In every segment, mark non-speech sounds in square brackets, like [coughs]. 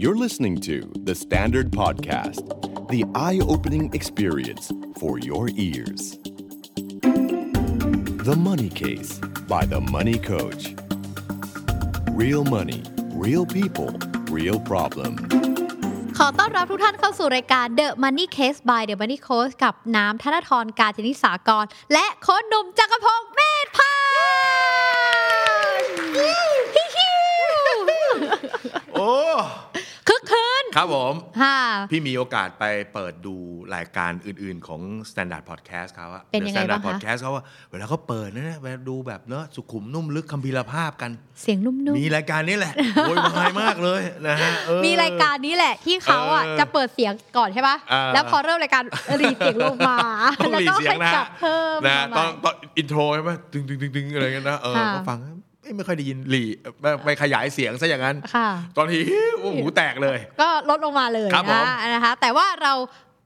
You're listening to The Standard Podcast, the eye opening experience for your ears. The Money Case by The Money Coach. Real money, real people, real problem. ขอต้อนรับทุกท่านเข้าสู่รายการ The Money Case by The Money Coach กับน้ำธนทรการจนิสากร และโค้ชหนุ่มจักรพงศ์เมธพันธ์ฮิฮิว โอ้ คึกคืน ครับผม ค่ะ พี่มีโอกาสไปเปิดดูรายการอื่นๆของ Standard Podcast เขาอะ เป็นยังไงบ้างคะ Standard Podcast เขาว่าเวลาเขาเปิดนะเนี่ยเวลาดูแบบเนอะสุขุมนุ่มลึกคัมภีรภาพกัน เสียงนุ่ม มีรายการนี้แหละ โวยวายมากเลยนะฮะเออ ๆ มีรายการนี้แหละที่เขาอ่ะ เออ จะเปิดเสียงก่อนใช่ปะ อ่า แล้วพอเริ่มรายการรีดเสียงลงมา ต้อง แล้ว หลี ก็ เสีย ค่ ง อย นะ จับเพิ่ม นะ ประมาตอน ณ ตอนอินโทรใช่ไหมตึงตึงตึงตึงอะไรกันนะเออ ค่ะ ก็ฟังเอ้ยไม่ค่อยได้ยินหลีเอ้ยไม่ขยายเสียงซะอย่างนั้น ค่ะ ตอนที่โอ้โหแตกเลย ก็ลดลงมาเลย ครับผ นะ ม นะคะ แต่ว่าเรา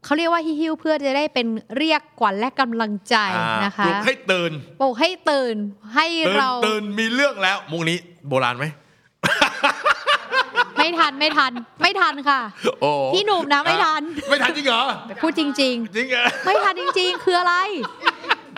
เขาเรียกว่าฮิ้วๆเพื่อจะได้เป็นเรียกขวัญและกำลังใจ า นะคะ ปลุกให้ตื่น ปลุกให้ตื่นให้ ตื่น เรา ตื่นมีเรื่องแล้วมุกนี้โบราณไหม ไม่ทันไม่ทัน ไม่ทันค่ะ โอ้ พี่หนุ่มนะไม่ทัน ไม่ทันจริงเหรอ พูดจริง จริงเหรอ ๆ ไม่ทันจริง ๆ คืออะไร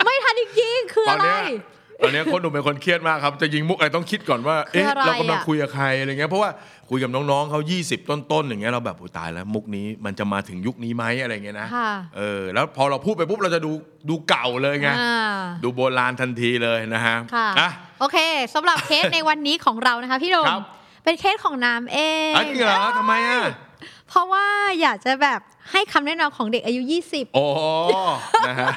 ไม่ทันจริงๆคือ ตอน อะไร เนี้ยตอนเนี้ยโคนหนุ่มเป็นคนเครียดมากครับ จะยิงมุกอะไรต้องคิดก่อนว่า เอ๊ะ คืออะไร เรากำลัง อะ คุยกับใครอะไรเงี้ยเพราะว่าคุยกับน้องๆเขา20 ต้นๆอย่างเงี้ยเราแบบโอ้ตายแล้วมุกนี้มันจะมาถึงยุคนี้ไหมอะไรเงี้ยนะ ค่ะ เออแล้วพอเราพูดไปปุ๊บเราจะดูดูเก่าเลยไง อ่า ดูโบราณทันทีเลยนะฮะ ค่ะ อ่ โอเคสำหรับเคสในวันนี้ของเรานะคะ พี่หนุ่ม ครับ เป็นเคสของน้ำเอง อ่ะจริงเหรอทำไมอ่ะ เพราะว่าอยากจะแบบให้คำแนะนำของเด็กอายุ 20 โอ้นะฮะ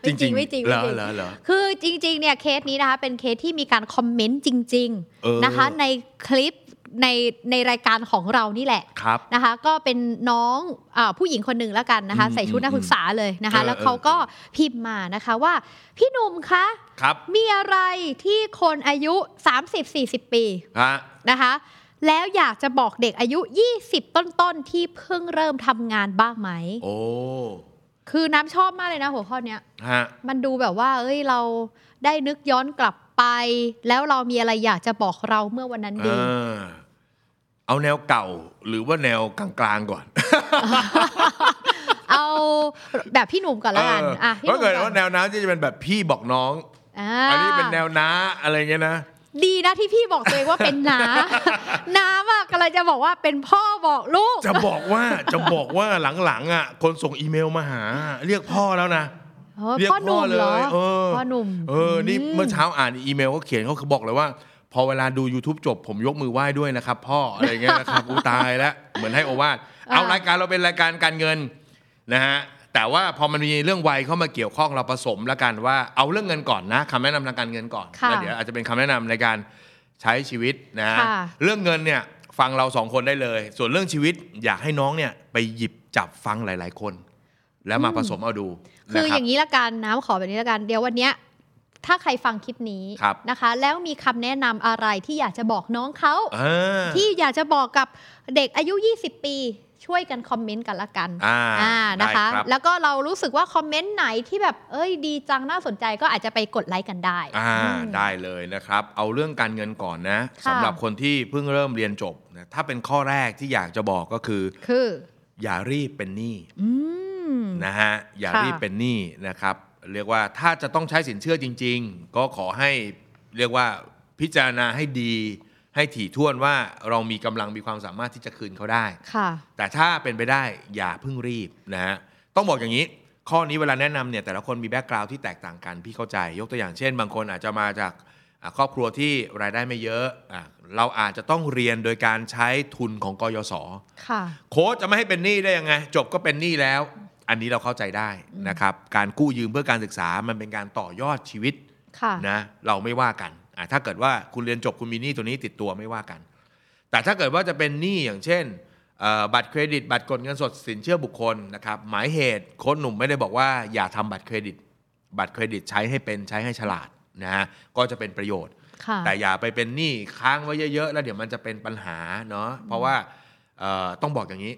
ไม่จริงไม่จริง เหร ไม่ อ จริง เหรอเหรอ คือจริงๆเนี่ยเคสนี้นะคะเป็นเคสที่มีการคอมเมนต์จริง เออ ๆนะคะในคลิปในในรายการของเรานี่แหละ ครับ นะคะก็เป็นน้องอาผู้หญิงคนหนึ่งแล้วกันนะคะ อืม ใส่ชุดนักศึกษาเลยนะคะ เออ แล้ว เออ เขาก็พิมพ์มานะคะว่า พี่หนุ่มคะ ครับ มีอะไรที่คนอายุ 30-40 ปี ฮะ นะคะ แล้วอยากจะบอกเด็กอายุ 20 ต้นๆที่เพิ่งเริ่มทำงานบ้างไหม โอ้ คือน้ำชอบมากเลยนะหัวข้อเนี้ย ฮะ มันดูแบบว่า เอ้ย เราได้นึกย้อนกลับไป แล้วเรามีอะไรอยากจะบอกเราเมื่อวันนั้นดี เออเอาแนวเก่าหรือว่าแนวกลางๆก่อน เอาแบบพี่หนุ่มก่อนละกัน เออ อ่ะพี่ห ถ้า นุ่ม เกิด ก่อ ว่าน แนวน้ำที่จะเป็นแบบพี่บอกน้อง อ่า อันนี้เป็นแนวน้าอะไรเงี้ยนะ ดีนะที่พี่บอกตัวเองว่าเป็นน้า น้ำอ่ะกำลังจะบอกว่าเป็นพ่อบอกลูก จะบอกว่าจะบอกว่าหลังๆอ่ะคนส่งอีเมลมาหา เรียกพ่อแล้วนะ เออ เรียก พ่อหนุ่มเหรอ เออ พ่อหนุ่ม เออนี่เมื่อเช้าอ่านอีเมลก็เขียนเขาบอกเลยว่า พอเวลาดู YouTube จบผมยกมือไหว้ด้วยนะครับ พ่ออะไรเงี้ยนะครับ [laughs] อูตายแล้ว เหมือนให้โอวาทเอารายการเราเป็นรายการการเงินนะฮะแต่ว่าพอมันมีเรื่องวัยเข้ามาเกี่ยวข้องเราผสมละกันว่าเอาเรื่องเงินก่อนนะคำแนะนำทางการเงินก่อน ค่ะ แล้วเดี๋ยวอาจจะเป็นคำแนะนำในการใช้ชีวิตนะฮะ ค่ะ เรื่องเงินเนี่ยฟังเราสองคนได้เลย ส่วนเรื่องชีวิตอยากให้น้องเนี่ยไปหยิบจับฟังหลาย ๆ คน แล้วมาผสมเอาดู คือ นะ อ รับ ย่างนี้ละกันน้ำขอแบบนี้ละกัน เดี๋ยววันเนี้ยถ้าใครฟังคลิปนี้ ครับ นะคะ แล้วมีคำแนะนำอะไรที่อยากจะบอกน้องเขา อ่า ที่อยากจะบอกกับเด็กอายุ 20 ปี ช่วยกันคอมเมนต์กันละกัน อ่า อ่า ได้ นะคะ รับ แล้วก็เรารู้สึกว่าคอมเมนต์ไหนที่แบบเอ้ยดีจังน่าสนใจก็อาจจะไปกดไลค์กันได้ อ่า อืม ได้เลยนะครับ เอาเรื่องการเงินก่อนนะ ค่ะ สำหรับคนที่เพิ่งเริ่มเรียนจบนะถ้าเป็นข้อแรกที่อยากจะบอกก็คือ คือ อย่ารีบเป็นหนี้ อืม นะฮะอย่า ค่ะ รีบเป็นหนี้นะครับ เรียกว่าถ้าจะต้องใช้สินเชื่อจริง ๆ ก็ขอให้เรียกว่าพิจารณาให้ดี ให้ถี่ถ้วนว่าเรามีกำลังมีความสามารถที่จะคืนเขาได้ ค่ะ แต่ถ้าเป็นไปได้อย่าเพิ่งรีบนะฮะต้องบอกอย่างนี้ ข้อนี้เวลาแนะนำเนี่ยแต่ละคนมีแบ็กกราวด์ที่แตกต่างกันพี่เข้าใจ ยกตัวอย่างเช่น บางคนอาจจะมาจากอ่ะครอบครัวที่รายได้ไม่เยอะอ่ะเราอาจจะต้องเรียนโดยการใช้ทุนของกยศ ค่ะ โค้ชจะไม่ให้เป็นหนี้ได้ยังไง จบก็เป็นหนี้แล้ว อันนี้เราเข้าใจได้นะครับการกู้ยืมเพื่อการศึกษามันเป็นการต่อยอดชีวิต ค่ะ นะเราไม่ว่ากันอ่ะถ้าเกิดว่าคุณเรียนจบคุณมีหนี้ตัวนี้ติดตัวไม่ว่ากัน แต่ถ้าเกิดว่าจะเป็นหนี้อย่างเช่นเอ่อบัตรเครดิต บัตรกดเงินสดสินเชื่อบุคคลนะครับหมายเหตุโค้ชหนุ่มไม่ได้บอกว่าอย่าทำบัตรเครดิต บัตรเครดิตใช้ให้เป็นใช้ให้ฉลาดนะฮะก็จะเป็นประโยชน์ ค่ะ แต่อย่าไปเป็นหนี้ค้างไว้เยอะๆ แล้วเดี๋ยวมันจะเป็นปัญหาเนาะเพราะว่าเอ่อต้องบอกอย่างนี้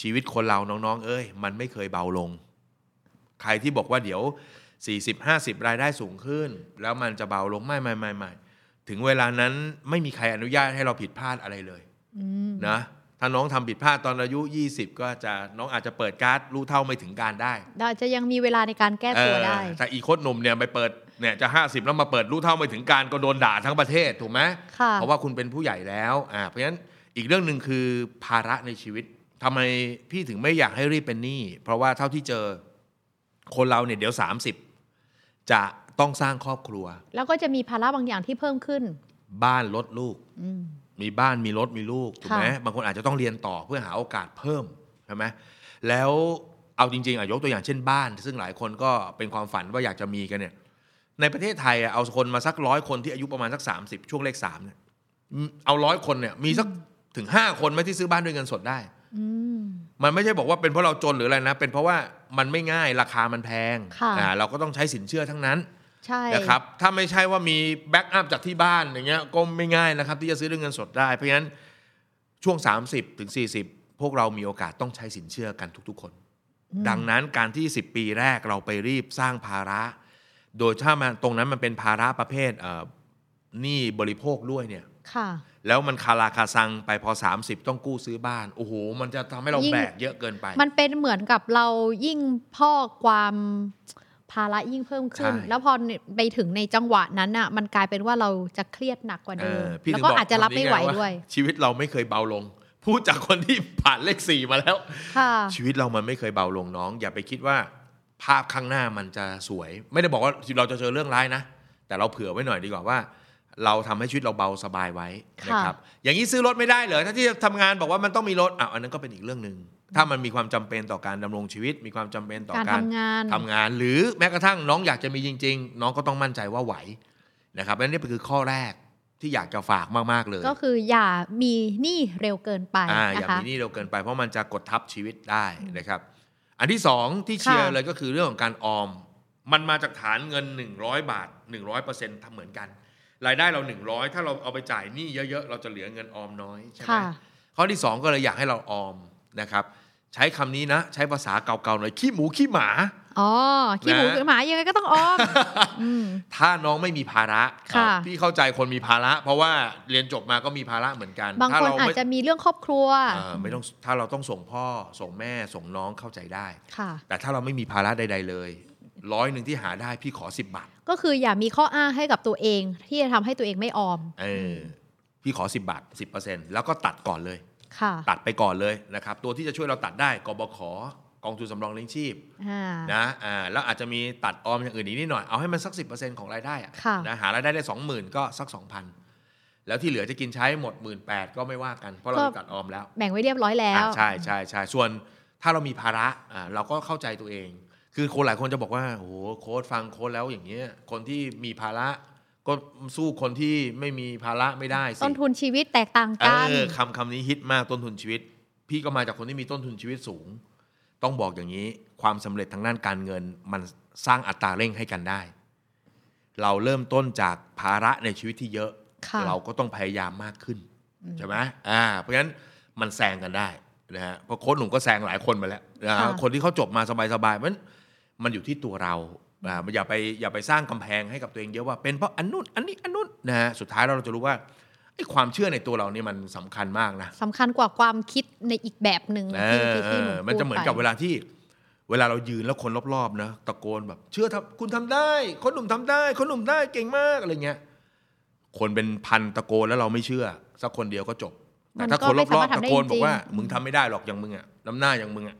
ชีวิตคนเราน้องๆ เอ้ย มันไม่เคยเบาลง ใครที่บอกว่าเดี๋ยว 40 50 รายได้สูงขึ้น แล้วมันจะเบาลงไม่ไม่ไม่ไม่ถึงเวลานั้นไม่มีใครอนุญาตให้เราผิดพลาดอะไรเลย อืม นะ ถ้าน้องทำผิดพลาดตอนอายุ 20 ก็จะน้องอาจจะเปิดการ์ดรู้เท่าไม่ถึงการได้ เราอาจจะยังมีเวลาในการแก้ตัวได้ เออแต่อีโคดหนุ่มเนี่ยไปเปิดเนี่ยจะ 50 แล้วมาเปิดรู้เท่าไม่ถึงการก็โดนด่าทั้งประเทศถูกไหม ค่ะ เพราะว่าคุณเป็นผู้ใหญ่แล้วอ่าเพราะฉะนั้นอีกเรื่องหนึ่งคือภาระในชีวิตทำไมพี่ถึงไม่อยากให้รีบเป็นหนี้เพราะว่าเท่าที่เจอคนเราเนี่ยเดี๋ยว 30 จะต้องสร้างครอบครัว แล้วก็จะมีภาระบางอย่างที่เพิ่มขึ้น บ้านลดลูก อืม มีบ้านมีรถมีลูกถูกไหม ค่ะ บางคนอาจจะต้องเรียนต่อเพื่อหาโอกาสเพิ่มใช่ไหมแล้วเอาจริงๆอ่ะยกตัวอย่างเช่นบ้าน ซึ่งหลายคนก็เป็นความฝันว่าอยากจะมีกันเนี่ยในประเทศไทยอ่ะเอาคนมาสักร้อยคนที่อายุประมาณสัก 30 ช่วงเลขสามเนี่ยอืมเอาร้อยคนเนี่ยมีสักถึง 5 คนไหมที่ซื้อบ้านด้วยเงินสดได้ อืม มันไม่ใช่บอกว่าเป็นเพราะเราจนหรืออะไรนะ เป็นเพราะว่ามันไม่ง่ายราคามันแพง ค่ะ อ่าเราก็ต้องใช้สินเชื่อทั้งนั้น ใช่ นะครับถ้าไม่ใช่ว่ามีแบ็กอัพจากที่บ้านอย่างเงี้ยก็ไม่ง่ายนะครับ ที่จะซื้อด้วยเงินสดได้ เพราะฉะนั้นช่วง 30ถึง40 พวกเรามีโอกาสต้องใช้สินเชื่อกันทุกๆคน อืม ดังนั้นการที่ 10 ปีแรกเราไปรีบสร้างภาระ โดยถ้ามันตรงนั้นมันเป็นภาระประเภทเอ่อหนี้บริโภคด้วยเนี่ย ค่ะ แล้วมันคาราคาซังไปพอ 30 ต้องกู้ซื้อบ้าน โอ้โห มันจะทำให้เราย ง แบกเยอะเกินไป มันเป็นเหมือนกับเรายิ่งพอกความภาระยิ่งเพิ่มขึ้น ใช่ แล้วพอไปถึงในจังหวะนั้นอ่ะ มันกลายเป็นว่าเราจะเครียดหนักกว่าเดิม เออพี่ แล้ว ถึง ก็ บ อาจจะรับไม่ไหว คำนี้งา ด้วย ชีวิตเราไม่เคยเบาลง พูดจากคนที่ผ่านเลขสี่มาแล้ว ค่ะ ชีวิตเรามันไม่เคยเบาลงน้อง อย่าไปคิดว่าภาพข้างหน้ามันจะสวย ไม่ได้บอกว่าเราจะเจอเรื่องร้ายนะ แต่เราเผื่อไว้หน่อยดีกว่าว่า เราทำให้ชีวิตเราเบาสบายไว้ ค่ะ นะครับอย่างนี้ซื้อรถไม่ได้เหรอถ้าที่ทำงานบอกว่ามันต้องมีรถอ่ะอันนั้นก็เป็นอีกเรื่องหนึ่งถ้ามันมีความจำเป็นต่อการดำรงชีวิต มีความจำเป็นต่อ การ การ ทำงาน ทำงานหรือแม้กระทั่งน้องอยากจะมีจริง ๆ น้องก็ต้องมั่นใจว่าไหวนะครับและนี่คือข้อแรกที่อยากจะฝากมากๆเลย ก็คืออย่ามีหนี้เร็วเกินไป อ่าอ นะ ย่า คะ มีหนี่เร็วเกินไปเพราะมันจะกดทับชีวิตได้นะครับ อันที่สองที่เชียร์ ค่ะ เลยก็คือเรื่องของการออม มันมาจากฐานเงิน 100 บาท 100%ทำเหมือนกัน รายได้เรา 100 ถ้าเราเอาไปจ่ายหนี้เยอะๆ เราจะเหลือเงินออมน้อยใช่ไหม ค่ะ ข้อที่ 2 ก็เลยอยากให้เราออมนะครับ ใช้คำนี้นะ ใช้ภาษาเก่าๆหน่อยขี้หมูขี้หมา อ๋อ ขี้หมูขี้หมายังไงก็ต้องออมอืม ถ้าน้องไม่มีภาระ ค่ะ อ่ะพี่เข้าใจคนมีภาระ เพราะว่าเรียนจบมาก็มีภาระเหมือนกัน บาง ถ้ คน เร อาจ ไม่ จะมีเรื่องครอบครัว เอ่อไม่ต้องถ้าเราต้องส่งพ่อส่งแม่ส่งน้องเข้าใจได้ ค่ะ แต่ถ้าเราไม่มีภาระใด ๆ เลยร้อยหนึ่งที่หาได้พี่ขอ 10 บาท ก็คืออย่ามีข้ออ้างให้กับตัวเอง ที่จะทำให้ตัวเองไม่ออม เออพี่ขอ 10 บาท 10%แล้วก็ตัดก่อนเลย ค่ะ ตัดไปก่อนเลยนะครับ ตัวที่จะช่วยเราตัดได้กบขกองทุนสำรองเลี้ยงชีพ อ่า นะอ่าแล้วอาจจะมีตัดออมอย่างอื่นอีกนิดหน่อย เอาให้มันสัก 10%ของรายได้อะ ค่ะ นะหารายได้ได้ 20,000 ก็สัก 2,000 แล้วที่เหลือจะกินใช้หมด 1 8ื่นก็ไม่ว่ากัน เพราะเรา ก็ มีตัดออมแล้ว แบ่งไว้เรียบร้อยแล้ว อ่าใช่ใช่ใช่ส่วนถ้าเรามีภาระอ่าเราก็เข้าใจตัวเอง คือคนหลายคนจะบอกว่าโอ้โหโค้ดฟังโค้ดแล้วอย่างเงี้ยคนที่มีภาระก็สู้คนที่ไม่มีภาระไม่ได้สิ ต้นทุนชีวิตแตกต่าง เอ กัน อคำคำนี้ฮิตมากต้นทุนชีวิต พี่ก็มาจากคนที่มีต้นทุนชีวิตสูง ต้องบอกอย่างนี้ ความสำเร็จทางด้านการเงิน มันสร้างอัตราเร่งให้กันได้ เราเริ่มต้นจากภาระในชีวิตที่เยอะ ค่ะ เราก็ต้องพยายามมากขึ้น ใช่ไหมอ่า เพราะฉะนั้นมันแซงกันได้นะฮะเพราะโค้ชหนุ่มก็แซงหลายคนมาแล้วนะฮะ ค่ะ คนที่เขาจบมาสบายๆมัน มันอยู่ที่ตัวเราอ่าอย่าไปอย่าไปสร้างกำแพงให้กับตัวเองเยอะว่าเป็นเพราะอันนู้นอันนี้อันนู้นนะฮะสุดท้ายแล้วเราจะรู้ว่าไอ้ความเชื่อในตัวเราเนี่ยมันสำคัญมากนะ สำคัญกว่าความคิดในอีกแบบหนึ่ง เอ ที่ อ ที่ เอ ที่ อ ห มันจะเหมือนกับ พู เว ดไป ลาที่ เวลาเรายืนแล้วคนรอบๆนะตะโกนแบบ เชื่อทำคุณทำได้คนหนุ่มทำได้ คนหนุ่มได้เก่งมากอะไรเงี้ยคนเป็นพันตะโกนแล้วเราไม่เชื่อสักคนเดียวก็จบแต่ถ้าคนรอบๆตะโกนบอกว่ามึงทำไม่ได้หรอกอย่างมึงอะน้ำหน้าอย่างมึงอะ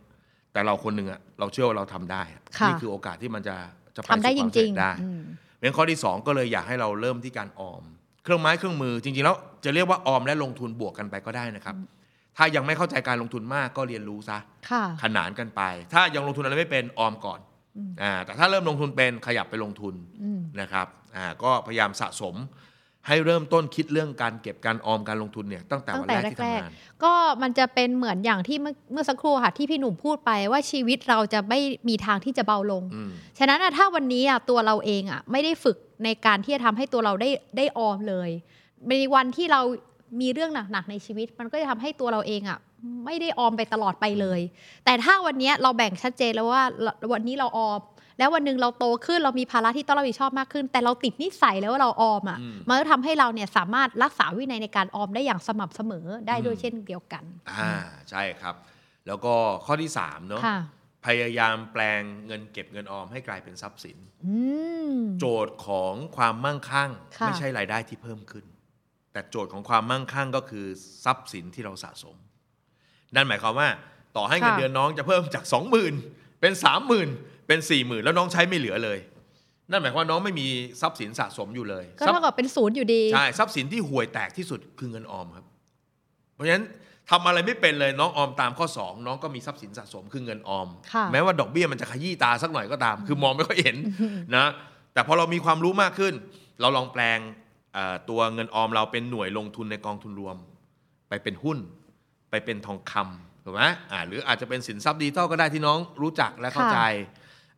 แต่เราคนหนึ่งอะเราเชื่อว่าเราทำได้อะนี่คือโอกาสที่มันจะจะป ทำได้ สู่ จ ความริสำเร็ งๆจได้ อืม เพราะฉะนั้นข้อที่ 2 ก็เลยอยากให้เราเริ่มที่การออม เครื่องไม้เครื่องมือจริงๆแล้วจะเรียกว่าออมและลงทุนบวกกันไปก็ได้นะครับ ถ้ายังไม่เข้าใจการลงทุนมากก็เรียนรู้ซะ ค่ะ ขนานกันไป ถ้ายังลงทุนอะไรไม่เป็นออมก่อน อืม อ่าแต่ถ้าเริ่มลงทุนเป็นขยับไปลงทุน อืม นะครับอ่าก็พยายามสะสม ให้เริ่มต้นคิดเรื่องการเก็บการออมการลงทุนเนี่ยตั้งแต่ ตั้ วั ง น แต่ แรกที่ แร ทำ ก งาน ๆ ก็มันจะเป็นเหมือนอย่างที่เมื่อเมื่อสักครู่ค่ะที่พี่หนุ่มพูดไปว่าชีวิตเราจะไม่มีทางที่จะเบาลง อืม ฉะนั้นน่ะถ้าวันนี้อ่ะตัวเราเองอ่ะไม่ได้ฝึกในการที่จะทำให้ตัวเราได้ได้ออมเลยในวันที่เรา มีเรื่องหนักๆในชีวิต มันก็จะทำให้ตัวเราเองอะ่ะไม่ได้ออมไปตลอดไปเลย แต่ถ้าวันเนี้ยเราแบ่งชัดเจนแล้วว่าเราวันนี้เราออม แล้ววันหนึ่งเราโตขึ้นเรามีภาระที่ต้องรับผิดชอบมากขึ้น แต่เราติดนิสัยแล้วว่าเราออมอะ่ะ อืม มันก็ทำให้เราเนี่ยสามารถรักษาวินัยในการออมได้อย่างสม่ำเสมอได้ด้วยเช่นเดียวกัน อ่าใช่ครับ แล้วก็ข้อที่3เนาะ ค่ะ พยายามแปลงเงินเก็บเงินออมให้กลายเป็นทรัพย์สิน อืม โจทย์ของความมั่งคั่ง ค่ะ ไม่ใช่รายได้ที่เพิ่มขึ้น แต่โจทย์ของความมั่งคั่งก็คือทรัพย์สินที่เราสะสม นั่นหมายความว่า ต่อให้เงินเดือนน้องจะเพิ่มจาก 20,000 เป็น 30,000 เป็น 40,000 แล้วน้องใช้ไม่เหลือเลย นั่นหมายความว่าน้องไม่มีทรัพย์สินสะสมอยู่เลย ก็ ทรัพ เท่า ย์ กับเป็นศูนย์อยู่ดี ใช่ทรัพย์สินที่ห่วยแตกที่สุดคือเงินออมครับ เพราะฉะนั้นทำอะไรไม่เป็นเลยน้องออมตามข้อ 2 น้องก็มีทรัพย์สินสะสมคือเงินออม ค่ะ แม้ว่าดอกเบี้ยมันจะขยี้ตาสักหน่อยก็ตาม คือมองไม่ค่อย [laughs] เห็นนะแต่พอเรามีความรู้มากขึ้น เราลองแปลงเอ่อตัวเงินออมเราเป็นหน่วยลงทุนในกองทุนรวม ไปเป็นหุ้น ไปเป็นทองคำถูกไหมอ่าหรืออาจจะเป็นสินทรัพย์ดิจิทัลก็ได้ที่น้องรู้จักและเข้าใจ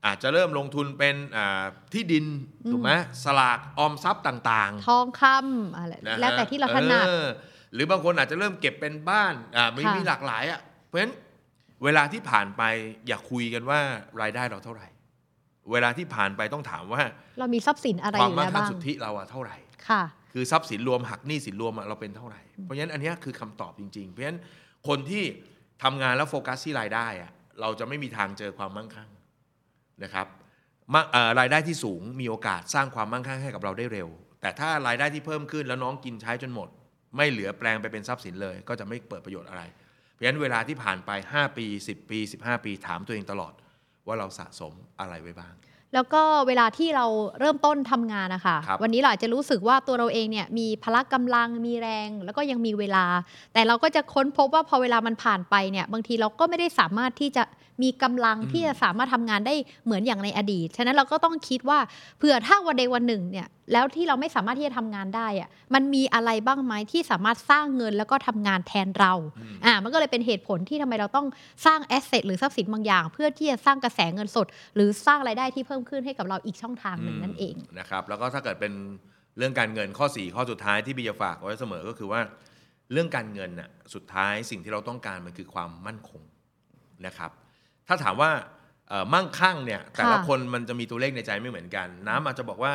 อาจจะเริ่มลงทุนเป็นอ่าที่ดินถูกไหมสลากออมทรัพย์ต่างๆ ทองคำอะไร นะฮะ แล้วแต่ที่เราถนัด ออหรือบางคนอาจจะเริ่มเก็บเป็นบ้านอ่ามี ค่ะ มีหลากหลายอ่ะเพราะฉะนั้นเวลาที่ผ่านไปอย่าคุยกันว่ารายได้เราเท่าไหร่ เวลาที่ผ่านไปต้องถามว่า เรามีทรัพย์สินอะไร ค อ วาม ยู่ มั่ง แล้ว คั่ง บ้าง สุทธิเราอะเท่าไหร่ ค่ะ คือทรัพย์สินรวมหักหนี้สินรวมอะเราเป็นเท่าไหร่ เพราะฉะนั้นอันเนี้ยคือคำตอบจริง ๆ เพราะฉะนั้นคนที่ทำงานแล้วโฟกัสที่รายได้อะเราจะไม่มีทางเจอความมั่งคั่งนะครับมาเอ่อรายได้ที่สูงมีโอกาสสร้างความมั่งคั่งให้กับเราได้เร็ว แต่ถ้ารายได้ที่เพิ่มขึ้นแล้วน้องกินใช้จนหมด ไม่เหลือแปลงไปเป็นทรัพย์สินเลย ก็จะไม่เปิดประโยชน์อะไร เพราะฉะนั้นเวลาที่ผ่านไป 5 ปี 10 ปี 15 ปีถามตัวเองตลอด ว่าเราสะสมอะไรไว้บ้าง แล้วก็เวลาที่เราเริ่มต้นทำงานนะคะ ครับ วันนี้เราอาจจะรู้สึกว่าตัวเราเองเนี่ยมีพละกำลังมีแรง แล้วก็ยังมีเวลา แต่เราก็จะค้นพบว่าพอเวลามันผ่านไปเนี่ยบางทีเราก็ไม่ได้สามารถที่จะมีกำลัง อืม ที่จะสามารถทำงานได้เหมือนอย่างในอดีต ฉะนั้นเราก็ต้องคิดว่าเผื่อถ้าวันใดวันหนึ่งเนี่ยแล้วที่เราไม่สามารถที่จะทำงานได้อะมันมีอะไรบ้างไหมที่สามารถสร้างเงินแล้วก็ทำงานแทนเรา อืม อ่ามันก็เลยเป็นเหตุผลที่ทำไมเราต้องสร้างแอสเซทหรือทรัพย์สินบางอย่าง เพื่อที่จะสร้างกระแสเงินสด หรือสร้างรายได้ที่เพิ่มขึ้นให้กับเราอีกช่องทางหนึ่งนั่นเอง นะครับแล้วก็ถ้าเกิดเป็นเรื่องการเงินข้อ 4 ข้อสุดท้ายที่บีจะฝากไว้เสมอก็คือว่า เรื่องการเงินน่ะสุดท้ายสิ่งที่เราต้องการมันคือความมั่นคงนะครับ ถ้าถามว่าเอ่อมั่งคั่งเนี่ยแต่ละ ค่ะ คนมันจะมีตัวเลขในใจไม่เหมือนกัน น้ำอาจจะบอกว่า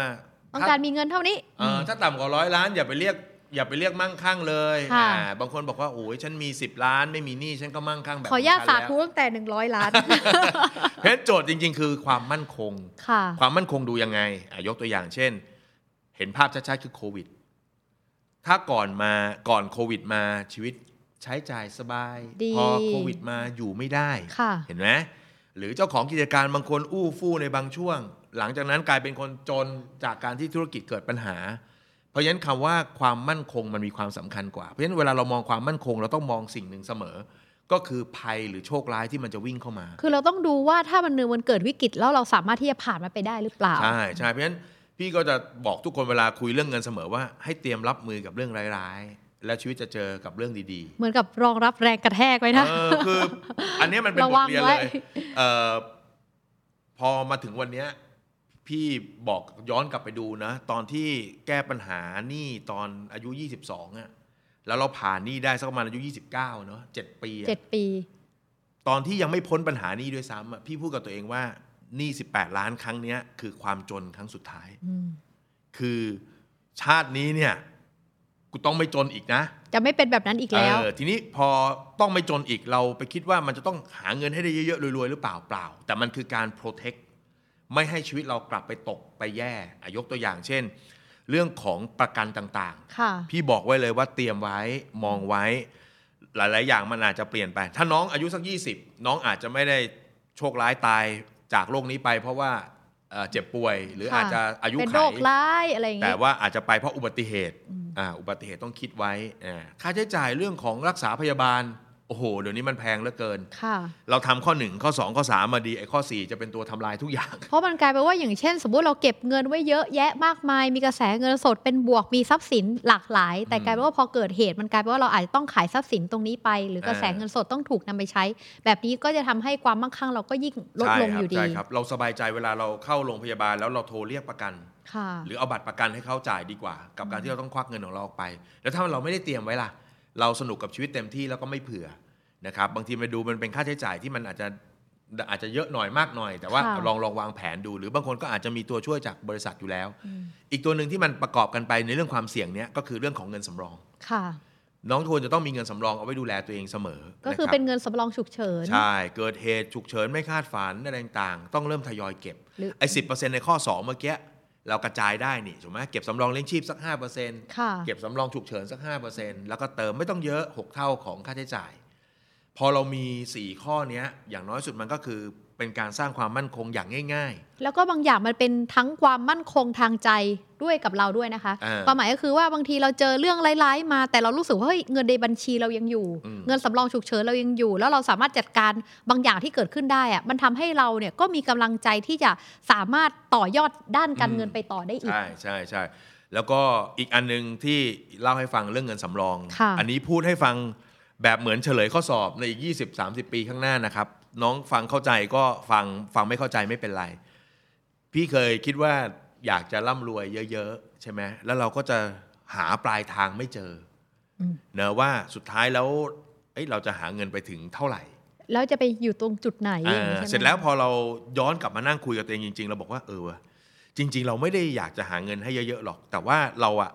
ต้อง ถ้า การมีเงินเท่านี้ เอ่อถ้าต่ำกว่าร้อยล้านอย่าไปเรียกอย่าไปเรียกมั่งคั่งเลย ค่ะ อ่าบางคนบอกว่าโอ้ยฉันมี 10 ล้านไม่มีหนี้ฉันก็มั่งคั่งแบบ ขออนุญาต ขง สา ฉัน ธุ แล้ว ตั้งแต่ 100 ล้าน เพราะฉะนั้นโจทย์จริง ๆ คือความมั่นคง [laughs] ค่ะ ความมั่นคงดูยังไงอ่ะยกตัวอย่างเช่น เห็นภาพชัดๆคือโควิด ถ้าก่อนมาก่อนโควิดมาชีวิตใช้จ่ายสบาย ดี พอโควิดมาอยู่ไม่ได้ ค่ะ เห็นไหมหรือเจ้าของกิจการบางคนอู้ฟู่ในบางช่วง หลังจากนั้นกลายเป็นคนจนจากการที่ธุรกิจเกิดปัญหา เพราะฉะนั้นคำว่าความมั่นคงมันมีความสำคัญกว่า เพราะฉะนั้นเวลาเรามองความมั่นคง เราต้องมองสิ่งหนึ่งเสมอ ก็คือภัยหรือโชคร้ายที่มันจะวิ่งเข้ามา คือเราต้องดูว่าถ้ามันเนือมันเกิดวิกฤตแล้วเราสามารถที่จะผ่านมันไปได้หรือเปล่า ใช่ใช่เพราะฉะนั้นพี่ก็จะบอกทุกคนเวลาคุยเรื่องเงินเสมอว่าให้เตรียมรับมือกับเรื่องร้ายๆ แล้วชีวิตจะเจอกับเรื่องดี เหมือนกับรองรับแรงกระแทกไว้ ๆ นะ เออคือ อันเนี้ยมันเป็น ระ บ วั ท ง เรียน ไว้ เลยเออพอมาถึงวันเนี้ยพี่บอกย้อนกลับไปดูนะ ตอนที่แก้ปัญหาหนี้ตอนอายุ 22อะแล้วเราผ่านหนี้ได้สักประมาณอายุ 29เนาะ7ปีอะ เจ็ดปี ตอนที่ยังไม่พ้นปัญหาหนี้ด้วยซ้ำอะพี่พูดกับตัวเองว่าหนี้18 ล้านครั้งเนี้ยคือความจนครั้งสุดท้าย อืม คือชาตินี้เนี่ยกูต้องไม่จนอีกนะ จะไม่เป็นแบบนั้นอีกแล้ว เออทีนี้พอต้องไม่จนอีกเราไปคิดว่ามันจะต้องหาเงินให้ได้เยอะๆรวยๆหรือเปล่าเปล่า แต่มันคือการ protect ไม่ให้ชีวิตเรากลับไปตกไปแย่อ่ะยกตัวอย่างเช่น เรื่องของประกันต่างๆ ค่ะ พี่บอกไว้เลยว่าเตรียมไว้มองไว้ หลาย ๆ อย่างมันอาจจะเปลี่ยนไป ถ้าน้องอายุสัก 20 น้องอาจจะไม่ได้โชคร้ายตายจากโรคนี้ไป เพราะว่าเอ่อเจ็บป่วย หรือ ค่ะ อาจจะอายุ เป็น ไข โรคร้ายอะไรอย่าง แต่ เงี้ย ว่าอาจจะไปเพราะอุบัติเหตุ อืม อ่าอุบัติเหตุต้องคิดไว้อ่าค่าใช้จ่ายเรื่องของรักษาพยาบาล โอ้โห เดี๋ยวนี้มันแพงเหลือเกิน ค่ะ เราทำข้อ 1 ข้อ 2 ข้อ 3 มาดีไอ้ข้อ 4 จะเป็นตัวทำลายทุกอย่าง เพราะมันกลายเป็นว่าอย่างเช่น สมมติเราเก็บเงินไว้เยอะแยะมากมาย มีกระแสเงินสดเป็นบวกมีทรัพย์สินหลากหลาย แต่ อืม กลายเป็นว่าพอเกิดเหตุมันกลายเป็นว่าเราอาจจะต้องขายทรัพย์สินตรงนี้ไป หรือกระแส อ่า เงินสดต้องถูกนำไปใช้ แบบนี้ก็จะทำให้ความมั่งคั่งเราก็ยิ่งลดลงอใช่ครับยู่ดี ใช่ครับ เราสบายใจเวลาเราเข้าโรงพยาบาลแล้วเราโทรเรียกประกัน ค่ะ หรือเอาบัตรประกันให้เขาจ่ายดีกว่า กับการที่เราต้องควักเงินของเราออกไป แล้วถ้าเราไม่ได้เตรียมไว้ล่ะ เราสนุกกับชีวิตเต็มที่แล้วก็ไม่เผื่อนะครับบางทีไปดูมันเป็นค่าใช้จ่ายที่มันอาจจะอาจจะเยอะหน่อยมากหน่อย แต่ว่า ค่ะ ลองลองวางแผนดู หรือบางคนก็อาจจะมีตัวช่วยจากบริษัทอยู่แล้ว อืม อีกตัวหนึ่งที่มันประกอบกันไปในเรื่องความเสี่ยงเนี้ยก็คือเรื่องของเงินสำรอง ค่ะ น้องทุนจะต้องมีเงินสำรองเอาไว้ดูแลตัวเองเสมอ ก็คือะ รับ เป็นเงินสำรองฉุกเฉิน ใช่ เกิดเหตุฉุกเฉินไม่คาดฝันอะไรต่างๆ ต้องเริ่มทยอยเก็บ หรือ ไอ้สิในข้อ 2 เมื่อกี้ เรากระจายได้นี่ถูกไหมเก็บสำรองเลี้ยงชีพสัก 5% ค่ะ เก็บสำรองฉุกเฉินสัก 5%แล้วก็เติมไม่ต้องเยอะ 6 เท่าของค่าใช้จ่าย พอเรามี 4 ข้อเนี้ย อย่างน้อยสุดมันก็คือเป็นการสร้างความมั่นคงอย่างง่าย แล้วก็บางอย่างมันเป็นทั้งความมั่นคงทางใจด้วยกับเราด้วยนะคะ อ่า ความหมายก็คือว่าบางทีเราเจอเรื่องร้ายๆ มาแต่เรารู้สึกว่าเฮ้ยเงินในบัญชีเรายังอยู่ อืม เงินสำรองฉุกเฉินเรายังอยู่ แล้วเราสามารถจัดการบางอย่างที่เกิดขึ้นได้อะมันทำให้เราเนี่ยก็มีกำลังใจที่จะสามารถต่อยอดด้านการเงินไปต่อได้ ๆ อีก ใช่ใช่ใช่แล้วก็อีกอันหนึงที่เล่าให้ฟังเรื่องเงินสำรอง ค่ะ อันนี้พูดให้ฟังแบบเหมือนเฉลยข้อสอบในอีก 20-30 ปีข้างหน้านะครับ น้องฟังเข้าใจก็ฟังฟังไม่เข้าใจไม่เป็นไร พี่เคยคิดว่าอยากจะร่ำรวยเยอะ ๆ ใช่ไหมแล้วเราก็จะหาปลายทางไม่เจออ ม เนอะว่าสุดท้ายแล้วเอ้ยเราจะหาเงินไปถึงเท่าไหร่ แล้วจะไปอยู่ตรงจุดไหน อ่า อย่างนี้ใช่ไหม เสร็จแล้วพอเราย้อนกลับมานั่งคุยกับตัวเองจริง ๆ เราบอกว่าเออวะจริง ๆ เราไม่ได้อยากจะหาเงินให้เยอะ ๆ หรอก แต่ว่าเราอะ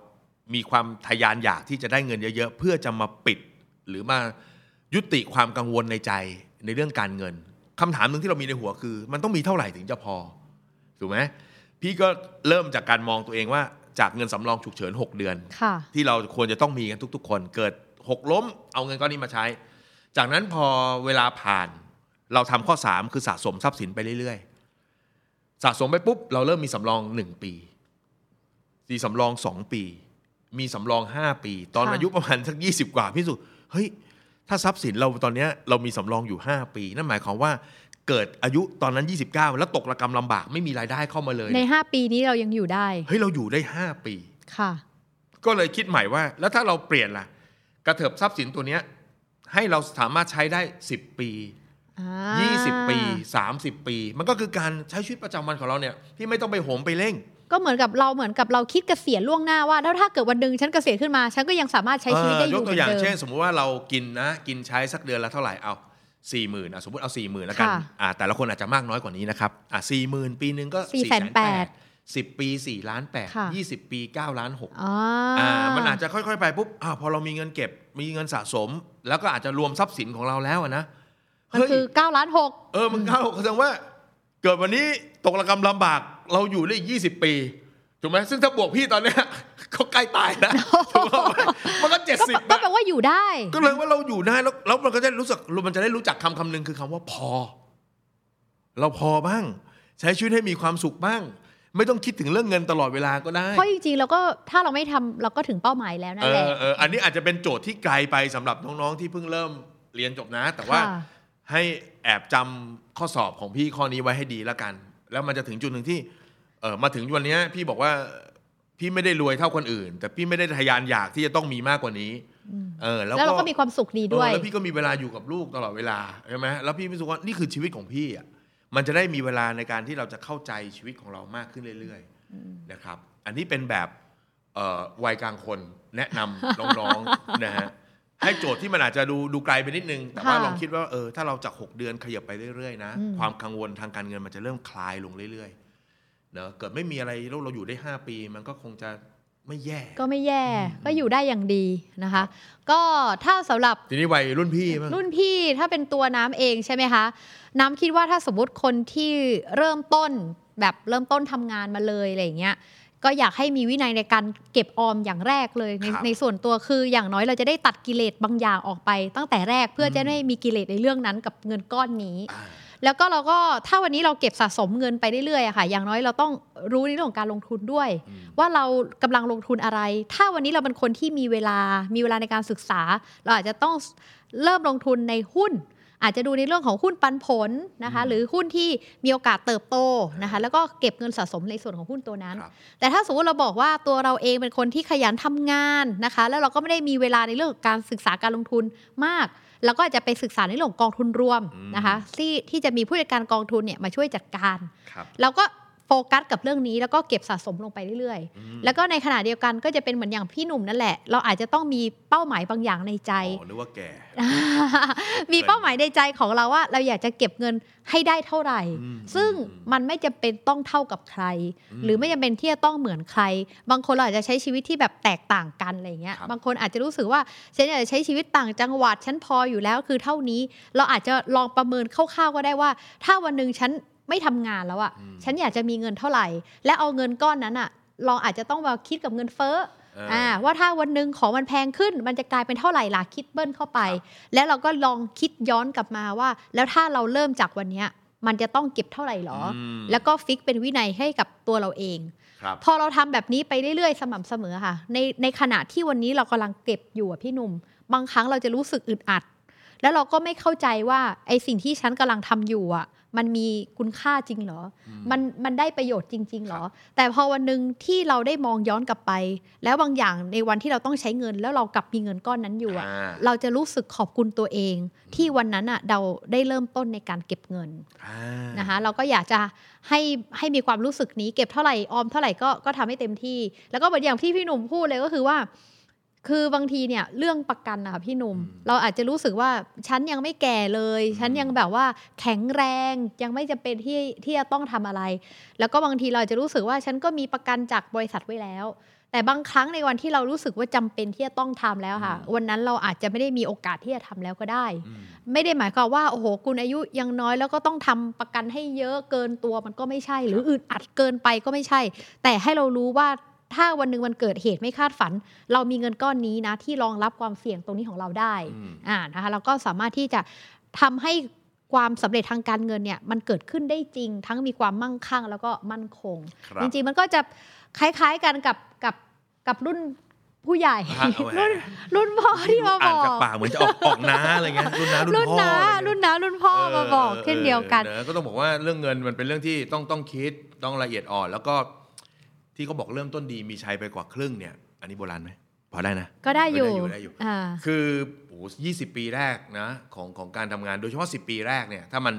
มีความทะยานอยากที่จะได้เงินเยอะ ๆ เพื่อจะมาปิด หรือมายุติความกังวลในใจในเรื่องการเงินคำถามหนึ่งที่เรามีในหัวคือ มันต้องมีเท่าไหร่ถึงจะพอถูกไหมพี่ก็เริ่มจากการมองตัวเองว่าจากเงินสำรองฉุกเฉิน 6 เดือน ค่ะ ที่เราควรจะต้องมีกันทุก ๆ คนเกิดหกล้มเอาเงินก้อนนี้มาใช้ จากนั้นพอเวลาผ่าน เราทำข้อ 3 คือสะสมทรัพย์สินไปเรื่อยๆ สะสมไปปุ๊บ เราเริ่มมีสำรอง 1 ปีมีสำรอง 2 ปี มีสำรอง 5 ปี ตอน ค่ะ อายุประมาณสัก 20 กว่าพี่สุเฮ้ย ถ้าทรัพย์สินเราตอนเนี้ยเรามีสำรองอยู่ 5 ปี นั่นหมายความว่าเกิดอายุตอนนั้น 29 แล้วตกระกำลำบากไม่มีรายได้เข้ามาเลย ใน เนี่ย 5 ปีนี้เรายังอยู่ได้ เฮ้ยเราอยู่ได้ 5 ปี ค่ะ ก็เลยคิดใหม่ว่า แล้วถ้าเราเปลี่ยนล่ะ กระเถิบทรัพย์สินตัวเนี้ยให้เราสามารถใช้ได้ 10 ปี อ่า 20 ปี 30 ปี มันก็คือการใช้ชีวิตประจำวันของเราเนี่ยที่ไม่ต้องไปโหมไปเร่ง ก็เหมือนกับเราเหมือนกับเราคิดเกษียณล่วงหน้าว่าแล้วถ้าเกิดวันหนึ่งฉันเกษียณขึ้นมา ฉันก็ยังสามารถใช้ชีวิตได้อยู่ เยกตัวอย่าง หมืดิม เช่น สมมุติว่าเรากินนะกินใช้สักเดือนละเท่าไหร่เอาสี่หมื่นสมมติเอาสี่หมื่นแล้วกัน ค่ะ อ่ะแต่ละคนอาจจะมากน้อยกว่านี้นะครับอ่ะสี่หมื่นปีหนึ่งก็สิบปีสี่ล้านแปด ค่ะ ยี่สิบปีเก้าล้านหก อ่า อ่ามันอาจจะค่อยๆไปปุ๊บอาวพอเรามีเงินเก็บมีเงินสะสม แล้วก็อาจจะรวมทรัพย์สินของเราแล้วอะนะ มัน เฮ้ย คือ9ล้านหก เออมันเข้าแสดงว่า เกิดวันนี้ตกระกำลำบากเราอยู่ได้ยี่สิบปีถูกไหมซึ่งถ้าบวกพี่ตอนเนี้ย [laughs] เขาใกล้ตายแล้ว [laughs] ถูกไหมมันก็เจ็ดสิบ [laughs] ก็แปลว่าอยู่ได้ ก็เลยว่าเราอยู่ได้แล้วแล้วมันก็จะรู้สึกมันจะได้รู้จักคำคำหนึ่งคือคำว่าพอ เราพอบ้าง ใช้ชีวิตให้มีความสุขบ้าง ไม่ต้องคิดถึงเรื่องเงินตลอดเวลาก็ได้ เพราะจริงๆเราก็ถ้าเราไม่ทำเราก็ถึงเป้าหมายแล้วนั่ เอน แหละ อเอออันนี้อาจจะเป็นโจทย์ที่ไกลไปสำหรับน้องๆที่เพิ่งเริ่มเรียนจบนะ แต่ว่า ค่ะ ให้แอบจำข้อสอบของพี่ข้อนี้ไว้ให้ดีแล้วกัน แล้วมันจะถึงจุดหนึ่งที่เออมาถึงวันเนี้ยพี่บอกว่าพี่ไม่ได้รวยเท่าคนอื่น แต่พี่ไม่ได้ทะยานอยากที่จะต้องมีมากกว่านี้เออแล้ว แล้วเรา ก็ ก็มีความสุขดีด้วย เออแล้วพี่ก็มีเวลาอยู่กับลูกตลอดเวลาใช่ไหมแล้วพี่รู้สึกว่านี่คือชีวิตของพี่อ่ะมันจะได้มีเวลาในการที่เราจะเข้าใจชีวิตของเรามากขึ้นเรื่อย ๆ นะครับอันนี้เป็นแบบเอ่อวัยกลางคนแนะน [laughs] ำ น้องๆนะฮะให้โจทย์ที่มันอาจจะดูดูไกลไปนิดนึง แต่ว่า ค่ะ ลองคิดว่าเออถ้าเราจาก 6 เดือนขยับไปเรื่อยๆนะ อืม ความกังวลทางการเงินมันจะเริ่มคลายลงเรื่อยๆเนอะเกิดไม่มีอะไรแล้วเราอยู่ได้ 5 ปี มันก็คงจะไม่แย่ ก็ไม่แย่ อืม ก็อยู่ได้อย่างดีนะคะ ก็ถ้าสำหรับ ทีนี้วัยรุ่นพี่มั้าง รุ่นพี่ถ้าเป็นตัวน้ำเองใช่ไหมคะ น้ำคิดว่าถ้าสมมติคนที่เริ่มต้นแบบเริ่มต้นทำงานมาเลยอะไรอย่างเงี้ย ก็อยากให้มีวินัยในการเก็บออมอย่างแรกเลยใน ครับ ในส่วนตัวคืออย่างน้อยเราจะได้ตัดกิเลสบางอย่างออกไป ตั้งแต่แรกเพื่ออ ม จะไม่มีกิเลสในเรื่องนั้นกับเงินก้อนนี้ อ่า แล้วก็เราก็ถ้าวันนี้เราเก็บสะสมเงินไปเรื่อยๆอะค่ะ อย่างน้อยเราต้องรู้ในเรื่องของการลงทุนด้วย อืม ว่าเรากำลังลงทุนอะไร ถ้าวันนี้เราเป็นคนที่มีเวลา มีเวลาในการศึกษา เราอาจจะต้องเริ่มลงทุนในหุ้น อาจจะดูในเรื่องของหุ้นปันผลนะคะ อืม หรือหุ้นที่มีโอกาสเติบโตนะคะ แล้วก็เก็บเงินสะสมในส่วนของหุ้นตัวนั้น ครับ แต่ถ้าสมมติเราบอกว่าตัวเราเองเป็นคนที่ขยันทำงานนะคะ แล้วเราก็ไม่ได้มีเวลาในเรื่องของการศึกษาการลงทุนมาก แล้วก็อาจจะไปศึกษาในเรื่องของกองทุนรวมนะคะ ที่ที่จะมีผู้จัดการกองทุนเนี่ยมาช่วยจัดการ ครับ เราก็โฟกัสกับเรื่องนี้แล้วก็เก็บสะสมลงไปเรื่อย อืม ๆ แล้วก็ในขณะเดียวกันก็จะเป็นเหมือนอย่างพี่หนุ่มนั่นแหละ เราอาจจะต้องมีเป้าหมายบางอย่างในใจ อ๋อนึกว่าแก่ มีเป้าหมายในใจของเราว่า เราอยากจะเก็บเงินให้ได้เท่าไหร่ อืม ซึ่ง อืม มันไม่จำเป็นต้องเท่ากับใคร อืม หรือไม่จำเป็นที่จะต้องเหมือนใคร บางคนเราอาจจะใช้ชีวิตที่แบบแตกต่างกันอะไรเงี้ย ครับ บางคนอาจจะรู้สึกว่าฉันอยากจะใช้ชีวิตต่างจังหวัดฉันพออยู่แล้วคือเท่านี้ เราอาจจะลองประเมินคร่าวๆก็ได้ว่า ถ้าวันหนึ่งฉันไม่ทำงานแล้วอะ อืม ฉันอยากจะมีเงินเท่าไหร่ และเอาเงินก้อนนั้นอะลองอาจจะต้องมาคิดกับเงินเฟ้อ เอออ่ อ่าว่าถ้าวันหนึ่งของมันแพงขึ้น มันจะกลายเป็นเท่าไหร่ล่ะคิดเบิ้ลเข้าไป แล้วเราก็ลองคิดย้อนกลับมาว่า แล้วถ้าเราเริ่มจากวันเนี้ยมันจะต้องเก็บเท่าไหร่หรออ ม แล้วก็ฟิกเป็นวินัยให้กับตัวเราเอง ครับ พอเราทำแบบนี้ไปเรื่อยๆ สม่ำเสมอค่ะ ในในขณะที่วันนี้เรากำลังเก็บอยู่อะพี่หนุ่ม บางครั้งเราจะรู้สึกอึดอัด แล้วเราก็ไม่เข้าใจว่าไอสิ่งที่ฉันกำลังทำอยู่อะมันมีคุณค่าจริงเหรอ อื มันมันได้ประโยชน์จริง ๆ หรอ แต่พอวันหนึ่งที่เราได้มองย้อนกลับไป แล้วบางอย่างในวันที่เราต้องใช้เงิน แล้วเรากลับมีเงินก้อนนั้นอยู่อะ อ่า เราจะรู้สึกขอบคุณตัวเอง ที่วันนั้นอะเราได้เริ่มต้นในการเก็บเงิน อ่า นะคะเราก็อยากจะให้ให้มีความรู้สึกนี้เก็บเท่าไหร่ออมเท่าไหร่ก็ก็ทำให้เต็มที่ แล้วก็เหมือนอย่างที่พี่หนุ่มพูดเลยก็คือว่า คือบางทีเนี่ยเรื่องประกันนะคะพี่หนุ่ม เราอาจจะรู้สึกว่าฉันยังไม่แก่เลย ฉันยังแบบว่าแข็งแรงยังไม่จำเป็นที่ที่จะต้องทำอะไร แล้วก็บางทีเราจะรู้สึกว่าฉันก็มีประกันจากบริษัทไว้แล้ว แต่บางครั้งในวันที่เรารู้สึกว่าจำเป็นที่จะต้องทำแล้วค่ะ วันนั้นเราอาจจะไม่ได้มีโอกาสที่จะทำแล้วก็ได้ อืม ไม่ได้หมายความว่าโอ้โหคุณอายุยังน้อยแล้วก็ต้องทำประกันให้เยอะเกินตัวมันก็ไม่ใช่ หรืออึดอัดเกินไปก็ไม่ใช่ แต่ให้เรารู้ว่าถ้าวันหนึ่งมันเกิดเหตุไม่คาดฝัน เรามีเงินก้อนนี้นะ ที่รองรับความเสี่ยงตรงนี้ของเราได้ อืม อ่านะคะเราก็สามารถที่จะทำให้ความสำเร็จทางการเงินเนี่ยมันเกิดขึ้นได้จริง ทั้งมีความมั่งคั่งแล้วก็มั่นคง ครับ จริงๆ มันก็จะคล้ายๆกันกับกับกับรุ่นผู้ใหญ่ อ่ะเอาไว้ รุ่นรุ่นพ่อที่มาบ อ่าน อก จากปากเหมือนจะออกออกน้าอะไรเงี้ยรุ่นน้ารุ่ รุ่ น น พ่อ น้า อะไรเงี้ย รุ่นน้ารุ่นพ่อมาบอกเช่นเดียวกัน ออก็ต้องบอกว่าเรื่องเงินมันเป็นเรื่องที่ต้องต้องคิดต้องละเอียดอ่อน แล้วก็ที่เขาบอกเริ่มต้นดีมีชัยไปกว่าครึ่งเนี่ย อันนี้โบราณไหมพอได้นะ ก็ได้อยู่ ได้อยู่ได้อยู่ อ่า คือโอ้ยี่สิบปีแรกนะของของการทำงานโดยเฉพาะ 10 ปีแรกเนี่ยถ้ามัน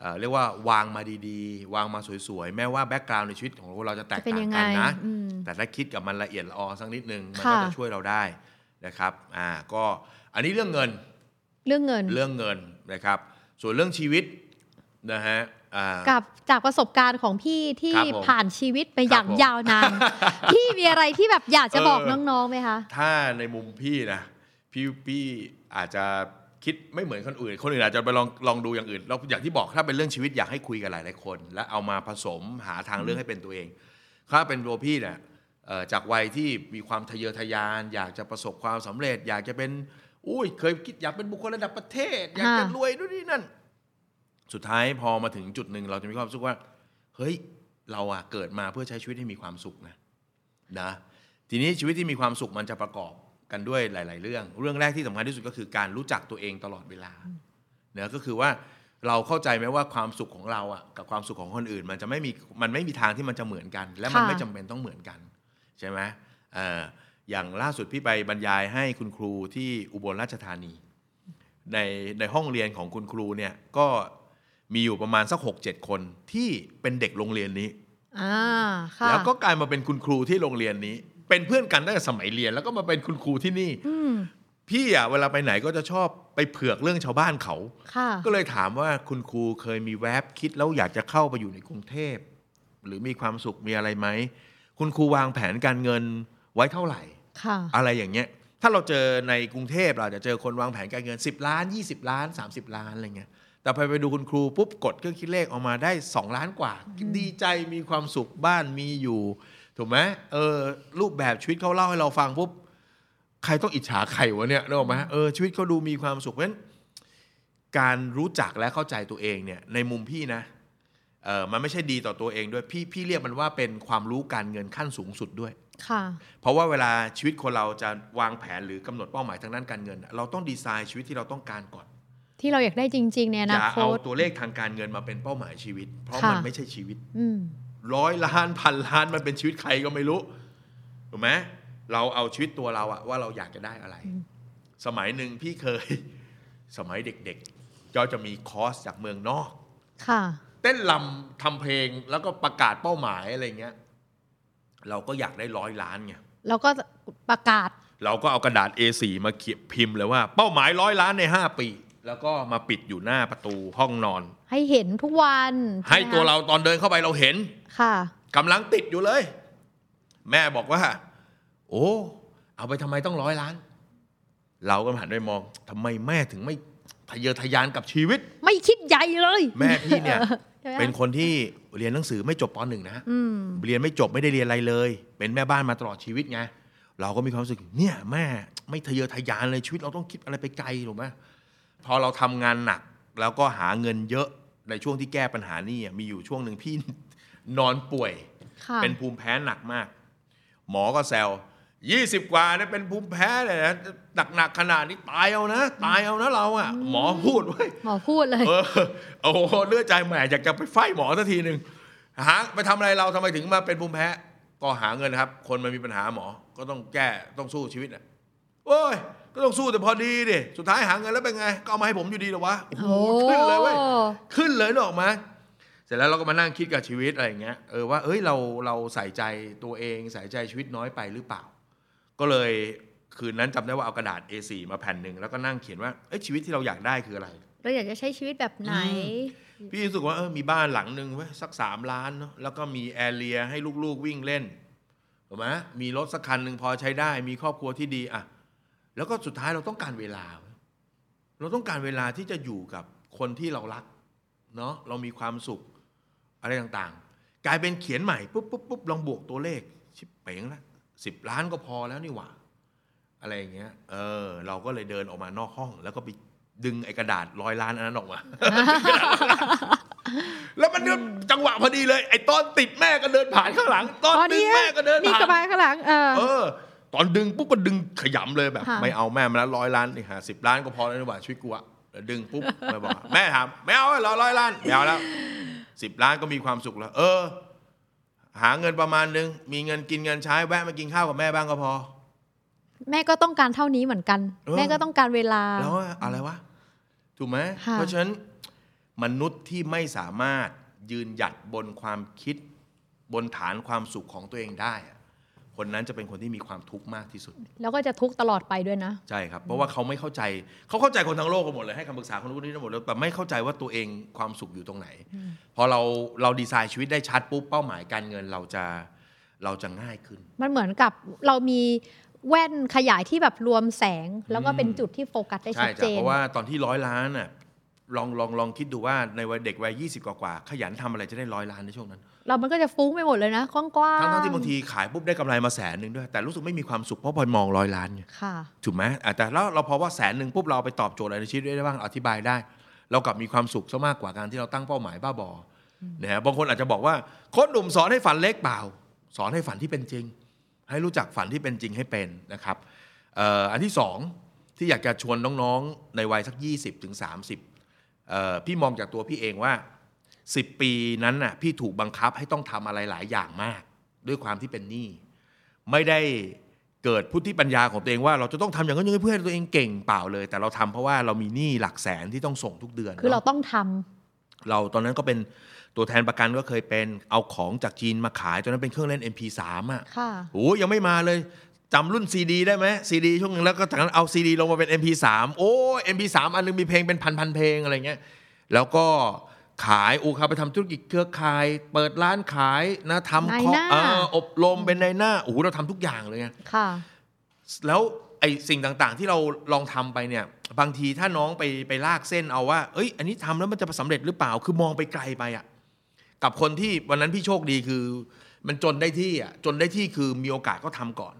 เอ่อเรียกว่าวางมาดีๆ วางมาสวยๆ แม้ว่าแบ็กกราวน์ในชีวิตของเราจะแตก จะเป็น ต่า ยัง งไง กันนะ อืม แต่ถ้าคิดกับมันละเอียดละออสักนิดนึง มัน ค่ะ ก็จะช่วยเราได้นะครับอ่าก็อันนี้เรื่องเงิน เรื่องเงิน เรื่องเงินนะครับ ส่วนเรื่องชีวิตนะฮะอ่า กับจากประสบการณ์ของพี่ที่ ครับผม ผ่านชีวิตไปอย่าง ครับผม ยาว [laughs] นาน พี่มีอะไรที่แบบอยากจะบอก เออ น้องๆไหมคะ ถ้าในมุมพี่นะพี่พี่อาจจะคิดไม่เหมือนคนอื่น คนอื่นอาจจะไปลองลองดูอย่างอื่นแล้วอย่างที่บอกถ้าเป็นเรื่องชีวิตอยากให้คุยกับหลายๆคน และเอามาผสมหาทางเลือกให้เป็นตัวเอง ถ้าเป็นตัวพี่เนี่ยเอ่อจากวัยที่มีความทะเยอทะยาน อยากจะประสบความสำเร็จ อยากจะเป็นอุ้ยเคยคิดอยากเป็นบุคคลระดับประเทศ อยากจะ ค่ะ รวยนู่นนี่นั่น สุดท้ายพอมาถึงจุดหนึ่งเราจะมีความรู้สึกว่า เฮ้ยเราอะเกิดมาเพื่อใช้ชีวิตให้มีความสุขนะนะ ทีนี้ชีวิตที่มีความสุขมันจะประกอบกันด้วยหลาย ๆ เรื่อง เรื่องแรกที่สำคัญที่สุดก็คือการรู้จักตัวเองตลอดเวลาเนะก็คือว่าเราเข้าใจไหมว่าความสุขของเราอะกับความสุขของคนอื่น มันจะไม่มีมันไม่มีทางที่มันจะเหมือนกัน และมัน ค่ะ ไม่จำเป็นต้องเหมือนกันใช่ไหมเอ่ออย่างล่าสุดพี่ไปบรรยายให้คุณครูที่อุบลราชธานี ในในห้องเรียนของคุณครูเนี่ยก็มีอยู่ประมาณสักหกเจ็ดคนที่เป็นเด็กโรงเรียนนี้ อ่าค่ะ แล้วก็กลายมาเป็นคุณครูที่โรงเรียนนี้ เป็นเพื่อนกันตั้งแต่สมัยเรียน แล้วก็มาเป็นคุณครูที่นี่ อืม พี่อ่ะเวลาไปไหนก็จะชอบไปเผือกเรื่องชาวบ้านเขา ค่ะ ก็เลยถามว่าคุณครูเคยมีแวบคิดแล้วอยากจะเข้าไปอยู่ในกรุงเทพ หรือมีความสุขมีอะไรไหมคุณครูวางแผนการเงินไว้เท่าไหร่ ค่ะ อะไรอย่างเงี้ย ถ้าเราเจอในกรุงเทพเราอาจจะเจอคนวางแผนการเงิน 10 ล้าน 20 ล้าน 30 ล้านอะไรเงี้ย แต่พอไปดูคุณครูปุ๊บกดเครื่องคิดเลขออกมาได้ 2 ล้านกว่า ดีใจมีความสุขบ้านมีอยู่ ถูกไหมเออรูปแบบชีวิตเขาเล่าให้เราฟังปุ๊บ ใครต้องอิจฉาใครวะเนี่ยนึกออกไหมเออชีวิตเขาดูมีความสุขเพราะฉะนั้น การรู้จักและเข้าใจตัวเองเนี่ยในมุมพี่นะเออมันไม่ใช่ดีต่อตัวเองด้วยพี่พี่เรียกมันว่าเป็นความรู้การเงินขั้นสูงสุดด้วย ค่ะ เพราะว่าเวลาชีวิตคนเราจะวางแผนหรือกำหนดเป้าหมายทางด้านการเงินน่ะเราต้องดีไซน์ชีวิตที่เราต้องการก่อน ที่เราอยากได้จริง ๆ ในอ อ นา ย่า ค เอา ต ตัวเลขทางการเงินมาเป็นเป้าหมายชีวิต เพราะ ค่ะ มันไม่ใช่ชีวิต อืม ร้อยล้านพันล้านมันเป็นชีวิตใครก็ไม่รู้ถูกไหมเราเอาชีวิตตัวเราอะว่าเราอยากจะได้อะไร อืม สมัยหนึ่งพี่เคย [laughs] สมัยเด็กๆก็จะมีคอร์สจากเมืองนอก ค่ะ เต้นลำทำเพลงแล้วก็ประกาศเป้าหมายอะไรเงี้ย เราก็อยากได้ร้อยล้านไง แล้วก็ประกาศ เราก็เอากระดาษ A4 มาเขียนพิมพ์เลยว่าเป้าหมายร้อยล้านใน 5 ปี แล้วก็มาปิดอยู่หน้าประตูห้องนอน ให้เห็นทุกวัน ให้ ช่ไมคะ ตัวเราตอนเดินเข้าไปเราเห็น ค่ะ กำลังติดอยู่เลย แม่บอกว่า โอ้เอาไปทำไมต้องร้อยล้าน เราก็หันไปมองทำไมแม่ถึงไม่ทะเยอทะยานกับชีวิต ไม่คิดใหญ่เลย แม่พี่เนี่ย ใช่ไหมคะ เป็นคนที่เรียนหนังสือไม่จบปหนึ่งนะ อืม เรียนไม่จบไม่ได้เรียนอะไรเลย เป็นแม่บ้านมาตลอดชีวิตไงเราก็มีความรู้สึกเนี่ยแม่ไม่ทะเยอทะยานเลยชีวิตเราต้องคิดอะไรไปไกลถูกไหมพอเราทำงานหนัก แล้วก็หาเงินเยอะในช่วงที่แก้ปัญหานี่อะมีอยู่ช่วงหนึ่งพี่ นอนป่วย ค่ะ เป็นภูมิแพ้หนักมาก หมอก็แซว20 กว่าเนี่ยเป็นภูมิแพ้เลยนะหนักๆขนาดนี้ตายเอานะ ตายเอานะเราอะ่ะ หมอพูดไว้ย หมอพูดเลย เออโอ้โหเลือดใจแหมอยากจะไปไฟหมอสักทีหนึ่งหาไปทำอะไรเราทำไมถึงมาเป็นภูมิแพ้ ก็หาเงินนะครับ คนมันมีปัญหาหมอ ก็ต้องแก้ต้องสู้ชีวิตอ่ะโอ้ย ก็ต้องสู้แต่พอดีดิสุดท้ายหาเงินแล้วเป็นไง ก็เอามาให้ผมอยู่ดีเหรอวะโอ้โหขึ้นเลยเว้ย ขึ้นเลยนึกออกไหมา เสร็จแล้วเราก็มานั่งคิดกับชีวิตอะไรอย่างเงี้ย เออว่า เอ้ย เราเราใส่ใจตัวเองใส่ใจชีวิตน้อยไปหรือเปล่า ก็เลยคืนนั้นจำได้ว่าเอากระดาษ A4 มาแผ่นหนึ่งแล้วก็นั่งเขียนว่า เอ้ยชีวิตที่เราอยากได้คืออะไร เราอยากจะใช้ชีวิตแบบไหน พี่รู้สึกว่าเออมีบ้านหลังหนึ่งไว้ยสักสามล้านเนาะแล้วก็มีแอร์เรียให้ลูกๆวิ่งเล่นถูกไหมมีรถสักคันหนึ่งพอใช้ได้ มีครอบครัวที่ดีอ่ะแล้วก็สุดท้ายเราต้องการเวลา เราต้องการเวลาที่จะอยู่กับคนที่เรารักเนาะเรามีความสุขอะไรต่างๆ กลายเป็นเขียนใหม่ปุ๊บปุ๊บปุ๊บลองบวกตัวเลข ชิบเป๋งละสิบล้านก็พอแล้วนี่หว่า อะไรอย่างเงี้ย เออ เราก็เลยเดินออกมานอกห้อง แล้วก็ไปดึงไอ้กระดาษร้อยล้านอันนั้นออกมา [laughs] แล้วมันเดินจังหวะพอดีเลย ไอ้ตอนติดแม่ก็เดินผ่านข้างหลัง ตอน อ๋อ ดึ เนี่ยงแม่ก็เดิน นี่กระ ผ่าน บายข้างหลังเออ เออ ตอนดึงปุ๊บก็ดึงขยำเลยแบบ ค่ะ ไม่เอาแม่มาแล้วร้อยล้านนี่หาสิบล้านก็พอแล้วนี่หว่าชีวิตกูอะแล้วดึงปุ๊บ [laughs] แม่บอกว่าแม่ถามไม่เอาเหรอร้อยล้านไม่เอาแล้วสิบล้านก็มีความสุขแล้ว เออ หาเงินประมาณนึงมีเงินกินเงินใช้แวะมากินข้าวกับแม่บ้างก็พอ แม่ก็ต้องการเท่านี้เหมือนกัน เออ แม่ก็ต้องการเวลา แล้วอะไรวะ ถูกไหม ค่ะ เพราะฉะนั้นมนุษย์ที่ไม่สามารถยืนหยัดบนความคิด บนฐานความสุขของตัวเองได้อะคนนั้นจะเป็นคนที่มีความทุกข์มากที่สุด แล้วก็จะทุกข์ตลอดไปด้วยนะ ใช่ครับ เพราะว่าเขาไม่เข้าใจ เขาเข้าใจคนทั้งโลกกันหมดเลยให้คำปรึกษาคนนู้นคนนี้ทั้งหมดเลยแต่ไม่เข้าใจว่าตัวเองความสุขอยู่ตรงไหน พอเราเราดีไซน์ชีวิตได้ชัดปุ๊บเป้าหมายการเงินเราจะเราจะง่ายขึ้น มันเหมือนกับเรามีแว่นขยายที่แบบรวมแสง แล้วก็เป็นจุดที่โฟกัสได้ชัด ใช่ เจ จ้ะ น เพราะว่าตอนที่ร้อยล้านน่ะลองลองลองคิดดูว่าในวัยเด็กวัยยี่สิบกว่าๆขยันทำอะไรจะได้ร้อยล้านในช่วงนั้น เรามันก็จะฟุ้งไปหมดเลยนะกว้างๆ ทั้งทั้งที่บางทีขายปุ๊บได้กำไรมาแสนหนึ่งด้วย แต่รู้สึกไม่มีความสุขเพราะพอมองร้อยล้านไง ค่ะ ถูกไหมอ่ะแต่แล้วเราพอว่าแสนหนึ่งปุ๊บเราเอาไปตอบโจทย์อะไรในชีวิตได้บ้างอธิบายได้ เรากลับมีความสุขซะมากกว่าการที่เราตั้งเป้าหมายบ้าบออนะฮะบางคนอาจจะบอกว่าโค้ชหนุ่มสอนให้ฝันเล็กเปล่า สอนให้ฝันที่เป็นจริง ให้รู้จักฝันที่เป็นจริงให้เป็นนะครับเอ่ออันที่สองที่อยากจะชวนน้องๆในวัยสัก 20-30ถึง30เอ่อพี่มองจากตัวพี่เองว่า 10 ปีนั้นน่ะพี่ถูกบังคับให้ต้องทำอะไรหลายอย่างมาก ด้วยความที่เป็นหนี้ไม่ได้เกิดพุทธิปัญญาของตัวเองว่าเราจะต้องทำอย่างนั้นอย่างนี้เพื่อให้ตัวเองเก่งเปล่าเลย แต่เราทำเพราะว่าเรามีหนี้หลักแสนที่ต้องส่งทุกเดือน คือเรา เนาะ ต้องทำ เราตอนนั้นก็เป็นตัวแทนประกันก็เคยเป็นเอาของจากจีนมาขายตอนนั้นเป็นเครื่องเล่น MP3 อ่ะ ค่ะ โอ้ยังไม่มาเลยจำรุ่นซีดีได้ไหมซีดีช่วงนึงแล้วก็จากนั้นเอาซีดีลงมาเป็น MP3 โอ้ MP3 อันนึงมีเพลงเป็นพันพันๆเพลงอะไรเงี้ยแล้วก็ขายอูคาไปทำธุรกิจเครือข่าย เปิดร้านขายนะทำ นายหน้า เอออบรมเป็นในายหน้าโอ้โหเราทำทุกอย่างเลยไง ค่ะ แล้วไอ้สิ่งต่างๆ ที่เราลองทำไปเนี่ย บางทีถ้าน้องไปไปลากเส้นเอาว่า เอ้ย อันนี้ทำแล้วมันจะสำเร็จหรือเปล่า คือมองไปไกลไปอะ่ะ กับคนที่วันนั้นพี่โชคดีคือ มันจนได้ที่อะ่ะ จนได้ที่คือมีโอกาสก็ทำก่อน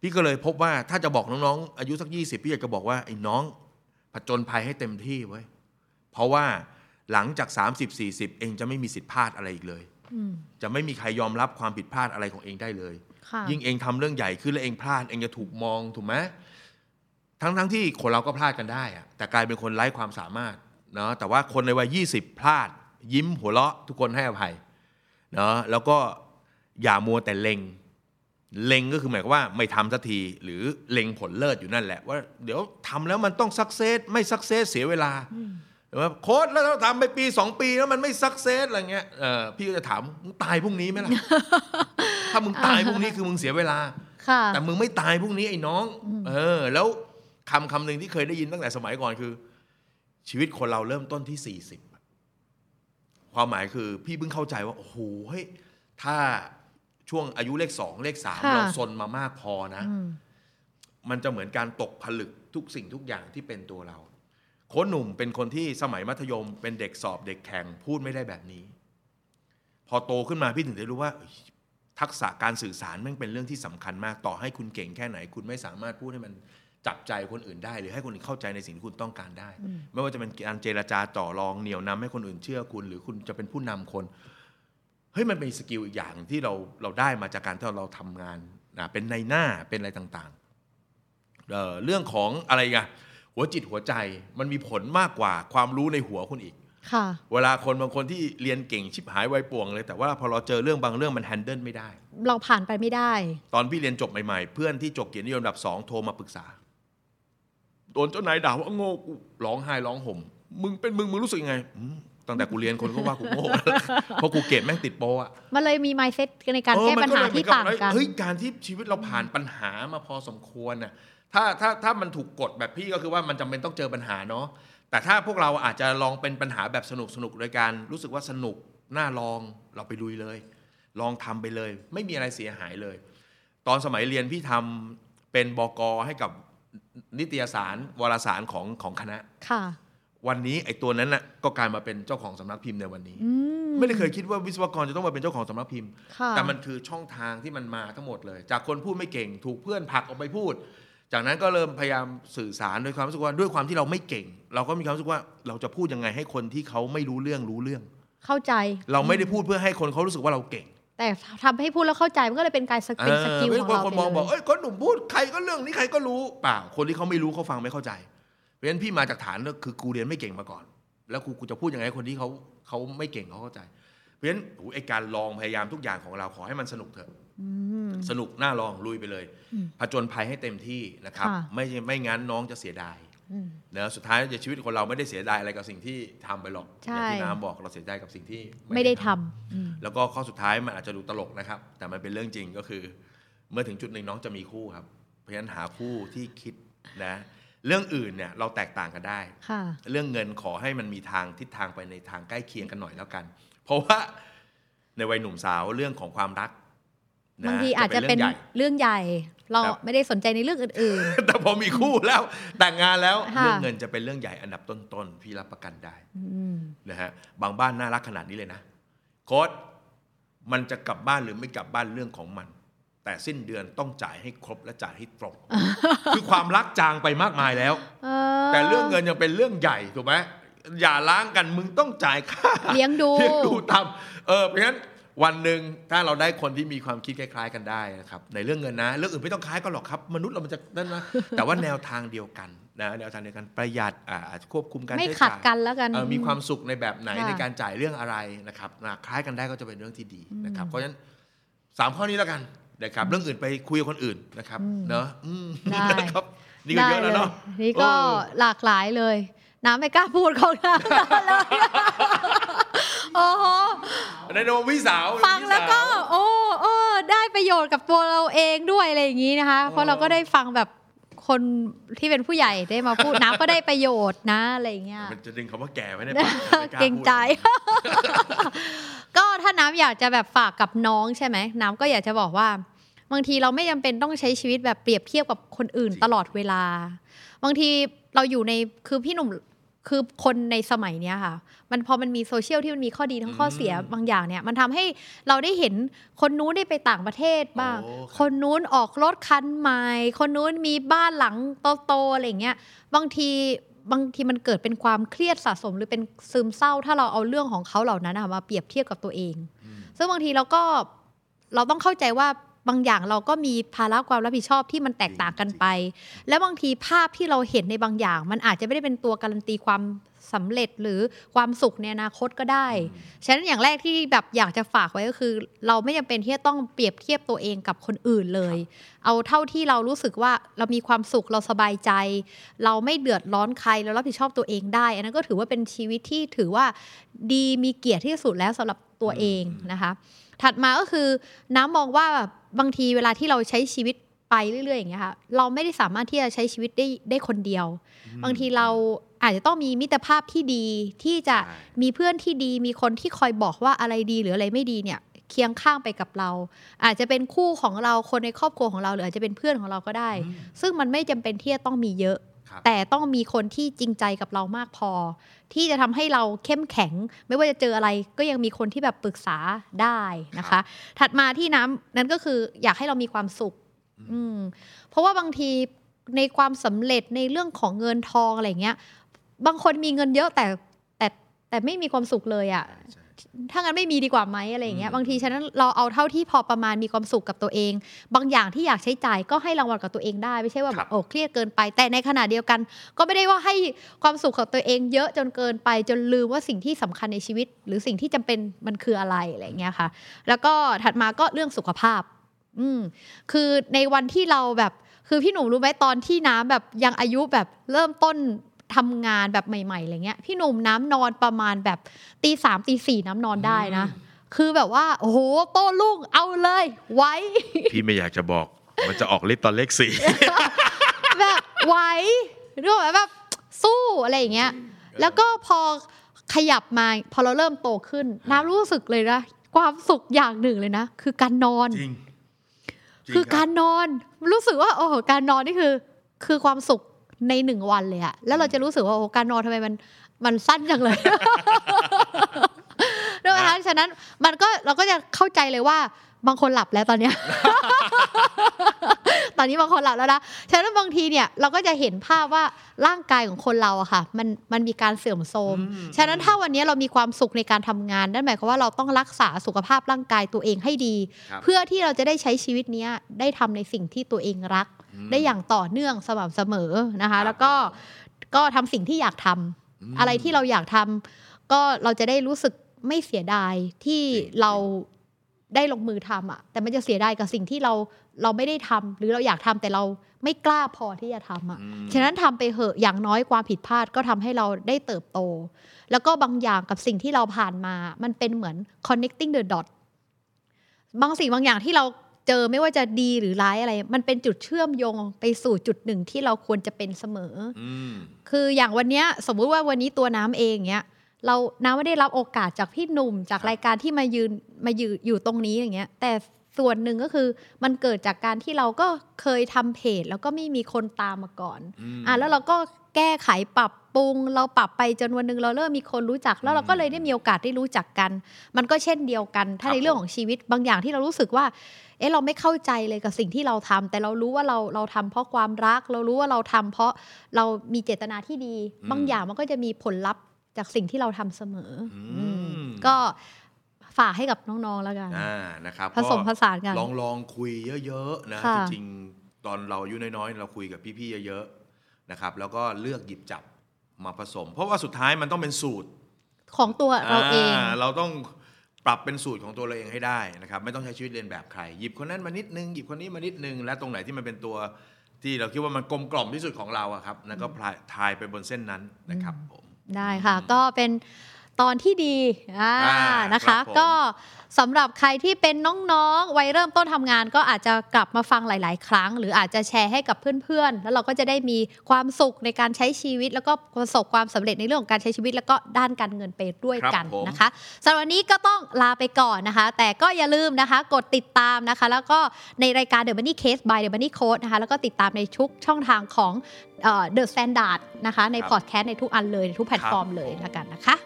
พี่ก็เลยพบว่าถ้าจะบอกน้องๆ อายุสัก 20 พี่อยากจะบอกว่าไอ้น้องผจญภัยให้เต็มที่ไว้ย เพราะว่าหลังจาก 30-40 เองจะไม่มีสิทธิพลาดอะไรอีกเลย อืม จะไม่มีใครยอมรับความผิดพลาดอะไรของเองได้เลย ค่ะ ยิ่งเองทำเรื่องใหญ่ขึ้นแล้วเองพลาดเองจะถูกมองถูกไหมทั้งทั้งที่คนเราก็พลาดกันได้อะแต่กลายเป็นคนไร้ความสามารถเนาะแต่ว่าคนในวัย20 พลาด ยิ้มหัวเราะทุกคนให้อภัยเนาะแล้วก็อย่ามัวแต่เล็ง เล็งก็คือหมายความว่าไม่ทำสักที หรือเล็งผลเลิศอยู่นั่นแหละ ว่าเดี๋ยวทำแล้วมันต้องสักเซสไม่สักเซสเสียเวลา อืม หรือว่าโค้ดแล้วเราทำไปปี 2 ปีแล้วมันไม่สักเซสอะไรเงี้ยเออพี่ก็จะถามมึงตายพรุ่งนี้ไหมล่ะ [laughs] ถ้ามึงตายพรุ่งนี้คือมึงเสียเวลา ค่ะ แต่มึงไม่ตายพรุ่งนี้ไอ้น้อง เออ แล้วคำคำหนึ่งที่เคยได้ยินตั้งแต่สมัยก่อนคือ ชีวิตคนเราเริ่มต้นที่ 40 ความหมายคือ พี่เพิ่งเข้าใจว่า โอ้โหเฮ้ยถ้าช่วงอายุเลขสองเลขสาม ค่ะ เราซนมามากพอนะ อืม มันจะเหมือนการตกผลึกทุกสิ่งทุกอย่างที่เป็นตัวเรา โค้ชหนุ่มเป็นคนที่สมัยมัธยม เป็นเด็กสอบเด็กแข่งพูดไม่ได้แบบนี้ พอโตขึ้นมาพี่ถึงได้รู้ว่าเอ้ยทักษะการสื่อสารแมันเป็นเรื่องที่สำคัญมากต่อให้คุณเก่งแค่ไหน คุณไม่สามารถพูดให้มันจับใจคนอื่นได้ หรือให้คนอื่นเข้าใจในสิ่งที่คุณต้องการได้ ไม่ว่าจะเป็นการเจรจาต่อรองเหนี่ยวนำให้คนอื่นเชื่อคุณ หรือคุณจะเป็นผู้นำคน เฮ้ยมันเป็นสกิลอีกอย่างที่เราเราได้มาจากการที่เราทำงานนะเป็นในหน้าเป็นอะไรต่างๆเอ่อเรื่องของอะไรอีกันหัวจิตหัวใจมันมีผลมากกว่าความรู้ในหัวคุณอีก ค่ะ เวลาคนบางคนที่เรียนเก่งชิบหายไวายป่วงเลย แต่ว่าพอเราเจอเรื่องบางเรื่องมันแฮนเดิลไม่ได้ เราผ่านไปไม่ได้ ตอนพี่เรียนจบใหม่ๆ เพื่อนที่จบเกียรตินิยมอันดับสองโทรมาปรึกษา โดนเจ้านายด่าว่าโง่กูร้องไห้ร้องห่ม มึงเป็นมึงมึงรู้สึกยังไงอืมตั้งแต่กูเรียนคนก็ว่ากูโง่ [laughs] เพราะกูเกรดแม่งติดโปอะ มันเลยมี mindset ในการ เออ แก้ปัญหาที่ต่าง มัเลยเหมือน กั กัน บเฮ้ยการที่ชีวิตเราผ่านปัญหามาพอสมควรน่ะถ้าถ้าถ้ามันถูกกดแบบพี่ก็คือว่ามันจำเป็นต้องเจอปัญหาเนาะแต่ถ้าพวกเราอาจจะลองเป็นปัญหาแบบสนุกสนุกโดยการรู้สึกว่าสนุกน่าลองเราไปลุยเลย ลองทำไปเลย ไม่มีอะไรเสียหายเลย ตอนสมัยเรียนพี่ทำเป็นบกให้กับนิตยสารวารสารของของคณะ ค่ะ วันนี้ไอ้ตัวนั้นน่ะก็กลายมาเป็นเจ้าของสำนักพิมพ์ในวันนี้ อืม ไม่ได้เคยคิดว่าวิศวกรจะต้องมาเป็นเจ้าของสำนักพิมพ์ ค่ะ แต่มันคือช่องทางที่มันมาทั้งหมดเลย จากคนพูดไม่เก่งถูกเพื่อนผลักออกไปพูด จากนั้นก็เริ่มพยายามสื่อสารด้วยความรู้สึกว่าด้วยความที่เราไม่เก่ง เราก็มีความรู้สึกว่าเราจะพูดยังไงให้คนที่เขาไม่รู้เรื่องรู้เรื่อง เข้าใจ เราไม่ได้พูดเพื่อให้คนเขารู้สึกว่าเราเก่ง แต่ทำให้พูดแล้วเข้าใจมันก็เลยเป็นการสกิลสกิล ไม่ ของเราว่าคน ไป มองบอเลกย เอ้ยก็หนุ่มพูดใครก็เรื่องนี้ใครก็รู้เปล่าคนที่เขาไม่รู้เขาฟังไม่เข้าใจ เพราะฉะนั้นพี่มาจากฐานก็คือกูเรียนไม่เก่งมาก่อน แล้วกูกูจะพูดยังไงให้คนที่เขาเขาไม่เก่งเขาเข้าใจ เพราะฉะนั้นโอ้โหไอการลองพยายามทุกอย่างของเราขอให้มันสนุกเถอะ อืม สนุกน่าลองลุยไปเลย อืม ผจญภัยให้เต็มที่นะครับ ค่ะ ไม่ไม่งั้นน้องจะเสียดาย อืม เนอะสุดท้ายแล้วชีวิตคนเราไม่ได้เสียดายอะไรกับสิ่งที่ทำไปหรอกอ ใช่ ย่างที่น้ำบอกเราเสียดายกับสิ่งที่ ไม่ได้ทำอืม แล้วก็ข้อสุดท้ายมันอาจจะดูตลกนะครับ แต่มันเป็นเรื่องจริงก็คือ เมื่อถึงจุดหนึ่งน้องจะมีคู่ครับ เพราะฉะนั้นหาคู่ที่คิดนะเรื่องอื่นเนี่ยเราแตกต่างกันได้ ค่ะ เรื่องเงินขอให้มันมีทางทิศทางไปในทางใกล้เคียงกันหน่อยแล้วกัน เพราะว่าในวัยหนุ่มสาวเรื่องของความรักนะ บางทีอาจจะเป็น รื่องใหญ่ เรื่องใหญ่ เรา ครับ ไม่ได้สนใจในเรื่องอื่น [laughs] แต่พอมีคู่แล้วแต่งงานแล้ว ค่ะ เรื่องเงินจะเป็นเรื่องใหญ่อันดับต้นๆพี่รับประกันได้ ๆ อืม นะฮะบางบ้านน่ารักขนาดนี้เลยนะโค้ดมันจะกลับบ้านหรือไม่กลับบ้านเรื่องของมัน แต่สิ้นเดือนต้องจ่ายให้ครบและจ่ายให้ [laughs] ตรง คือความรักจางไปมากมายแล้ว เอ่อ แต่เรื่องเงินยังเป็นเรื่องใหญ่ถูกไหมอย่าล้างกันมึงต้องจ่ายค่า เลี้ยงดู เรียกดูตามเออเพราะฉะนั้นวันหนึ่งถ้าเราได้คนที่มีความคิดคล้าย ๆ กันได้นะครับในเรื่องเงินนะ เรื่องอื่นไม่ต้องคล้ายกันหรอกครับ มนุษย์เรามันจะ [laughs] นั่นนะ แต่ว่าแนวทางเดียวกันนะแนวทางเดียวกันประหยัดอ่าอาจจะควบคุมการ ไม่ ใช้ ขัด จ่าย กันแล้วกัน เอ่อมีความสุขในแบบไหน ค่ะ ในการจ่ายเรื่องอะไรนะครับนะคล้ายกันได้ก็จะเป็นเรื่องที่ดีนะครับ อืม เพราะฉะนั้นสามข้อนี้แล้วกันนะครับเรื่องอื่นไปคุยกับคนอื่นนะครับ อืม เนาะอืม ได้ นะครับนี่ก็เยอะแล้วเนาะ ได้เลยนี่ก็ เออ หลากหลายเลย น้ำไม่กล้าพูดของน้ำเลย [laughs] โอ้โห ในโนมพี่สาว ฟังแล้วก็ โอ้โอ้ได้ประโยชน์กับตัวเราเองด้วยอะไรอย่างนี้นะคะ เพราะเราก็ได้ฟังแบบคนที่เป็นผู้ใหญ่ได้มาพูด น้ำก็ได้ประโยชน์นะอะไรอย่างเงี้ย มันจะดึงคำว่าแก่ไว้ในปากไม่ล้า เกรงใจ [laughs] พูด ก็ถ้าน้ำอยากจะแบบฝากกับน้องใช่ไหมน้ำก็อยากจะบอกว่า บางทีเราไม่จำเป็นต้องใช้ชีวิตแบบเปรียบเทียบกับคนอื่น จริง ตลอดเวลา บางทีเราอยู่ในคือพี่หนุ่มคือคนในสมัยเนี้ยค่ะ มันพอมันมีโซเชียลที่มันมีข้อดีทั้งข้อเสียบางอย่างเนี่ย มันทำให้เราได้เห็นคนนู้นได้ไปต่างประเทศบ้าง โอ้ครับ คนนู้นออกรถคันใหม่ คนนู้นมีบ้านหลังโตๆอะไรอย่างเงี้ย บางที บางทีมันเกิดเป็นความเครียดสะสมหรือเป็นซึมเศร้า ถ้าเราเอาเรื่องของเขาเหล่านั้นอะมาเปรียบเทียบกับตัวเอง อืม ซึ่งบางทีเราก็เราต้องเข้าใจว่าบางอย่างเราก็มีภาระความรับผิดชอบที่มันแตกต่างกันไป และบางทีภาพที่เราเห็นในบางอย่าง มันอาจจะไม่ได้เป็นตัวการันตีความสำเร็จหรือความสุขในอนาคตก็ได้ ฉะนั้นอย่างแรกที่แบบอยากจะฝากไว้ก็คือ เราไม่จำเป็นที่จะต้องเปรียบเทียบตัวเองกับคนอื่นเลย เอาเท่าที่เรารู้สึกว่าเรามีความสุขเราสบายใจ เราไม่เดือดร้อนใครเรารับผิดชอบตัวเองได้ อันนั้นก็ถือว่าเป็นชีวิตที่ถือว่าดีมีเกียรติที่สุดแล้วสำหรับตัวเองนะคะ ถัดมาก็คือน้ำมองว่าแบบบางทีเวลาที่เราใช้ชีวิตไปเรื่อยๆอย่างเงี้ยค่ะเราไม่ได้สามารถที่จะใช้ชีวิตได้ได้คนเดียว บางทีเราอาจจะต้องมีมิตรภาพที่ดีที่จะ ใช่ มีเพื่อนที่ดีมีคนที่คอยบอกว่าอะไรดีหรืออะไรไม่ดีเนี่ยเคียงข้างไปกับเรา อาจจะเป็นคู่ของเราคนในครอบครัวของเราหรืออาจจะเป็นเพื่อนของเราก็ได้ อืม ซึ่งมันไม่จำเป็นที่จะต้องมีเยอะ ครับ แต่ต้องมีคนที่จริงใจกับเรามากพอ ที่จะทำให้เราเข้มแข็ง ไม่ว่าจะเจออะไรก็ยังมีคนที่แบบปรึกษาได้นะคะ ถัดมาที่น้ำนั้นก็คืออยากให้เรามีความสุข อืมเพราะว่าบางทีในความสำเร็จในเรื่องของเงินทองอะไรเงี้ย บางคนมีเงินเยอะแต่แต่แต่ไม่มีความสุขเลยอะ่ะ ใช่ใช่ ถ้างั้นไม่มีดีกว่าไหมอะไรอย่างเงี้ยอืม บางทีฉะนั้นเราเอาเท่าที่พอประมาณมีความสุขกับตัวเอง บางอย่างที่อยากใช้จ่ายก็ให้รางวัลกับตัวเองได้ไม่ใช่ว่าแบบโอ้เครียดเกินไป แต่ในขณะเดียวกัน ก็ไม่ได้ว่าให้ความสุขกับตัวเองเยอะจนเกินไปจนลืมว่าสิ่งที่สำคัญในชีวิต หรือสิ่งที่จำเป็นมันคืออะไรอะไรอย่างเงี้ยค่ะ แล้วก็ถัดมาก็เรื่องสุขภาพ อืม คือในวันที่เราแบบคือพี่หนุ่มรู้ไหมตอนที่น้ำแบบยังอายุแบบเริ่มต้นทำงานแบบใหม่ๆอะไรเงี้ยพี่หนุ่มน้ำนอนประมาณแบบตีสามตีสี่น้ำนอนได้นะ คือแบบว่า โอ้โหโต้ลูกเอาเลย ไว้ พี่ไม่อยากจะบอก มันจะออกฤทธิ์ตอนเลขสี่ [laughs] แบบไว้รู้ไหมแบบสู้อะไรอย่างเงี้ย แล้วก็พอขยับมาพอเราเริ่มโตขึ้น น้ำรู้สึกเลยนะความสุขอย่างหนึ่งเลยนะ คือการนอน จริงจง คือ รับ การนอนรู้สึกว่าโอ้โหการนอนนี่คือ คือความสุขในหนึ่งวันเลยอะแล้วเราจะรู้สึกว่าโอ้โหการนอนทำไมมันมันสั้นจังเลย [laughs] ด้วยนะคะฉะนั้นมันก็เราก็จะเข้าใจเลยว่าบางคนหลับแล้วตอนเนี้ย [laughs] ตอนนี้บางคนหลับแล้วนะฉะนั้นบางทีเนี่ยเราก็จะเห็นภาพว่าร่างกายของคนเราอะค่ะ มันมันมีการเสื่อมโทรม อืม ฉะนั้นถ้าวันนี้เรามีความสุขในการทำงานนั่นหมายความว่าเราต้องรักษาสุขภาพร่างกายตัวเองให้ดี ครับ เพื่อที่เราจะได้ใช้ชีวิตเนี้ยได้ทำในสิ่งที่ตัวเองรัก ม ได้อย่างต่อเนื่องสม่ำเสมอนะ คคะรับ แล้วก็ก็ทำสิ่งที่อยากทำ ม อะไรที่เราอยากทำก็เราจะได้รู้สึกไม่เสียดายที่ จริง เราได้ลงมือทำอ่ะ แต่มันจะเสียดายกับสิ่งที่เราเราไม่ได้ทำหรือเราอยากทำแต่เราไม่กล้าพอที่จะทำอ่ะ อืม ฉะนั้นทำไปเหอะอย่างน้อยความผิดพลาดก็ทำให้เราได้เติบโต แล้วก็บางอย่างกับสิ่งที่เราผ่านมา มันเป็นเหมือน connecting the dot บางสิ่งบางอย่างที่เราเจอไม่ว่าจะดีหรือร้ายอะไร มันเป็นจุดเชื่อมโยงไปสู่จุดหนึ่งที่เราควรจะเป็นเสมอ อืม คืออย่างวันเนี้ยสมมุติว่าวันนี้ตัวน้ำเองเนี้ยเราน้ำไม่ได้รับโอกาสจากพี่หนุ่มจาก ครับ รายการที่มายืนมายืนอยู่ตรงนี้อย่างเงี้ย แต่ส่วนหนึ่งก็คือมันเกิดจากการที่เราก็เคยทำเพจแล้วก็ไม่มีคนตามมาก่อน ม อ่ะแล้วเราก็แก้ไขปรับปรุง เราปรับไปจนวันหนึ่งเราเริ่มมีคนรู้จัก แล้วเราก็เลยได้มีโอกาสได้รู้จักกัน มันก็เช่นเดียวกัน ถ้า ครับ ในเรื่องของชีวิตบางอย่างที่เรารู้สึกว่า เอะเราไม่เข้าใจเลยกับสิ่งที่เราทำแต่เรารู้ว่าเราเราทำเพราะความรัก เรารู้ว่าเราทำเพราะเรามีเจตนาที่ดี อืม บางอย่างมันก็จะมีผลลัพธ์จากสิ่งที่เราทำเสมออ ม อืมก็ฝากให้กับน้องๆแล้วกัน อ่านะครับ ผสมผ ก็ สานกัน ลองลองคุยเยอะๆนะ ค่ะ จริงๆ ตอนเราอายุน้อยๆ เราคุยกับพี่ๆ เยอะๆนะครับ แล้วก็เลือกหยิบจับมาผสม เพราะว่าสุดท้ายมันต้องเป็นสูตร ของตัวเราเอง เราต้องปรับเป็นสูตรของตัวเราเองให้ได้นะครับไม่ต้องใช้ชีวิตเรียนแบบใคร หยิบคนนั้นมานิดนึงหยิบคนนี้มานิดนึง และตรงไหนที่มันเป็นตัวที่เราคิดว่ามันกลมกล่อมที่สุดของเราอะครับนั่นก็พลายทายไปบนเส้นนั้นนะครับผม ได้ค่ะ ก็เป็นตอนที่ดีอ่า อ่า นะ คคะรับผม ก็สำหรับใครที่เป็นน้องๆวัยเริ่มต้นทำงาน ก็อาจจะกลับมาฟังหลาย ๆ ครั้ง หรืออาจจะแชร์ให้กับเพื่อนๆ แล้วเราก็จะได้มีความสุขในการใช้ชีวิต แล้วก็ประสบความสำเร็จในเรื่องของการใช้ชีวิต แล้วก็ด้านการเงินไปด้วยกัน ครับผม นะคะสำหรับวันนี้ก็ต้องลาไปก่อนนะคะ แต่ก็อย่าลืมนะคะกดติดตามนะคะ แล้วก็ในรายการ The Money Case by The Money Code นะคะแล้วก็ติดตามในทุกช่องทางของ เดอะสแตนดาร์ดนะคะ ใน ครับ พอดแคสต์ในทุกอันเลย ในทุกแพลตฟอร์มเลยแล้วกันนะคะ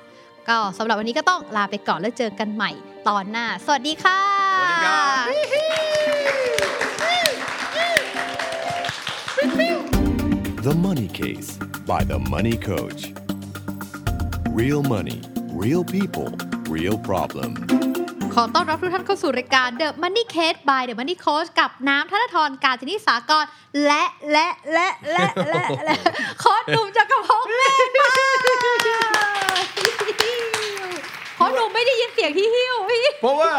ก็สำหรับวันนี้ก็ต้องลาไปก่อนแล้วเจอกันใหม่ตอนหน้า สวัสดีค่ะ สวัสดีครับ The Money Case by the Money Coach. Real money, real people, real problem. ขอต้อนรับทุกท่านเข้าสู่รายการ The Money Case by The Money Coach กับน้ำธนทรการจนิสากร และและและและและและโค้ชหนุ่มจักรพงศ์เล่นมากโค้ชหนุ่มไม่ได้ยินเสียงที่หิ้วพี่ เพราะว่า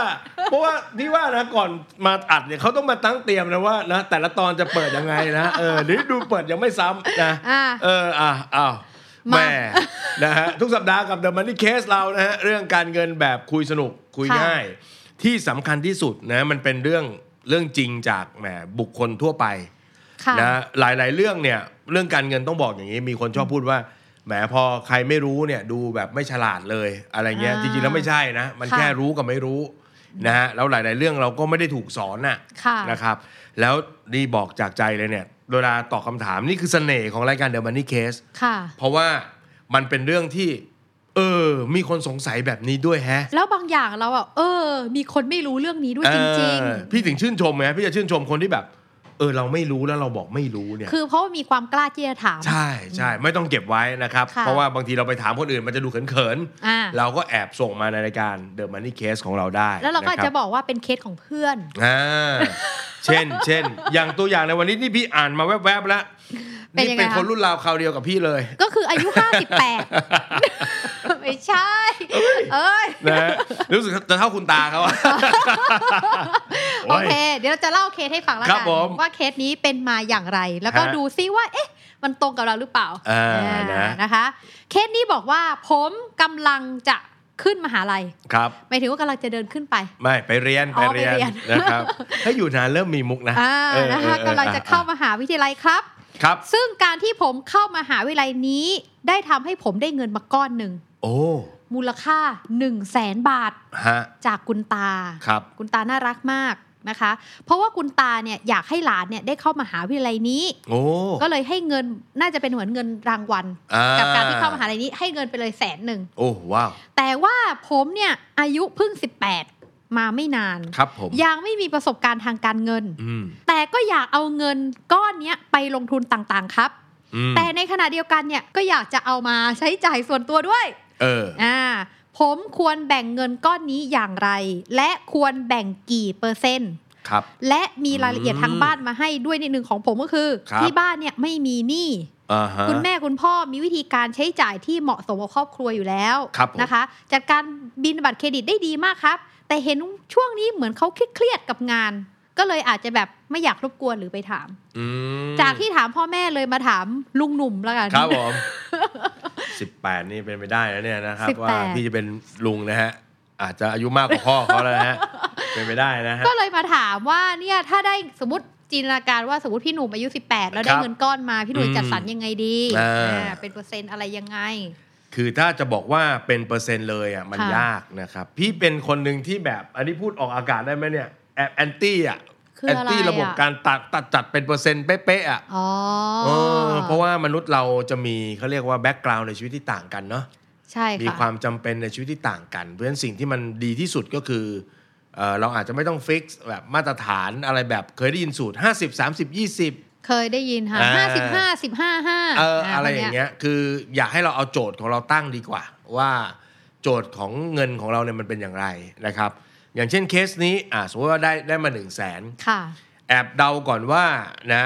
เพราะว่าที่ว่านะก่อนมาอัดเนี่ยเขาต้องมาตั้งเตรียมนะว่านะแต่ละตอนจะเปิดยังไงนะเออหรือดูเปิดยังไม่ซ้ำนะ อ่ะ เอออ่ะอ้าว มา แม่นะฮะทุกสัปดาห์กับ The Money Case เรานะฮะเรื่องการเงินแบบคุยสนุกคุย ค่ะ ง่าย ที่สำคัญที่สุดนะมันเป็นเรื่องเรื่องจริงจากแหมบุคคลทั่วไป ค่ะ นะหลาย ๆ เรื่องเนี่ยเรื่องการเงินต้องบอกอย่างนี้ มีคนชอบพูดว่าแหมพอใครไม่รู้เนี่ยดูแบบไม่ฉลาดเลยอะไรเงี้ย อ่า จริง ๆ แล้วไม่ใช่นะ มัน ค่ะ แค่รู้กับไม่รู้นะฮะแล้วหลาย ๆ เรื่องเราก็ไม่ได้ถูกสอนน่ะ ค่ะ นะครับ แล้วนี่บอกจากใจเลยเนี่ยเวลาตอบคำถามนี่คือเสน่ห์ของรายการ The Money Case ค่ะ เพราะว่ามันเป็นเรื่องที่ เออ มีคนสงสัยแบบนี้ด้วยแฮะ แล้วบางอย่างเราอ่ะเออ มีคนไม่รู้เรื่องนี้ด้วยจริง เออพี่ถึงชื่นชมไงพี่จะชื่นชมคนที่แบบ เออเราไม่รู้แล้วเราบอกไม่รู้เนี่ย ๆ คือเพราะว่ามีความกล้าที่จะถาม ใช่ใช่ไม่ต้องเก็บไว้นะครับ ค่ะ เพราะว่าบางทีเราไปถามคนอื่นมันจะดูเขิน อ่า เราก็แอบส่งมาในรายการ The Money Case ของเราได้ แล้วเราก็ นคบ จะบอกว่าเป็นเคสของเพื่อน อ่าเช่น [laughs] เช่น อย่างตัวอย่างในวันนี้นี่พี่อ่านมาแวบๆแล้ว เป็น นี่ ยังไง เป็นคน คะ รุ่นราวคราวเดียวกับพี่เลย ก็คืออายุ 58 ไม่ใช่ เอ้ย นะ [laughs] ฮะรู้สึกจะเท่าคุณตาเขาอะ โอเค เดี๋ยวเราจะเล่าเคสให้ฟังแล้ว ครั กับ น ผม ว่าเคสนี้เป็นมาอย่างไร แล้วก็ ฮะ ดูซิว่า เอ๊ะ มันตรงกับเราหรือเปล่า อ่า อ่า นะ นะคะ เคสนี้บอกว่าผมกำลังจะขึ้นมหาลัย ครับ หมายถึงว่ากำลังจะเดินขึ้นไป ไม่ไปเรียน อ๋ ไป อ เรียน ไปเรียน [laughs] นะครับถ้าอยู่นานเริ่มมีมุกนะ อ่า เออ นะคะ เออออก ำลังจะเข้ามหาวิทยาลัยครับ ครับ ซึ่งการที่ผมเข้ามหาวิทยาลัยนี้ ได้ทำให้ผมได้เงินมาก้อนหนึ่ง โอ้ มูลค่า1 0 0 0 0แสนบาท ฮะ จากคุณตา ครับ คุณตาน่ารักมากนะคะ เพราะว่าคุณตาเนี่ยอยากให้หลานเนี่ยได้เข้ามหาวิทยาลัยนี้ โอ้ ก็เลยให้เงินน่าจะเป็นเหมือนเงินรางวัล อ่ กับการที่เข้ามหาลัยนี้ให้เงินไปเลยแสนหนึ่ง โอ้ว้าว แต่ว่าผมเนี่ยอายุเพิ่ง 18 มาไม่นาน ครับผม ยังไม่มีประสบการณ์ทางการเงิน อืม แต่ก็อยากเอาเงินก้อนเนี้ยไปลงทุนต่างๆครับ อืม แต่ในขณะเดียวกันเนี่ยก็อยากจะเอามาใช้จ่ายส่วนตัวด้วย เออ อ่าผมควรแบ่งเงินก้อนนี้อย่างไร และควรแบ่งกี่เปอร์เซ็นต์ ครับ และมีรายละเอียด อืม ทางบ้านมาให้ด้วยนิดหนึ่งของผมก็คือ ครับ ที่บ้านเนี่ยไม่มีหนี้ อ่าฮะ คุณแม่คุณพ่อมีวิธีการใช้จ่ายที่เหมาะสมกับครอบครัวอยู่แล้ว ครับผม นะคะ จัดการบินบัตรเครดิตได้ดีมากครับ แต่เห็นช่วงนี้เหมือนเขาเครียดๆกับงาน ก็เลยอาจจะแบบไม่อยากรบกวนหรือไปถาม อืม จากที่ถามพ่อแม่เลยมาถามลุงหนุ่มแล้วกัน ครับผม สิบแปดนี่เป็นไปได้แล้วเนี่ยนะครับ 18 ว่าพี่จะเป็นลุงนะฮะ อาจจะอายุมากกว่าพ่อเขาแล้วนะ [laughs] ฮะ เป็นไปได้นะฮะ [laughs] ก็เลยมาถามว่าเนี่ยถ้าได้สมมติจินตนาการว่าสมมติพี่หนุ่มอายุ 18 แล้วได้ ครับ เงินก้อนมาพี่หนุ่ม อืม จัดสรรยังไงดี อ่า อ่าเป็นเปอร์เซ็นต์อะไรยังไง คือถ้าจะบอกว่าเป็นเปอร์เซ็นต์เลยอ่ะมัน ค่ะ ยากนะครับ พี่เป็นคนหนึ่งที่แบบอันนี้พูดออกอากาศได้ไหมเนี่ยแอบแอนตี้อ่ะ คือ แอน อะไร ตี้ระบบการตัดตัดจัดเป็นเปอร์เซ็นต์เป๊ะๆอ่ะ อ๋อ เออเพราะว่ามนุษย์เราจะมีเขาเรียกว่าแบ็กกราวน์ในชีวิตที่ต่างกันเนาะ ใช่ มี ค่ะ ความจำเป็นในชีวิตที่ต่างกัน เพราะฉะนั้นสิ่งที่มันดีที่สุดก็คือเอ่อเราอาจจะไม่ต้องฟิกซ์แบบมาตรฐานอะไรแบบเคยได้ยินสูตร 50 30 20 เคยได้ยินค่ะ อ่า ห้าสิบห้าสิบห้าห้า เอออะไรอย่างเงี้ยคืออยากให้เราเอาโจทย์ของเราตั้งดีกว่า ว่าโจทย์ของเงินของเราเนี่ยมันเป็นอย่างไรนะครับ อย่างเช่นเคสนี้อ่ะสมมติว่าได้ได้มา 1 0 0 0 0แสน ค่ะ แอบเดาก่อนว่านะ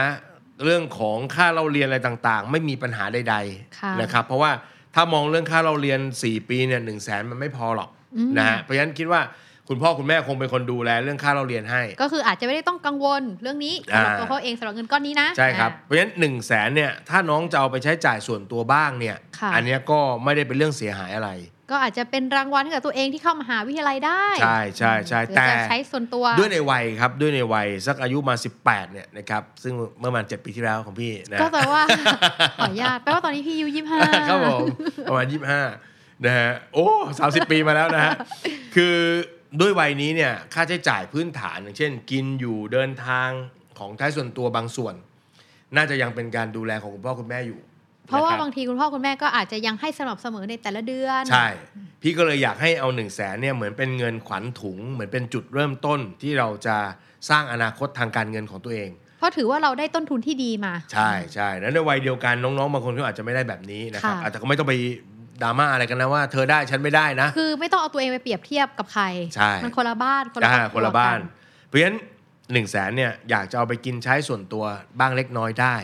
เรื่องของค่าเราเรียนอะไรต่างๆ ไม่มีปัญหาใด ค่ะ ๆนะครับเพราะว่าถ้ามองเรื่องค่าเราเรียน 4 ปีเนี่ยหนึ่งแสนมันไม่พอหรอก อืม นะฮะเพราะฉะนั้นคิดว่าคุณพ่อคุณแม่คงเป็นคนดูแลเรื่องค่าเราเรียนให้ ก็คืออาจจะไม่ได้ต้องกังวลเรื่องนี้สำหรับ อ่า ตัวเขาเองสำหรับเงินก้อนนี้นะ ใช่ครับ อ่า เพราะฉะนั้น1นึ่งแสนเนี่ยถ้าน้องจะเอาไปใช้จ่ายส่วนตัวบ้างเนี่ย ค่ะ อัเนี้ยก็ไม่ได้เป็นเรื่องเสียหายอะไร ก็อาจจะเป็นรางวัลให้กับตัวเองที่เข้ามหาวิทยาลัยได้ ใช่ใช่ใช่ หรือ แต่ จะใช้ส่วนตัว ด้วยในวัยครับด้วยในวัยสักอายุมา 18เนี่ยนะครับซึ่งเมื่อประมาณ7ปีที่แล้วของพี่นะ ก็แปลว่า [laughs] ขออนุญาตแปลว่าตอนนี้พี่อายูยี่ห้า ครับผมประมาณ 25นะฮะโอ้30 ปีมาแล้ว [laughs] นะฮะคือด้วยวัยนี้เนี่ยค่าใช้จ่ายพื้นฐานอย่างเช่น กินอยู่เดินทางของใช้ส่วนตัวบางส่วน น่าจะยังเป็นการดูแลของคุณพ่อคุณแม่อยู่ เพราะคบบว่าางทีคุณพ่อคุณแม่ก็อาจจะยังให้สม่ำเสมอในแต่ละเดือน ใช่ พี่ก็เลยอยากให้เอา1นึ่งแสนเนี่ยเหมือนเป็นเงินขวัญถุง เหมือนเป็นจุดเริ่มต้นที่เราจะสร้างอนาคตทางการเงินของตัวเอง เพรา ก็ถือว่าเราได้ต้นทุนที่ดีมา ใช่ใช่แล้วในวัยเดียวกันน้องๆบางคนก็อาจจะไม่ได้แบบนี้นะครับ ค่ะ อาจจะก็ไม่ต้องไปดราม่าอะไรกันนะว่าเธอได้ฉันไม่ได้นะ คือไม่ต้องเอาตัวเองไปเปรียบเทียบกับใคร ใช่ มันคนละบ้านคนละคอ่ารอบ ค ครัวน ละบ้าน กั เพราะฉะนั้นหนึ่งแสนเนี่ยอยากจะเอาไปกินใช้ส่วนตัวบ้างเล็กน้อยได้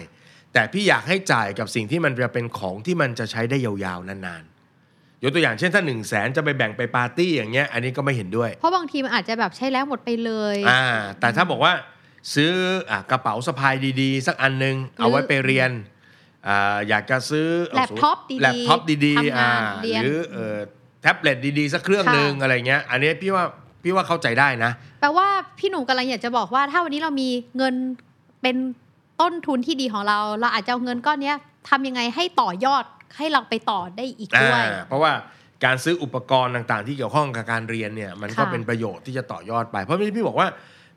แต่พี่อยากให้จ่ายกับสิ่งที่มันจะเป็นของที่มันจะใช้ได้ยาวๆนานๆยกตัวอย่างเช่นถ้า1นึ่งแสนจะไปแบ่งไปปาร์ตี้อย่างเงี้ยอันนี้ก็ไม่เห็นด้วย เพราะบางทีมันอาจจะแบบใช้แล้วหมดไปเลย อ่า แต่ถ้าบอกว่าซื้ออ่ะกระเป๋าสะพายดีๆ สักอันหนึง เอาไว้ไปเรียนอ่าอยากจะซื้อ แล็ปท็อปดีๆ แล็ปท็อปดี ทำ ๆ งา อ่าน เรียน หรือเอ่อแท็บเล็ตดีๆ สักเครื่อง ค่ะ หนึ่งอะไรเงี้ยอันนี้พี่ว่าพี่ว่าเข้าใจได้นะ แปลว่าพี่หนุ่มกำลังอยากจะบอกว่า ถ้าวันนี้เรามีเงินเป็นต้นทุนที่ดีของเรา เราอาจจะเอาเงินก้อนเนี้ยทำยังไงให้ต่อยอดให้เราไปต่อได้อีกด้วย อ่าเพราะว่าการซื้ออุปกรณ์ต่างๆ ที่เกี่ยวข้องกับการเรียนเนี่ยมันก็ ค่ะ เป็นประโยชน์ที่จะต่อยอดไป เพราะที่พี่บอกว่า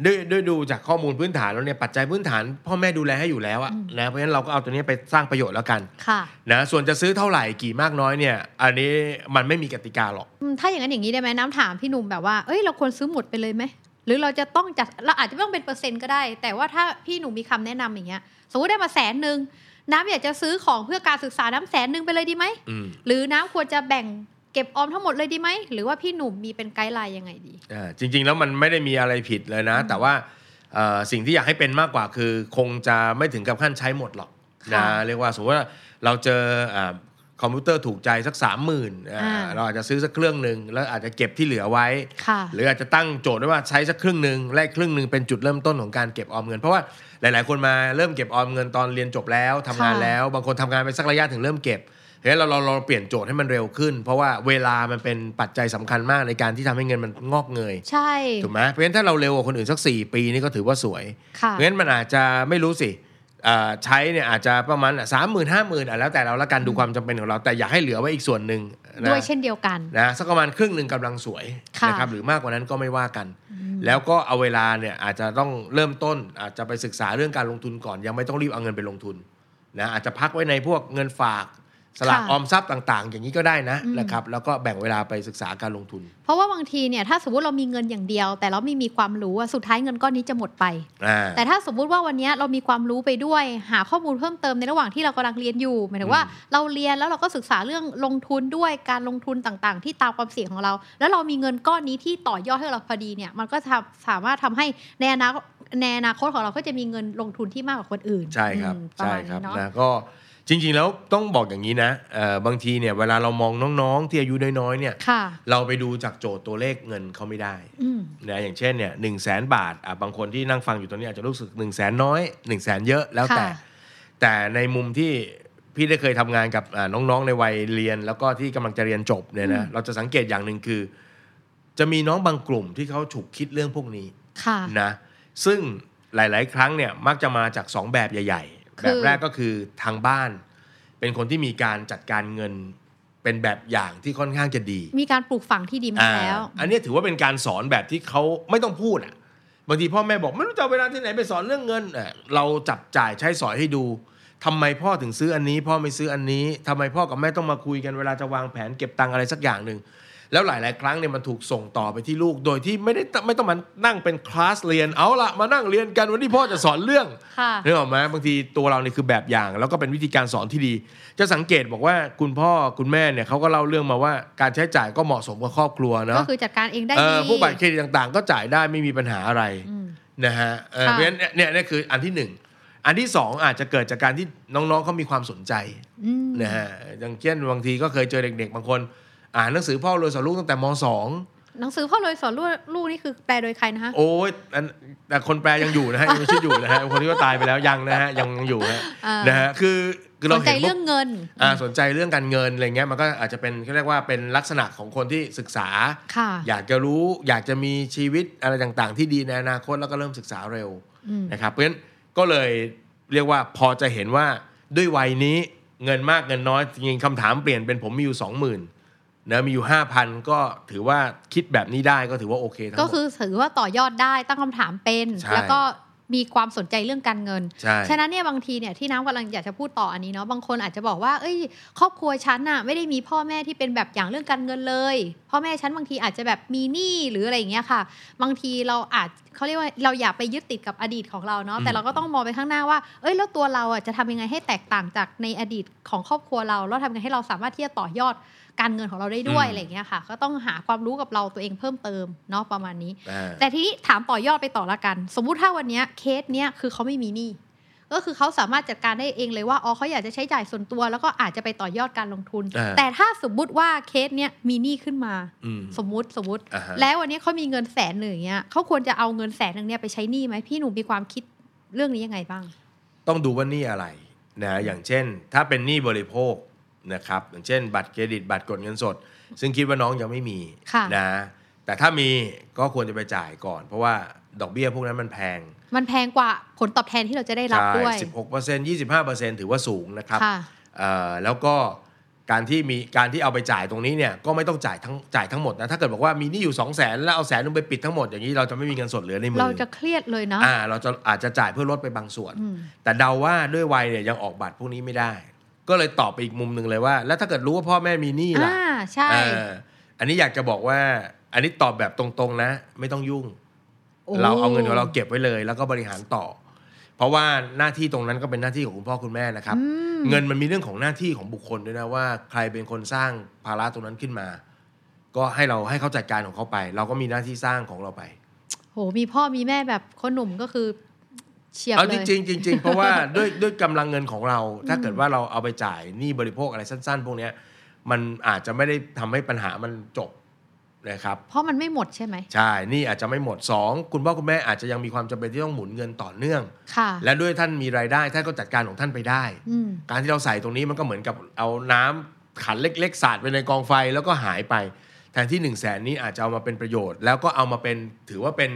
ด้วยด้วยดูจากข้อมูลพื้นฐานแล้วเนี่ยปัจจัยพื้นฐาน พ่อแม่ดูแลให้อยู่แล้วอะ อืม นะเพราะฉะนั้นเราก็เอาตัวเนี้ยไปสร้างประโยชน์แล้วกัน ค่ะ นะส่วนจะซื้อเท่าไหร่กี่มากน้อยเนี่ย อันนี้มันไม่มีกติกาหรอก อืมถ้าอย่างนั้นอย่างนี้ได้ไหมน้ำถามพี่หนุ่มแบบว่าเอ้ยเราควรซื้อหมดไปเลยไหมหรือเราจะต้องจัดเราอาจจะไม่ต้องเป็นเปอร์เซ็นต์ก็ได้ แต่ว่าถ้าพี่หนุ่มมีคำแนะนำอย่างเงี้ยสมมติได้มาแสนหนึ่งน้ำอยากจะซื้อของเพื่อการศึกษาน้ำแสนหนึ่งไปเลยดีไหม อืม หรือน้ำควรจะแบ่งเก็บออมทั้งหมดเลยดีไหมหรือว่าพี่หนุ่มมีเป็นไกด์ไลน์ยังไงดี อ่าจริง ๆ แล้วมันไม่ได้มีอะไรผิดเลยนะ แต่ว่าเอ่อสิ่งที่อยากให้เป็นมากกว่าคือ คงจะไม่ถึงกับขั้นใช้หมดหรอกนะ ค่ะ เรียกว่าสมมติว่าเราเจออ่าคอมพิวเตอร์ถูกใจสักสามหมื่น อ่า เราอาจจะซื้อสักเครื่องหนึ่งแล้วอาจจะเก็บที่เหลือไว้ ค่ะ หรืออาจจะตั้งโจทย์ไว้ว่าใช้สักครึ่งหนึ่งแลกครึ่งหนึ่งเป็นจุดเริ่มต้นของการเก็บออมเงิน เพราะว่าหลาย ๆ คนมาเริ่มเก็บออมเงินตอนเรียนจบแล้วทำงาน ค่ะ แล้วบางคนทำงานไปสักระยะถึงเริ่มเก็บเฮ้ยเราเราเราเปลี่ยนโจทย์ให้มันเร็วขึ้น เพราะว่าเวลามันเป็นปัจจัยสำคัญมากในการที่ทำให้เงินมันงอกเงย ใช่ ถูกไหมเพราะฉะนั้นถ้าเราเร็วกว่าคนอื่นสัก 4 ปีนี่ก็ถือว่าสวย ค่ะ เพราะฉะนั้นมันอาจจะไม่รู้สิเอ่อใช้เนี่ยอาจจะประมาณสามหมื่นห้าหมื่นอ่ะแล้วแต่เราละกันดูความจำเป็นของเราแต่อยากให้เหลือไว้อีกส่วนหนึ่งนะ ด้วยเช่นเดียวกัน นะสักประมาณครึ่งหนึ่งกำลังสวย ค่ะ นะครับหรือมากกว่านั้นก็ไม่ว่ากัน แล้วก็เอาเวลาเนี่ยอาจจะต้องเริ่มต้นอาจจะไปศึกษาเรื่องการลงทุนก่อนยังไม่ต้องรีบเอาเงินไปลงทุนนะอาจจะพักไว้ในพวกเงินฝากสลาก ค่ะ ออมทรัพย์ต่าง ๆ อย่างนี้ก็ได้นะ อืม นะครับแล้วก็แบ่งเวลาไปศึกษาการลงทุน เพราะว่าบางทีเนี่ยถ้าสมมติเรามีเงินอย่างเดียว แต่เราไม่มีความรู้อะสุดท้ายเงินก้อนนี้จะหมดไป อ่า แต่ถ้าสมมุติว่าวันเนี้ยเรามีความรู้ไปด้วย หาข้อมูลเพิ่มเติมในระหว่างที่เรากำลังเรียนอยู่หมายถึงว่าเราเรียนแล้วเราก็ศึกษาเรื่องลงทุนด้วยการลงทุนต่างๆ ที่ตามความเสี่ยงของเรา แล้วเรามีเงินก้อนนี้ที่ต่อยอดให้เราพอดีเนี่ยมันก็ทำสามารถทำให้ในอนาคตในอนาคตของเราก็จะมีเงินลงทุนที่มากกว่าคนอื่น ใช่ครับ อืมปะ ใช่ มาณ ครับ นี้เนาะ นะก็จริงๆแล้วต้องบอกอย่างนี้นะเอ่อบางทีเนี่ยเวลาเรามองน้องๆ ที่อายุน้อยๆเนี่ย ค่ะ เราไปดูจากโจทย์ตัวเลขเงินเขาไม่ได้ อืม นะอย่างเช่นเนี่ยหนึ่งแสนบาทอ่ะบางคนที่นั่งฟังอยู่ตอนนี้อาจจะรู้สึก1นึ่งแสนน้อย1นึ่งแสนเยอะแล้วแต่ ค่ะ แต่ในมุมที่พี่ได้เคยทำงานกับอ่าน้องๆในวัยเรียน แล้วก็ที่กำลังจะเรียนจบเนี่ยนะเราจะสังเกตอย่างหนึ่งคือ จะมีน้องบางกลุ่มที่เขาฉุกคิดเรื่องพวกนี้ ค่ะ นะซึ่งหลาย ๆ ครั้งเนี่ยมักจะมาจาก 2 แบบใหญ่ ๆ คือ แบบแรกก็คือทางบ้าน เป็นคนที่มีการจัดการเงินเป็นแบบอย่างที่ค่อนข้างจะดี มีการปลูกฝังที่ดีมา อ่าก แล้ว อันเนี้ยถือว่าเป็นการสอนแบบที่เขาไม่ต้องพูดอ่ะบางทีพ่อแม่บอกไม่รู้จะเอาเวลาที่ไหนไปสอนเรื่องเงินเอ่อเราจับจ่ายใช้สอยให้ดูทำไมพ่อถึงซื้ออันนี้ พ่อไม่ซื้ออันนี้ทำไมพ่อกับแม่ต้องมาคุยกันเวลาจะวางแผนเก็บตังค์อะไรสักอย่างหนึ่ง แล้วหลาย ๆ ครั้งเนี่ยมันถูกส่งต่อไปที่ลูกโดยที่ไม่ได้ตไม่ต้องมานั่งเป็นคลาสเรียนเอาละมานั่งเรียนกันวันนี้พ่อจะสอนเรื่อง ค่ะ นึกออกไหมบางทีตัวเราเนี่ยคือแบบอย่าง แล้วก็เป็นวิธีการสอนที่ดี จะสังเกตบอกว่าคุณพ่อคุณแม่เนี่ยเขาก็เล่าเรื่องมาว่าการใช้จ่ายก็เหมาะสมกับครอบครัว ก็ เนาะ คือจัดการเองได้ เอ ดี อผู้บัตรเครดิตต่างๆ ก็จ่ายได้ไม่มีปัญหาอะไร อืม นะฮะเออ ค่ะ เพราะฉะนั้นเนี่ยเนี่ยเนี่ยคืออันที่หนึ่งอันที่สองอาจจะเกิดจากการที่น้องๆเขามีความสนใจ อืม นะฮะอย่างเช่นบางทีก็เคยเจอเด็ก ๆ บางคน อ่านหนังสือพ่อรวยสอนลูกตั้งแต่มส [laughs] อง หนังสือพ่อรวยสอนลูกลูกนี่คือแปลโดยใครนะคะ โอ้ยอันแต่คนแปลยังอยู่นะฮะยังมีชีวิตอยู่นะฮะ [laughs] คนที่ก็ตายไปแล้วยังนะฮะยังยังอยู่ [laughs] ฮะ อ่าน นะฮะคือคืสอเรา นใจ เห็น เรื่องเงิน อ่าสนใจเรื่องการเงินอะไรเงี้ยมันก็อาจจะเป็นเขาเรียกว่าเป็นลักษณะของคนที่ศึกษา ค่ะ อยากจะรู้อยากจะมีชีวิตอะไรต่างๆ ที่ดีในอนาคตแล้วก็เริ่มศึกษาเร็ว อืม นะครับเพราะฉะนั้นก็เลยเรียกว่าพอจะเห็นว่าด้วยวัยนี้เงินมากเงินน้อยจริงๆคำถามเปลี่ยนเป็นผมมีอยู่ 20,000นะมีอยู่ 5,000 ก็ถือว่าคิดแบบนี้ได้ก็ถือว่าโอเคทั้งหมด ก็คือถือว่าต่อยอดได้ตั้งคำถามเป็น ใช่ แล้วก็มีความสนใจเรื่องการเงิน ใช่ ฉะนั้นเนี่ยบางทีเนี่ยที่น้ำกำลังอยากจะพูดต่ออันนี้เนาะบางคนอาจจะบอกว่าเอ้ย ครอบครัวฉันน่ะไม่ได้มีพ่อแม่ที่เป็นแบบอย่างเรื่องการเงินเลย พ่อแม่ฉันบางทีอาจจะแบบมีหนี้หรืออะไรอย่างเงี้ยค่ะ บางทีเราอาจ เขาเรียกว่าเราอย่าไปยึดติดกับอดีตของเราเนาะแต่เราก็ต้องมองไปข้างหน้าว่า เอ้ยแล้วตัวเราอ่ะจะทำยังไงให้แตกต่างจากในอดีตของครอบครัวเราแล้วทำยังไงให้เราสามารถที่จะต่อยอดการเงินของเราได้ด้วย อืม อะไรอย่างเงี้ยค่ะ ก็ต้องหาความรู้กับเราตัวเองเพิ่มเติมเนาะประมาณนี้ อ่า แต่ทีนี้ถามต่อยอดไปต่อละกัน สมมุติถ้าวันเนี้ยเคสเนี้ยคือเขาไม่มีหนี้ก็คือเขาสามารถจัดการได้เองเลยว่าอ๋อเขาอยากจะใช้จ่ายส่วนตัว แล้วก็อาจจะไปต่อยอดการลงทุน อ่า แต่ถ้าสมมุติว่าเคสเนี้ยมีหนี้ขึ้นมา อืม สมมติสมมติ อ่าฮะ แล้ววันนี้เขามีเงินแสนหนึ่งอย่างเงี้ยเขาควรจะเอาเงินแสนหนึ่งเนี่ยไปใช้หนี้ไหมพี่หนุ่มมีความคิดเรื่องนี้ยังไงบ้าง ต้องดูว่าหนี่อะไรนะอย่างเช่น ถ้าเป็นหนี้บริโภคนะครับอย่างเช่น บัตรเครดิตบัตรกดเงินสด ซึ่งคิดว่าน้องยังไม่มี ค่ะ นะแต่ถ้ามีก็ควรจะไปจ่ายก่อน เพราะว่าดอกเบี้ยพวกนั้นมันแพง มันแพงกว่าผลตอบแทนที่เราจะได้รับด้วย สิบหกเปอร์เซ็นต์ยี่สิบห้าเปอร์เซ็นต์ถือว่าสูงนะครับ ค่ะ เอ่อแล้วก็การที่มีการที่เอาไปจ่ายตรงนี้เนี่ยก็ไม่ต้องจ่ายทั้งจ่ายทั้งหมดนะถ้าเกิดบอกว่ามีหนี้อยู่2องแสนแล้วเอาแสนนึงไปปิดทั้งหมดอย่างนี้เราจะไม่มีเงินสดเหลือในมือ เราจะเครียดเลยเนาะ อ่าเราจะอาจจะจ่ายเพื่อลดไปบางส่วน อืม แต่เดาว่าด้วยวัยเนี่ยยังออกบัตรพวกนี้ไม่ได้ ก็เลยตอบไปอีกมุมหนึ่งเลยว่า แล้วถ้าเกิดรู้ว่าพ่อแม่มีหนี้ล่ะ อ่าใช่ เอออันนี้อยากจะบอกว่า อันนี้ตอบแบบตรงๆนะ ไม่ต้องยุ่ง โอ้ เราเอาเงินของเราเก็บไว้เลย แล้วก็บริหารต่อ เพราะว่าหน้าที่ตรงนั้นก็เป็นหน้าที่ของคุณพ่อคุณแม่นะครับ อืม เงินมันมีเรื่องของหน้าที่ของบุคคลด้วยนะว่า ใครเป็นคนสร้างภาระตรงนั้นขึ้นมา ก็ให้เราให้เขาจัดการของเขาไป เราก็มีหน้าที่สร้างของเราไป โหมีพ่อมีแม่แบบคนหนุ่มก็คือเฉียบ เอา เล จ ย ริงๆจริงๆเพราะ [laughs] ว่าด้วยด้วยกำลังเงินของเรา ถ้าเกิดว่าเราเอาไปจ่ายหนี้บริโภคอะไรสั้น ๆ พวกเนี้ยมันอาจจะไม่ได้ทำให้ปัญหามันจบนะครับ เพราะมันไม่หมดใช่ไหม ใช่หนี่อาจจะไม่หมด 2 คุณพ่อคุณแม่อาจจะยังมีความจำเป็นที่ต้องหมุนเงินต่อเนื่อง ค่ะ และด้วยท่านมีรายได้ท่านก็จัดการของท่านไปได้ อืม การที่เราใส่ตรงนี้มันก็เหมือนกับเอาน้ำขันเล็กๆสาดไปในกองไฟแล้วก็หายไปแทนที่1นึ่งแสนนี้อาจจะเอามาเป็นประโยชน์ แล้วก็เอามาเป็นถือว่าเป็น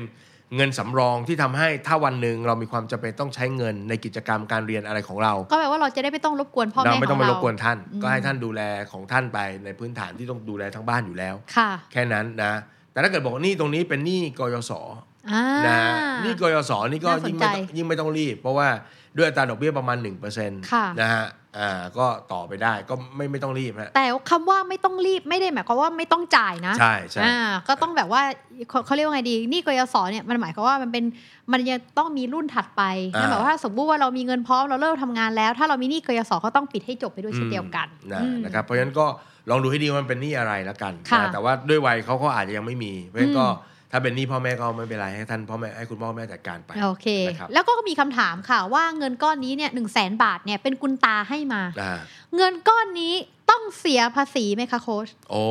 เงินสำรองที่ทำให้ถ้าวันหนึ่งเรามีความจำเป็นต้องใช้เงินในกิจกรรมการเรียนอะไรของเรา ก็แปลว่าเราจะได้ไม่ต้องรบกวนพ่อ เรา แม่ ไม่ ข ต้ อ อง ง ไป เรา รบกวนท่าน อืม ก็ให้ท่านดูแลของท่านไปในพื้นฐานที่ต้องดูแลทั้งบ้านอยู่แล้ว ค่ะ แค่นั้นนะ แต่ถ้าเกิดบอกว่าหนี่ตรงนี้เป็นหนี้กยศ อ่า นะหนี่กยศนี่ก็ น่าสน ยิ่ง ใจ ไม่ต้องยิ่งไม่ต้องรีบ เพราะว่าด้วยอัตราดอกเบี้ยประมาณ 1% ค่ะ นะฮะอ่าก็ต่อไปได้ก็ไม่ไม่ต้องรีบฮะ แต่คำว่าไม่ต้องรีบไม่ได้หมายความว่าไม่ต้องจ่ายนะ ใช่ใช่ อ่าก็ต้องแบบว่าเขาเขาเรียกว่าไงดีหนี่กยศเนี่ยมันหมายความว่ามันเป็นมันยังต้องมีรุ่นถัดไป อ่า นั่นหมายความว่าสมมติว่าเรามีเงินพร้อมเราเริ่มทำงานแล้ว ถ้าเรามีหนี้กยศก็ต้องปิดให้จบไปด้วยเช่นเดียวกัน นะ อืม นะครับเพราะฉะนั้นก็ลองดูให้ดีว่ามันเป็นหนี้อะไรละกัน ค่ะ นะแต่ว่าด้วยวัยเขาก็อาจจะยังไม่มีเพราะฉะนั้นก็ อืม ถ้าเป็นหนี้พ่อแม่ก็ไม่เป็นไรให้ท่านพ่อแม่ให้คุณพ่อแม่จัดการไป โอเค นะครับ แล้วก็มีคำถามค่ะว่าเงินก้อนนี้เนี่ยหนึ่งแสนบาทเนี่ยเป็นกุณตาให้มา อ่า เงินก้อนนี้ต้องเสียภาษีไหมคะโค้ช โอ้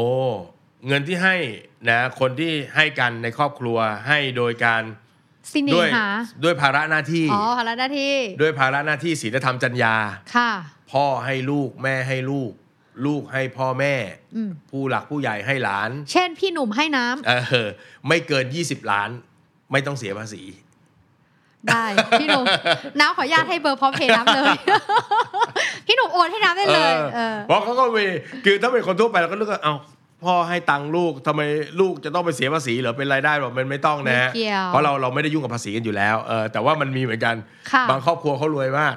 เงินที่ให้นะคนที่ให้กันในครอบครัวให้โดยการ สิเน ด้วย หา ด้วยภาระหน้าที่ อ๋อภาระหน้าที่ ด้วยภาระหน้าที่ศีลธรรมจรรยา ค่ะ พ่อให้ลูกแม่ให้ลูก ลูกให้พ่อแม่ อืม ผู้หลักผู้ใหญ่ให้หลาน เช่นพี่หนุ่มให้น้ำ เออไม่เกิน 20 ล้าน ไม่ต้องเสียภาษี ได้ พี่หนุ่มน้ำขออนุญาตให้เบอร์พร้อมเพย์น้ำเลย [laughs] พี่หนุ่มโอนให้น้ำได้เลย เออ เพราะเขาก็มีคือถ้าเป็นคนทั่วไปเราก็นึกว่าเอ้าพ่อให้ตังค์ลูกทำไมลูกจะต้องไปเสียภาษีเหรือเป็นรายได้หรอมันไม่ต้องนะฮะ ไม่เกี่ยว เพราะเราเราไม่ได้ยุ่งกับภาษีกันอยู่แล้วเออแต่ว่ามันมีเหมือนกัน ค่ะ บางครอบครัวเขารวยมาก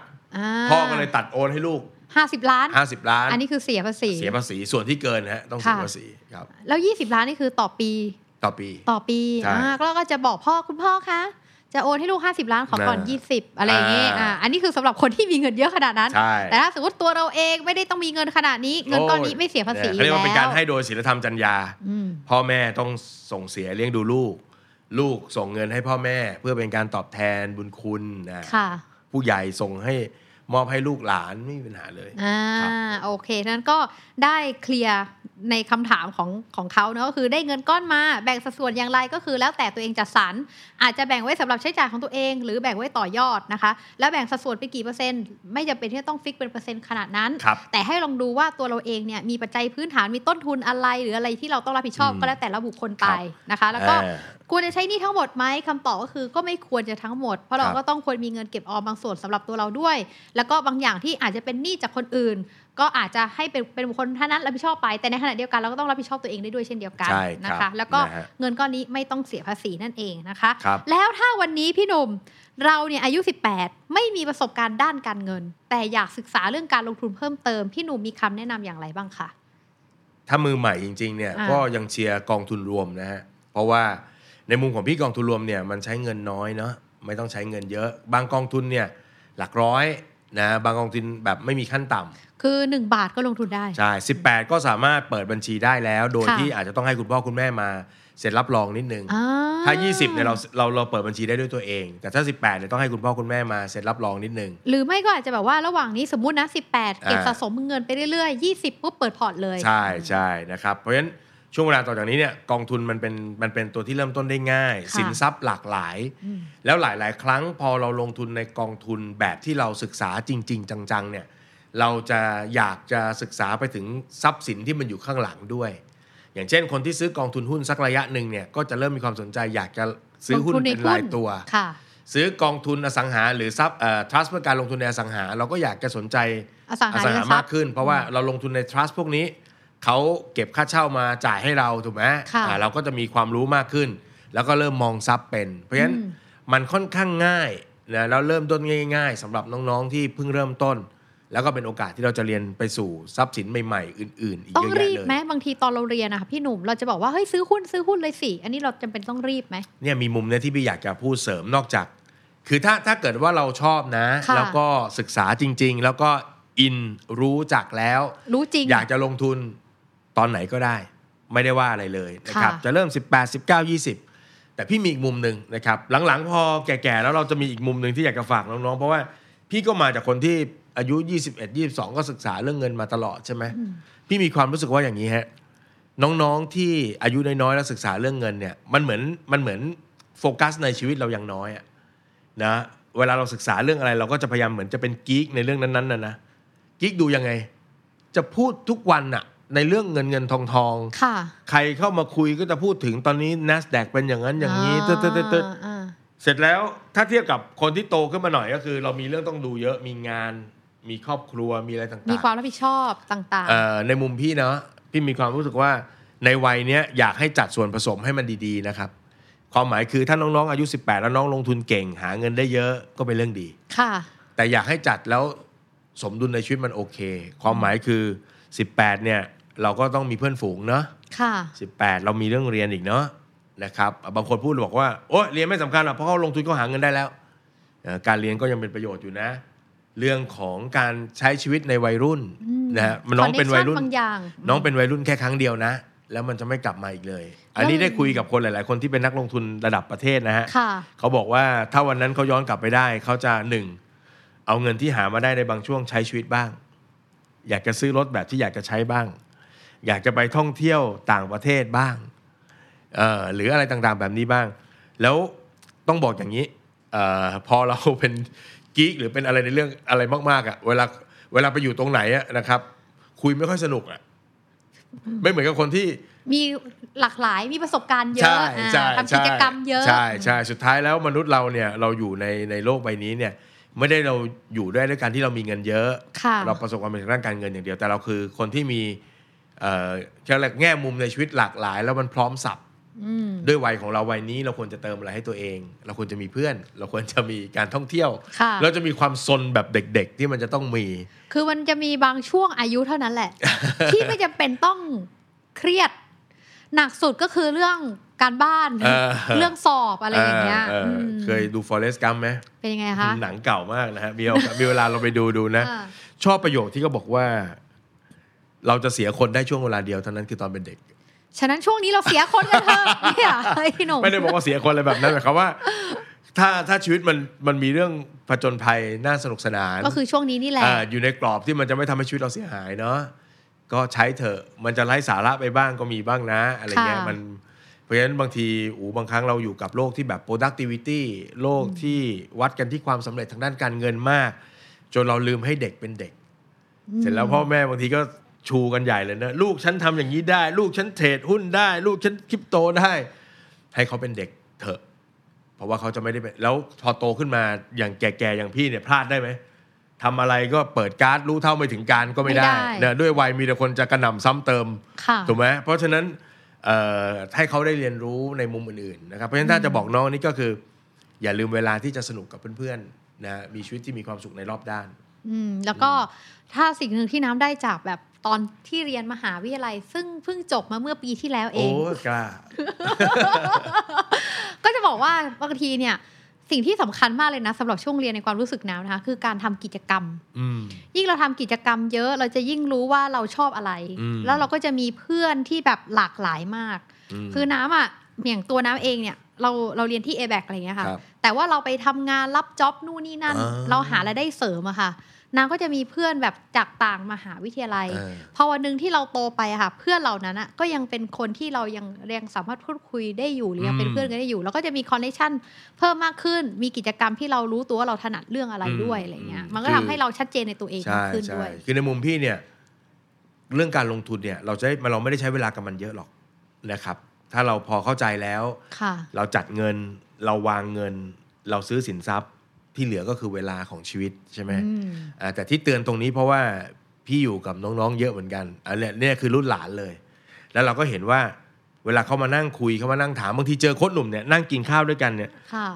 พ่อก็เลยตัดโอนให้ลูก ห้าสิบล้าน 50 ล้าน อันนี้คือเสียภาษี เสียภาษีส่วนที่เกินฮะต้องเสีย ค่ะ ภาษีครับ แล้วยี่สิบล้านนี่คือต่อปี ต่อปี ต่อปี ใช่ อ่าก็ก็จะบอกพ่อคุณพ่อคะ จะโอนให้ลูก 50 ล้านขอก่อน นะ 20 อะไรอย่างเงี้ยอ่า อ่า อันนี้คือสำหรับคนที่มีเงินเยอะขนาดนั้น ใช่ แต่ถ้าสมมติตัวเราเองไม่ได้ต้องมีเงินขนาดนี้ เงินก้อนนี้ไม่เสียภาษีอนี่เขาเรียก ยู่ ว่าเป็นการ แล้ว ให้โดยศีลธรรมจรรยา อืม พ่อแม่ต้องส่งเสียเลี้ยงดูลูก ลูกส่งเงินให้พ่อแม่ เพื่อเป็นการตอบแทนบุญคุณนะ ค่ะ ผู้ใหญ่ส่งให้มอบให้ลูกหลานไม่มีปัญหาเลย อ่า ครับ โอเคนั้นก็ได้เคลียร์ในคำถามของของเขาเนอะก็คือได้เงินก้อนมาแบ่งสัดส่วนอย่างไรก็คือแล้วแต่ตัวเองจัดสรรอาจจะแบ่งไว้สำหรับใช้จ่ายของตัวเอง หรือแบ่งไว้ต่อยอดนะคะ แล้วแบ่งสัดส่วนไปกี่เปอร์เซ็นต์ไม่จำเป็นที่จะต้องฟิกเป็นเปอร์เซ็นต์ขนาดนั้น ครับ แต่ให้ลองดูว่าตัวเราเองเนี่ยมีปัจจัยพื้นฐานมีต้นทุนอะไร หรืออะไรที่เราต้องรับผิดชอบ อืม ก็แล้วแต่ละบุคคลไปนะคะ แล้วก็ เออ ควรจะใช้หนี่ทั้งหมดไหมคำตอบก็คือก็ไม่ควรจะทั้งหมด เพราะเรา ครับ ก็ต้องควรมีเงินเก็บออมบางส่วนสำหรับตัวเราด้วย แล้วก็บางอย่างที่อาจจะเป็นหนี้จากคนอื่น ก็อาจจะให้เป็นเป็นบุคคลท่านนั้นรับผิดชอบไปแต่ในขณะเดียวกันเราก็ต้องรับผิดชอบตัวเองได้ด้วยเช่นเดียวกัน ใช่ครับ นะคะ แล้วก็ นะฮะ เงินก้อนนี้ไม่ต้องเสียภาษีนั่นเองนะคะ ครับ แล้วถ้าวันนี้พี่หนุ่มเราเนี่ยอายุ 18 ไม่มีประสบการณ์ด้านการเงิน แต่อยากศึกษาเรื่องการลงทุนเพิ่มเติม พี่หนุ่มมีคำแนะนำอย่างไรบ้างคะ ถ้ามือใหม่จริงๆเนี่ย อ่า ก็ยังเชียร์กองทุนรวมนะฮะเพราะว่าใน ในมุมของพี่กองทุนรวมเนี่ยมันใช้เงินน้อยเนาะไม่ต้องใช้เงินเยอะ บางกองทุนเนี่ยหลักร้อยนะบางกองทุนแบบไม่มีขั้นต่ำ คือ 1 บาทก็ลงทุนได้ ใช่ 18 ก็สามารถเปิดบัญชีได้แล้ว โดย ค่ะ ที่อาจจะต้องให้คุณพ่อคุณแม่มาเซ็นรับรองนิดนึง อ่ ถ้า 20เนี่ยเราเราเราเปิดบัญชีได้ด้วยตัวเอง แต่ถ้า 18เนี่ยต้องให้คุณพ่อคุณแม่มาเซ็นรับรองนิดนึง หรือไม่ก็อาจจะแบบว่าระหว่างนี้สมมตินะ 18 เก็บ อ่า สะสมเงินไปเรื่อยๆ 20ปุ๊บเปิดพอร์ตเลย ใช่ใช่นะครับ เพราะฉะนั้นช่วงเวลาต่อจากนี้เนี่ยกองทุนมันเป็นมันเป็นตัวที่เริ่มต้นได้ง่าย ค่ะ สินทรัพย์หลากหลาย อืม แล้วหลาย ๆ ครั้งพอเราลงทุนในกองทุนแบบที่เราศึกษาจริง ๆ จัง ๆ เนี่ยเราจะอยากจะศึกษาไปถึงทรัพย์สินที่มันอยู่ข้างหลังด้วย อย่างเช่น คนที่ซื้อกองทุนหุ้นสักระยะหนึ่งเนี่ยก็จะเริ่มมีความสนใจอยากจะซื้อหุ้น ลงทุใ เป็นรายตัว ค่ะ ซื้อกองทุนอสังหาหรือทรัพย์เอ่อทรัสเพื่อการลงทุนในอสังหา เราก็อยากจะสนใจ อสังหาริมทรัพย์ มากขึ้น เพราะว่าเราลงทุนในทรัสพวกนี้เขาเก็บค่าเช่ามาจ่ายให้เราถูกไหม ค่ะ อ่าเราก็จะมีความรู้มากขึ้น แล้วก็เริ่มมองทรัพย์เป็น เพราะฉะนั้น อืม มันค่อนข้างง่ายนะแล้วเริ่มต้นง่าย ๆสำหรับน้องๆที่เพิ่งเริ่มต้น แล้วก็เป็นโอกาสที่เราจะเรียนไปสู่ทรัพย์สินใหม่ๆ อื่นๆ อีก ต้อ เย ง อะ รีบแยะเลย ไหมบางทีตอนเราเรียนนะคะพี่หนุ่มเราจะบอกว่า เฮ้ยซื้อหุ้นซื้อหุ้นเลยสิ อันนี้เราจำเป็นต้องรีบไหม เนี่ยมีมุมเนี่ยที่พี่อยากจะพูดเสริมนอกจาก คือถ้าถ้าเกิดว่าเราชอบนะ ค่ะ แล้วก็ศึกษาจริง ๆ แล้วก็อินรู้จักแล้ว รู้จริง อยากจะลงทุนตอนไหนก็ได้ ไม่ได้ว่าอะไรเลยนะครับ ค่ะ จะเริ่ม 18 19 20 แต่พี่มีอีกมุมหนึ่งนะครับหลังๆ พอแก่ๆแล้วเราจะมีอีกมุมหนึ่งที่อยากจะฝากน้องๆ เพราะว่าพี่ก็มาจากคนที่อายุ 21 22 ก็ศึกษาเรื่องเงินมาตลอดใช่ไหม อืม พี่มีความรู้สึกว่าอย่างนี้ฮะน้องๆที่อายุน้อยๆแล้วศึกษาเรื่องเงินเนี่ยมันเหมือนมันเหมือนโฟกัสในชีวิตเรายังน้อยอะ นะเวลาเราศึกษาเรื่องอะไรเราก็จะพยายามเหมือนจะเป็นกิ๊กในเรื่องนั้นๆนะนะกิ๊กดูยังไง จะพูดทุกวันอะในเรื่องเงินเงินทองทอง ค่ะ ใครเข้ามาคุยก็จะพูดถึงตอนนี้ n a s d a q เป็นอย่างนั้นอย่างนี้ตึ๊ดตึ๊ดตึ๊ดตึ๊ด อ่าอ่า เสร็จแล้วถ้าเทียบกับคนที่โตขึ้นมาหน่อยก็คือ เรามีเรื่องต้องดูเยอะมีงาน มีครอบครัวมีอะไรต่างๆ มีความรับผิดชอบต่าง เอ่อในมุมพี่เนาะพี่มีความรู้สึกว่าในวัยเนี้ยอยากให้จัดส่วนผสมให้มันดีๆนะครับ ความหมายคือถ้าน้องๆอายุ 18 แล้วน้องลงทุนเก่ง หาเงินได้เยอะก็เป็นเรื่องดี ๆ ค่ะ แต่อยากให้จัดแล้วสมดุลในชีวิตมันโอเค ความหมายคือ 18 เนี่ย เราก็ต้องมีเพื่อนฝูงเนาะ ค่ะ 18 เรามีเรื่องเรียนอีกเนาะนะครับบางคนพูดบอกว่าโอ้เรียนไม่สำคัญหรอกเพราะเขาลงทุนเขาหาเงินได้แล้วเอ่อการเรียนก็ยังเป็นประโยชน์อยู่นะ เรื่องของการใช้ชีวิตในวัยรุ่น อืม นะฮะน้องเป็นวัยรุ่น คอเกชั่บางอย่าง น้องเป็นวัยรุ่นแค่ครั้งเดียวนะ แล้วมันจะไม่กลับมาอีกเลย อันนี้ได้คุยกับคนหลาย ๆ คนที่เป็นนักลงทุนระดับประเทศนะฮะ ค่ะ เขาบอกว่าถ้าวันนั้นเขาย้อนกลับไปได้เขาจะหนึ่งเอาเงินที่หามาได้ในบางช่วงใช้ชีวิตบ้าง อยากจะซื้อรถแบบที่อยากจะใช้บ้าง อยากจะไปท่องเที่ยวต่างประเทศบ้างเอ่อหรืออะไรต่าง ๆ แบบนี้บ้าง แล้วต้องบอกอย่างนี้เออพอเรา เป็นกิ๊กหรือเป็นอะไรในเรื่องอะไรมากๆอะ่ะเวลาเวลาไปอยู่ตรงไหนอะนะครับ คุยไม่ค่อยสนุกอ่ะไม่เหมือนกับคนที่ มีหลากหลาย มีประสบการณ์เย ใช่ อะอ่า ใช่ ทำกิจกรรมเยอะ ใช่ใช่สุดท้ายแล้วมนุษย์เราเนี่ยเราอยู่ในในโลกใบนี้เนี่ยไม่ได้เราอยู่ได้ด้วยการที่เรามีเงินเยอะ ค่ะ เราประสบความสำเร็จทางด้านการเงินอย่างเดียวแต่เราคือคนที่มีเอ่อเรียกอะไรแง่มุมในชีวิตหลากหลาย แล้วมันพร้อมสับ อืม ด้วยวัยของเราวัยนี้เราควรจะเติมอะไรให้ตัวเอง เราควรจะมีเพื่อน เราควรจะมีการท่องเที่ยว ค่ะ เราจะมีความซนแบบเด็ก ๆ ที่มันจะต้องมี คือมันจะมีบางช่วงอายุเท่า [laughs] นั้นแหละ ที่ไม่จำเป็นต้องเครียด หนักสุดก็คือเรื่องการบ้าน เออ เรื่องสอบอะไรอย่างเงี้ย ออออ ม เคยดู Forest Gump ไหม เป็นยังไงคะ หนังเก่ามากนะฮะมีโอกาสมีเวลาเราไปดูดูนะ อ่า ชอบประโยคที่เขาบอกว่า เราจะเสียคนได้ช่วงเวลาเดียวเท่านั้นคือตอนเป็นเด็ก ฉะนั้นช่วงนี้เราเสียคนกันเถอะ [laughs] เนี่ยเฮ้ยพี่หนุ่ม ไม่ได้บอกว่าเสียคนอะไรแบบนั้นหมายความว่า ถ้าถ้าชีวิตมันมันมีเรื่องผจญภัยน่าสนุกสนาน ก็คือช่วงนี้นี่แหละ อ่าอยู่ในกรอบที่มันจะไม่ทำให้ชีวิตเราเสียหายเนาะก็ใช้เถอะมันจะไร้สาระไปบ้างก็มีบ้างนะ อะไรเงี้ย ค่ะ มันเพราะฉะนั้นบางทีอูบางครั้งเราอยู่กับโลกที่แบบ productivity โลกที่วัดกันที่ความสำเร็จทางด้านการเงินมาก จนเราลืมให้เด็กเป็นเด็ก เสร็จแล้วพ่อแม่บางทีก็ชูกันใหญ่เลยนะลูกฉันทำอย่างนี้ได้ ลูกฉันเทรดหุ้นได้ ลูกฉันคริปโตได้ ให้เขาเป็นเด็กเถอะ เพราะว่าเขาจะไม่ได้เป็นแล้วพอโตขึ้นมาอย่างแก่ๆอย่างพี่เนี่ยพลาดได้ไหมทำอะไรก็เปิดการ์ดรู้เท่าไม่ถึงการก็ไม่ได้ ไม่ได้ นะด้วยวัยมีแต่คนจะกระหน่ำซ้ำเติม ค่ะ ถูกไหมเพราะฉะนั้นเอ่อให้เขาได้เรียนรู้ในมุมอื่นๆนะครับ เพราะฉะนั้นถ้าจะบอกน้องนี่ก็คือ อย่าลืมเวลาที่จะสนุกกับเพื่อนๆนะ มีชีวิตที่มีความสุขในรอบด้าน อืมแล้วก็ถ้าสิ่งหนึ่งที่น้ำได้จากแบบตอนที่เรียนมหาวิทยาลัย ซึ่งเพิ่งจบมาเมื่อปีที่แล้วเอ โอ้ ง กล้า ก็จะบอกว่าบางทีเนี่ยสิ่งที่สำคัญมากเลยนะสำหรับช่วงเรียนในความรู้สึกน้ำนะคะ คือการทำกิจกรรม อืม ยิ่งเราทำกิจกรรมเยอะเราจะยิ่งรู้ว่าเราชอบอะไร อืม แล้วเราก็จะมีเพื่อนที่แบบหลากหลายมาก ม คือน้ำอ่ะอย่างตัวน้ำเองเนี่ยเราเราเรียนที่ a b a c อะไรอย่างเงี้ยค่ะ ครับ แต่ว่าเราไปทำงานรับจ็อบนู่นนี่นั่น อ่า เราหารายได้เสริมอะค่ะน้ำก็จะมีเพื่อนแบบจากต่างมหาวิทยาลัย เออ พอวันหนึ่งที่เราโตไปอะค่ะ เพื่อนเหล่านั้นอะก็ยังเป็นคนที่เรายังยังสามารถพูดคุยได้อยู่หรือยังเป็น อืม เพื่อนกันได้อยู่ แล้วก็จะมีคอนเนคชั่นเพิ่มมากขึ้น มีกิจกรรมที่เรารู้ตัวว่าเราถนัดเรื่องอะไรด้วย อืม อะไรเงี้ย อืม มันก็ คือ ทำให้เราชัดเจนในตัวเอง ใช่ มากขึ้น ใช่ ด้วย คือในมุมพี่เนี่ย เรื่องการลงทุนเนี่ย เราจะได้เราไม่ได้ใช้เวลากับมันเยอะหรอกนะครับ ถ้าเราพอเข้าใจแล้ว ค่ะ เราจัดเงินเราวางเงิน เราซื้อสินทรัพย์ที่เหลือก็คือเวลาของชีวิตใช่ไหม อืม อ่าแต่ที่เตือนตรงนี้เพราะว่าพี่อยู่กับน้องๆ เยอะเหมือนกันอันเนี้ยเนี่ยคือรุ่นหลานเลย แล้วเราก็เห็นว่าเวลาเขามานั่งคุยเขามานั่งถามบางทีเจอโค้ชหนุ่มเนี่ยนั่งกินข้าวด้วยกันเนี่ย [laughs] ค่ะ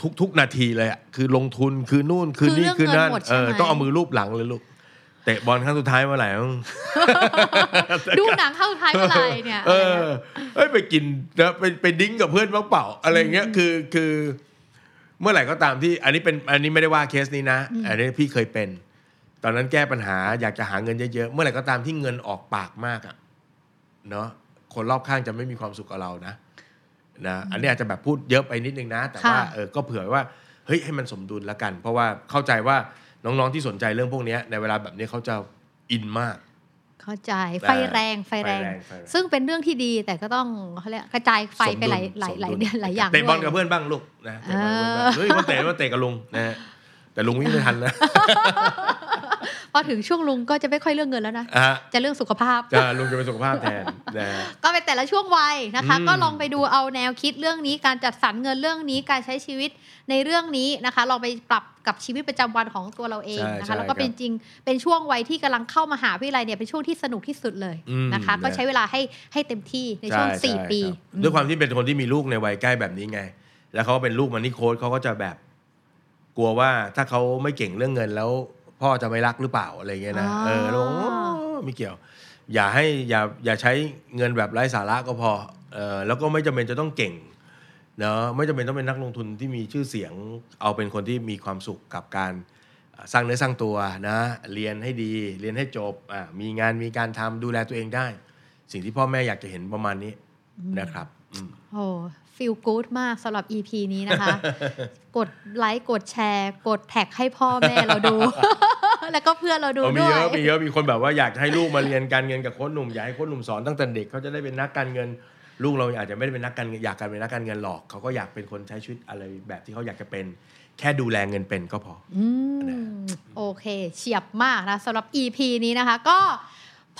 ทุกทุกนาทีเลยอะคือลงทุนคือนู่นคือนี่ คื คือ อ เรื่อ นั่ ง น เงินหมดใช่ เอ ไหม อต้องเอามือลูบหลังเลยลูกเตะบอลครั้งสุดท้ายเมื่อไหร่มึง ดูหนังเข้าท้ายเมื่อไหร่เนี่ย เอ อะไร อ เงี้ย เอ้ยไปกินนะไปไปดิ้งกับเพื่อนบ้างเปล่า อะไรเงี้ยคือคือ เมื่อไหร่ก็ตามที่ อันนี้เป็นอันนี้ไม่ได้ว่าเคสนี้นะ อืม อันนี้พี่เคยเป็น ตอนนั้นแก้ปัญหาอยากจะหาเงินเยอะๆเมื่อไหร่ก็ตามที่เงินออกปากมากอะเนาะคนรอบข้างจะไม่มีความสุขกับเรานะนะอันนี้อาจจะแบบพูดเยอะไปนิดนึงนะ แต่ว่า ค่ะ เออก็เผื่อไว้ว่าเฮ้ยให้มันสมดุลละกัน เพราะว่าเข้าใจว่าน้องๆที่สนใจเรื่องพวกเนี้ยในเวลาแบบนี้เขาจะอินมาก เข้าใจไฟแรงไฟแรง ไฟแรงไฟแรง ซึ่งเป็นเรื่องที่ดีแต่ก็ต้องเขาเรียกกระจายไฟไปหลายหลายหลายเดือนหลายอย่าง เตะบอล ด้ว กับเพื่อนบ้างลูกนะเตะบอลกับเพื่อนบ้างเฮ้ยมาเตะมาเตะกับลุงนะฮะแต่ลุงวิ่งไม่ทันนะ [laughs] พอถึงช่วงลุงก็จะไม่ค่อยเรื่องเงินแล้วนะ อ่ะ จะเรื่องสุขภาพ จะลุงจะเป็นสุขภาพแทนนะฮะ ก็เป็นแต่ละช่วงวัยนะคะ อืม ก็ลองไปดูเอาแนวคิดเรื่องนี้การจัดสรรเงินเรื่องนี้การใช้ชีวิตในเรื่องนี้นะคะลองไปปรับกับชีวิตประจำวันของตัวเราเอง ใช่ นะ ใช่ คะ แล้วก็เป็นจริงเป็นช่วงวัยที่กำลังเข้ามหาวิทยาลัยเนี่ยเป็นช่วงที่สนุกที่สุดเลยนะคะ อืม ก็ใช้เวลาให้ให้เต็มที่ในช่วงสี่ปีใใครับ อืม ด้วยความที่เป็นคนที่มีลูกในวัยใกล้แบบนี้ไง แล้วเขาเป็นลูกมันนี่โค้ดเขาก็จะแบบ กลัวว่าถ้าเขาไม่เก่งเรื่องเงินแล้ว พ่อจะไม่รักหรือเปล่าอะไรเงี้ยนะ อ๋อ เออแล้วบอกโอ้ไม่เกี่ยว อย่าให้อย่าอย่าใช้เงินแบบไร้สาระก็พอเออแล้วก็ไม่จำเป็นจะต้องเก่งเนาะไม่จำเป็นต้องเป็นนักลงทุนที่มีชื่อเสียงเอาเป็นคนที่มีความสุขกับการเอ่อสร้างเนื้อสร้างตัวนะ เรียนให้ดีเรียนให้จบอ่ะมีงานมีการทำดูแลตัวเองได้ สิ่งที่พ่อแม่อยากจะเห็นประมาณนี้นะครับอืม โอ้ฟีลกู๊ดมากสำหรับ EP นี้นะคะ [laughs] กดไลค์กดแชร์ กดแท็กให้พ่อแม่เรา [laughs] ดู แล้วก็เพื่อนเราดู เออมี ด้วย เยอะมีเยอะมีคนแบบว่าอยากให้ลูกมาเรียนการเงินกับโค้ชหนุ่มอยากให้โค้ชหนุ่มสอนตั้งแต่เด็กเขาจะได้เป็นนักการเงิน ลูกเราอาจจะไม่ได้เป็นนักการเงินอยากการเป็นนักการเงินหรอกเขาก็อยากเป็นคนใช้ชีวิตอะไรแบบที่เขาอยากจะเป็น แค่ดูแลเงินเป็นก็พอ อืม โอเค เฉียบมากนะสำหรับ EP นี้นะคะ ก็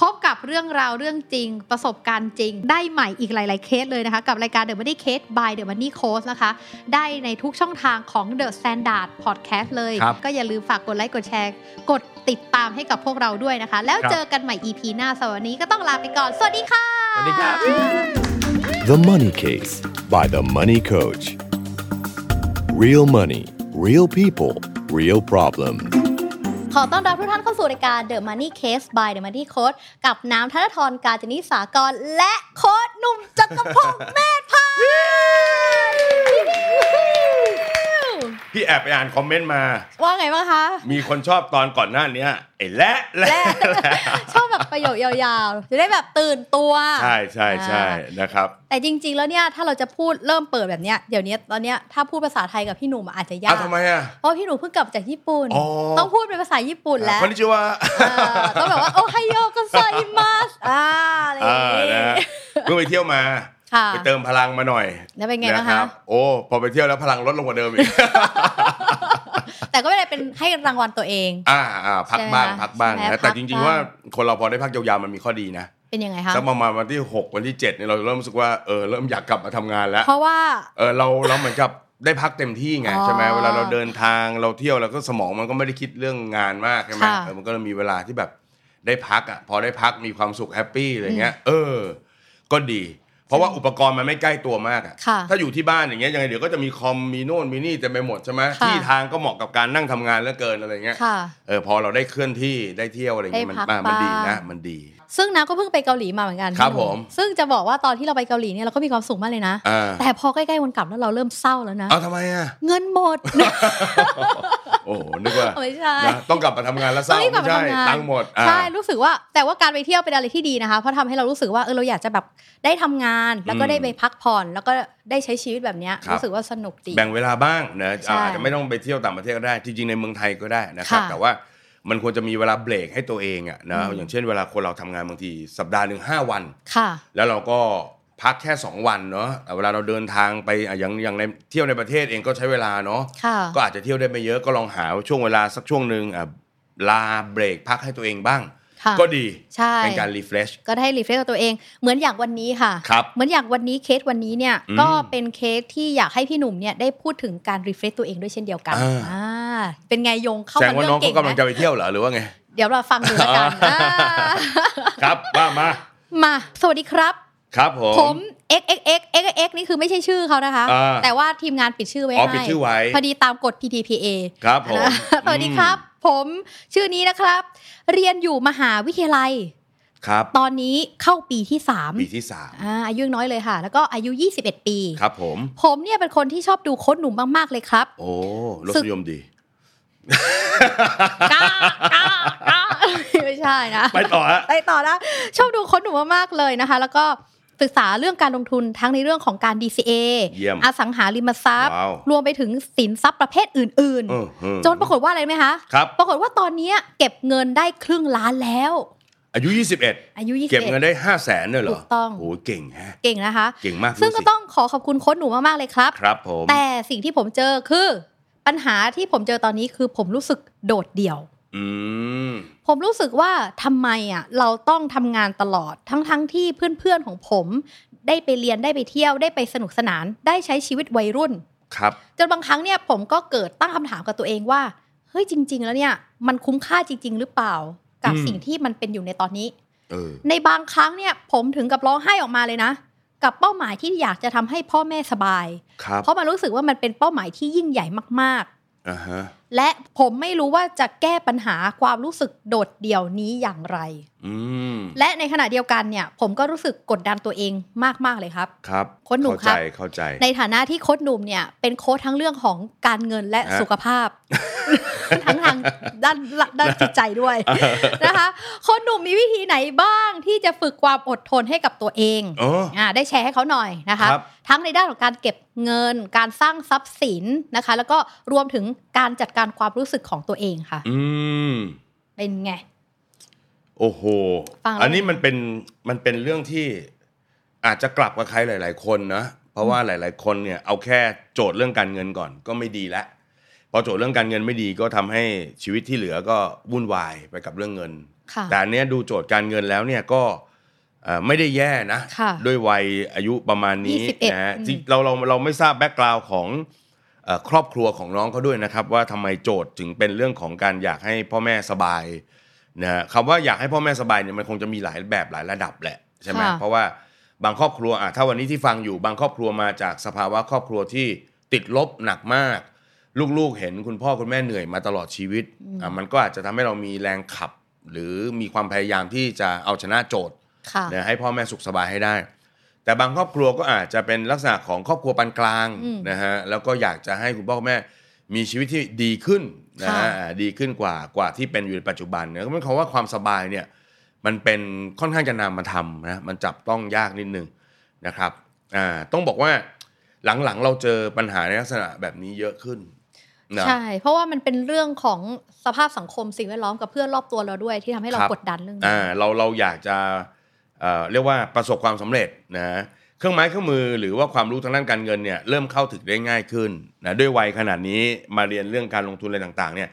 พบกับเรื่องราวเรื่องจริง ประสบการณ์จริง ได้ใหม่อีกหลาย ๆ เคสเลยนะคะ กับรายการ The Money Case by The Money Coach นะคะ ได้ในทุกช่องทางของ The Standard Podcast เลย ครับ ก็อย่าลืมฝากกดไลค์กดแชร์ กดติดตามให้กับพวกเราด้วยนะคะ แล้ว ครับ เจอกันใหม่ EP หน้าสำหรับวันนี้ก็ต้องลาไปก่อน สวัสดีค่ะ สวัสดีครับ The Money Case by The Money Coach. Real money, real people, real problems. ขอต้อนรับทุกท่านเข้าสู่รายการ The Money Case by The Money Coach กับน้ำธนทรการจนิสากร และโค้ดหนุ่มจักรพงศ์เมธพันธ์ พี่แอบไปอ่านคอมเมนต์มา ว่าไงบ้างคะ มีคนชอบตอนก่อนหน้านี้ไอ้และและ และ ชอบแบบประโยคยาวๆ จะได้แบบตื่นตัว ใช่ใช่ใช่ อ่า นะครับ แต่จริงๆ แล้วเนี่ย ถ้าเราจะพูดเริ่มเปิดแบบเนี้ยเดี๋ยวนี้ตอนเนี้ยถ้าพูดภาษาไทยกับพี่หนุ่มอาจจะยา เอา ก ทำไมอ่ะ เพราะพี่หนุ่มเพิ่งกลับจากญี่ปุ่น อ๋อ ต้องพูดเป็นภาษาญี่ปุ่นแล้ว คนที่ชื่อว่า เออต้องแบบว่า โอไฮโอกันไซมัสอ่าอะไรอย่าง อ่า งี้ นะฮะเพิ่งไปเที่ยวมา ค่ะ ไปเติมพลังมาหน่อย แล้วเป็นไง นะ นะ ค คะ รับ โอ้พอไปเที่ยวแล้วพลังลดลงกว่าเดิมอีก แต่ก็ไม่ได้เป็นให้รางวัลตัวเอง อ่าอ่าพักบ้าง ใช่ไหม พักบ้าง ใช่ไหม นะแต่ พัก จริง บ้าง ๆว่าคนเราพอได้พักยาวๆมันมีข้อดีนะ เป็นยังไงคะ สักประมาณวันที่ 6 วันที่7เนี่ยเราเริ่มรู้สึกว่าเออเริ่มอยากกลับมาทำงานแล้ว เพราะว่า เออเราเราเหมือนกับได้พักเต็มที่ไง อ๋อ ใช่ไหมเวลาเราเดินทางเราเที่ยวเราก็สมองมันก็ไม่ได้คิดเรื่องงานมากใช่ไหม ค่ะ เออมันก็มีเวลาที่แบบได้พักอ่ะพอได้พักมีความสุขแฮปปี้อะไรเงี้ยเออ ก็ดี เพราะว่าอุปกรณ์มันไม่ใกล้ตัวมากอะ ค่ะ ถ้าอยู่ที่บ้านอย่างเงี้ยยังไงเดี๋ยวก็จะมีคอมมีโน่นมีนี่เต็มไปหมดใช่ไหม ค่ะ ที่ทางก็เหมาะกับการนั่งทำงานเหลือเกินอะไรเงี้ย ค่ะ เออพอเราได้เคลื่อนที่ได้เที่ยวอะไรเงี้ยมัน ได้พัก อ่ะมันดี บ้า นะ ง มันดี ซึ่งน้ำก็เพิ่งไปเกาหลีมาเหมือนกัน ครับผม ซึ่งจะบอกว่าตอนที่เราไปเกาหลีเนี่ยเราก็มีความสุขมากเลยนะ อ่า แต่พอใกล้ๆวันกลับแล้วเราเริ่มเศร้าแล้วนะ เอาทำไมอ่ะ เงินหมด โอ้โหนึกว่า [laughs] ไม่ใช่ นะต้องกลับมาทำงานแล้วเศร้า ต้องรีบกลับ ไม่ มาทำใช่งาน ตังค์หมดอ่า ใช่รู้สึกว่าแต่ว่าการไปเที่ยวเป็นอะไรที่ดีนะคะเพราะทำให้เรารู้สึกว่าเออเราอยากจะแบบได้ทำงาน แล้วก็ อืม ได้ไปพักผ่อนแล้วก็ได้ใช้ชีวิตแบบเนี้ย ครับ รู้สึกว่าสนุกดี แบ่งเวลาบ้างนะ ใช่ อ่าอาจจะไม่ต้องไปเที่ยวต่างประเทศก็ได้ จริงๆในเมืองไทยก็ได้นะครับ ค่ะ แต่ว่ามันควรจะมีเวลาเบรกให้ตัวเองอะนะ อืม อย่างเช่นเวลาคนเราทำงานบางทีสัปดาห์หนึ่งห้าวัน ค่ะ แล้วเราก็พักแค่ 2 วันเนาะแต่เวลาเราเดินทางไปอ่ะอย่างอย่างในเที่ยวในประเทศเองก็ใช้เวลาเนาะ ค่ะ ก็อาจจะเที่ยวได้ไม่เยอะก็ลองหาช่วงเวลาสักช่วงหนึ่งอ่ะลาเบรกพักให้ตัวเองบ้าง ค่ะ ก็ดี ใช่ เป็นการรีเฟรช ก็ได้รีเฟรชกับตัวเอง เหมือนอย่างวันนี้ค่ะ ครับ เหมือนอย่างวันนี้เคสวันนี้เนี่ย อืม ก็เป็นเคสที่อยากให้พี่หนุ่มเนี่ยได้พูดถึงการรีเฟรชตัวเองด้วยเช่นเดียวกัน อ่า อ่าเป็นไงยงเข้า แสด มาง ว่า เรื่ น้อ อง งเก่ เขา ง กำลัง นะ จะไปเที่ยวเหรอหรือว่าไง เดี๋ยวเราฟังดูแล้วกัน อ่า อ่า ครับว่ามา มาสวัสดีครับ ครับผม ผม x x x x x นี่คือไม่ใช่ชื่อเขานะคะ อ่า แต่ว่าทีมงานปิดชื่อไว้ อ๋ ให้ อปิดชื่อไว้ พอดีตามกฎ PTPA ครับผม นะ [laughs] สวัสดีครับ ผมชื่อนี้นะครับ เรียนอยู่มหาวิทยาลัย ครับ ตอนนี้เข้าปีที่3าม ปีที่สาม อ่าอายุยังน้อยเลยค่ะ แล้วก็อายุ 21 ปี ครับผม ผมเนี่ยเป็นคนที่ชอบดูโค้ดหนุ่มมาก ๆ เลยครับ โอ้รสนิยมดี กล้ากล้าก [laughs] ล้าไม่ใช่นะ ไปต่อฮะ ไปต่อนะชอบดูค้นหนูมาก ๆ เลยนะคะ แล้วก็ศึกษาเรื่องการลงทุนทั้งในเรื่องของการ DCA เยี่ยม อสังหาริมทรัพย์ ว้าว รวมไปถึงสินทรัพย์ประเภทอื่น เออเออ ๆ จนปรากฏว่าอะไรรู้ไหมคะ ครับ ปรากฏว่าตอนเนี้ยเก็บเงินได้ครึ่งล้านแล้ว อายุ 21 อายุ เก็บเงิน 21 ได้ 5 0 0แสนเนี่ยเหรอ ถูกต้อง โอ้เก่งฮะ เก่งนะคะ เก่งมาก ซึ่งก็ ดูสิ ต้องขอขอบคุณโค้ชหนูมาก ๆ เลยครับ ครับผม แต่สิ่งที่ผมเจอคือ ปัญหาที่ผมเจอตอนนี้คือผมรู้สึกโดดเดี่ยว อืม ผมรู้สึกว่าทำไมอ่ะเราต้องทำงานตลอดทั้งๆทที่เพื่อนๆของผม ได้ไปเรียนได้ไปเที่ยวได้ไปสนุกสนานได้ใช้ชีวิตวัยรุ่น ครับ จนบางครั้งเนี่ยผมก็เกิดตั้งคำถามกับตัวเองว่าเฮ้ยจริง ๆ แล้วเนี่ยมันคุ้มค่าจริง ๆ หรือเปล่า กับ อืม สิ่งที่มันเป็นอยู่ในตอนนี้ เออ ในบางครั้งเนี่ยผมถึงกับร้องไห้ออกมาเลยนะ กับเป้าหมายที่อยากจะทำให้พ่อแม่สบาย ครับ เพราะมันรู้สึกว่ามันเป็นเป้าหมายที่ยิ่งใหญ่มากๆ อ่าฮะ และผมไม่รู้ว่าจะแก้ปัญหาความรู้สึกโดดเดี่ยวนี้อย่างไร อืม และในขณะเดียวกันเนี่ย ผมก็รู้สึกกดดันตัวเองมาก ๆ เลยครับ ครับ คนหนุ่ม เข้าใจ ครับ เข้าใจ ในฐานะที่โค้ชหนุ่มเนี่ย เป็นโค้ชทั้งเรื่องของการเงินและ ฮะ สุขภาพ [laughs] ทั้งทางด้านด้านจิตใจ [laughs] ด้วย นะคะโค้ชหนุ่มมีวิธีไหนบ้างที่จะฝึกความอดทนให้กับตัวเอง โอ้ อ่าได้แชร์ให้เขาหน่อยนะคะ ครับ ทั้งในด้านของการเก็บเงิน การสร้างทรัพย์สินนะคะ แล้วก็รวมถึงการจัดการความรู้สึกของตัวเองค่ะ อืม เป็นไง โอ้โห ฟังแล้ว อันนี้มันเป็นมันเป็นเรื่องที่อาจจะกลับกับใครหลาย ๆ คนนะ เพราะว่าหลาย ๆ คนเนี่ยเอาแค่โจทย์เรื่องการเงินก่อนก็ไม่ดีละพอโจทย์เรื่องการเงินไม่ดีก็ทำให้ชีวิตที่เหลือก็วุ่นวายไปกับเรื่องเงิน ค่ะ แต่อันเนี้ยดูโจทย์การเงินแล้วเนี่ยก็เอ่อไม่ได้แย่นะ ค่ะ ด้วยวัยอายุประมาณนี้ 21 นะฮะ อืม ที่เราเราเราไม่ทราบแบ็กกราวน์ของเอ่อครอบครัวของน้องเขาด้วยนะครับ ว่าทำไมโจทย์ถึงเป็นเรื่องของการอยากให้พ่อแม่สบายนะฮะคำว่าอยากให้พ่อแม่สบายเนี่ยมันคงจะมีหลายแบบหลายระดับแหละใช่ไหม ค่ะ เพราะว่าบางครอบครัวอ่ะถ้าวันนี้ที่ฟังอยู่บางครอบครัวมาจากสภาวะครอบครัวที่ติดลบหนักมาก ลูกๆ เห็นคุณพ่อคุณแม่เหนื่อยมาตลอดชีวิต อืม อ่ะมันก็อาจจะทำให้เรามีแรงขับ หรือมีความพยายามที่จะเอาชนะโจทย์ ค่ะ นะให้พ่อแม่สุขสบายให้ได้ แต่บางครอบครัวก็อาจจะเป็นลักษณะของครอบครัวปานกลาง อืม นะฮะแล้วก็อยากจะให้คุณพ่อคุณแม่มีชีวิตที่ดีขึ้นนะฮะ ค่ะ อ่าดีขึ้นกว่ากว่าที่เป็นอยู่ในปัจจุบันเนี่ยก็เป็นคำว่าความสบายเนี่ยมันเป็นค่อนข้างจะนามธรรมนะมันจับต้องยากนิดนึงนะครับอ่าต้องบอกว่าหลังๆเราเจอปัญหาในลักษณะแบบนี้เยอะขึ้นนะ ใช่ เพราะว่ามันเป็นเรื่องของสภาพสังคมสิ่งแวดล้อมกับเพื่อนรอบตัวเราด้วยที่ทำให้เรา ครับ กดดันเรื่องนี้ อ่าเราเราอยากจะเอ่อเรียกว่าประสบความสำเร็จนะเครื่องไม้เครื่องมือหรือว่าความรู้ทางด้านการเงินเนี่ยเริ่มเข้าถึงได้ง่ายขึ้นนะด้วยวัยขนาดนี้มาเรียนเรื่องการลงทุนอะไรต่างๆเนี่ย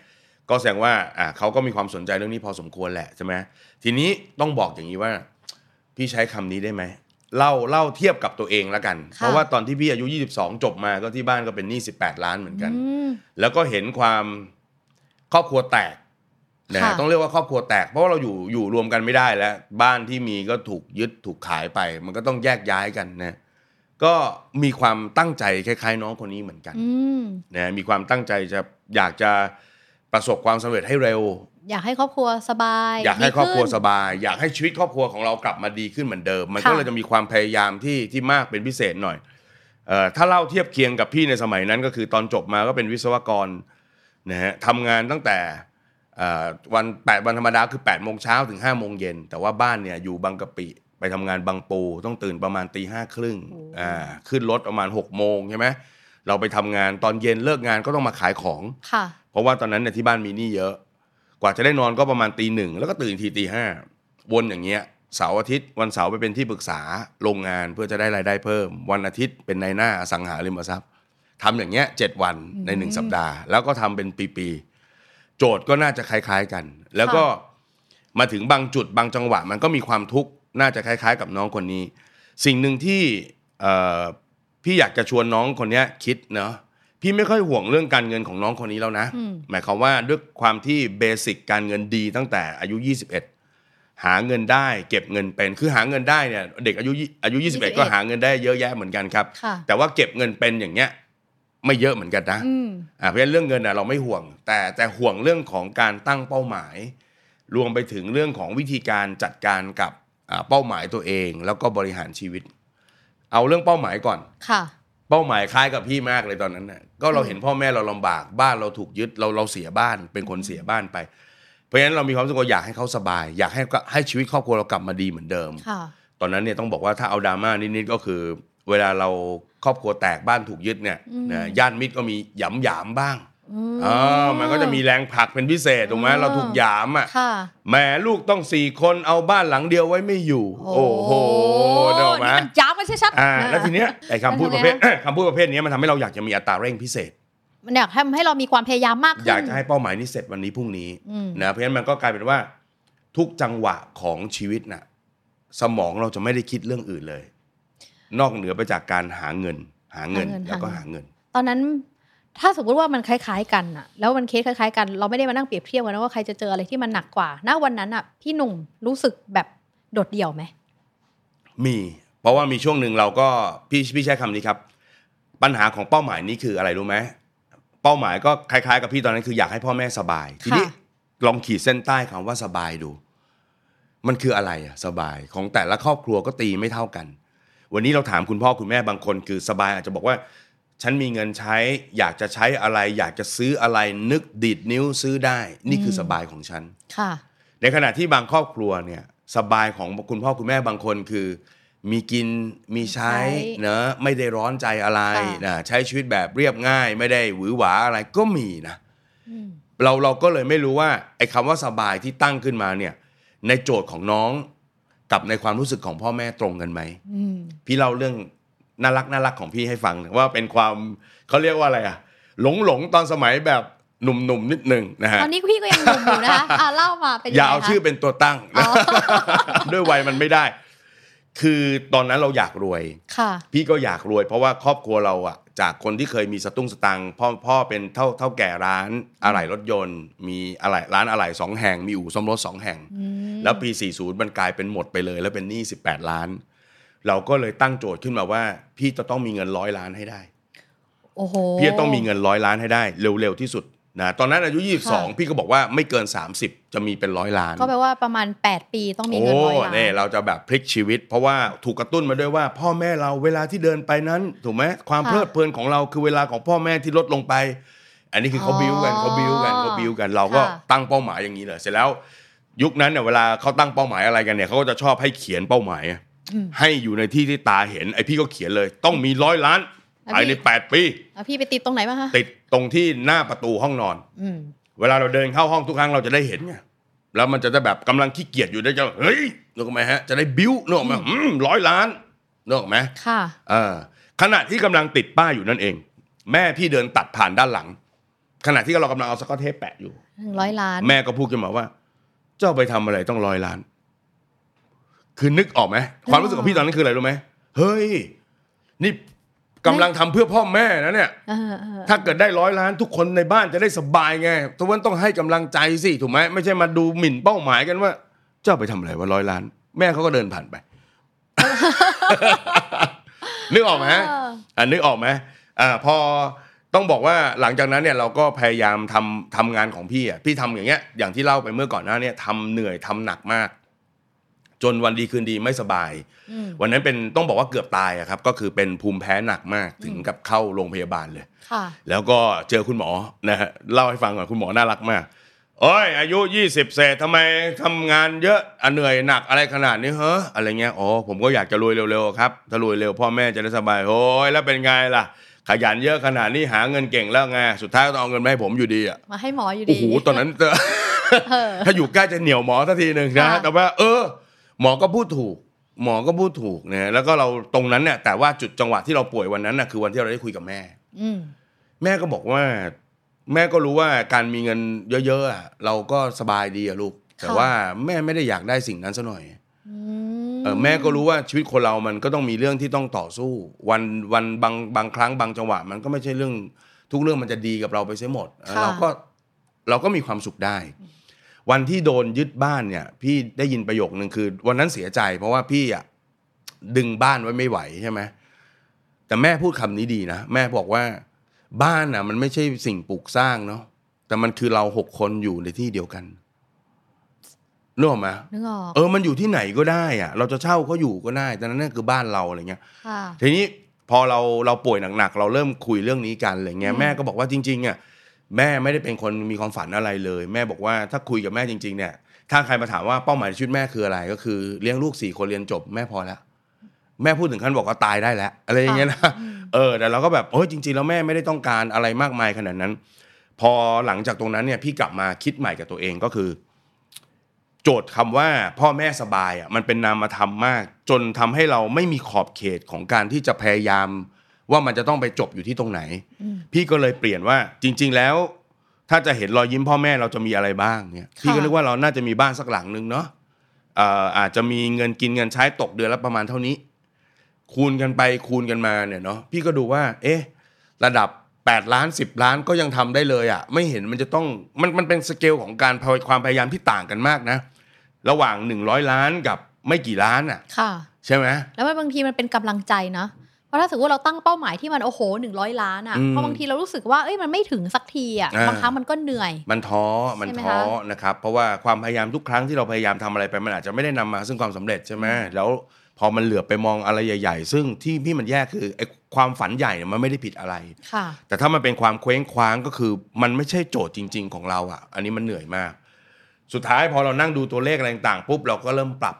ก็แสดงว่าอ่าเขาก็มีความสนใจเรื่องนี้พอสมควรแหละใช่ไหมทีนี้ต้องบอกอย่างนี้ว่า พี่ใช้คำนี้ได้ไหมเล่าเล่าเทียบกับตัวเองละกัน เพราะว่าตอนที่พี่อายุ 22 จบมาก็ที่บ้านก็เป็นหนี้18 ล้านเหมือนกัน อืม แล้วก็เห็นความครอบครัวแตก นะ ค่ะ ฮะต้องเรียกว่าครอบครัวแตกเพราะว่าเราอยู่อยู่รวมกันไม่ได้แล้ว บ้านที่มีก็ถูกยึดถูกขายไป มันก็ต้องแยกย้ายกันนะก็มีความตั้งใจคล้ายๆ น้องคนนี้เหมือนกัน อืม นะมีความตั้งใจจะอยากจะประสบความสำเร็จให้เร็ว อยากให้ครอบครัวสบาย อยากให้ ดี ครอบครัว ขึ้น สบาย อยากให้ชีวิตครอบครัวของเรากลับมาดีขึ้นเหมือนเดิม มันก็ ค่ะ เลยจะมีความพยายามที่ที่มากเป็นพิเศษหน่อยเอ่อถ้าเล่าเทียบเคียงกับพี่ในสมัยนั้นก็คือตอนจบมาก็เป็นวิศวกรนะฮะทำงานตั้งแต่เอ่อวัน 8 วันธรรมดาคือ8ปดโมงเช้าถึง5้าโมงเย็นแต่ว่าบ้านเนี่ยอยู่บางกะปิไปทำงานบางปู ต้องตื่นประมาณตีห้าครึ่งอ่าขึ้นรถประมาณ6กโมงใช่ไหมเราไปทำงานตอนเย็นเลิกงานก็ต้องมาขายของ ค่ะ เพราะว่าตอนนั้นเนี่ยที่บ้านมีหนี้เยอะ กว่าจะได้นอนก็ประมาณตีหนึ่งแล้วก็ตื่นทีตีห้าวนอย่างเงี้ยเสาร์อาทิตย์วันเสาร์ไปเป็นที่ปรึกษาโรงงานเพื่อจะได้รายได้เพิ่ม วันอาทิตย์เป็นนายหน้าอสังหาริมทรัพย์ทำอย่างเงี้ยเจ็ดวันในหนึ่งสัปดาห์ แล้วก็ทำเป็นปีๆโจทย์ก็น่าจะคล้าย ๆกัน แล้วก็มาถึงบางจุดบางจังหวะมันก็มีความทุกข์น่าจะคล้าย ๆ กับน้องคนนี้ สิ่งหนึ่งที่เอ่อพี่อยากจะชวนน้องคนเนี้ยคิดเนาะพี่ไม่ค่อยห่วงเรื่องการเงินของน้องคนนี้แล้วนะ อืม หมายความว่าด้วยความที่เบสิกการเงินดีตั้งแต่อายุ 21 หาเงินได้ เก็บเงินเป็นคือหาเงินได้เนี่ยเด็กอายุยี่อายุ 21 ก็หาเงินได้เยอะแยะเหมือนกันครับ ค่ะ แต่ว่าเก็บเงินเป็นอย่างเงี้ยไม่เยอะเหมือนกันนะ อืม อ่าเพราะฉะนั้นเรื่องเงินน่ะเราไม่ห่วง แต่แต่ห่วงเรื่องของการตั้งเป้าหมาย รวมไปถึงเรื่องของวิธีการจัดการกับอ่าเป้าหมายตัวเอง แล้วก็บริหารชีวิต เอาเรื่องเป้าหมายก่อน ค่ะ เป้าหมายคล้ายกับพี่มากเลยตอนนั้นน่ะก็เราเห็นพ่อแม่เราลำบากบ้านเราถูกยึดเราเราเสียบ้านเป็นคนเสียบ้านไป เพราะฉะนั้นเรามีความรู้สึกว่าอยากให้เขาสบาย อยากให้ก็ให้ชีวิตครอบครัวเรากลับมาดีเหมือนเดิม ค่ะ ตอนนั้นเนี่ยต้องบอกว่าถ้าเอาดราม่านิดๆก็คือ เวลาเราครอบครัวแตกบ้านถูกยึดเนี่ย อืม นะญาติมิตรก็มีหยำหยามบ้าง อืม อ่ามันก็จะมีแรงผลักเป็นพิเศษถูกไหม อ่า เราถูกหยามอ่ะ ค่ะ แหมลูกต้องสี่คนเอาบ้านหลังเดียวไว้ไม่อยู่ โอ้โหเดาไหม นี่มันจ้าบกันชัดๆ อ่า ะ แล้วทีเนี้ยไอ้คำพูด มั ป นทำไง ระเภท [coughs] นะ คำพูดประเภทเนี้ยมันทำให้เราอยากจะมีอัตราเร่งพิเศษ มันอยากทำให้เรามีความพยายามมากขึ้นอยอากจะให้เป้าหมายนี้เสร็จวันนี้พรุ่งนี้ อืม นะเพราะฉะนั้นมันก็กลายเป็นว่า ทุกจังหวะของชีวิตน่ะสมองเราจะไม่ได้คิดเรื่องอื่นเลย นอกเหนือไปจากการหาเงิน หาเงินแล้วก็หาเงิน ตอนนั้น ถ้าสมมติว่ามันคล้าย ๆ กันอะแล้วมันเคสคล้ายๆกัน เราไม่ได้มานั่งเปรียบเทียบกันนะว่าใครจะเจออะไรที่มันหนักกว่า ณ วันนั้นอะพี่หนุ่มรู้สึกแบบโดดเดี่ยวไหม มี เพราะว่ามีช่วงหนึ่งเราก็พี่พี่ใช้คำนี้ครับ ปัญหาของเป้าหมายนี้คืออะไรรู้ไหมเป้าหมายก็คล้ายๆ กับพี่ตอนนั้นคืออยากให้พ่อแม่สบาย ทีนี้ ค่ะ ลองขีดเส้นใต้คำว่าสบายดู มันคืออะไรอะสบายของแต่ละครอบครัวก็ตีไม่เท่ากัน วันนี้เราถามคุณพ่อคุณแม่บางคนคือสบายอาจจะบอกว่า ฉันมีเงินใช้ อยากจะใช้อะไร อยากจะซื้ออะไรนึกดีดนิ้วซื้อได้ นี่คือสบายของฉัน ค่ะ ในขณะที่บางครอบครัวเนี่ยสบายของคุณพ่อคุณแม่บางคนคือ มีกินมีใช้ ใช้ เนอะไม่ได้ร้อนใจอะไร ค่ะ นะใช้ชีวิตแบบเรียบง่าย ไม่ได้หวือหวาอะไรก็มีนะ อืม เราเราก็เลยไม่รู้ว่าไอ้คำว่าสบายที่ตั้งขึ้นมาเนี่ยในโจทย์ของน้องกับในความรู้สึกของพ่อแม่ตรงกันไหม อืม พี่เล่าเรื่องน่ารักน่ารักของพี่ให้ฟังว่าเป็นความเขาเรียกว่าอะไรอะหลงหลงๆตอนสมัยแบบหนุ่มๆนิดหนึ่งนะฮะ ตอนนี้พี่ก็ยังหนุ่มอยู่นะคะอ่ะเล่ามาเป็นง อ ไง ย่าเอา คะ ชื่อเป็นตัวตั้ง อ๋อ [laughs] ด้วยวัยมันไม่ได้ คือตอนนั้นเราอยากรวย ค่ะ พี่ก็อยากรวย เพราะว่าครอบครัวเราอะจากคนที่เคยมีสตุ้งสตังค์พ่อพ่อเป็นเท่าเท่าแก่ร้านอะไหล่รถยนต์ มีอะไหล่ร้านอะไหล่สองแห่งมีอู่ซ่อมรถสองแห่ง แล้วปี 40 มันกลายเป็นหมดไปเลย แล้วเป็นหนี้18 ล้าน เราก็เลยตั้งโจทย์ขึ้นมาว่า พี่จะต้องมีเงินร้อยล้านให้ได้ โอ้โห พี่จะต้องมีเงินร้อยล้านให้ได้ เร็วๆที่สุดนะตอนนั้นอายุ ค่ะ 22 พี่ก็บอกว่าไม่เกิน 30 จะมีเป็นร้อยล้าน ก็แปลว่าประมาณ 8 ปีต้องมีเงินร้อยล้าน โเนี่ยเราจะแบบพลิกชีวิต เพราะว่าถูกกระตุ้นมาด้วยว่า พ่อแม่เราเวลาที่เดินไปนั้นถูกไหมความ ค่ะ เพลิดเพลินของเราคือเวลาของพ่อแม่ที่ลดลงไป อันนี้คือเขา อ๋อ บิ้วกันเขาบิ้วกันเขาบิ้วกันเราก็ ค่ะ ตั้งเป้าหมายอย่างนี้เลยเสร็จแล้วยุคนั้นเนี่ยเวลาเขาตั้งเป้าหมายอะไรกันเนี่ยเขาก็จะชอบให้เขียนเป้าหมาย อืม ให้อยู่ในที่ที่ตาเห็นไอพี่ก็เขียนเลย ต้องมีร้อยล้าน แล้ว ภายใน พี่ แปดปี อ่ะพี่ไปติดตรงไหนบ้างคะ ติดตรงที่หน้าประตูห้องนอน อืม เวลาเราเดินเข้าห้องทุกครั้งเราจะได้เห็นไง แล้วมันจะได้แบบกำลังขี้เกียจอยู่ได้จะเฮ้ยนึกออกไหมฮะ จะได้บิ้วนึกออกไหมอืมร้อยล้านนึกออกไหม ค่ะ เออขณะที่กำลังติดป้ายอยู่นั่นเอง แม่พี่เดินตัดผ่านด้านหลัง ขณะที่เรากำลังเอาสกอตเทปแปะอยู่ หนึ่งร้อยล้าน แม่ก็พูดขึ้นมาว่า เจ้าไปทำอะไรต้องร้อยล้าน คือนึกออกไหมความรู้สึกของพี่ตอนนั้นคืออะไรรู้ไหมเฮ้ย นี่ กำลังทำเพื่อพ่อแม่นะเนี่ย เออเออ ถ้าเกิดได้ร้อยล้านทุกคนในบ้านจะได้สบายไงทุกวันต้องให้กำลังใจสิถูกไหมไม่ใช่มาดูหมิ่นเป้าหมายกันว่า เจ้าไปทำอะไรว่าร้อยล้าน แม่เขาก็เดินผ่านไป [laughs] นึกออกไหม เออ อ่านึกออกไหมอ่าพอต้องบอกว่าหลังจากนั้นเนี่ยเราก็พยายามทำทำงานของพี่อ่ะพี่ทำอย่างเงี้ยอย่างที่เล่าไปเมื่อก่อนหน้าเนี่ยทำเหนื่อยทำหนักมาก จนวันดีคืนดีไม่สบาย อืม วันนั้นเป็นต้องบอกว่าเกือบตายอะครับ ก็คือเป็นภูมิแพ้หนักมากถึงกับเข้าโรงพยาบาลเลย ค่ะ แล้วก็เจอคุณหมอนะฮะเล่าให้ฟังก่อนคุณหมอน่ารักมากโอ้ยอายุ 20 เศษทำไมทำงานเยอะอะเหนื่อยหนักอะไรขนาดนี้เฮ้ออะไรเงี้ยอ๋อผมก็อยากจะรวยเร็วๆครับถ้ารวยเร็วพ่อแม่จะได้สบายโอ้ยแล้วเป็นไงล่ะ ขยันเยอะขนาดนี้หาเงินเก่งแล้วไงสุดท้ายก็ต้องเอาเงินมาให้ผมอยู่ดีอ่ะ มาให้หมออยู่ โอ้ ดี โหตอนนั้น [laughs] เออ ถ้าอยู่ใกล้จะเหนียวหมอสักทีหนึ่งนะ ค่ะ แต่ว่า เออ หมอก็พูดถูก หมอก็พูดถูกนะแล้วก็เราตรงนั้นเนี่ยแต่ว่าจุดจังหวะที่เราป่วยวันนั้นน่ะคือวันที่เราได้คุยกับแม่ อืม แม่ก็บอกว่า แม่ก็รู้ว่าการมีเงินเยอะๆอะเราก็สบายดีอะลูก แต่ ค่ะ ว่าแม่ไม่ได้อยากได้สิ่งนั้นซะหน่อย อื เออแม่ก็รู้ว่าชีวิตคนเรามันก็ต้องมีเรื่องที่ต้องต่อสู้ วันวันบางบางครั้งบางจังหวะ มันก็ไม่ใช่เรื่องทุกเรื่องมันจะดีกับเราไปเสียหมดเออเราก็เราก็มีความสุขได้ วันที่โดนยึดบ้านเนี่ย พี่ได้ยินประโยคนึงคือ วันนั้นเสียใจ เพราะว่าพี่อะดึงบ้านไว้ไม่ไหวใช่ไหมแต่แม่พูดคำนี้ดีนะแม่บอกว่า บ้านอ่ะ มันไม่ใช่สิ่งปลูกสร้างเนาะแต่มันคือเราหกคนอยู่ในที่เดียวกันนึกออกไหม นึกออก เออมันอยู่ที่ไหนก็ได้อ่ะ เราจะเช่าเขาอยู่ก็ได้แต่นั้นน่ะคือบ้านเราอะไรเงี้ย ค่ะ ทีนี้พอเราเราป่วยหนักๆเราเริ่มคุยเรื่องนี้กันอะไรเงี้ย อืม แม่ก็บอกว่าจริงๆอ่ะแม่ไม่ได้เป็นคนมีความฝันอะไรเลย แม่บอกว่าถ้าคุยกับแม่จริง ๆ เนี่ย ถ้าใครมาถามว่าเป้าหมายในชีวิตแม่คืออะไร ก็คือเลี้ยงลูกสี่คนเรียนจบแม่พอแล้วแม่พูดถึงขั้นบอกว่าตายได้แล้วอะไรอย่างเงี้ยนะ อืม เออแต่เราก็แบบเฮ้ยจริงๆแล้วแม่ไม่ได้ต้องการอะไรมากมายขนาดนั้น พอหลังจากตรงนั้นเนี่ยพี่กลับมาคิดใหม่กับตัวเองก็คือ โจทย์คำว่าพ่อแม่สบายอ่ะมันเป็นนามธรรมมาก จนทำให้เราไม่มีขอบเขตของการที่จะพยายาม ว่ามันจะต้องไปจบอยู่ที่ตรงไหน อืม พี่ก็เลยเปลี่ยนว่าจริง ๆแล้ว ถ้าจะเห็นรอยยิ้มพ่อแม่เราจะมีอะไรบ้างเนี่ยพี่ก็นึกว่าเราน่าจะมีบ้านสักหลังนึงเนาะเอ่ออาจจะมีเงินกินเงินใช้ตกเดือนละประมาณเท่านี้ คูณกันไปคูณกันมาเนี่ยเนาะพี่ก็ดูว่า เอ๊ะ ระดับ 8 ล้าน 10 ล้านก็ยังทำได้เลยอะ่ะ ไม่เห็นมันจะต้องมันมันเป็นสเกลของการพยความพยายามที่ต่างกันมากนะ ระหว่าง 100 ล้านกับไม่กี่ล้านอ่ะ ค่ะ ใช่ไหม แล้วมันบางทีมันเป็นกำลังใจนะ เพราะถ้าสมมติว่าเราตั้งเป้าหมายที่มันโอ้โหหนึ่งร้อยล้าน อื อะ่ะ ม เพราะบางทีเรารู้สึกว่าเอ้ยมันไม่ถึงสักทีอะ อ่า บางครั้งมันก็เหนื่อย มันท้อ มันท้อ ใช่ไหมคะ นะครับ เพราะว่าความพยายามทุกครั้งที่เราพยายามทำอะไรไป มันอาจจะไม่ได้นำมาซึ่งความสำเร็จใช่ไหมแล้วพอมันเหลือบไปมองอะไรใหญ่ ๆ ซึ่งที่พี่มันแย่คือไอ้ความฝันใหญ่เนี่ยมันไม่ได้ผิดอะไร ค่ะ แต่ถ้ามันเป็นความเคว้งคว้างก็คือ มันไม่ใช่โจทย์จริง ๆ ของเราอ่ะ อันนี้มันเหนื่อยมาก สุดท้ายพอเรานั่งดูตัวเลขอะไรต่างๆปุ๊บเราก็เริ่มปรับ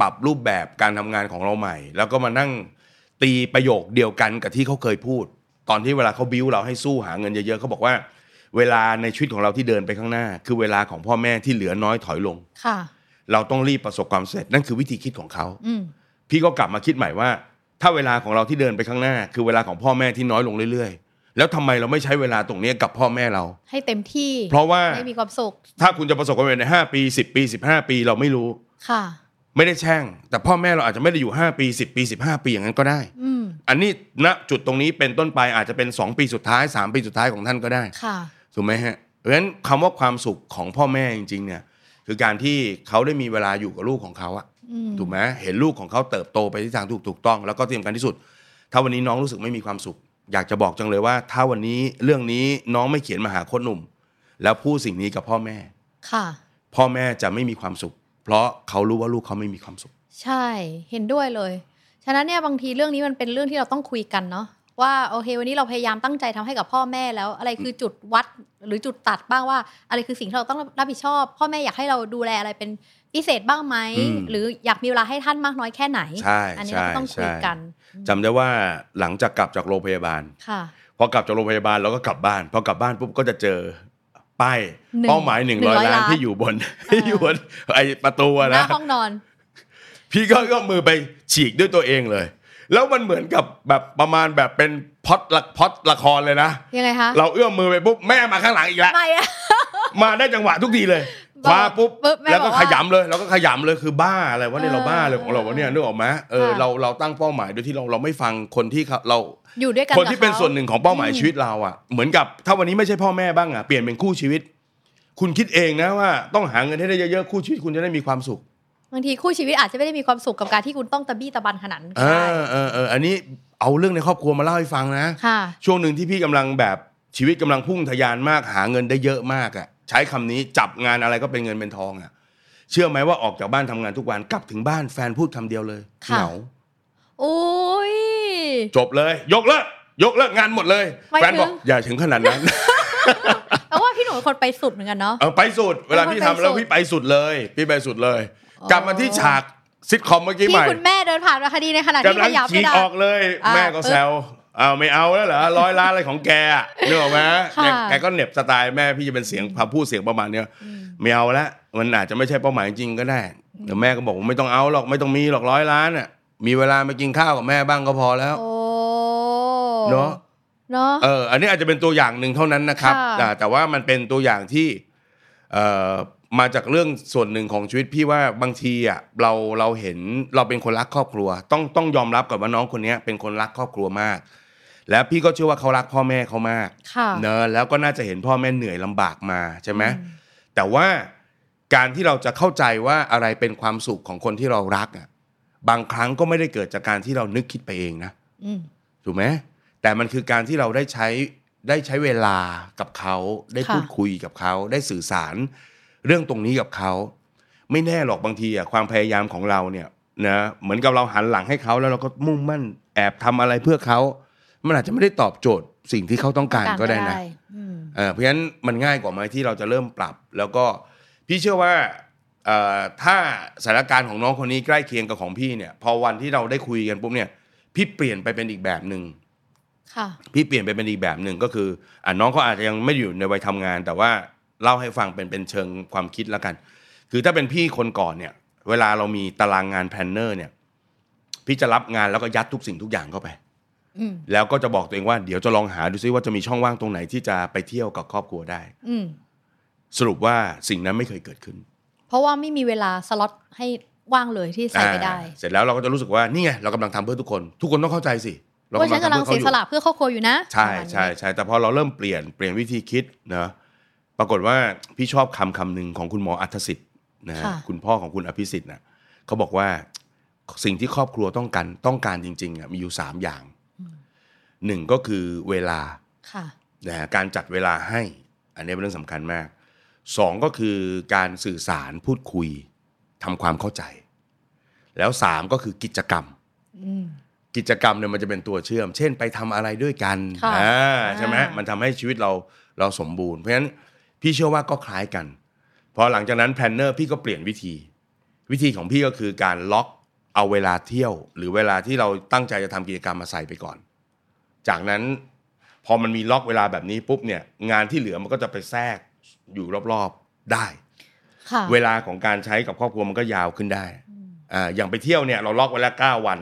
ปรับรูปแบบการทำงานของเราใหม่ แล้วก็มานั่งตีประโยคเดียวกันกับที่เขาเคยพูด ตอนที่เวลาเขาบิ้วเราให้สู้หาเงินเยอะๆเขาบอกว่า เวลาในชีวิตของเราที่เดินไปข้างหน้า คือเวลาของพ่อแม่ที่เหลือน้อยถอยลง ค่ะ เราต้องรีบประสบความสำเร็จนั่นคือวิธีคิดของเขา อืม พี่ก็กลับมาคิดใหม่ว่า ถ้าเวลาของเราที่เดินไปข้างหน้า คือเวลาของพ่อแม่ที่น้อยลงเรื่อยๆ แล้วทำไมเราไม่ใช้เวลาตรงนี้กับพ่อแม่เรา ให้เต็มที่ เพราะว่า ให้มีความสุข ถ้าคุณจะประสบความสำเร็จใน 5 ปี 10 ปี 15 ปีเราไม่รู้ ค่ะ ไม่ได้แช่ง แต่พ่อแม่เราอาจจะไม่ได้อยู่ 5 ปี 10 ปี 15 ปีอย่างนั้นก็ได้ อืม อันนี้ณจุดตรงนี้เป็นต้นไปอาจจะเป็น 2 ปีสุดท้าย 3 ปีสุดท้ายของท่านก็ได้ ค่ะ ถูกไหมฮะ เพราะฉะนั้นคำว่าความสุขของพ่อแม่จริงๆเนี่ยคือการที่เขาได้มีเวลาอยู่กับลูกของเขาอะ อืม ถูกไหมเห็นลูกของเขาเติบโตไปที่ทางถูกถูกต้อง แล้วก็ที่สำคัญที่สุด ถ้าวันนี้น้องรู้สึกไม่มีความสุข อยากจะบอกจังเลยว่า ถ้าวันนี้เรื่องนี้น้องไม่เขียนมาหาโคนหนุ่ม แล้วพูดสิ่งนี้กับพ่อแม่ ค่ะ พ่อแม่จะไม่มีความสุข เพราะเขารู้ว่าลูกเขาไม่มีความสุข ใช่ เห็นด้วยเลย ฉะนั้นเนี่ยบางทีเรื่องนี้มันเป็นเรื่องที่เราต้องคุยกันเนาะว่าโอเควันนี้เราพยายามตั้งใจทำให้กับพ่อแม่แล้ว อะไรคือจุดวัดหรือจุดตัดบ้างว่า อะไรคือสิ่งที่เราต้องรับผิดชอบ พ่อแม่อยากให้เราดูแลอะไรเป็นพิเศษบ้างไหม อืม หรืออยากมีเวลาให้ท่านมากน้อยแค่ไหน ใช่ อันี้ ใช่ เราก็ต้องคุย ใช่ กัน จำได้ว่าหลังจากกลับจากโรงพยาบาล ค่ะ พอกลับจากโรงพยาบาลเราก็กลับบ้าน พอกลับบ้านปุ๊บก็จะเจอป้าย หนึ่ง เป้าหมายหนึ่งร้อย 100 ล้านที่อยู่บน [laughs] ที่อยู่บนไอประตูอะ ห นะ น้าห้องนอน พี่ก็ก็มือไปฉีกด้วยตัวเองเลย แล้วมันเหมือนกับแบบประมาณแบบเป็นพล็อดละพล็อดละครเลยนะ ยังไงคะ เราเอื้อมมือไปปุ๊บแม่มาข้างหลังอีกแล้ว ไม่อะ มาได้จังหวะทุกทีเลย คว้าปุ๊บ ปุ๊บม่ แล้วก็ บอ ข ว่า ยำเลยเราก็ขยำเลยคือบ้าอะไรวะเนี่ยเราบ้าเลย เออ ของเราวะเนี่ยนึกออกไหมเออ ค่ะ เราเราตั้งเป้าหมายโดยที่เราเราไม่ฟังคนที่เขาเรา อยู่ด้วยกัน คนที่เป็น กับขา ส่วนหนึ่งของเป้าหมาย อืม ชีวิตเราอ่ะเหมือนกับถ้าวันนี้ไม่ใช่พ่อแม่บ้างอ่ะเปลี่ยนเป็นคู่ชีวิต คุณคิดเองนะว่าต้องหาเงินให้ได้เยอะๆคู่ชีวิตคุณจะได้มีความสุข บางทีคู่ชีวิตอาจจะไม่ได้มีความสุขกับการที่คุณต้องตะบี้ตะบันขนาดนั้น เอ ก็ได้ อเออเอออันนี้เอาเรื่องในครอบครัวมาเล่าให้ฟังนะ ค่ะ ช่วงหนึ่งที่พี่กำลังแบบชีวิตกำลังพุ่งทะยานมากหาเงินได้เยอะมากอ่ะใช้คำนี้จับงานอะไรก็เป็นเงินเป็นทองอ่ะเชื่อไหมว่าออกจากบ้านทำงานทุกวันกลับถึงบ้านแฟนพูดคำเดียวเลย ค่ะ เหงา โอ้ย จบเลย ยกเลิกยกเลิกงานหมดเลย หมาย แฟนบอก ถึง อย่าถึงขนาด [laughs] นั้น แปลว่าพี่หนูเป็นคนไปสุดเหมือนกันเนาะ เออไปสุดเวลาพี่ทำ เป็นคนไปสุด แล้วพี่ไปสุดเลย พี่ไปสุดเลย อ๋อ กลับมาที่ฉากซิทคอมเมื่อกี้ ที่ ใหม่ คุณแม่เดินผ่านมาคดีในขณะที่ กำลั ข ง ยับ ฉี ไม่ ก ได้ ออกเลย อ่า แม่ก็แซวเอาวไม่เอาแล้วเหรอร้อยล้านอะไรของแกอะนึกออกไหม ค่ะ แกแกก็เหน็บสไตล์แม่พี่จะเป็นเสียงพาพูดเสียงประมาณเนี้ยไม่เอาละมันอาจจะไม่ใช่เป้าหมายจริงก็ได้เดี๋ยวแม่ก็บอกว่าไม่ต้องเอาหรอกไม่ต้องมีหรอกร้อยล้านอ่ะมีเวลามากินข้าวกับแม่บ้างก็พอแล้ว โอ้ เนาะ เนาะ เออ อันนี้อาจจะเป็นตัวอย่างหนึ่งเท่านั้นนะครับ ค่ะ แต่แต่ว่ามันเป็นตัวอย่างที่เอ่อมาจากเรื่องส่วนหนึ่งของชีวิตพี่ว่าบางทีอ่ะเราเราเห็นเราเป็นคนรักครอบครัว ต้องต้องยอมรับกับว่าน้องคนเนี้ยเป็นคนรักครอบครัวมาก และพี่ก็เชื่อว่าเขารักพ่อแม่เขามาก ค่ะ เนอะแล้วก็น่าจะเห็นพ่อแม่เหนื่อยลำบากมาใช่ไหมแต่ว่าการที่เราจะเข้าใจว่าอะไรเป็นความสุขของคนที่เรารักอ่ะบางครั้งก็ไม่ได้เกิดจากการที่เรานึกคิดไปเองนะ อืม ถูกไหมแต่มันคือการที่เราได้ใช้ได้ใช้เวลากับเขาได้ ค่ะ พูดคุยกับเขาได้สื่อสารเรื่องตรงนี้กับเขา ไม่แน่หรอกบางทีอ่ะความพยายามของเราเนี่ยนะเหมือนกับเราหันหลังให้เขาแล้วเราก็มุ่งมั่นแอบทำอะไรเพื่อเขา มันอาจจะไม่ได้ตอบโจทย์สิ่งที่เขาต้องการก็ได้นะ อืม เอ่อเพราะฉะนั้นมันง่ายกว่าไหมที่เราจะเริ่มปรับ แล้วก็พี่เชื่อว่าเอ่อถ้าสถานการณ์ของน้องคนนี้ใกล้เคียงกับของพี่เนี่ย พอวันที่เราได้คุยกันปุ๊บเนี่ย พี่เปลี่ยนไปเป็นอีกแบบหนึ่ง ค่ะ พี่เปลี่ยนไปเป็นอีกแบบหนึ่งก็คืออ่ะน้องเขาอาจจะยังไม่อยู่ในวัยทำงาน แต่ว่าเล่าให้ฟังเป็นเป็นเชิงความคิดแล้วกัน คือถ้าเป็นพี่คนก่อนเนี่ย เวลาเรามีตารางงานแพลนเนอร์เนี่ย พี่จะรับงานแล้วก็ยัดทุกสิ่งทุกอย่างเข้าไป อืม แล้วก็จะบอกตัวเองว่าเดี๋ยวจะลองหาดูซิว่าจะมีช่องว่างตรงไหนที่จะไปเที่ยวกับครอบครัวได้ อืม สรุปว่าสิ่งนั้นไม่เคยเกิดขึ้น เพราะว่าไม่มีเวลาสล็อตให้ว่างเลยที่ใส่ไปได้ อ่าเสร็จแล้วเราก็จะรู้สึกว่านี่ไงเรากำลังทำเพื่อทุกคน ทุกคนต้องเข้าใจสิเรา ว่าฉันกำลังเสียสละเพื่อครอบครัวอยู่นะ ใช่ ประมาณนี้ ใช่ใช่แต่พอเราเริ่มเปลี่ยนเปลี่ยนวิธีคิดนะปรากฏว่าพี่ชอบคำคำหนึ่งของคุณหมออัธสิทธิ์นะฮะคุณพ่อของคุณอภิสิทธิ์นะเขาบอกว่าสิ่งที่ครอบครัวต้องการต้องการจริงๆอ่ะมีอยู่สามอย่างหนึ่งก็คือเวลา ค่ะ นะฮะการจัดเวลาให้ อันนี้เป็นเรื่องสำคัญมากสองก็คือการสื่อสารพูดคุยทำความเข้าใจ แล้วสามก็คือกิจกรรม อืม กิจกรรมเนี่ยมันจะเป็นตัวเชื่อม เช่นไปทำอะไรด้วยกัน ค่ะ อ่าใช่ไหม อ่ามั มันทำให้ชีวิตเราเราสมบูรณ์ เพราะฉะนั้นพี่เชื่อว่าก็คล้ายกัน พอหลังจากนั้นแพลนเนอร์พี่ก็เปลี่ยนวิธี วิธีของพี่ก็คือการล็อกเอาเวลาเที่ยว หรือเวลาที่เราตั้งใจจะทำกิจกรรมมาใส่ไปก่อน จากนั้นพอมันมีล็อกเวลาแบบนี้ปุ๊บเนี่ยงานที่เหลือมันก็จะไปแทรกอยู่รอบๆได้ ค่ะ เวลาของการใช้กับครอบครัวมันก็ยาวขึ้นได้อ่าอย่างไปเที่ยวเนี่ยเราล็อกไว้แล้วเก้าวัน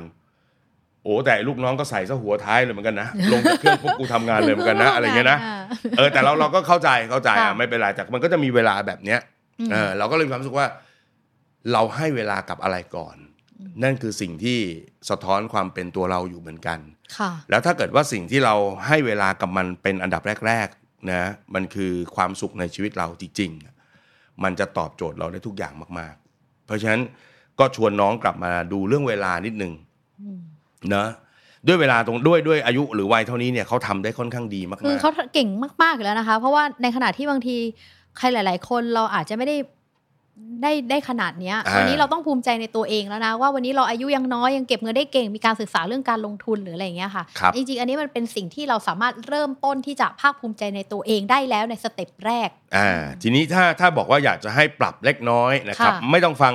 โอ้แต่ลูกน้องก็ใส่ซะหัวท้ายเลยเหมือน [laughs] กันนะ ลงจากเครื่องพวกกูทำงานเลยเหมือนกันนะอะไรเงี้ยนะ เออแต่เราเราก็เข้าใจเข้าใจอ่ะ ค่ะ ไม่เป็นไรแต่มันก็จะมีเวลาแบบเนี้ย อืม เออเราก็เลยมีความรู้สึกว่า เราให้เวลากับอะไรก่อน นั่นคือสิ่งที่สะท้อนความเป็นตัวเราอยู่เหมือนกัน ค่ะ แล้วถ้าเกิดว่าสิ่งที่เราให้เวลากับมันเป็นอันดับแรกๆนะมันคือความสุขในชีวิตเราจริงๆ มันจะตอบโจทย์เราได้ทุกอย่างมากๆ เพราะฉะนั้นก็ชวนน้องกลับมาดูเรื่องเวลานิดนึงนะด้วยเวลาตรงด้วยด้วยอายุหรือวัยเท่านี้เนี่ยเขาทำได้ค่อนข้างดีมาก คือเขาเก่งมากๆอยู่แล้วนะคะ เพราะว่าในขณะที่บางทีใครหลาย ๆ คนเราอาจจะไม่ได้ได้ได้ขนาดเนี้ย า วันนี้เราต้องภูมิใจในตัวเองแล้วนะ ว่าวันนี้เราอายุยังน้อยยังเก็บเงินได้เก่งมีการศึกษาเรื่องการลงทุนหรืออะไรอย่างเงี้ยค่ะ ๆครับ จริงๆ อันนี้มันเป็นสิ่งที่เราสามารถเริ่มต้นที่จะภาคภูมิใจในตัวเองได้แล้วในสเต็ปแรก อ่าทีนี้ถ้าถ้าบอกว่าอยากจะให้ปรับเล็กน้อยนะครับ ค่ะ ไม่ต้องฟัง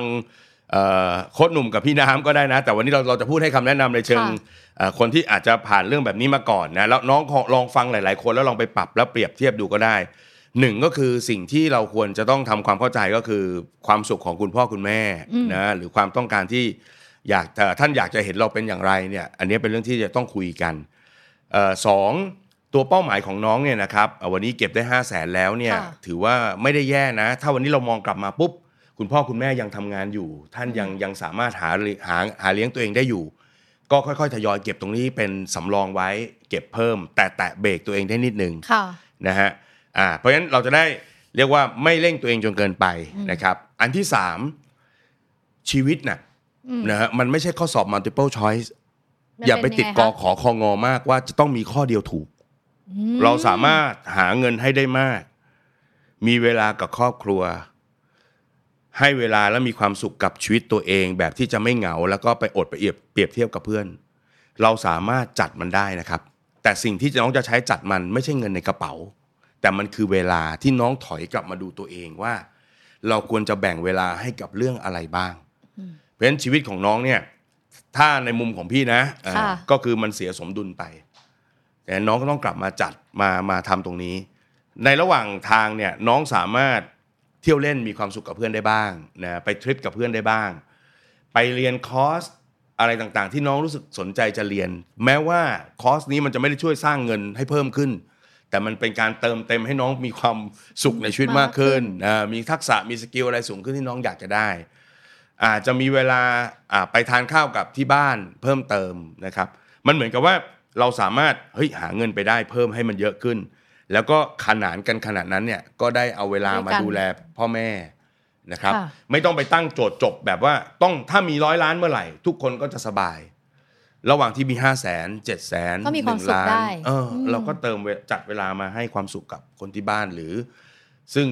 เอ่อโค้ดหนุ่มกับพี่น้ำก็ได้นะ แต่วันนี้เราเราจะพูดให้คำแนะนำในเชิง ค่ะ เอ่อคนที่อาจจะผ่านเรื่องแบบนี้มาก่อนนะแล้วน้องขอลองฟังหลาย ๆ คนแล้วลองไปปรับแล้วเปรียบเทียบดูก็ได้หนึ่งก็คือสิ่งที่เราควรจะต้องทำความเข้าใจก็คือความสุขของคุณพ่อคุณแม่ อืม นะหรือความต้องการที่อยากจะท่านอยากจะเห็นเราเป็นอย่างไรเนี่ยอันนี้เป็นเรื่องที่จะต้องคุยกัน เอ่อสอง ตัวเป้าหมายของน้องเนี่ยนะครับเอ่อวันนี้เก็บได้ 5 0 0แสนแล้วเนี่ย ค่ะ ถือว่าไม่ได้แย่นะ ถ้าวันนี้เรามองกลับมาปุ๊บ คุณพ่อคุณแม่ยังทำงานอยู่ ท่านยังยังสามารถหาหาหาเลี้ยงตัวเองได้อยู่ ก็ค่อยๆทยอยเก็บตรงนี้เป็นสำรองไว้เก็บเพิ่ม แต่แตะเบรกตัวเองได้นิดนึง ค่ะ นะฮะ อ่า เพราะฉะนั้นเราจะได้เรียกว่าไม่เร่งตัวเองจนเกินไป อืม นะครับ อันที่ 3 ชีวิตน่ะ อืม นะฮะมันไม่ใช่ข้อสอบ multiple choice มัน อย่าไป เนง ติด ง ก คะ อขอคองอมากว่าจะต้องมีข้อเดียวถูก อื เราสามารถหาเงินให้ได้มาก มีเวลากับครอบครัว ให้เวลาและมีความสุขกับชีวิตตัวเอง แบบที่จะไม่เหงา แล้วก็ไปอดไปเอียบเปรียบเทียบกับเพื่อน เราสามารถจัดมันได้นะครับ แต่สิ่งที่น้องจะใช้จัดมันไม่ใช่เงินในกระเป๋า แต่มันคือเวลาที่น้องถอยกลับมาดูตัวเองว่า เราควรจะแบ่งเวลาให้กับเรื่องอะไรบ้าง อืม เพราะฉะนั้นชีวิตของน้องเนี่ย ถ้าในมุมของพี่นะอ่า ค่ะ ก็คือมันเสียสมดุลไป แต่น้องก็ต้องกลับมาจัดมามาทำตรงนี้ ในระหว่างทางเนี่ยน้องสามารถเที่ยวเล่นมีความสุขกับเพื่อนได้บ้างนะไปทริปกับเพื่อนได้บ้าง ไปเรียนคอร์สอะไรต่างๆ ที่น้องรู้สึกสนใจจะเรียน แม้ว่าคอร์สนี้มันจะไม่ได้ช่วยสร้างเงินให้เพิ่มขึ้น แต่มันเป็นการเติมเต็มให้น้องมีความสุขในชีวิตมากขึ้นอ่ามีทักษะมีสกิลอะไรสูงขึ้นที่น้องอยากจะได้ อาจจะมีเวลาอ่าไปทานข้าวกับที่บ้านเพิ่มเติมนะครับ มันเหมือนกับว่าเราสามารถเฮ้ยหาเงินไปได้เพิ่มให้มันเยอะขึ้น แล้วก็ขนานกันขนาดนั้นเนี่ยก็ได้เอาเวลามาดูแลพ่อแม่นะครับ ค่ะ ไม่ต้องไปตั้งโจทย์จบแบบว่าต้องถ้ามีร้อยล้านเมื่อไหร่ ทุกคนก็จะสบาย ระหว่างที่มี 5 0 0 0 0 0 7 0 0 0 0 ก็มีความสุขได้ เอออ ม เราก็เติมเวจัดเวลามาให้ความสุขกับคนที่บ้านหรือ ซึ่ง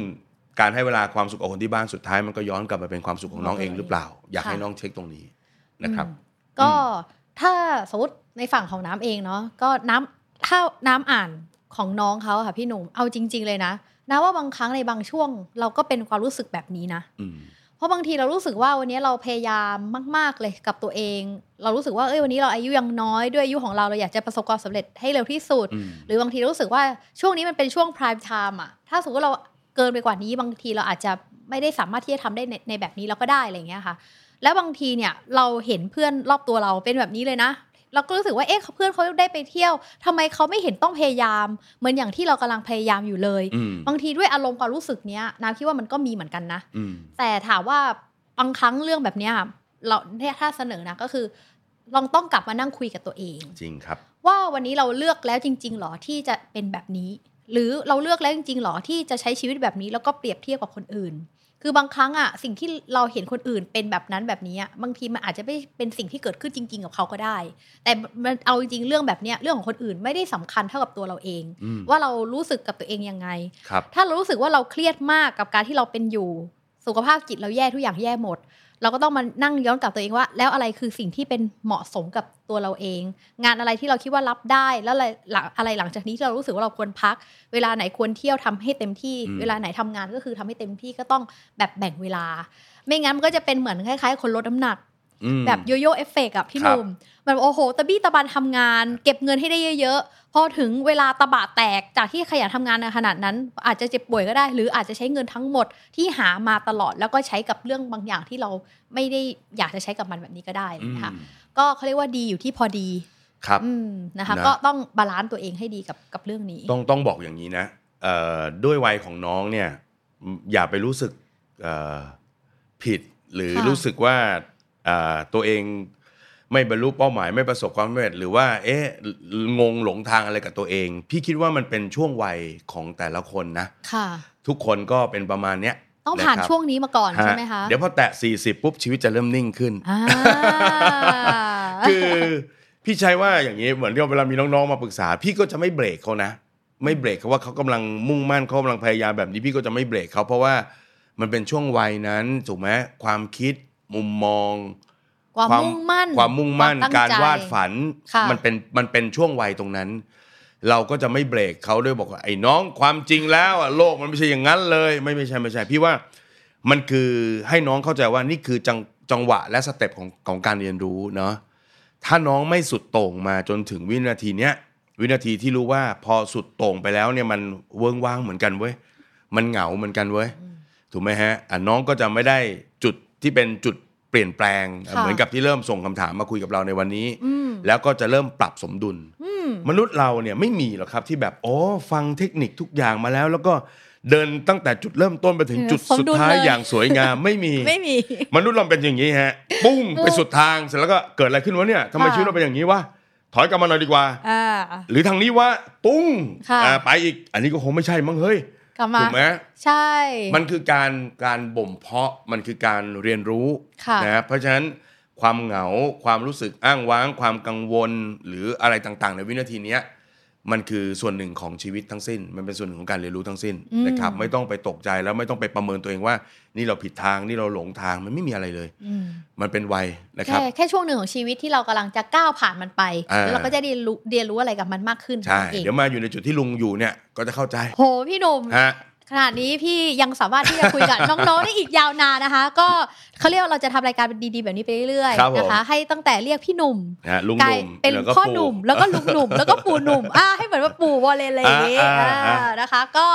การให้เวลาความสุขกับคนที่บ้านสุดท้ายมันก็ย้อนกลับมาเป็นความสุขของน้องเองหรือเปล่า อยากให้น้องเช็คตรงนี้นะครับ อืมก็ถ้าสมมติในฝั่งของน้ำเองเนาะก็น้ำถ้าน้ำอ่านของน้องเขาอะค่ะพี่หนุ่มเอาจริง ๆ เลยนะนะว่าบางครั้งในบางช่วง เราก็เป็นความรู้สึกแบบนี้นะ อืม เพราะบางทีเรารู้สึกว่าวันนี้เราพยายามมาก ๆ เลยกับตัวเอง เรารู้สึกว่าเอ้ยวันนี้เราอายุยังน้อยด้วยอายุของเราเราอยากจะประสบความสำเร็จให้เร็วที่สุด อืม หรือบางทีรู้สึกว่าช่วงนี้มันเป็นช่วง prime time อะถ้าสมมติเราเกินไปกว่านี้บางทีเราอาจจะไม่ได้สามารถที่จะทำได้ในในแบบนี้เราก็ได้อะไรอย่างเงี้ยค่ะ แล้วบางทีเนี่ยเราเห็นเพื่อนรอบตัวเราเป็นแบบนี้เลยนะ เราก็รู้สึกว่าเอ๊ะเพื่อนเขาได้ไปเที่ยวทำไมเขาไม่เห็นต้องพยายาม เหมือนอย่างที่เรากำลังพยายามอยู่เลย อืม บางทีด้วยอารมณ์ความรู้สึกเนี้ยน้ำคิดว่ามันก็มีเหมือนกันนะ อืม แต่ถามว่าบางครั้งเรื่องแบบเนี้ยเราเนี่ยถ้าเสนอนะก็คือ ลองต้องกลับมานั่งคุยกับตัวเอง จริงครับ ว่าวันนี้เราเลือกแล้วจริง ๆหรอที่จะเป็นแบบนี้ หรือเราเลือกแล้วจริงๆหรอที่จะใช้ชีวิตแบบนี้แล้วก็เปรียบเทียบกับคนอื่น คือบางครั้งอะสิ่งที่เราเห็นคนอื่นเป็นแบบนั้นแบบนี้อะบางทีมันอาจจะไม่เป็นสิ่งที่เกิดขึ้นจริง ๆ กับเขาก็ได้ แต่มันเอาจริงๆเรื่องแบบเนี้ยเรื่องของคนอื่นไม่ได้สำคัญเท่ากับตัวเราเอง อืม ว่าเรารู้สึกกับตัวเองยังไง ครับ ถ้าเรารู้สึกว่าเราเครียดมากกับการที่เราเป็นอยู่ สุขภาพจิตเราแย่ทุกอย่างแย่หมด เราก็ต้องมานั่งย้อนกลับตัวเองว่า แล้วอะไรคือสิ่งที่เป็นเหมาะสมกับตัวเราเอง งานอะไรที่เราคิดว่ารับได้แล้วอะไรหลังอะไรหลังจากนี้ที่เรารู้สึกว่าเราควรพัก เวลาไหนควรเที่ยวทำให้เต็มที่ อืม เวลาไหนทำงานก็คือทำให้เต็มที่ก็ต้องแบบแบ่งเวลา ไม่งั้นมันก็จะเป็นเหมือนคล้ายๆ คนลดน้ำหนัก อืม แบบโยโย่เอฟเฟกต์อะพี่หนุ่มมันโอ้โห ตะบี้ตะบันทำงาน เก็บเงินให้ได้เยอะๆ พอถึงเวลาตะบะแตกจากที่ขยันทำงานในขนาดนั้น อาจจะเจ็บป่วยก็ได้ หรืออาจจะใช้เงินทั้งหมดที่หามาตลอดแล้วก็ใช้กับเรื่องบางอย่างที่เราไม่ได้อยากจะใช้กับมันแบบนี้ก็ได้ อืม นะคะก็เขาเรียกว่าดีอยู่ที่พอดี ครับ อืมนะคะ นะ ก็ต้องบาลานซ์ตัวเองให้ดีกับกับเรื่องนี้ ต้องต้องบอกอย่างนี้นะเอ่อด้วยวัยของน้องเนี่ยอืมอย่าไปรู้สึกเอ่อผิดหรือ ค่ะ รู้สึกว่าเอ่อตัวเองไม่บรรลุเป้าหมายไม่ประสบความสำเร็จหรือว่าเอ๊ะงงหลงทางอะไรกับตัวเอง พี่คิดว่ามันเป็นช่วงวัยของแต่ละคนนะ ค่ะ ทุกคนก็เป็นประมาณเนี้ย ต้องผ่านะครับช่วงนี้มาก่อน ฮ ใช่ไหมคะ เดี๋ยวพอแตะ 40 ปุ๊บ ชีวิตจะเริ่มนิ่งขึ้น อ่า คือ [laughs] พี่ชัยว่าอย่างนี้เหมือนที่เวลามีน้องๆมาปรึกษา พี่ก็จะไม่เบรกเขานะ ไม่เบรกเขาว่าเขากำลังมุ่งมั่นเขากำลังพยายามแบบนี้พี่ก็จะไม่เบรกเขาเพราะว่ามันเป็นช่วงวัยนั้นถูกไหมความคิดมุมมอง ความมุ่งมั่น ความมุ่งมั่น ควตั้ การ ใจ วาดฝัน ค่ะ มันเป็นมันเป็นช่วงวัยตรงนั้น เราก็จะไม่เบรกเขาด้วยบอกว่าไอ้น้องความจริงแล้วอะโลกมันไม่ใช่อย่างนั้นเลย ไม่ไม่ใช่ไม่ใช่ พี่ว่ามันคือให้น้องเข้าใจว่านี่คือจังจังหวะและสเต็ปของของการเรียนรู้เนาะถ้าน้องไม่สุดโต่งมาจนถึงวินาทีเนี้ยวินาทีที่รู้ว่าพอสุดโต่งไปแล้วเนี่ยมันเวิงว้างเหมือนกันเว้ยมันเหงาเหมือนกันเว้ย ถูกไหมฮะอ่ะน้องก็จะไม่ได้จุดที่เป็นจุดเปลี่ยนแปลง ค่ะ เหมือนกับที่เริ่มส่งคำถามมาคุยกับเราในวันนี้ อืม แล้วก็จะเริ่มปรับสมดุล อืม มนุษย์เราเนี่ยไม่มีหรอกครับที่แบบอ๋อฟังเทคนิคทุกอย่างมาแล้ว แล้วก็เดินตั้งแต่จุดเริ่มต้นไปถึง เออ จุด สม สุด ดุล ท้าย เลย อย่างสวย [laughs] งามไม่มี ไม่มี มนุษย์เราเป็นอย่างนี้ฮะ ปุ้งไปสุดทางเสร็จแล้วก็เกิดอะไรขึ้นวะเนี่ยทำไม ค่ะ ชีวิตเราเป็นอย่างนี้วะถอยกลับมาหน่อยดีกว่า อ่า หรือทางนี้วะปุ้ง ค่ะ อ่าไปอีก อันนี้ก็คงไม่ใช่มั้งเฮ้ย กลับมา ถูกไหม ใช่ มันคือการการบ่มเพาะมันคือการเรียนรู้ ค่ะ นะเพราะฉะนั้นความเหงาความรู้สึกอ้างว้าง ความกังวลหรืออะไรต่างๆ ในวินาทีเนี้ยมันคือส่วนหนึ่งของชีวิตทั้งสิ้น มันเป็นส่วนหนึ่งของการเรียนรู้ทั้งสิ้น อืม นะครับไม่ต้องไปตกใจแล้วไม่ต้องไปประเมินตัวเองว่า นี่เราผิดทางนี่เราหลงทางมันไม่มีอะไรเลย อืม มันเป็นวัยนะครับ แค่แค่ช่วงหนึ่งของชีวิตที่เรากำลังจะก้าวผ่านมันไป อ่า แล้วเราก็จะเรียนรู้เรียนรู้อะไรกับมันมากขึ้น ใช่ เอง เดี๋ยวมาอยู่ในจุดที่ลุงอยู่เนี่ยก็จะเข้าใจ โหพี่หนุ่ม ฮะ ขนาดนี้พี่ยังสามารถที่จะคุยกับ น้องๆได้อีกยาวนานนะคะ ก็เขาเรียกว่าเราจะทำรายการเป็นดีๆ แบบนี้ไปเรื่อย ครับ ๆ ผม นะคะ ให้ตั้งแต่เรียกพี่หนุ่ม ฮะลุงห กลาย นุ่ม เป็น แล้วก็ พ่อ ปู่ หนุ่มแล้วก็ลุงหนุ่ม [laughs] แล้วก็ปู่หนุ่มอ่าให้เหมือนว่าปู่วอลเลนอะไรอย่างนี้ อ่าอ่า อ่า อ่าน นะคะ ก็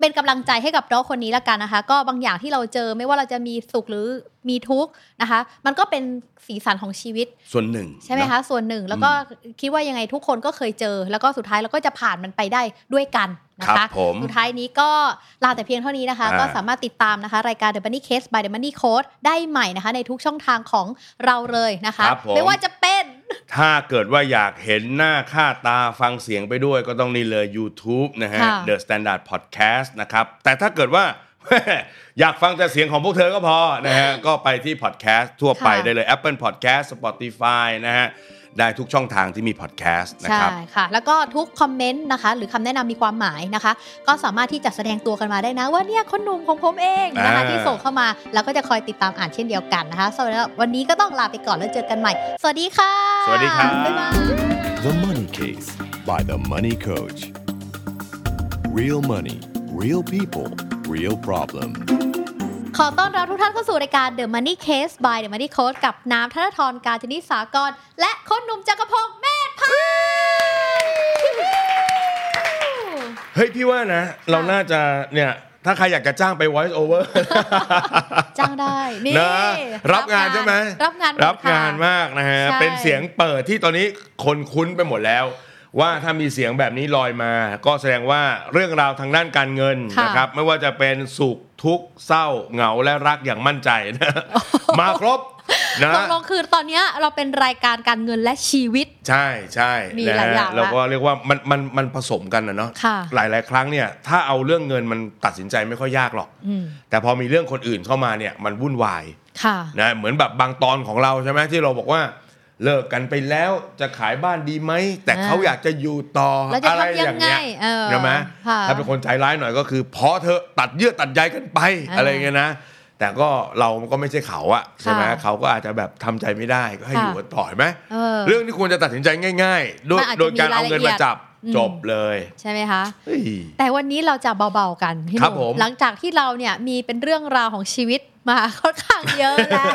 เป็นกำลังใจให้กับน้องคนนี้ละกันนะคะ ก็บางอย่างที่เราเจอไม่ว่าเราจะมีสุขหรือมีทุกข์นะคะ มันก็เป็นสีสันของชีวิต ส่วนหนึ่ง ใช่ไหม เนอ คะส่วนหนึ่งแล้วก็คิดว่ายังไงทุกคนก็เคยเจอ แล้วก็สุดท้ายเราก็จะผ่านมันไปได้ด้วยกันนะ คคะรับผม สุดท้ายนี้ก็ลาแต่เพียงเท่านี้นะคะ อ่า ก็สามารถติดตามนะคะ รายการ The Money Case by The Money Code ได้ใหม่นะคะ ในทุกช่องทางของเราเลยนะคะ ครับผม ไม่ว่าจะเป็น ถ้าเกิดว่าอยากเห็นหน้าค่าตาฟังเสียงไปด้วยก็ต้องนี่เลย YouTube นะฮะ ค่ะ The Standard Podcast นะครับ แต่ถ้าเกิดว่า [laughs] อยากฟังแต่เสียงของพวกเธอก็พอนะ [laughs] ฮะ ก็ไปที่ Podcast ทั่วไป ค่ะ ได้เลย Apple Podcast Spotify นะฮะ ได้ทุกช่องทางที่มี Podcast นะ ใช่ ครับ ค่ะ แล้วก็ทุกคอมเมนต์นะคะ หรือคำแนะนำมีความหมายนะคะ ก็สามารถที่จะแสดงตัวกันมาได้นะ ว่าเนี่ยคนหนุ่มของผมเองนะคะ อ่า ที่ส่งเข้ามาแล้วก็จะคอยติดตามอ่านเช่นเดียวกันนะคะสำหรับวันนี้ก็ต้องลาไปก่อนแล้วเจอกันใหม่ สวัสดีค่ะ สวัสดีครับ บ๊ายบาย The Money Case by The Money Coach. Real money, real people, real problem. ขอต้อนรับทุกท่านเข้าสู่รายการ The Money Case by The Money Coach กับน้ำธนทรการจนิสากร และโค้ชหนุ่มจักรพงศ์เมธพันธ์ เฮ้ย พี่ว่านะ เราน่าจะเนี่ย ถ้าใครอยากจะจ้างไป voice over จ้างได้ นี่ นะรับงานใช่ไหม รับงานหมด รับงาน ค่ะ มากนะฮะ ใช่ เป็นเสียงเปิดที่ตอนนี้คนคุ้นไปหมดแล้ว ว่าถ้ามีเสียงแบบนี้ลอยมา ก็แสดงว่าเรื่องราวทางด้านการเงินนะครับ ไม่ว่าจะเป็นสุขทุกข์เศร้าเหงาและรักอย่างมั่นใจนะ [laughs] มาครบนะ ตกลงคือตอนเนี้ยเราเป็นรายการการเงินและชีวิต ใช่ใช่ มีหลาย นะฮะ อย่างละ เราก็เรียกว่ามันมันมันผสมกันนะเนาะ ค่ะ หลายหลายๆครั้งเนี่ยถ้าเอาเรื่องเงินมันตัดสินใจไม่ค่อยยากหรอก อืม แต่พอมีเรื่องคนอื่นเข้ามาเนี่ยมันวุ่นวาย ค่ะ นะเหมือนแบบบางตอนของเราใช่ไหมที่เราบอกว่าเลิกกันไปแล้วจะขายบ้านดีไหม แต่ อ่า เขาอยากจะอยู่ต่อ แล้วจะ อะไร ทำยัง อย่างเงี้ไงยเออ ใช่ไหม ค่ะ ถ้าเป็นคนใจร้ายหน่อยก็คือพอเธอะตัดเยื่อตัดใยกันไป อ่า อะไรเงี้ยนะ แต่ก็เราก็ไม่ใช่เขาอะใช่ไหม ค่ะ เขาก็อาจจะแบบทำใจไม่ได้ก็ให้ ค่ะ อยู่กันต่อเห็นไหม เออ เรื่องที่ควรจะตัดสินใจง่ายๆด้วย มันอาจจะ โดยการเอาเงิน มีรายละเอี มาย ด จับ อืม จบเลย ใช่ไหมคะ เฮ้ย แต่วันนี้เราจะเบาๆกันพี่ห ครับผ นุ่ ม มหลังจากที่เราเนี่ยมีเป็นเรื่องราวของชีวิตมาค่อนข้างเยอะแล้ว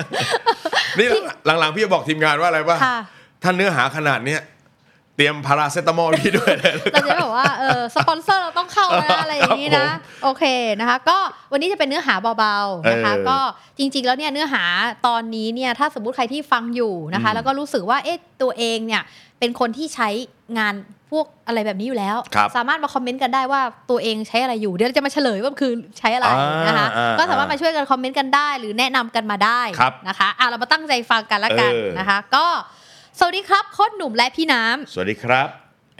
[laughs] นี่หลังๆพี่จะบอกทีมงานว่าอะไรป่ะ ค่ะ ถ้าเนื้อหาขนาดเนี้ยเตรียมพาราเซตามอล [laughs] พี่ด้วยนะ เราจะได้บอกว่าเออสปอนเซอร์เราต้องเข้า [laughs] นะอะไรอย่างนี้นะ ครับผม โอเคนะคะ ก็วันนี้จะเป็นเนื้อหาเบาๆนะคะ เออ ก็จริงๆแล้วเนี่ยเนื้อหาตอนนี้เนี่ยถ้าสมมติใครที่ฟังอยู่นะคะ อืม แล้วก็รู้สึกว่าเอ๊ะตัวเองเนี่ยเป็นคนที่ใช้งานพวกอะไรแบบนี้อยู่แล้ว ครับ สามารถมาคอมเมนต์กันได้ว่าตัวเองใช้อะไรอยู่เดี๋ยวเราจะมาเฉลยว่ามันคือใช้อะไรนะคะ อ่าๆๆ ก็สามารถมาช่วยกันคอมเมนต์กันได้ หรือแนะนำกันมาได้ ครับ นะคะอ่ะเรามาตั้งใจฟังกันละกัน เออ นะคะ ก็สวัสดีครับโค้ชหนุ่มและพี่น้ำ สวัสดีครับ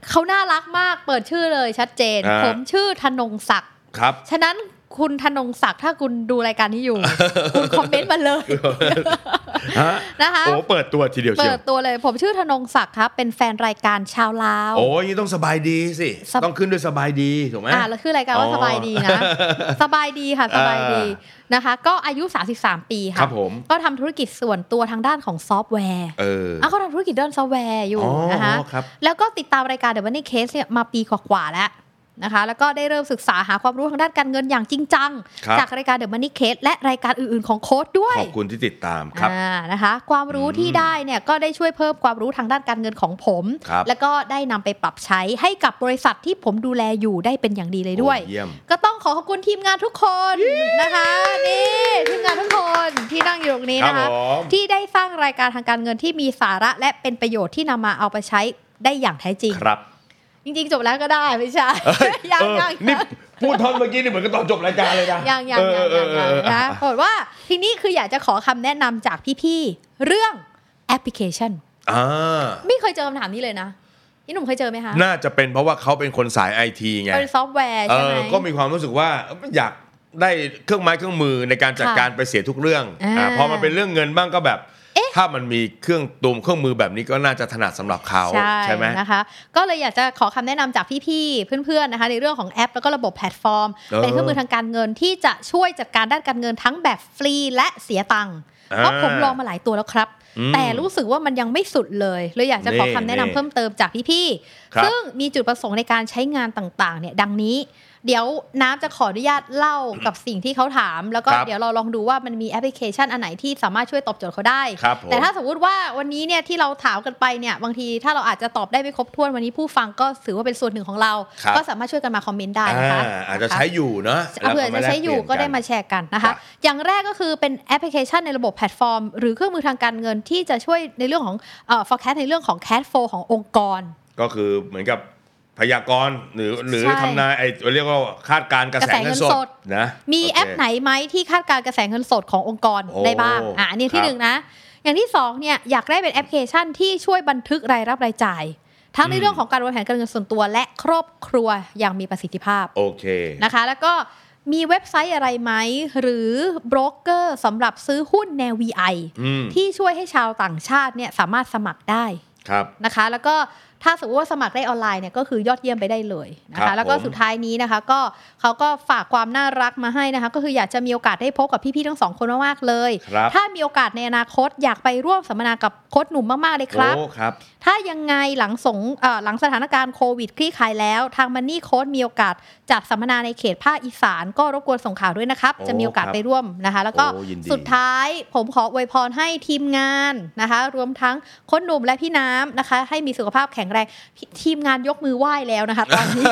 เขาน่ารักมาก เปิดชื่อเลยชัดเจน อ่า ผมชื่อธนงศักดิ์ ครับ ฉะนั้นคุณธนงศักดิ์ถ้าคุณดูรายการ [laughs] นี้อยู่ คุณคอมเมนต์มาเลย ฮะ นะคะ โอ้เปิดตัวทีเดียวเชี เปิ ยว ดตัวเลย ผมชื่อธนงศักดิ์ครับ เป็นแฟนรายการชาวลาว โอ้ยนี่ต้องสบายดีสิ สบ ต้องขึ้นด้วยสบายดี ถูกไหม อ่าแล้วคือรายการว่า อ๋อ สบายดี [laughs] นะ สบายดีค่ะ สบายดี อ่ นะคะ ก็อายุ 33 ปีค่ะ ครับผม ก็ทำธุรกิจส่วนตัวทางด้านของซอฟต์แวร์ เออ อ่ะเขาทำธุรกิจด้านซอฟต์แวร์อยู่ อ๋อ นะคะ ครับ แล้วก็ติดตามรายการ The Money Case เนี่ยมาปีกว่าๆแล้ว นะคะ แล้วก็ได้เริ่มศึกษาหาความรู้ทางด้านการเงินอย่างจริงจัง ครับ จากรายการ The Money Case และรายการอื่น ๆ ของโค้ดด้วย ขอบคุณที่ติดตามครับ อ่านะคะความรู้ที่ได้เนี่ยก็ได้ช่วยเพิ่มความรู้ทางด้านการเงินของผม ครับ แล้วก็ได้นำไปปรับใช้ให้กับบริษัทที่ผมดูแลอยู่ได้เป็นอย่างดีเลยด้วย โอ้เยี่ยม ก็ต้องขอขอบคุณทีมงานทุกคนนะคะนี่ทีมงานทุกคนที่นั่งอยู่ตรงนี้ ครับ นะ ผ คะ ม ที่ได้สร้างรายการทางการเงินที่มีสาระและเป็นประโยชน์ที่นำมาเอาไปใช้ได้อย่างแท้จริง ครับ จริงๆจบแล้วก็ได้ไม่ใช่ยัง เออ ยัง นี่พูดท่อนเมื่อกี้นี่เหมือนกับตอนจบรายการเลยนะ ยังยังยังยังยังนะปรากฏว่าทีนี้คืออยากจะขอคำแนะนำจากพี่ๆ เรื่องแอปพลิเคชัน อ่า ไม่เคยเจอคำถามนี้เลยนะพี่หนุ่มเคยเจอไหมคะ น่าจะเป็นเพราะว่าเขาเป็นคนสายไอทีไง เป็นซอฟต์แวร์ เอ ใช่ไห อ ม ก็มีความรู้สึกว่าอยากได้เครื่องไม้เครื่องมือในการจัด ค่ะ การไปเสียทุกเรื่อง อ่า อ่าพอมันเป็นเรื่องเงินบ้างก็แบบ ถ้ามันมีเครื่องตูมเครื่องมือแบบนี้ก็น่าจะถนัดสำหรับเขาใช่ไหม นะคะ ก็เลยอยากจะขอคำแนะนำจากพี่ๆ เพื่อนๆ นะคะ ในเรื่องของแอป แล้วก็ระบบแพลตฟอร์ม เออ เป็นเครื่องมือทางการเงินที่จะช่วยจัดการด้านการเงินทั้งแบบฟรีและเสียตังค์ อ่า เพราะผมลองมาหลายตัวแล้วครับ อืม แต่รู้สึกว่ามันยังไม่สุดเลยเลยอยากจะขอคำแนะนำ นี่ เพิ่มเติมจากพี่ ครัๆบซึ่งมีจุดประสงค์ในการใช้งานต่างๆ เนี่ยดังนี้ เดี๋ยวน้ำจะขออนุญาตเล่ากับสิ่งที่เขาถาม แล้วก็ ครับ เดี๋ยวเราลองดูว่ามันมีแอปพลิเคชันอันไหนที่สามารถช่วยตอบโจทย์เขาได้ ครับผม แต่ถ้าสมมติว่าวันนี้เนี่ยที่เราถามกันไปเนี่ยบางทีถ้าเราอาจจะตอบได้ไม่ครบถ้วนวันนี้ผู้ฟังก็ถือว่าเป็นส่วนหนึ่งของเรา ครับ ก็สามารถช่วยกันมาคอมเมนต์ได้นะคะ อ่าอาจจะใช้อยู่เนอะ เอาเผื่อจะใช้อยู่ก็ได้มา แลกเปลี่ยน แชร์กันนะ ครั คะ บ อย่างแรกก็คือเป็นแอปพลิเคชันในระบบแพลตฟอร์ม หรือเครื่องมือทางการเงินที่จะช่วยในเรื่องของเอ่อ forecast ในเรื่องของ cash flow ขององค์กร นก็คือเหมือนกับพยากรณ์หรือหรือ ใช่ ทำนายไอ้เรียกว่าคาดการณ์กระกระแสแสเงิ เงิ น น ส ส ด ดนะ มี โเค แอปไหนไหมที่คาดการณ์กระแสเงินสดขององค์กร โอ้ ได้บ้างอ่ะอันนี้ที่ ครับ หนึ่งนะ อย่างที่สองเนี่ยอยากได้เป็นแอปพลิเคชันที่ช่วยบันทึกรายรับรายจ่าย ทั้งในเรื่องของการวางแผนการเงินส่วนตัว และครอบครัวอย่างมีประสิทธิภาพ โอเค นะคะ แล้วก็มีเว็บไซต์อะไรไหม หรือโบรกเกอร์สำหรับซื้อหุ้นแนว VI อืม ที่ช่วยให้ชาวต่างชาติเนี่ยสามารถสมัครได้ ครับ นะคะแล้วก็ถ้าสมมติว่าสมัครได้ออนไลน์เนี่ยก็คือยอดเยี่ยมไปได้เลยนะ ครั คะ บ แล้วก็ ผม สุดท้ายนี้นะคะก็เขาก็ฝากความน่ารักมาให้นะคะก็คืออยากจะมีโอกาสได้พบกับพี่ๆทั้งสองคนมากๆเลย ครับ ถ้ามีโอกาสในอนาคตอยากไปร่วมสัมมนากับโค้ชหนุ่มมากๆเลยครับ โอ้ครับ ถ้ายังไงหลังสงเอ่อหลังสถานการณ์โควิดคลี่คลายแล้ว ทางมันนี่โค้ดมีโอกาสจัดสัมมนาในเขตภาคอีสานก็รบกวนส่งข่าวด้วยนะครับ โอ้ จะมีโอกาส ครับ ไปร่วมนะคะ แล้วก็ โอ้ยินดี สุดท้ายผมขออวยพรให้ทีมงานนะคะ รวมทั้งโค้ดหนุ่มและพี่น้ำนะคะ ให้มีสุขภาพแข็งแรงพี่ทีมงานยกมือไหว้แล้วนะคะ ตอน [laughs] นี้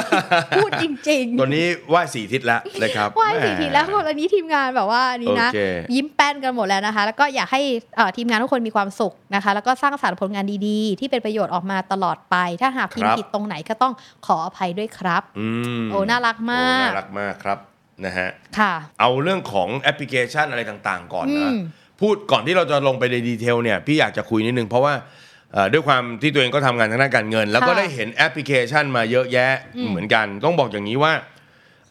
พูดจริง ตัวนี้ไหว่าสี่ทิศ [laughs] แล้วนะครับ ไหว้สี่ ม่ ทีแล้วคนอันนี้ทีมงานแบบว่านี่นะ โอเค ยิ้มแป้นกันหมดแล้วนะคะ แล้วก็อยากให้เอ่อทีมงานทุกคนมีความสุขนะคะ แล้วก็สร้างสารรค์ผลงานดีๆ ที่เป็นประโยชน์ออกมาตลอดไป ถ้าหากพิม ค พ์ รับ ผิดตรงไหนก็ต้องขออภัยด้วยครับ อืม โอ้น่ารักมาก โอ้น่ารักมากครับนะฮะ ค่ะ เอาเรื่องของแอปพลิเคชันอะไรต่างๆ ก่อนนะ อืม พูดก่อนที่เราจะลงไปในดีเทลเนี่ยพี่อยากจะคุยนิดนึง เพราะว่าเอ่อด้วยความที่ตัวเองก็ทำงานทางด้านการเงิน แล้วก็ ค่ะ ได้เห็นแอปพลิเคชันมาเยอะแยะ อืม เหมือนกัน ต้องบอกอย่างนี้ว่า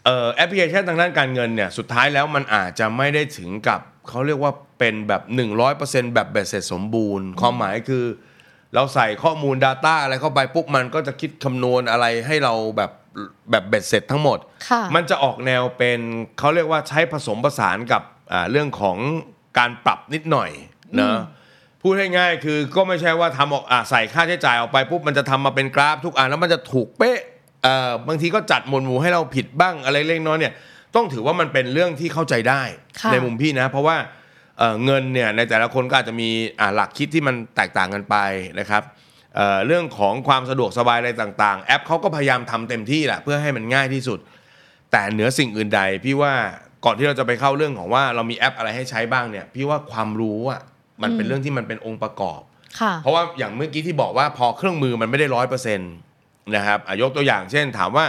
เอ่อแอปพลิเคชันทางด้านการเงินเนี่ยสุดท้ายแล้วมันอาจจะไม่ได้ถึงกับเขาเรียกว่าเป็นแบบ 100%แบบเบ็ดเสร็จสมบูรณ์ ความหมายคือ เราใส่ข้อมูล Data อะไรเข้าไปปุ๊บมันก็จะคิดคำนวณอะไรให้เราแบบแบบเบ็ดเสร็จทั้งหมด ค่ะ มันจะออกแนวเป็นเขาเรียกว่าใช้ผสมผสานกับอ่าเรื่องของการปรับนิดหน่อยเนอะพูดง่ายๆคือก็ไม่ใช่ว่าทำออกอาใส่ค่าใช้จ่ายออกไปปุ๊บมันจะทำมาเป็นกราฟทุกอันแล้วมันจะถูกเป๊ะเอ่อบางทีก็จัดหมวดหมู่ให้เราผิดบ้างอะไรเล็กน้อยเนี่ยต้องถือว่ามันเป็นเรื่องที่เข้าใจได้ ค่ะ ในมุมพี่นะ เพราะว่าเอ่อเงินเนี่ยในแต่ละคนก็อาจจะมีอ่าหลักคิดที่มันแตกต่างกันไปนะครับเอ่อเรื่องของความสะดวกสบายอะไรต่างๆ แอปเขาก็พยายามทำเต็มที่แหละเพื่อให้มันง่ายที่สุด แต่เหนือสิ่งอื่นใดพี่ว่าก่อนที่เราจะไปเข้าเรื่องของว่าเรามีแอปอะไรให้ใช้บ้างเนี่ย พี่ว่าความรู้อ่ะมันเป็นเรื่องที่มันเป็นองค์ประกอบ ค่ะ เพราะว่าอย่างเมื่อกี้ที่บอกว่าพอเครื่องมือมันไม่ได้ร้อยเปอร์เซ็นต์นะครับอ่ะยกตัวอย่างเช่นถามว่า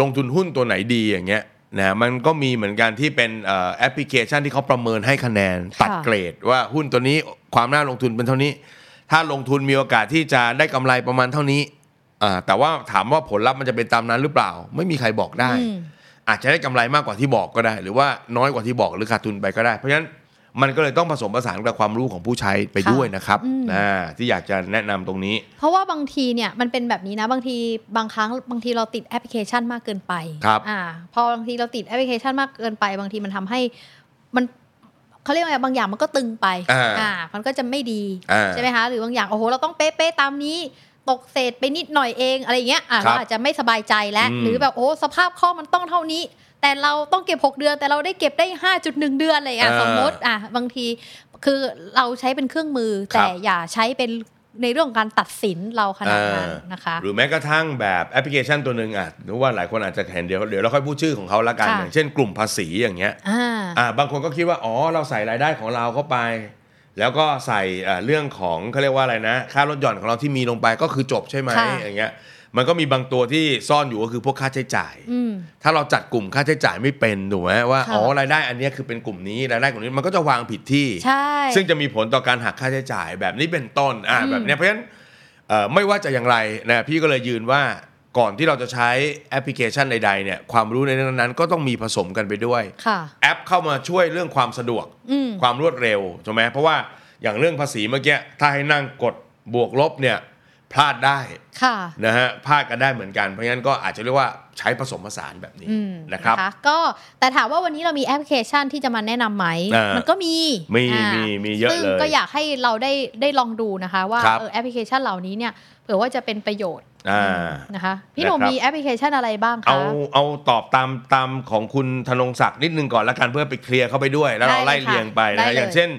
ลงทุนหุ้นตัวไหนดีอย่างเงี้ยนะมันก็มีเหมือนกันที่เป็นเอ่อแอปพลิเคชันที่เขาประเมินให้คะแนน ตัด ค่ะ เกรดว่าหุ้นตัวนี้ความน่าลงทุนเป็นเท่านี้ ถ้าลงทุนมีโอกาสที่จะได้กำไรประมาณเท่านี้อ่าแต่ว่าถามว่าผลลัพธ์มันจะเป็นตามนั้นหรือเปล่า ไม่มีใครบอกได้ อืม อาจจะได้กำไรมากกว่าที่บอกก็ได้ หรือว่าน้อยกว่าที่บอกหรือขาดทุนไปก็ได้ เพราะฉะนั้นมันก็เลยต้องผสมผสานกับความรู้ของผู้ใช้ไป ค่ะ ด้วยนะครับ อืม นะที่อยากจะแนะนำตรงนี้ เพราะว่าบางทีเนี่ยมันเป็นแบบนี้นะบางทีบางครั้งบางทีเราติดแอปพลิเคชันมากเกินไป ครับ อ่าพอบางทีเราติดแอปพลิเคชันมากเกินไป บางทีมันทำให้มันเขาเรียกว่าไงบางอย่างมันก็ตึงไป อ่า มันก็จะไม่ดี อ่า ใช่ไหมคะหรือบางอย่างโอ้โหเราต้องเป๊ะๆตามนี้ ตกเศษไปนิดหน่อยเองอะไรอย่างเงี้ยอ่ะ ครั เรา บ อาจจะไม่สบายใจแล้ว อืม หรือแบบโอ้สภาพคล่องมันต้องเท่านี้ แต่เราต้องเก็บ 6 เดือน แต่เราได้เก็บได้ 5.1 เดือนอะไรอย่างเงี้ย เออ สมมติอ่ะบางทีคือเราใช้เป็นเครื่องมือ ครับ แต่อย่าใช้เป็นในเรื่องของการตัดสินเราขนาดนั้น เออ นะคะ หรือแม้กระทั่งแบบแอปพลิเคชันตัวหนึ่งอ่ะนึกว่าหลายคนอาจจะเห็นเดี๋ยวเดี๋ยวเราค่อยพูดชื่อของเขาละกัน ค่ะ อย่างเช่นกลุ่มภาษีอย่างเงี้ย อ่า อ่าบางคนก็คิดว่า อ๋อ เราใส่รายได้ของเราเข้าไป แล้วก็ใส่อ่าเรื่องของเขาเรียกว่าอะไรนะ ค่ารถหย่อนของเราที่มีลงไปก็คือจบใช่ไหม ค่ะ อย่างเงี้ยมันก็มีบางตัวที่ซ่อนอยู่ก็คือพวกค่าใช้จ่าย อืม ถ้าเราจัดกลุ่มค่าใช้จ่ายไม่เป็นถูกไหมว่า ค่ะ อ๋อรายได้อันเนี้ยคือเป็นกลุ่มนี้รายได้กลุ่มนี้มันก็จะวางผิดที่ ใช่ ซึ่งจะมีผลต่อการหักค่าใช้จ่ายแบบนี้เป็นต้นอ่า อืม แบบเนี้ยเพราะฉะนั้นเอ่อไม่ว่าจะอย่างไรนะพี่ก็เลยยืนว่าก่อนที่เราจะใช้แอปพลิเคชันใดๆเนี่ยความรู้ในเรื่องนั้นๆก็ต้องมีผสมกันไปด้วย ค่ะ แอปเข้ามาช่วยเรื่องความสะดวก อืม ความรวดเร็วใช่ไหมเพราะว่าอย่างเรื่องภาษีเมื่อกี้ถ้าให้นั่งกดบวกลบเนี่ยพลาดได้ ค่ะ นะฮะพลาดกันได้เหมือนกันเพราะงั้นก็อาจจะเรียกว่าใช้ผสมผสานแบบนี้ อืม นะครับ ก็แต่ถามว่าวันนี้เรามีแอปพลิเคชันที่จะมาแนะนำไหม อ่ามั มันก็มี มี อ่า มีมีเยอะ ซึ่ง เลย ก็อยากให้เราได้ได้ลองดูนะคะ ว่า ครับ เออแอปพลิเคชันเหล่านี้เนี่ยเผื่อว่าจะเป็นประโยชน์ อ่า นะคะ พี่หนุ่ม นะครับ มีแอปพลิเคชันอะไรบ้างคะ เอาเอาตอบตามตามของคุณธนงศักดิ์นิดนึงก่อนละกันเพื่อไปเคลียร์เข้าไปด้วย แล้วเรา ได้เลย ไล่เรียงไป ได้ นะ เลย อย่างเช่น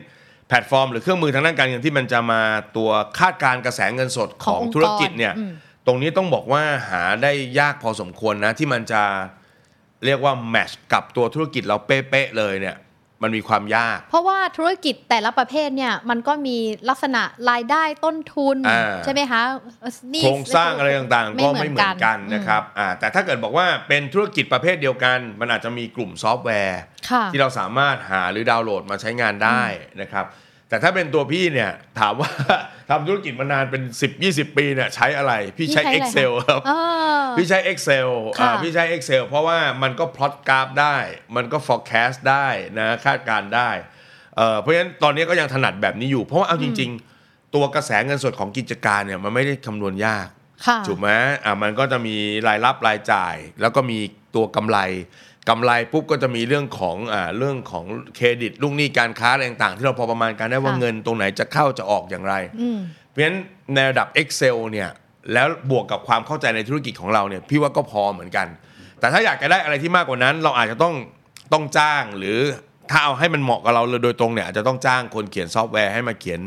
แพลตฟอร์ม หรือเครื่องมือทางด้านการเงินที่มันจะมาตัวคาดการณ์กระแสเงินสด ข ข อ อง ง องค์กร ธุรกิจเนี่ย อืม ตรงนี้ต้องบอกว่าหาได้ยากพอสมควรนะ ที่มันจะเรียกว่าแมชกับตัวธุรกิจเราเป๊ะๆเลยเนี่ยมันมีความยาก เพราะว่าธุรกิจแต่ละประเภทเนี่ยมันก็มีลักษณะรายได้ต้นทุน อ่า ใช่ไหมคะหนี้ โครงสร้างอะไรต่างๆ ก็ไม่เหมือนกันนะครับอ่าแต่ถ้าเกิดบอกว่าเป็นธุรกิจประเภทเดียวกัน มันอาจจะมีกลุ่มซอฟต์แวร์ ค่ะ ที่เราสามารถหาหรือดาวน์โหลดมาใช้งานได้นะครับ แต่ถ้าเป็นตัวพี่เนี่ยถามว่า ทำธุรกิจมานานเป็น 10 20 ปีเนี่ยใช้อะไร พี่ใช้ พี่ใช้อะไร Excel ครับ เออ พี่ใช้ Excel อ่า ค่ะ พี่ใช้ Excel เพราะว่ามันก็พลอตกราฟได้ มันก็ forecast ได้นะคาดการณ์ได้เอ่อเพราะฉะนั้นตอนนี้ก็ยังถนัดแบบนี้อยู่ เพราะว่าเอาจริง ๆ ตัวกระแสเงินสดของกิจการเนี่ยมันไม่ได้คำนวณยาก ค่ะ ถูกไหมอ่ะมันก็จะมีรายรับรายจ่าย แล้วก็มีตัวกำไรกำไรปุ๊บก็จะมีเรื่องของอ่าเรื่องของเครดิตลูกหนี้การค้าอะไรต่างๆ ที่เราพอประมาณการได้ว่า ค่ะ เงินตรงไหนจะเข้าจะออกอย่างไร อืม เพราะฉะนั้นในระดับ Excel เนี่ยแล้วบวกกับความเข้าใจในธุรกิจของเราเนี่ยพี่ว่าก็พอเหมือนกัน แต่ถ้าอยากจะได้อะไรที่มากกว่านั้น เราอาจจะต้องต้องจ้างหรือถ้าเอาให้มันเหมาะกับเราเลยโดยตรงเนี่ยอาจจะต้องจ้างคนเขียนซอฟต์แวร์ให้มาเขียน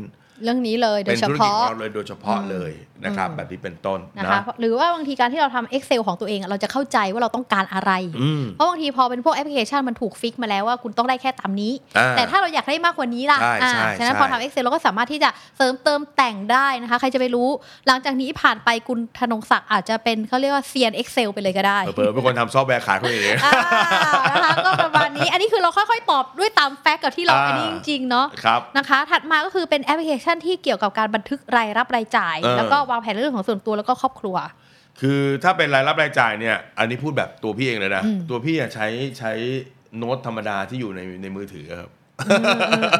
เรื่องนี้เลยโด เป็ ย น เฉ ธุรกิจ พาะ ของเราเลยโดยเฉพาะเลยนะครับ อืม แบบนี้เป็นต้น นะ นะคะ หรือว่าบางทีการที่เราทำ Excel ของตัวเองอะเราจะเข้าใจว่าเราต้องการอะไร อืม เพราะบางทีพอเป็นพวกแอปพลิเคชันมันถูกฟิกมาแล้วว่าคุณต้องได้แค่ตามนี้ อ่า แต่ถ้าเราอยากได้มากกว่านี้ล่ะ ใช่ อ่า ใช่ ฉะนั้น ใช่ พอทำ Excel เราก็สามารถที่จะเสริมเติมแต่งได้นะคะ ใครจะไปรู้ หลังจากนี้ผ่านไปคุณธนงศักดิ์อาจจะเป็นเขาเรียกว่าเซียน Excel ไปเลยก็ได้ เผลอๆเป็นคนทำซอฟต์แวร์ขายคนอื่นเอง [laughs] อ่านะคะก็ประมาณนี้ อันนี้คือเราค่อยๆ ตอบด้วยตามแฟกต์กับที่เรา อ่า อันนี้จริงๆเนาะ ครับ นะคะ ถัดมาก็คือเป็นแอปพลิเคชันที่เกี่ยวกับการบันทึกรายรับรายจ่าย เออ แล้วก็วางแผนเรื่องของส่วนตัวแล้วก็ครอบครัว คือถ้าเป็นรายรับรายจ่ายเนี่ย อันนี้พูดแบบตัวพี่เองเลยนะ อืม ตัวพี่อะใช้ใช้โน้ตธรรมดาที่อยู่ในในมือถือครับ เ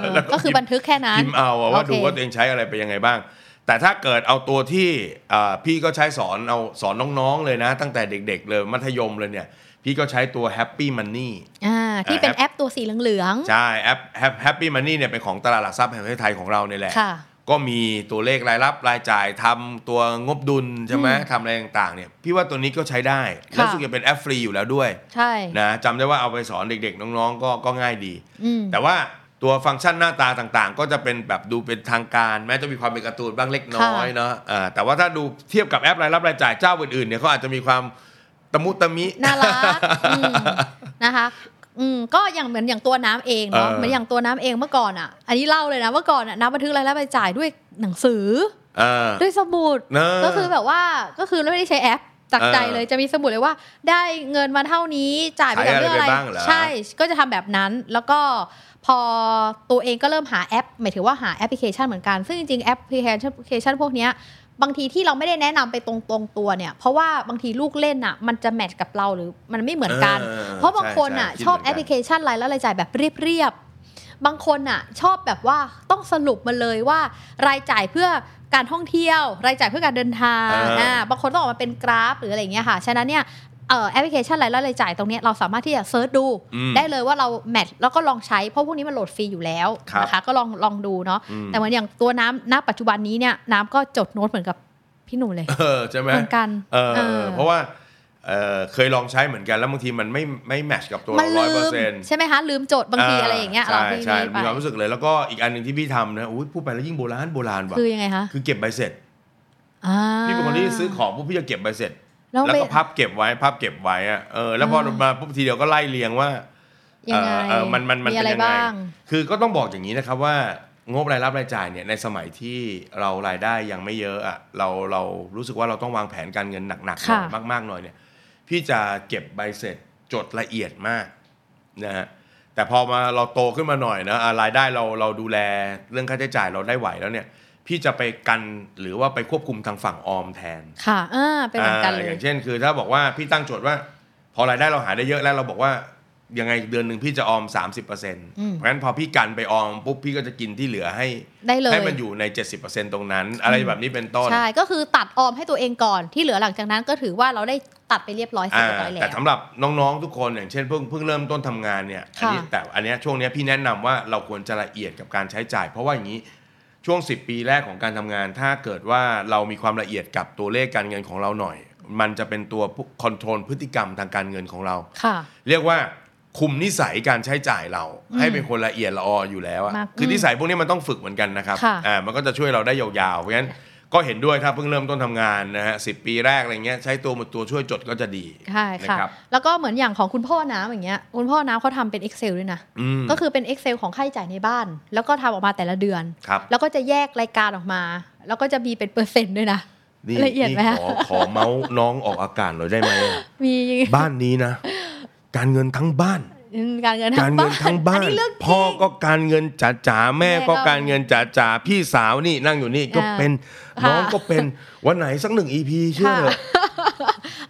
ออก็คือบันทึกแค่นั้น พิมพ์เอาอะว่า โค ดูว่าตัวเองใช้อะไรไปยังไงบ้าง แต่ถ้าเกิดเอาตัวที่อ่าพี่ก็ใช้สอนเอาสอนน้องๆเลยนะ ตั้งแต่เด็ก ๆ เลยมัธยมเลยเนี่ย พี่ก็ใช้ตัว Happy Money อ่าที่เป็น อ่า แอปตัวสีเหลือง ใช่แอป Happy Money เนี่ยเป็นของตลาดหลักทรัพย์แห่งประเทศไทยของเราเนี่ยแหละ ๆ ค่ะ ก็มีตัวเลขรายรับรายจ่ายทำตัวงบดุลใช่ไหมทำอะไรต่างๆเนี่ยพี่ว่าตัวนี้ก็ใช้ได้ ค่ะ แล้วรู้สุกจะเป็นแอปฟรีอยู่แล้วด้วย ใช่ นะจำได้ว่าเอาไปสอนเด็กๆ น้องๆ ก็ก็ง่ายดี อืม แต่ว่าตัวฟังก์ชันหน้าตาต่างๆ ก็จะเป็นแบบดูเป็นทางการ แม้จะมีความเป็นการ์ตูนบ้างเล็กน้อย ค่ะ เนาะอ่าแต่ว่าถ้าดูเทียบกับแอปรายรับรายจ่ายเจ้าอื่นๆเนี่ยเขาอาจจะมีความตะมุตะมิ น่ารักอืมนะคะอืมก็อย่างเหมือนอย่างตัวน้ำเองเนาะ เออ เหมือนอย่างตัวน้ำเองเมื่อก่อนอ่ะ อันนี้เล่าเลยนะเมื่อก่อนอ่ะน้ำบันทึกรายรับรายจ่ายด้วยหนังสือ เออ ด้วยสมุด เออ ก็คือแบบว่าก็คือไม่ได้ใช้แอปจากใจ เออ เลยจะมีสมุดเลยว่า ได้เงินมาเท่านี้จ่ายไปกับ ใช้อะไร เรื่องอะไร ไปบ้างเหรอ ใช่ก็จะทำแบบนั้นแล้วก็พอตัวเองก็เริ่มหาแอป หมายถึงว่าหาแอปพลิเคชันเหมือนกัน ซึ่งจริงๆแอปพลิเคชันพวกเนี้ยบางทีที่เราไม่ได้แนะนำไปตรงๆตัวเนี่ย เพราะว่าบางทีลูกเล่นอ่ะมันจะแมทช์กับเราหรือมันไม่เหมือนกัน เออ เพราะบางคนอ่ะ ใช่ใช่ ชอบ คิดเหมือนกัน แอปพลิเคชันรายแล้วรายจ่ายแบบเรียบๆ บางคนอ่ะชอบแบบว่าต้องสรุปมาเลยว่ารายจ่ายเพื่อการท่องเที่ยว รายจ่ายเพื่อการเดินทาง อ่า อ่าบางคนต้องออกมาเป็นกราฟหรืออะไรอย่างเงี้ยค่ะฉะนั้นเนี่ยเอ่อแอปพลิเคชันรายรับรายจ่ายตรงเนี้ยเราสามารถที่จะเซิร์ชดู ได้เลยว่าเราแมทช์แล้วก็ลองใช้เพราะพวกนี้มันโหลดฟรีอยู่แล้ว ครับ นะคะก็ลองลองดูเนาะแต่เหมือนอย่างตัวน้ำณปัจจุบันนี้เนี่ยน้ำก็จดโน้ตเหมือนกับ พี่หนุ่มเลย เออใช่ไหม เหมือนกัน เอ เอ อ อ เพราะว่าเออเคยลองใช้เหมือนกันแล้วบางทีมันไม่ไม่แมทชกับตัว มัน เราร้ ลื อยเปอร์ ม เซ็นต์ ใช่ไหมคะ ลืมโจทย์บางทีอะไรอย่างเงี้ยเรา ใช่ ไม่ ใช่ ไม่ มีความ ไป รู้สึกเลยแล้วก็อีกอันหนึ่งที่พี่ทำนะอุ้ยพูดไปแล้วยิ่งโบราณโบราณว่ะ คือยังไงคะ คือเก็บใบเสร็จ อ่า พี่เป็นคนที่ซื้อของปุ๊บพี่จะเก็บใบเสร็จ แล้ แล้ว ว ไป ก็พับเก็บไว้พับเก็บไว้อะเออแล้วพอ อ่าม มาปุ๊บทีเดียวก็ไล่เรียงว่า ยั เอง ไง อเออมันมันมัน มี เป็ อะ น ไร ยังไง บ้าง คือก็ต้องบอกอย่างนี้นะครับว่างบรายรับรายจ่ายเนี่ยในสมัยที่เรารายได้ยังไม่เยอะอะเราเรารู้สึกว่าเราต้องวางแผนการเงินหนักๆหน่อย ค่ะ มากๆหน่อยเนี่ย พี่จะเก็บใบเสร็จจดละเอียดมากนะฮะแต่พอมาเราโตขึ้นมาหน่อยนะอ่ะรายได้เราเราดูแลเรื่องค่าใช้จ่ายเราได้ไหวแล้วเนี่ย พี่จะไปกันหรือว่าไปควบคุมทางฝั่งออมแทน ค่ะอ่าเป็นเหมือนกัน อ่า เลย อย่างเช่นคือถ้าบอกว่าพี่ตั้งโจทย์ว่า พอรายได้เราหาได้เยอะแล้วเราบอกว่ายังไงเดือนหนึ่งพี่จะออม 30%เพราะฉะ ม นั้นพอพี่กันไปออมปุ๊บพี่ก็จะกินที่เหลือให้ ได้เลย ให้มันอยู่ใน 70%ตรงนั้น อะไรแบบนี้เป็นต้น ใช่ ก็คือตัดออมให้ตัวเองก่อน ที่เหลือหลังจากนั้นก็ถือว่าเราได้ตัดไปเรียบร้อยเสร็จเรีอ่ายบร้อยแล้ว แต่สำหรับน้องๆทุกคนอย่างเช่นเพิ่งเพิ่งเริ่มต้นทำงานเนี่ยอันี้ ค่ะ แต่อันเนี้ยช่วงเนี้ยพี่แนะนำว่าเราควรจะละเอียดกับการใช้จ่าย เพราะว่าอย่างนี้ช่วง 10 ปีแรกของการทำงาน ถ้าเกิดว่าเรามีความละเอียดกับตัวเลขการเงินของเราหน่อย มันจะเป็นตัวคอนโทรลพฤติกรรมทางการเงินของเรา ค่ะ เรียกว่าคุมนิสัยการใช้จ่ายเรา ให้เป็นคนละเอียดละอออยู่แล้วอะ มาก คือ ม นิสัยพวกนี้มันต้องฝึกเหมือนกันนะครับ ค่ะ อ่ามันก็จะช่วยเราได้ยาวๆเพราะงั้นก็เห็นด้วยถ้าเพิ่งเริ่มต้นทำงานนะฮะสิปีแรกอะไรเงี้ยใช้ตัวหมดตัวช่วยจดก็จะดี ใช่ นะ ค่ะ ครับ แล้วก็เหมือนอย่างของคุณพ่อน้ำอย่างเงี้ย คุณพ่อน้ำเขาทำเป็น Excel ด้วยนะ อืม ก็คือเป็น Excel ของค่าใช้จ่ายในบ้าน แล้วก็ทำออกมาแต่ละเดือน ครับ แล้วก็จะแยกรายการออกมา แล้วก็จะมีเป็นเปอร์เซ็นต์ด้วยนะ นี่ ละเอียด นี่ ไหมฮะ ขอขอเมาส์น้องออกอากาศหน่อยได้ไหมอะ มี บ้านนี้นะ การเงินทั้งบ้าน การเงิน กาทั้รง เงิ บ้าน น ทั้งบ้า อั น นี้เรื่องจริง พ่อก็การเงินจ๋าจ๋าแม่ก็ แม่ก็ การเงินจ๋าจ๋าพี่สาวนี่นั่งอยู่นี่ก็ อ่า เป็น ค่ะ น้องก็เป็นวันไหนสักหนึ่งอีพีเชื่อเถอะ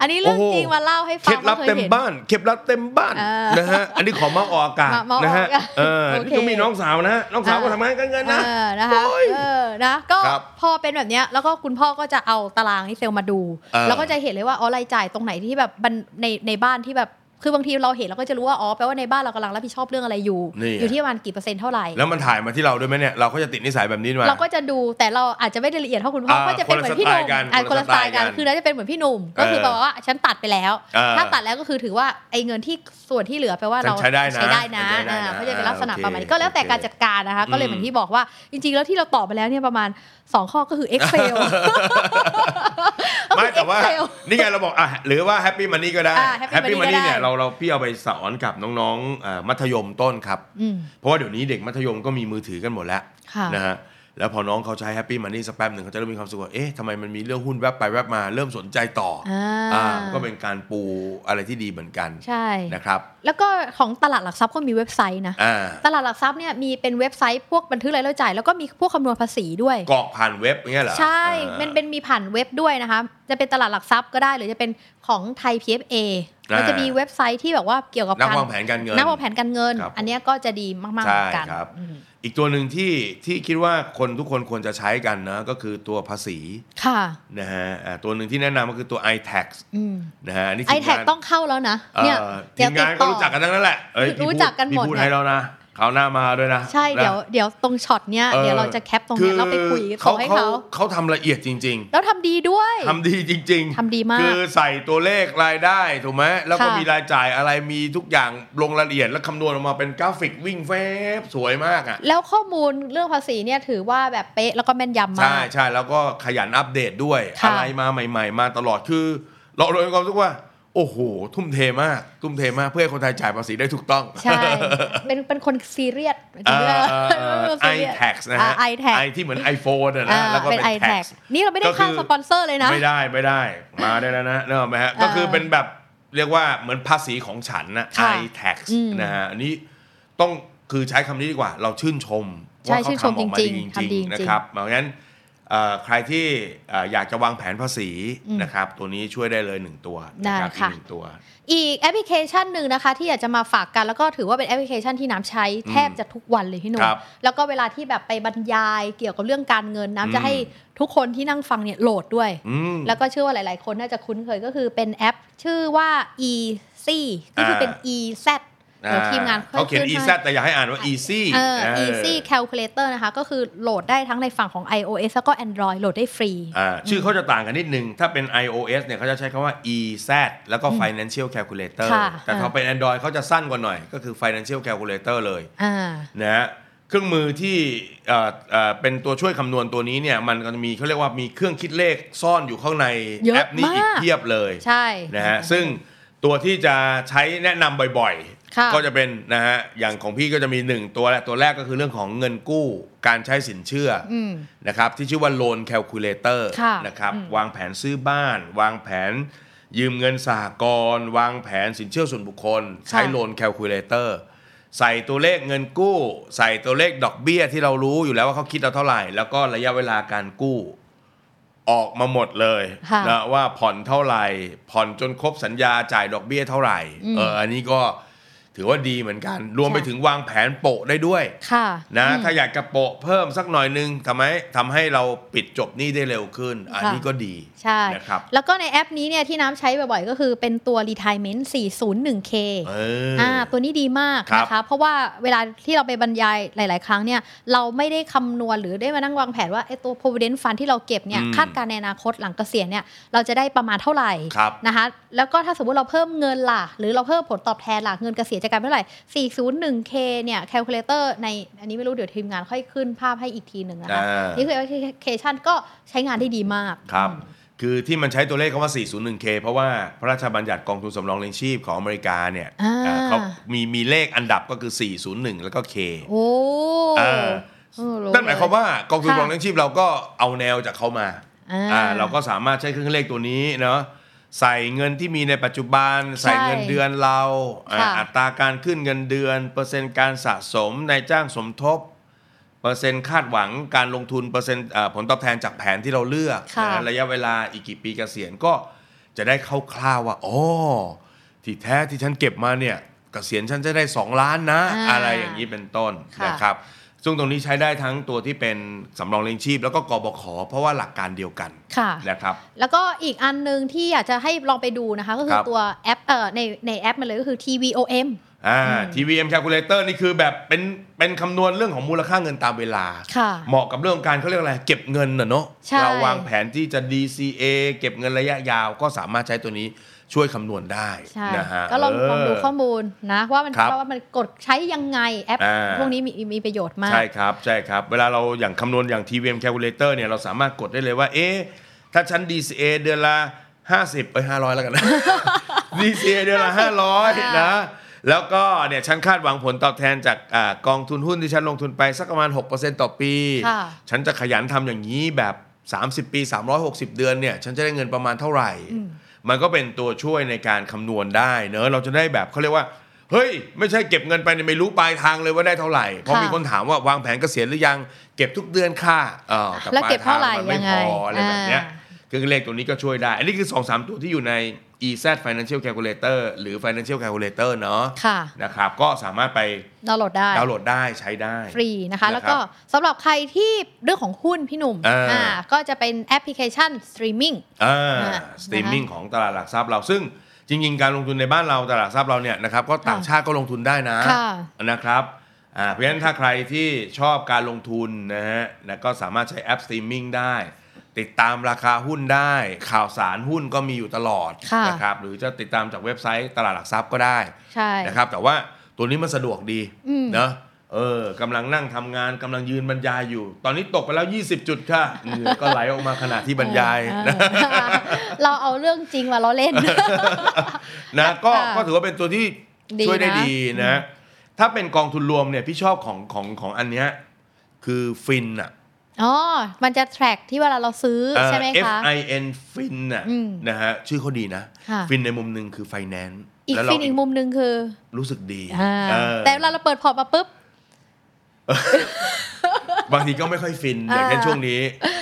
อันนี้เรื่องจริงมาเล่าให้ฟั เคล็ ง ดลับ พาะค เต็ ย ม ห็น บ้านเคล็ดลับเต็มบ้าน อ่าน นะฮะอันนี้ขอมาออกอากาศ มามาออก นะฮะ อากาศ เออ โอเค นี่ก็มีน้องสาวนะน้องสาวก็ทำงานกันเงินนะ เออนะคะ โอ้ย เออนะก็ ครับ พอเป็นแบบเนี้ยแล้วก็คุณพ่อก็จะเอาตารางนี้เซลลมาดู เออ แล้วก็จะเห็นเลยว่าอ๋อรายจ่ายตรงไหนที่แบบบันในในบ้านที่แบบคือบางทีเราเห็นเราก็จะรู้ว่าอ๋อแปลว่าในบ้านเรากำลังรับผิดชอบเรื่องอะไรอยู่ นี่ไง อยู่ที่ประมาณกี่เปอร์เซ็นต์เท่าไหร่ แล้วมันถ่ายมาที่เราด้วยไหมเนี่ยเราก็จะติดนิสัยแบบนี้มา เราก็จะดูแต่เราอาจจะไม่ได้ละเอียดเท่าคุณพ่อ เออ ก็จะเป็นเหมือนพี่หนุ่ม คนละสไตล์กัน อ่ะคนละสไตล์กัน คนละสไตล์กัน คือเราจะเป็นเหมือนพี่หนุ่มก็คือ เออ แปลว่าฉันตัดไปแล้ว เออ ถ้าตัดแล้วก็คือถือว่าไอ้เงินที่ส่วนที่เหลือแปลว่าเรา ฉันใช้ได้นะ ใช้ได้นะ ฉันใช้ได้นะ อ่าก็จะเป็นลักษณะ โอเค ประมาณนี้ก็แล้วแต่ โอเค การจัดการนะคะ ก็เลย อืม เหมือนที่บอกว่าจริง ๆ แล้วที่เราตอบไปแล้วเนี่ยประมาณ 2 ข้อก็คือ Excel ไม่แต่ว่า Excel นี่ไงเราบอกอ่ะหรือว่าแฮปปี้มันนี่ก็ได้ อ่า Happy Money ก็ได้ เนี่ยเราเราพี่เอาไปสอนกับน้องๆเอ่อมัธยมต้นครับ อืม เพราะว่าเดี๋ยวนี้เด็กมัธยมก็มีมือถือกันหมดแล้ว ค่ะ นะฮะแล้วพอน้องเขาใช้แฮปปี้มันนี่สักแป๊บหนึ่งเขาจะเริ่มมีความสุขว่าเอ๊ะทำไมมันมีเรื่องหุ้นแวบไปแวบมาเริ่มสนใจต่ออา อ่าก็เป็นการปูอะไรที่ดีเหมือนกัน ใช่ นะครับ แล้วก็ของตลาดหลักทรัพย์ก็มีเว็บไซต์นะ อ่า ตลาดหลักทรัพย์เนี่ยมีเป็นเว็บไซต์พวกบันทึกรายรับจ่ายแล้วก็มีพวกคำนวณภาษีด้วย กรอกผ่านเว็บอย่างเงี้ยเหรอ ใช่ อ่า มันเป็นมีผ่านเว็บด้วยนะคะ จะเป็นตลาดหลักทรัพย์ก็ได้ หรือจะเป็นของไทย PFA อ่า มันจะมีเว็บไซต์ที่แบบว่าเกี่ยวกับ นัก การ วางแผนการเงิน นักวางแผนการเงิน ครับผม อันเนี้ยก็จะดีมากๆ ใช่ เหมือนกัน ครับ อืม อีกตัวหนึ่งที่ที่คิดว่าคนทุกคนควรจะใช้กันนะก็คือตัวภาษี ค่ะ นะฮะอ่าตัวหนึ่งที่แนะนำก็คือตัว iTax อืม นะฮะนี่ ไอ ทีม แท็ งาน ต้องเข้าแล้วนะ เอ่อ เนี่ย ที เดี๋ยว ม ติ งาน ด ก็ ต่อ รู้จักกันทั้งนั้นแหละเอ้ยพี่ รู้ พูด จักกันหมด พี่พูดให้แล้วนะคราวหน้ามาด้วยนะ ใช่ นะ เดี๋ยวเดี๋ยวตรงช็อตเนี้ย ออ เดี๋ยวเราจะแคปตรงเนี้ยเราไปคุย เขา เขาให้ เขา เขา เขาทำละเอียดจริง แล้วทำดีด้วย ๆทำดีจริง ทำดีมาก คือใส่ตัวเลขรายได้ถูกไหมแล้วก็ ค่ะ มีรายจ่ายอะไรมีทุกอย่างลงรายละเอียดแล้วคำนวณออกมาเป็นกราฟิกวิ่งแฟบสวยมากอ่ะ แล้วข้อมูลเรื่องภาษีเนี่ยถือว่าแบบเป๊ะแล้วก็แม่นยำ ใช่ มาก ใช่แล้วก็ขยันอัปเดตด้วย ค่ะ อะไรมาใหม่ ๆ มาตลอดคือ เราโดยความรู้สึกว่า โอ้โห ทุ่มเทมาก ทุ่มเทมากเพื่อให้คนไทยจ่ายภาษีได้ถูกต้อง ใช่ เป็นเป็นคนซี [laughs] เรียส ไอแท็กนะฮะ ไอแท็ก ไอที่เหมือน iPhone อะนะแล้วก็ เป็ เป็น น i t แท็ a ก g นี่เราไม่ได้ ก็คือ ค่าสปอนเซอร์เลยนะ ไม่ได้ไม่ได้มาได้แล้วนะเนกอะไหมฮะก็คือเป็นแบบเรียกว่าเหมือนภาษีของฉันนะ ค่ะ i tax อืม นะฮะอันนี้ต้องคือใช้คำนี้ดีกว่า เราชื่นชม ใช่ ว่าเขา ชื่นชม ทำออกมา จริ ดี ง จ ๆทำดีจริริงง ๆ ๆ นะครับเพราะงั้นเอ่อใครที่เอ่ออยากจะวางแผนภาษี อืม นะครับ ตัวนี้ช่วยได้เลยหนึ่งตัว ได้ นะครับอี ค่ะ กหนึ่งตัว อีกแอปพลิเคชันหนึ่งนะคะ ที่อยากจะมาฝากกันแล้วก็ถือว่าเป็นแอปพลิเคชันที่น้ำใช้แทบจะทุกวันเลยพี่หนุ่ ค ม รับ แล้วก็เวลาที่แบบไปบรรยายเกี่ยวกับเรื่องการเงินน้ำ อืม จะให้ทุกคนที่นั่งฟังเนี่ยโหลดด้วย อืม แล้วก็เชื่อว่าหลาย ๆ คนน่าจะคุ้นเคยก็คือเป็นแอปชื่อว่า e c ก็คือเป็น e z เดี๋ยวทีมงาน เขาเขียน ขึ้ e ให้ z แต่อยากให้อ่านว่า easy เออ เออ easy calculator นะคะ ก็คือโหลดได้ทั้งในฝั่งของ iOS แล้วก็ Android โหลดได้ฟรี อ่าชื่อเขาจะต่างกันนิดนึง ถ้าเป็น iOS เนี่ยเขาจะใช้คำว่า EZ แล้วก็ Financial Calculator ค่ะ แต่ถ้าเป็น Android เขาจะสั้นกว่าหน่อย ก็คือ Financial Calculator เลย อ่า นะฮะเครื่องมือที่เอ่อเอ่อเป็นตัวช่วยคำนวณตัวนี้เนี่ยมันก็จะมีเขาเรียกว่ามีเครื่องคิดเลขซ่อนอยู่ข้างใน เยอะ แอปนี้อีก มาก เทียบเลย ใช่ นะฮะซึ่งตัวที่จะใช้แนะนำบ่อย ค่ะ ๆ ก็จะเป็นนะฮะอย่างของพี่ก็จะมีหนึ่งตัวแหละตัวแรกก็คือเรื่องของเงินกู้การใช้สินเชื่ออ อืม นะครับที่ชื่อว่า Loan Calculator ค่ะ นะครับ อืม วางแผนซื้อบ้าน วางแผนยืมเงินสหกรณ์วางแผนสินเชื่อส่วนบุคคล ใช้ Loan Calculator ใส่ตัวเลขเงินกู้ ใส่ตัวเลขดอกเบี้ยที่เรารู้อยู่แล้วว่าเขาคิดเราเท่าไหร่ แล้วก็ระยะเวลาการกู้ ออกมาหมดเลย ค่ะ นะว่าผ่อนเท่าไหร่ ผ่อนจนครบสัญญาจ่ายดอกเบี้ยเท่าไหร่ อืม เอออันนี้ก็ถือว่าดีเหมือนกัน รวมไป ใช่ ถึงวางแผนโปะได้ด้วย ค่ะ นะ อืม ถ้าอยากกระโปะเพิ่มสักหน่อยนึงทำให้ทำให้เราปิดจบหนี้ได้เร็วขึ้น อัน ค่ะ นี้ก็ดี ใช่ นะครับ แล้วก็ในแอปนี้เนี่ยที่น้ำใช้บ่อยๆ ก็คือเป็นตัว retirement 401k เอออ อ่าตัวนี้ดีมาก ครับ นะคะ เพราะว่าเวลาที่เราไปบรรยายหลาย ๆ ครั้งเนี่ยเราไม่ได้คำนวณหรือได้มานั่งวางแผนว่าไอ้ตัว provident fund ที่เราเก็บเนี่ย อืม คาดการณ์ในอนาคตหลังเกษียณเนี่ยเราจะได้ประมาณเท่าไหร่ ครับ นะคะแล้วก็ถ้าสมมติเราเพิ่มเงินล่ะ หรือเราเพิ่มผลตอบแทนล่ะเงินเกษียณจะกลายเป็นเท่าไหร่ 401k เนี่ย calculator ในอันนี้ไม่รู้เดี๋ยวทีมงานค่อยขึ้นภาพให้อีกทีหนึ่งนะคะ อ่านี่ นี่คือแอปพลิเคชันก็ใช้งานได้ดีมาก ครับ คือที่มันใช้ตัวเลขคำว่า 401k เพราะว่าพระราชบัญญัติกองทุนสำรองเลี้ยงชีพของอเมริกาเนี่ย อ่า อ่าเขามีมีเลขอันดับก็คือ 401 แล้วก็ K โอ้ เออ เออรู้ นั่นหมายความ เล ว่ากองทุน ค่ะ สำรองเลี้ยงชีพเราก็เอาแนวจากเขามา อ่า อ่าเราก็สามารถใช้เครื่องเลขตัวนี้เนาะใส่เงินที่มีในปัจจุบัน ใส่เงินเดือนเราอ่า ค่ะ อัตราการขึ้นเงินเดือน เปอร์เซ็นต์การสะสมนายจ้างสมทบ เปอร์เซ็นต์คาดหวังการลงทุนเปอร์เซ็นต์อ่าผลตอบแทนจากแผนที่เราเลือก ค่ะ นะระยะเวลาอีกกี่ปีเกษียณก็จะได้คร่าวๆว่าอ๋อที่แท้ที่ฉันเก็บมาเนี่ยเกษียณฉันจะได้ 2 ล้านนะ อ่า อะไรอย่างนี้เป็นต้น ค่ะ นะครับ ซึ่งตรงนี้ใช้ได้ทั้งตัวที่เป็นสำรองเลี้ยงชีพ แล้วก็กบข เพราะว่าหลักการเดียวกัน ค่ะ นะครับ แล้วก็อีกอันหนึ่งที่อยากจะให้ลองไปดูนะคะ ก็คื ค อ รับ ตัวแอปเอ่อในในแอปมันเลยก็คือ TVOM อ่า TVM calculator นี่คือแบบเป็นเป็นคำนวณเรื่องของมูลค่าเงินตามเวลา ค่ะ เหมาะกับเรื่องของการเขาเรียกอะไร เก็บเงินน่ะเนาะ ใช่ เราวางแผนที่จะ DCA เก็บเงินระยะยาวก็สามารถใช้ตัวนี้ช่วยคำนวณได้ ใช่ นะฮะ ก็ลองลองดู เ ข้อมูลนะว่ามัน ครับ ว่ามันกดใช้ยังไงแอป อ่า พวกนี้มีมีประโยชน์มาก ใช่ครับ ใช่ครับ เวลาเราอย่างคำนวณอย่าง TVM calculator เนี่ยเราสามารถกดได้เลยว่า เอ๊ะ ถ้าฉัน DCA เดือนละ 50 เอ้ย 500 แล้วกัน [laughs] นะ DCA เดือนละ 500 นะ แล้วก็เนี่ยฉันคาดหวังผลตอบแทนจากอากองทุนหุ้นที่ฉันลงทุนไปสักประมาณ 6%ต่อปี ค่ะ ฉันจะขยันทำอย่างนี้แบบ 30 ปี 360 เดือนเนี่ย ฉันจะได้เงินประมาณเท่าไหร่ มันก็เป็นตัวช่วยในการคำนวณได้เนอะเราจะได้แบบเขาเรียกว่า เฮ้ย ไม่ใช่เก็บเงินไปเนี่ยไม่รู้ปลายทางเลยว่าได้เท่าไหร่เพราะ ค่ะ มีคนถามว่าวางแผนเกษียณหรือยัง เก็บทุกเดือนค่ะเออแต่ แล้ว ปลา เก็ ย บ ทา เท่าง ไหร่ มันไม่ ยัง พ ไง ออะไรแบบเนี้ย อ่า เครื่องเลขตัวนี้ก็ช่วยได้ อันนี้คือ 2 3 ตัวที่อยู่ใน EZ Financial Calculator หรือ Financial Calculator เนอะ ค่ะ นะครับก็สามารถไป ดาวน์โหลดได้ ดาวน์โหลดได้ใช้ได้ ฟรีนะคะ นะครับ แล้วก็สำหรับใครที่เรื่องของหุ้นพี่หนุ่ม เอออ่ าก็จะเป็นแอปพลิเคชันสตรีมมิ่ง อ่า อ่ะ สตรีมมิ่งของตลาดหลักทรัพย์เราซึ่งจริงๆ การลงทุนในบ้านเราตลาดหลักทรัพย์เราเนี่ยนะครับก็ต่างชาติก็ลงทุนได้นะ ค่ะ นะครับอ่าเพราะฉะนั้นถ้าใครที่ชอบการลงทุนนะฮะนะก็สามารถใช้แอปสตรีมมิ่งได้ ติดตามราคาหุ้นได้ ข่าวสารหุ้นก็มีอยู่ตลอด ค่ะ นะครับหรือจะติดตามจากเว็บไซต์ตลาดหลักทรัพย์ก็ได้ ใช่ นะครับแต่ว่าตัวนี้มันสะดวกดี อืม นะเออกำลังนั่งทำงานกำลังยืนบรรยายอยู่ ตอนนี้ตกไปแล้ว 20 จุดค่ะเหงื่อก็ไหลออกมาขณะที่บรรยาย เอ นะ อเออเราเอาเรื่องจริงมาล้อเล่น [laughs] นะก็ ค่ะ ก็ถือว่าเป็นตัวที่ ดี ช่วยได้ นะ ดีนะ ถ้าเป็นกองทุนรวมเนี่ยพี่ชอบของของของอันเนี้ยคือฟินอ่ะ อ๋อ มันจะแทร็กที่เวลาเราซื้อ เอ่อ ใช่ไหมคะ FIN ฟินอ่ะ อืม นะฮะชื่อเขาดีนะ ค่ะ ฟินในมุมหนึ่งคือไฟแนนซ์ อีก แล้วเรา ฟินอีกมุมหนึ่งคือ รู้สึกดี อ่า เออ แต่เวลาเราเปิดพอร์ตมาปุ๊บ บางทีก็ไม่ค่อยฟินอย่างเช่น อ่า ช่วงนี้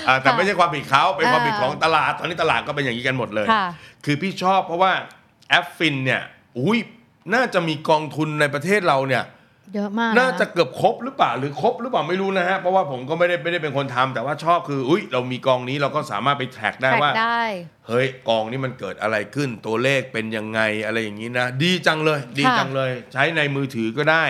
อ่าแต่ ค่ะ ไม่ใช่ความผิดเขาเป็นความ อ่า ผิดของตลาดตอนนี้ตลาดก็เป็นอย่างนี้กันหมดเลย ค่ะ คือพี่ชอบเพราะว่าแอปฟินเนี่ยอุ้ยน่าจะมีกองทุนในประเทศเราเนี่ย เยอะมาก น่าจะเกือบครบหรือเปล่าหรือครบหรือเปล่าไม่รู้นะฮะเพราะว่าผมก็ไม่ได้ไม่ได้เป็นคนทำแต่ว่าชอบคืออุ้ยเรามีกองนี้เราก็สามารถไปแท็กได้ แท็ก ว่า ได้ เฮ้ยกองนี้มันเกิดอะไรขึ้นตัวเลขเป็นยังไงอะไรอย่างนี้นะ ดีจังเลย ดีจังเลย ใช้ในมือถือก็ได้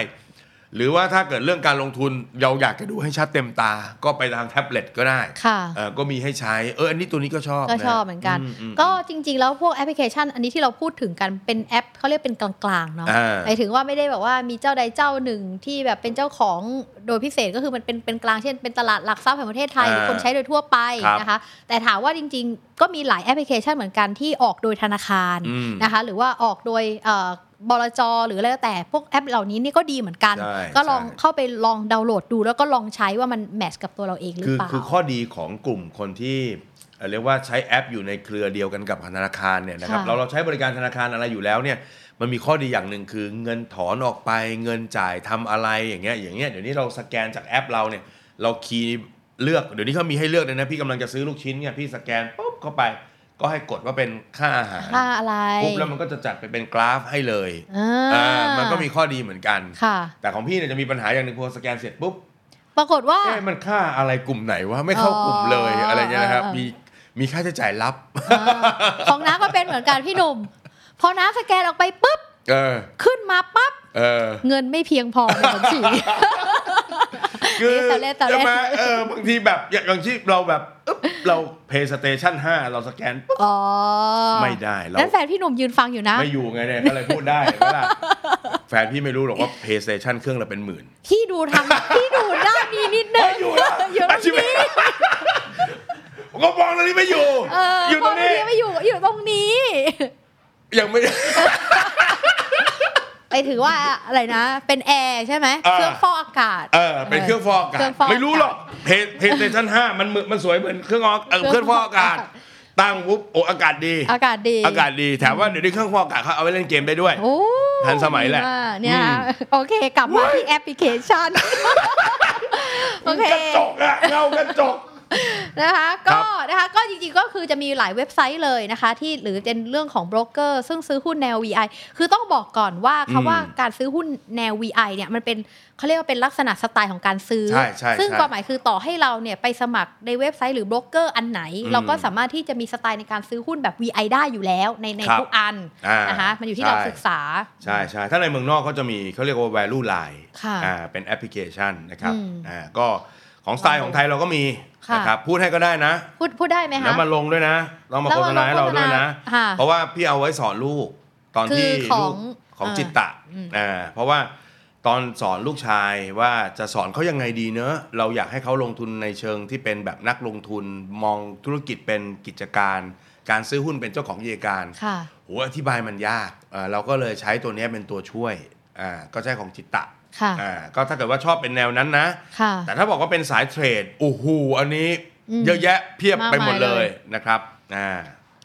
หรือว่าถ้าเกิดเรื่องการลงทุนเราอยากจะดูให้ชัดเต็มตา ก็ไปทางแท็บเล็ตก็ได้ ค่ะ เออก็มีให้ใช้เอออันนี้ตัวนี้ก็ชอบ ก็ นะ ชอบเหมือนกัน ม ก็จริง ๆ แล้วพวกแอปพลิเคชัน อันนี้ที่เราพูดถึงกันเป็นแอปเขาเรียกเป็นกลางๆเนาะ อ่า หมายถึงว่าไม่ได้แบบว่ามีเจ้าใดเจ้าหนึ่งที่แบบเป็นเจ้าของโดยพิเศษก็คือมันเป็นเป็นกลางเช่นเป็นตลาดหลักทรัพย์แห่งประเทศไทยหรือคนใช้โดยทั่วไปนะคะ แต่ถามว่าจริง ๆ ก็มีหลายแอปพลิเคชันเหมือนกันที่ออกโดยธนาคาร อืม นะคะหรือว่าออกโดยเอ่อบลจหรืออะไรก็แต่พวกแอปเหล่านี้นี่ก็ดีเหมือนกัน ใช่ ก็ลอง ใช่ เข้าไปลองดาวน์โหลดดูแล้วก็ลองใช้ว่ามันแมทช์กับตัวเราเองหรือ คือ เปล่า คือข้อดีของกลุ่มคนที่เอ่อเรียกว่าใช้แอปอยู่ในเครือเดียวกันกับธนาคารเนี่ยนะครับ ค่ะ เราเราใช้บริการธนาคารอะไรอยู่แล้วเนี่ยมันมีข้อดีอย่างหนึ่งคือเงินถอนออกไปเงินจ่ายทำอะไรอย่างเงี้ยอย่างเงี้ยเดี๋ยวนี้เราสแกนจากแอปเราเนี่ยเราคีย์เลือกเดี๋ยวนี้เขามีให้เลือกเลยนะพี่กำลังจะซื้อลูกชิ้นเนี่ยพี่สแกนปุ๊บเข้าไป ก็ให้กดว่าเป็นค่าอาหาร ค่าอะไร ปุ๊บแล้วมันก็จะจัดไปเป็นกราฟให้เลย อ่า อ่ามันก็มีข้อดีเหมือนกัน ค่ะ แต่ของพี่เนี่ยจะมีปัญหาอย่างหนึ่งพอสแกนเสร็จปุ๊บ ปรากฏว่า เอ๊ะมันค่าอะไรกลุ่มไหนวะไม่เข้ากลุ่มเลย อ๋ออ อะไรเงี้ยนะครับ เออเออ มีมีค่าใช้จ่ายลับ อ่าของน้าก็เป็นเหมือนกันพี่หนุ่ม พอน้าสแกนออกไปปุ๊บ เออ ขึ้นมาปั๊บ เออ เงินไม่เพียงพอในบัญชี [laughs] คือ เอ๊ะแต่เล่นแต่เล่น ใช่ไหมเออบางทีแบบอย่างอย่างที่เราแบบอึ๊บเรา PlayStation 5 เราสแกนปุ๊บ อ๋อ ไม่ได้เรา แล้วแฟนพี่หนุ่มยืนฟังอยู่นะ ไม่อยู่ไงเนี่ยก็เลยพูดได้เห็นไหมล่ะแฟนพี่ไม่รู้หรอกว่า PlayStation เครื่องละเป็นหมื่น พี่ดูทำพี่ดูด้านนี้นิดนึง อยู่แล้ว อยู่ตรง ชิบ นี้ หาย [laughs] ผมก็มองตรงนี้ไม่อยู่ เออ อยู่ตรงนี้ พ่ไม่อยู่อยู่ตรงนี้ ยังไม่ ไปถือว่าอะไรนะ เป็นแอร์ใช่ไหม อ่า เครื่องฟอกอากาศ เออเป็นเครื่องฟอกอากา เครื่ ศ องฟอก ไม่รู้หรอกเพจเพจเซชันห้ามันเหมือนมันสวยเหมือนเครื่องออกเออ เค เค รื่ รื่ อฟอง งฟ อ อก กอาอาากกา ศ ศ ตั้งปุ๊บโออากาศดี อากาศดี อากาศดีแถมว่าเดี๋ยวนี้เครื่องฟอกอากาศเขาเอาไว้เล่นเกมได้ด้วย โอ้ ทันสมัยแหละ ดีากเนี่ย อืม โอเคกลับมาที่แอปพลิเคชั [laughs] น โอเค กระจกอะเงากระจก นะคะ ครั ก็ บ นะคะก็จริงๆก็คือจะมีหลายเว็บไซต์เลยนะคะ ที่หรือเป็นเรื่องของโบรกเกอร์ซึ่งซื้อหุ้นแนว VI คือต้องบอกก่อนว่า อืม คำว่าการซื้อหุ้นแนว VI เนี่ยมันเป็นเขาเรียกว่าเป็นลักษณะสไตล์ของการซื้อ ใช่ใช่ ซึ่ง ใช่ ความหมายคือต่อให้เราเนี่ยไปสมัครในเว็บไซต์หรือโบรกเกอร์อันไหน อืม เราก็สามารถที่จะมีสไตล์ในการซื้อหุ้นแบบ VI ได้อยู่แล้วในใน ครับ ทุกอัน อ่าน นะคะมันอยู่ที่ ใช่ เราศึกษา ใช่ใช่ถ้าในเมืองนอกเขาจะมีเขาเรียกว่า value line ค่ะ อ่าเป็นแอปพลิเคชันนะครับ อืม อ่าก็ของสไตล์ของไทยเราก็มี ค่ะ นะครับพูดให้ก็ได้นะ พูดพูดได้ไหม แล้ว คะ มาลงด้วยนะต้องมา แล้ว โฆ มา ษ ล ณาง ให้เราด้วยนะ ค่ะ เพราะว่าพี่เอาไว้สอนลูก ตอนคืที่อของ ลูกของ เอ่อ จิตตะ อืม อ่าเพราะว่าตอนสอนลูกชายว่าจะสอนเขายังไงดีเนอะเราอยากให้เขาลงทุนในเชิงที่เป็นแบบนักลงทุนมองธุรกิจเป็นกิจการ การซื้อหุ้นเป็นเจ้าของกิจการ ค่ะ โหอธิบายมันยากอ่าเราก็เลยใช้ตัวเนี้ยเป็นตัวช่วยอ่าก็ใช้ของจิตตะ ค่ะ อ่าก็ถ้าเกิดว่าชอบเป็นแนวนั้นนะ ค่ะ แต่ถ้าบอกว่าเป็นสายเทรดโอ้โหอันนี้ อืม เยอะแยะเพียบ มาก ไปหมด มายเล เลย ยนะครับอ่า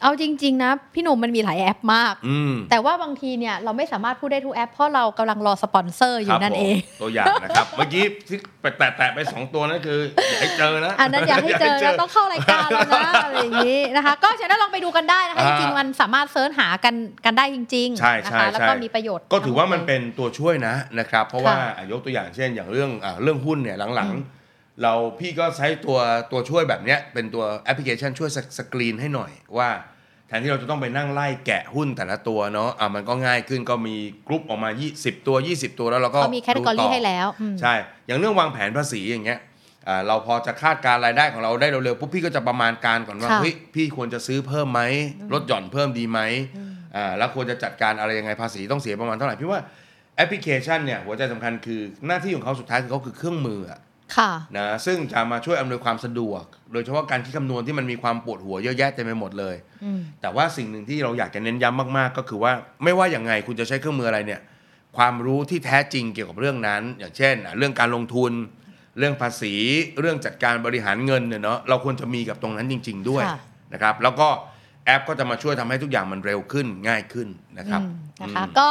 เอาจริง ๆ นะ พี่หนุ่มมันมีหลายแอปมาก อืม แต่ว่าบางทีเนี่ยเราไม่สามารถพูดได้ทุกแอป เพราะเรากำลังรอสปอนเซอร์อ ครั ยู่ บ นั่น ผม เอง ตัวอย่างนะครับ เมื่อกี้ที่ไปแตะๆไปสองตัวนั่นคืออย่าให้เจอนะ อัน [laughs] นั้นอยากให้เจอแล้วต้องเข้ารายการแล้วนะอะไรอย่างนี้นะคะ ก็ฉะนั้นลองไปดูกันได้นะคะ จ อ่า ริงๆมันสามารถเซิร์ชหากันกันได้จริง ใช่ ๆนะ ใช่ คะ ใช่ แล้วก็มีประโยชน์ ก็ถือว่ามันเป็นตัวช่วยนะนะครับ เพราะว่า ค่ะ อ่ะยกตัวอย่างเช่น อย่างเรื่องอ่ะเรื่องหุ้นเนี่ยหลังๆ เราพี่ก็ใช้ตัวตัวช่วยแบบเนี้ยเป็นตัวแอปพลิเคชันช่วยสสกรีนให้หน่อยว่า แทนที่เราจะต้องไปนั่งไล่แกะหุ้นแต่ละตัวเนาะอ่ะมันก็ง่ายขึ้นก็มีกรุ๊ปออกมา 20 ตัว 20 ตัวแล้วเราก็ เขามีแคตตากรี ดูต่อ ให้แล้วอืม ใช่ อย่างเรื่องวางแผนภาษีอย่างเงี้ยอ่าเราพอจะคาดการรายได้ของเราได้เร็วๆปุ๊บพี่ก็จะประมาณการก่อนว่า ค่ะ เฮ้ยพี่ควรจะซื้อเพิ่มไหมลดหย่อนเพิ่มดีไหมอ่าแล้วควรจะจัดการอะไรยังไงภาษีต้องเสียประมาณเท่าไหร่พี่ว่าแอปพลิเคชันเนี่ยหัวใจสำคัญคือหน้าที่ของเขาสุดท้ายคือเขาคือเครื่องมืออะ ค่ะ นะซึ่งจะมาช่วยอำนวยความสะดวก โดยเฉพาะการคิดคำนวณที่มันมีความปวดหัวเยอะแยะเต็มไปหมดเลย อืม แต่ว่าสิ่งหนึ่งที่เราอยากจะเน้นย้ำมากๆ ก็คือว่าไม่ว่าอย่างไงคุณจะใช้เครื่องมืออะไรเนี่ย ความรู้ที่แท้จริงเกี่ยวกับเรื่องนั้น อย่างเช่นอ่ะเรื่องการลงทุน เรื่องภาษี เรื่องจัดการบริหารเงินเนี่ยเนาะเราควรจะมีกับตรงนั้นจริง ๆ ด้วย ค่ะ นะครับ แล้วก็แอปก็จะมาช่วยทำให้ทุกอย่างมันเร็วขึ้นง่ายขึ้นนะครับ อืมนะคะก็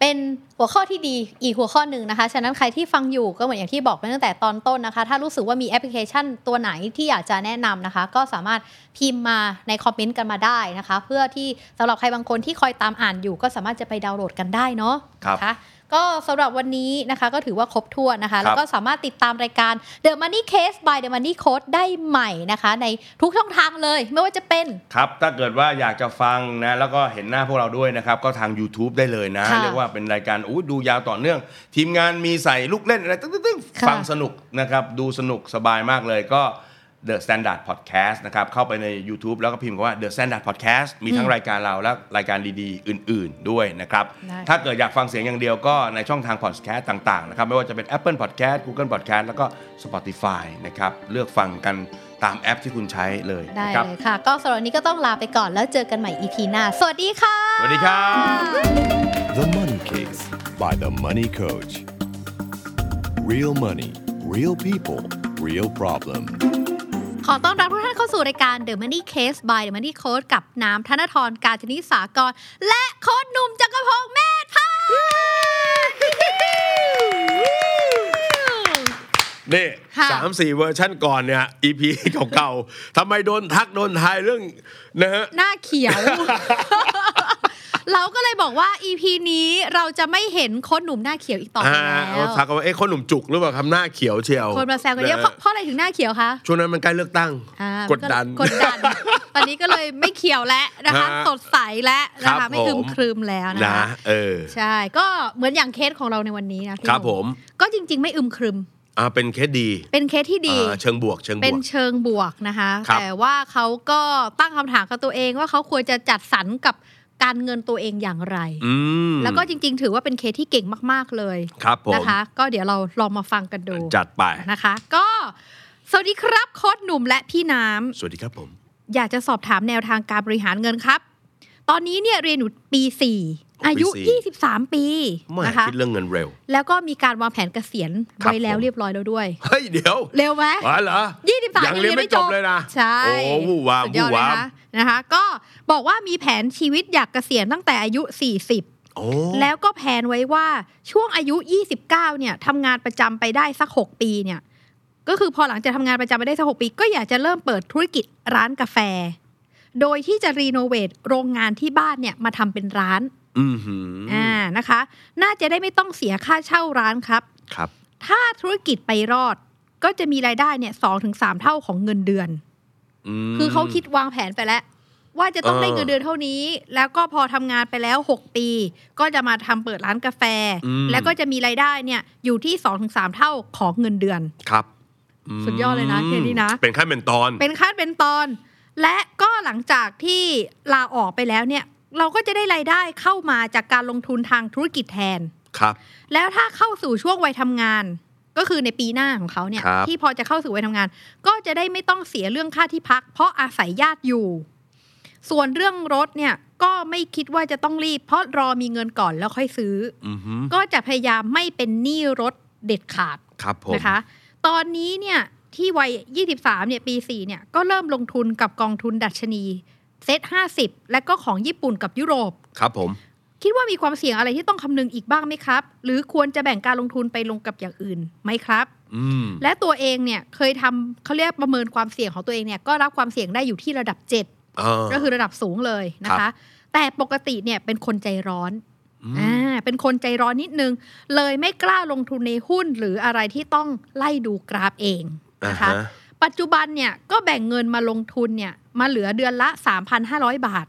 เป็นหัวข้อที่ดีอีกหัวข้อหนึ่งนะคะ ฉะนั้นใครที่ฟังอยู่ก็เหมือนอย่างที่บอกไปตั้งแต่ตอนต้นนะคะ ถ้ารู้สึกว่ามีแอปพลิเคชันตัวไหนที่อยากจะแนะนำนะคะ ก็สามารถพิมพ์มาในคอมเมนต์กันมาได้นะคะ เพื่อที่สำหรับใครบางคนที่คอยตามอ่านอยู่ ก็สามารถจะไปดาวน์โหลดกันได้เนาะ ครับ นะคะ ก็สำหรับวันนี้นะคะก็ถือว่าครบถ้วนนะคะ ครั แล้ว บ ก็สามารถติดตามรายการ The Money Case by The Money Code ได้ใหม่นะคะ ในทุกช่องทางเลย ไม่ว่าจะเป็น ครับ ถ้าเกิดว่าอยากจะฟังนะ แล้วก็เห็นหน้าพวกเราด้วยนะครับ ก็ทาง YouTube ได้เลยนะ ค่ะ เรียกว่าเป็นรายการอู้ดูยาวต่อเนื่อง ทีมงานมีใส่ลูกเล่นอะไรตึ้งตึ้งๆๆ ค่ะ ฟังสนุกนะครับ ดูสนุกสบายมากเลยก็ The Standard Podcast นะครับ เข้าไปใน YouTube แล้วก็พิมพ์คำว่า The Standard Podcast มีทั้งรายการเราและรายการดีๆ อื่น ๆ ด้วยนะครับ ได้ ถ้าเกิดอยากฟังเสียงอย่างเดียวก็ในช่องทาง Podcast ต่าง ๆ นะครับ ไม่ว่าจะเป็น Apple Podcast Google Podcast แล้วก็ Spotify นะครับเลือกฟังกันตามแอปที่คุณใช้เลย ได้ นะครับ เลยค่ะ ก็สำหรับวันนี้ก็ต้องลาไปก่อนแล้วเจอกันใหม่ EP หน้า สวัสดีค่ะ สวัสดีครับ The Money Case by The Money Coach. Real money, real people, real problem. ขอต้อนรับทุกท่านเข้าสู่รายการ The Money Case by The Money Code กับน้ำธนทรการชนิสากร และโค้ดหนุ่มจักรพงษ์เมธพันธ์ นี่ ค่ะ สามสี่เวอร์ชั่นก่อนเนี่ย EP เก่าๆทำไมโดนทักโดนทายเรื่องนะฮะ หน้าเขียว เราก็เลยบอกว่า EP นี้เราจะไม่เห็นโค้ดหนุ่มหน้าเขียวอีกต่อไป อ่า แล้ว เราทักกันว่าเอ๊ะคนหนุ่มจุกหรือเปล่าคำหน้าเขียวเชียว คนมาแซวกันเยอะเพราะ ฮ เพราะอะไรถึงหน้าเขียวคะ ช่วงนั้นมันใกล้เลือกตั้ง อ่าก ดดัน กดดั [laughs] น ตอนนี้ก็เลยไม่เขียวแล้วนะคะ ฮะ สดใสแล้วนะ ครั คะ บ ไม่ครึม ผม ครึมแล้วนะ นะคะเออ ใช่ก็เหมือนอย่างเคสของเราในวันนี้นะพี่ ครับ หนุ่ ผม ก็จริง ๆ ไม่อึมครึม อ่าเป็นเคสดี เป็นเคสที่ดี อ่าเชิงบวกเชิงบ เป็น วก เชิงบวกนะคะ ครับ แต่ว่าเขาก็ตั้งคำถามกับตัวเองว่าเขาควรจะจัดสรรกับการเงินตัวเองอย่างไร อืม แล้วก็จริง ๆ ถือว่าเป็นเคสที่เก่งมาก ๆ เลย ครับผม นะคะ ก็เดี๋ยวเราลองมาฟังกันดู จัดไป นะคะ ก็สวัสดีครับโค้ดหนุ่มและพี่น้ สวัสดีครับผม ำอยากจะสอบถามแนวทางการบริหารเงินครับ ตอนนี้เนี่ยเรียนอยู่ปี 4 อายุ ปีสี่ 23 ปี ไม่ นะคะ คิดเรื่องเงินเร็ว แล้วก็มีการวางแผนเกษียณ ครับ ไว้แล้ว ผม เรียบร้อยแล้วด้วย เฮ้ยเดี๋ยว เร็วไหม อ๋อเหรอ ยี่สิบสาม ยังเรียนไม่จบเลยนะ ใช่ โอ้วู่วาม สุดยอ วู่ ดเล วาย ม นะนะคะ ก็บอกว่ามีแผนชีวิตอยากเกษียณตั้งแต่อายุ 40 โอ้ แล้วก็แผนไว้ว่าช่วงอายุ 29 เนี่ยทำงานประจำไปได้สัก 6 ปีเนี่ย ก็คือพอหลังจากทำงานประจำไปได้สัก 6 ปี ก็อยากจะเริ่มเปิดธุรกิจร้านกาแฟ โดยที่จะรีโนเวทโรงงานที่บ้านเนี่ยมาทำเป็นร้าน อือหืออ อ่านะคะ น่าจะได้ไม่ต้องเสียค่าเช่าร้านครับ ครับ ถ้าธุรกิจไปรอด ก็จะมีรายได้เนี่ยสองถึงสามเท่าของเงินเดือน ม คือเขาคิดวางแผนไปแล้ว ว่าจะต้อง เออ ได้เงินเดือนเท่านี้ แล้วก็พอทำงานไปแล้ว 6 ปี ก็จะมาทำเปิดร้านกาแฟ อืม แล้วก็จะมีรายได้เนี่ยอยู่ที่ 2-3 เท่าของเงินเดือน ครับ สุดยอดเลยนะเคสนี้นะ เป็นขั้นเป็นตอน เป็นขั้นเป็นตอน และก็หลังจากที่ลาออกไปแล้วเนี่ย เราก็จะได้รายได้เข้ามาจากการลงทุนทางธุรกิจแทน ครับ แล้วถ้าเข้าสู่ช่วงวัยทำงาน ก็คือในปีหน้าของเขาเนี่ย ครับ ที่พอจะเข้าสู่วัยทำงาน ก็จะได้ไม่ต้องเสียเรื่องค่าที่พัก เพราะอาศัยญาติอยู่ ส่วนเรื่องรถเนี่ยก็ไม่คิดว่าจะต้องรีบ เพราะรอมีเงินก่อนแล้วค่อยซื้ออ อือหือ ก็จะพยายามไม่เป็นหนี้รถเด็ดขาด ครับผม นะคะ ตอนนี้เนี่ยที่วัย 23 เนี่ยปี 4 เนี่ยก็เริ่มลงทุนกับกองทุนดัชนีเซ็ต50 และก็ของญี่ปุ่นกับยุโรป ครับผม คิดว่ามีความเสี่ยงอะไรที่ต้องคำนึงอีกบ้างไหมครับ หรือควรจะแบ่งการลงทุนไปลงกับอย่างอื่นไหมครับ อืม และตัวเองเนี่ยเคยทำเขาเรียกประเมินความเสี่ยงของตัวเองเนี่ยก็รับความเสี่ยงได้อยู่ที่ระดับ 7 เออ ก็คือระดับสูงเลยนะ ครั คะ บ แต่ปกติเนี่ยเป็นคนใจร้อนอ่าเป็นคนใจร้อนนิดนึง เลยไม่กล้าลงทุนในหุ้นหรืออะไรที่ต้องไล่ดูกราฟเองนะคะ อ่าฮ ปัจจุบันเนี่ยก็แบ่งเงินมาลงทุนเนี่ยมาเหลือเดือนละ 3,500 บาท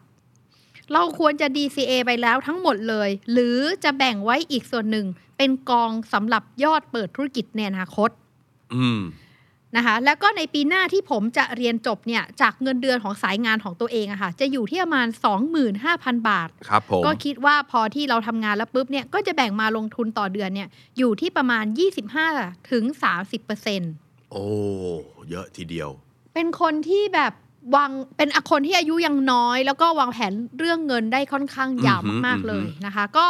เราควรจะ DCA ไปแล้วทั้งหมดเลย หรือจะแบ่งไว้อีกส่วนหนึ่ง เป็นกองสำหรับยอดเปิดธุรกิจในอนาคต อืม นะคะ แล้วก็ในปีหน้าที่ผมจะเรียนจบเนี่ยจากเงินเดือนของสายงานของตัวเองอะค่ะ จะอยู่ที่ประมาณ 25,000 บาท ครับผม ก็คิดว่าพอที่เราทำงานแล้วปุ๊บเนี่ยก็จะแบ่งมาลงทุนต่อเดือนเนี่ยอยู่ที่ประมาณ 25ถึง30เปอร์เซ็นต์ โอ้ เยอะทีเดียว เป็นคนที่แบบวางเป็นคนที่อายุยังน้อย แล้วก็วางแผนเรื่องเงินได้ค่อนข้างยาว อือหือ มากๆเล อื ย อหือ นะคะ ก็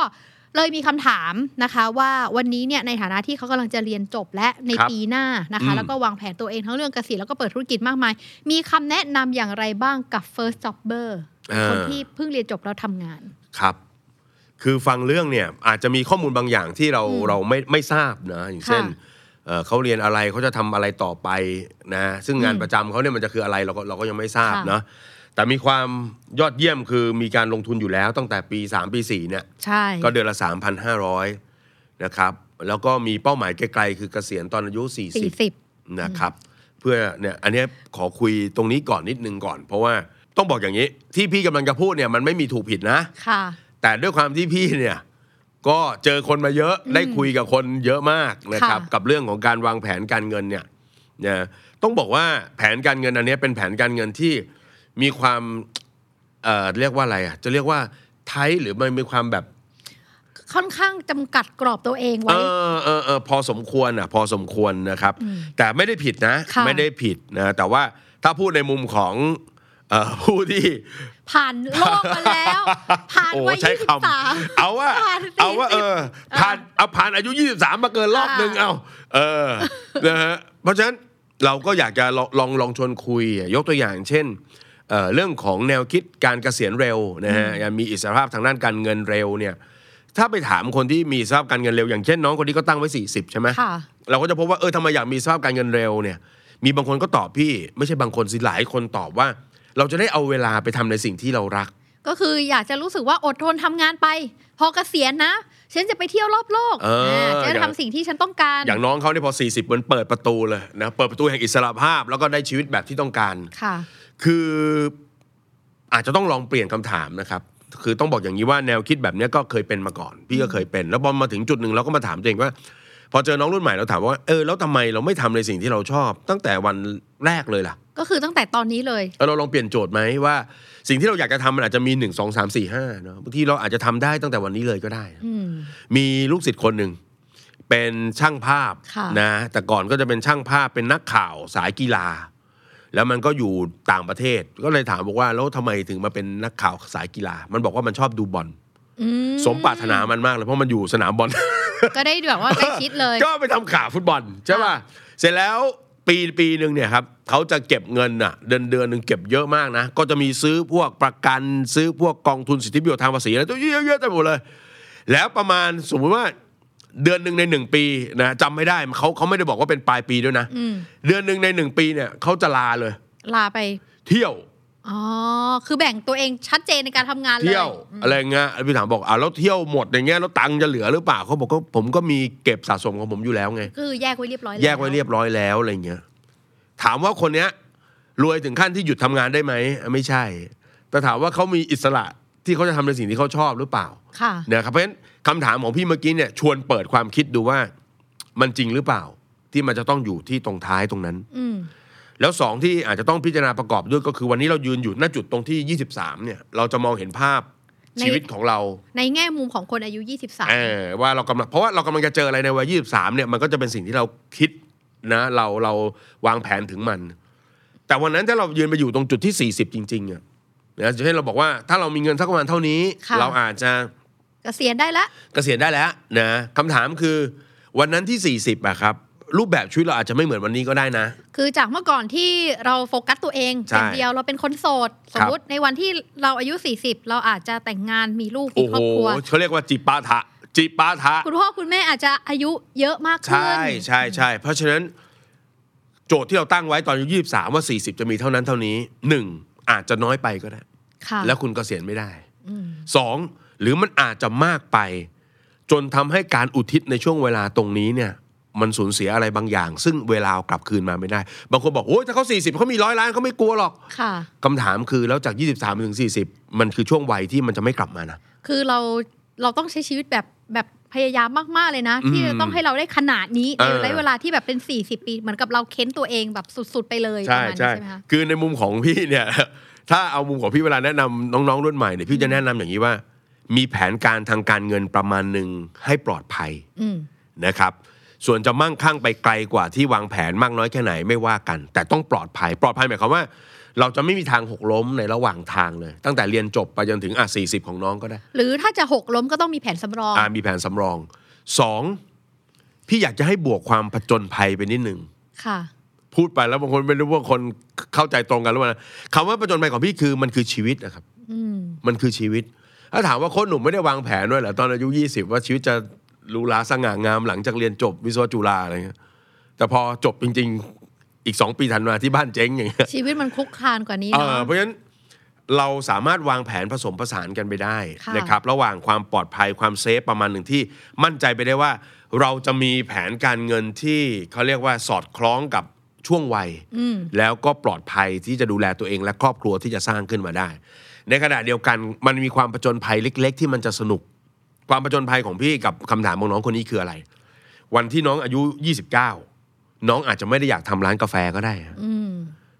เลยมีคำถามนะคะ ว่าวันนี้เนี่ยในฐานะที่เขากำลังจะเรียนจบและในปีหน้านะคะ แล้วก็วางแผนตัวเองทั้งเรื่องเกษียณแล้วก็เปิดธุรกิจมากมาย มีคำแนะนำอย่างไรบ้างกับ first jobber คนที่เพิ่งเรียนจบแล้วทำงาน ครับ คือฟังเรื่องเนี่ยอาจจะมีข้อมูลบางอย่างที่เรา อืม เราไม่ไม่ทราบนะอย่างเช่น ค่ะ เอ่อเขาเรียนอะไรเขาจะทำอะไรต่อไปนะซึ่งงาน อืม ประจำเขาเนี่ยมันจะคืออะไรเราก็เราก็ยังไม่ทราบ ค่ะ นะแต่มีความยอดเยี่ยมคือมีการลงทุนอยู่แล้วตั้งแต่ปี 3 ปี 4เนี่ย ใช่ ก็เดือนละ 3,500 นะครับ แล้วก็มีเป้าหมายไกลๆคือเกษียณตอนอายุ สี่ 40 สิบ นะครับ เพื่อเนี่ยอันเนี้ยขอคุยตรงนี้ก่อนนิดนึงก่อน เพราะว่าต้องบอกอย่างนี้ ที่พี่กำลังจะพูดเนี่ยมันไม่มีถูกผิดนะ ค่ะ แต่ด้วยความที่พี่เนี่ยก็เจอคนมาเยอะได้คุยกับคนเยอะมากนะครับ ค่ะ กับเรื่องของการวางแผนการเงินเนี่ยนะต้องบอกว่าแผนการเงินอันเนี้ยเป็นแผนการเงินที่มีความเอ่อเรียกว่าอะไรอ่ะจะเรียกว่าไทป์หรือมันมีความแบบ ค่อนข้างจำกัดกรอบตัวเองไว้ เออเออเออพอสมควรอ่ะพอสมควรนะครับ แต่ไม่ได้ผิดนะ ค่ะ ไม่ได้ผิดนะแต่ว่าถ้าพูดในมุมของเอ่อผู้ที่ ผ่านโลกมาแล้ว [laughs] ผ่าน โอ้ วัย ใช้ ยี่สิ ค บสาม ำเอาว่า ผ่าน40 เอาว่าเออผ่านเอาผ่านอายุ 23 มาเกินรอบ อ่า หนึ่งเอาเออนะฮะเพราะฉะนั้นเราก็อยากจะลองลองลองชวนคุยอ่ะยกตัวอย่างเช่นเอ่อเรื่องของแนวคิดการเกษียณเร็วนะฮะยังมีอิสรภาพทางด้านการเงินเร็วเนี่ยถ้าไปถามคนที่มีอิสรภาพการเงินเร็วอย่างเช่นน้องคนนี้ก็ตั้งไว้ 40 ใช่ไหม ค่ะ เราก็จะพบว่าเออทำไมอยากมีสภาพการเงินเร็วเนี่ย มีบางคนก็ตอบพี่ ไม่ใช่บางคนสิหลายคนตอบว่า เราจะได้เอาเวลาไปทำในสิ่งที่เรารัก ก็คืออยากจะรู้สึกว่าอดทนทำงานไป พอเกษียณนะ ฉันจะไปเที่ยวรอบโลก เอออ่ าจะได้ อย่าง ทำสิ่งที่ฉันต้องการ อย่างน้องเขาเนี่ยพอ 40มันเปิดประตูเลยนะเปิดประตูแห่งอิสระภาพ แล้วก็ได้ชีวิตแบบที่ต้องการ ค่ะ คืออาจจะต้องลองเปลี่ยนคำถามนะครับ คือต้องบอกอย่างนี้ว่าแนวคิดแบบเนี้ยก็เคยเป็นมาก่อน พี่ก็เคยเป็น แล้วพอมาถึงจุดหนึ่งเราก็มาถามตัวเองว่า พอเจอน้องรุ่นใหม่เราถามว่าเออแล้วทำไมเราไม่ทำในสิ่งที่เราชอบ ตั้งแต่วันแรกเลยล่ะ ก็คือตั้งแต่ตอนนี้เลย เออเราลองเปลี่ยนโจทย์ไหมว่า สิ่งที่เราอยากจะทำมันอาจจะมี 1 2 3 4 5เนาะบางทีเราอาจจะทำได้ตั้งแต่วันนี้เลยก็ได้ อืม มีลูกศิษย์คนหนึ่งเป็นช่างภาพ ค่ะ นะแต่ก่อนก็จะเป็นช่างภาพเป็นนักข่าวสายกีฬา แล้วมันก็อยู่ต่างประเทศ ก็เลยถามบอกว่าแล้วทำไมถึงมาเป็นนักข่าวสายกีฬา มันบอกว่ามันชอบดูบอล อืม สมปรารถนามันมากเลยเพราะมันอยู่สนามบอล ก็ได้แบบ [laughs] ว่าใกล้ชิดเลย ก็ไปทำข่าวฟุตบอลใช่ป่ะ เสร็จแล้วปีปีหนึ่งเนี่ยครับเขาจะเก็บเงินอ่ะเดือนเดือนหนึ่งเก็บเยอะมากนะ ก็จะมีซื้อพวกประกันซื้อพวกกองทุนสิทธิประโยชน์ทางภาษีอะไรตัวเยอะๆเยอะๆไปหมดเลย แล้วประมาณสมมติว่าเดือนหนึ่งในหนึ่งปีนะจำไม่ได้เขาเขาไม่ได้บอกว่าเป็นปลายปีด้วยนะ อืม เดือนหนึ่งในหนึ่งปีเนี่ยเขาจะลาเลย ลาไป เที่ยว อ๋อ คือแบ่งตัวเองชัดเจนในการทำงานเลย เที่ยว อืม อะไรเงี้ยพี่ถามบอกอ่ะแล้วเที่ยวหมดอย่างเงี้ยแล้วตังค์จะเหลือหรือเปล่าเขาบอกก็ผมก็มีเก็บสะสมของผมอยู่แล้วไง คือแยกไว้เรียบร้อย แยกไว้เรียบร้อยแล้วอะไรเงี้ยถามว่าคนเนี้ย รวยถึงขั้นที่หยุดทำงานได้ไหมอ่ะไม่ใช่ แต่ถามว่าเขามีอิสระที่เขาจะทำในสิ่งที่เขาชอบหรือเปล่า ค่ะ นะครับเพราะฉะนั้นคำถามของพี่เมื่อกี้เนี่ยชวนเปิดความคิดดูว่ามันจริงหรือเปล่า ที่มันจะต้องอยู่ที่ตรงท้ายตรงนั้น อืม แล้วสองที่อาจจะต้องพิจารณาประกอบด้วยก็คือวันนี้เรายืนอยู่ณจุดตรงที่ 23 เนี่ย เราจะมองเห็นภาพ ใน ชีวิตของเรา ในแง่มุมของคนอายุ 23 เออว่าเรากำลังเพราะว่าเรากำลังจะเจออะไรในวัยยี่สามเนี่ยมันก็จะเป็นสิ่งที่เราคิดนะ เราเราวางแผนถึงมัน แต่วันนั้นถ้าเรายืนไปอยู่ตรงจุดที่ 40 จริงๆอะนะเช่นเราบอกว่าถ้าเรามีเงินสักประมาณเท่านี้ ค่ะ เราอาจจะ เกษียณได้ละ เกษียณได้แล้วนะคำถามคือวันนั้นที่ 40อะครับ รูปแบบชีวิตเราอาจจะไม่เหมือนวันนี้ก็ได้นะ คือจากเมื่อก่อนที่เราโฟกัสตัวเอง ใช่ เป็นเดียวเราเป็นคนโสด ส ค ม รับ มติในวันที่เราอายุ 40 เราอาจจะแต่งงานมีลูกมี โอ้ ค โห รอบครัว เขาเรียกว่าจิปาถะจิปาถะ คุณพ่อคุณแม่อาจจะอายุเยอะมาก ใช่ ขึ้น ใช่ใช่เพราะฉะนั้น โจทย์ที่เราตั้งไว้ตอนอายุยี่สามว่าสี่สิบจะมีเท่านั้นเท่านี้หนึ่งอาจจะน้อยไปก็ได้ ค่ะ แล้วคุณกเกษียณไม่ได้ อืม สองหรือมันอาจจะมากไป จนทำให้การอุทิศในช่วงเวลาตรงนี้เนี่ย มันสูญเสียอะไรบางอย่าง ซึ่งเวลาเอากลับคืนมาไม่ได้ บางคนบอกโอ้ยถ้าเขา40เขามีร้อยล้านเขาไม่กลัวหรอก ค่ะ คำถามคือแล้วจาก 23ถึง40 มันคือช่วงวัยที่มันจะไม่กลับมานะ คือเราเราต้องใช้ชีวิตแบบแบบพยายามมาก ๆ เลยนะ อืม ที่จะต้องให้เราได้ขนาดนี้ เอ ใน อ ระยะเวลาที่แบบเป็น 40 ปี เหมือนกับเราเค้นตัวเองแบบสุด ๆ ไปเลยประมาณนี้ใช่ใช่ ใช่ไหมคะ คือในมุมของพี่เนี่ย [laughs] ถ้าเอามุมของพี่เวลาแนะนำน้องๆรุ่นใหม่เนี่ยพี่จะแนะนำอย่างนี้ว่า มีแผนการทางการเงินประมาณหนึ่งให้ปลอดภัย อืม นะครับ ส่วนจะมั่งคั่งไปไกลกว่าที่วางแผนมากน้อยแค่ไหนไม่ว่ากัน แต่ต้องปลอดภัย ปลอดภัยหมายความว่า เราจะไม่มีทางหกล้มในระหว่างทางเลย ตั้งแต่เรียนจบไปจนถึงอ่ะสี่สิบของน้องก็ได้ หรือถ้าจะหกล้มก็ต้องมีแผนสำรอง อ่ามีแผนสำรองสองพี่อยากจะให้บวกความผจญภัยไปนิดหนึ่ง ค่ะ พูดไปแล้วบางคนไม่รู้ว่าคนเข้าใจตรงกันหรือเปล่านะคำว่าประจนภัยของพี่คือมันคือชีวิตนะครับ อืม มันคือชีวิต ถ้าถามว่าโค้ชหนุ่มไม่ได้วางแผนด้วยเหรอตอนอายุ 20 ว่าชีวิตจะหรูหราสง่างามหลังจากเรียนจบวิศวะจุฬาอะไรเงี้ยแต่พอจบจริง ๆ อีก 2 ปีถัดมาที่บ้านเจ๊งอย่างเงี้ย ชีวิตมันคลุกคลานกว่านี้ เอ เนาะ อเพราะฉะนั้น เราสามารถวางแผนผสมผสานกันไปได้ ค่ะ นะครับ ระหว่างความปลอดภัยความเซฟประมาณหนึ่งที่มั่นใจไปได้ว่า เราจะมีแผนการเงินที่เขาเรียกว่าสอดคล้องกับช่วงวัย อืม แล้วก็ปลอดภัยที่จะดูแลตัวเองและครอบครัวที่จะสร้างขึ้นมาได้ ในขณะเดียวกันมันมีความผจญภัยเล็ก ๆ ที่มันจะสนุก ความผจญภัยของพี่กับคำถามของน้องคนนี้คืออะไร วันที่น้องอายุ 29 น้องอาจจะไม่ได้อยากทำร้านกาแฟก็ได้อะ อืม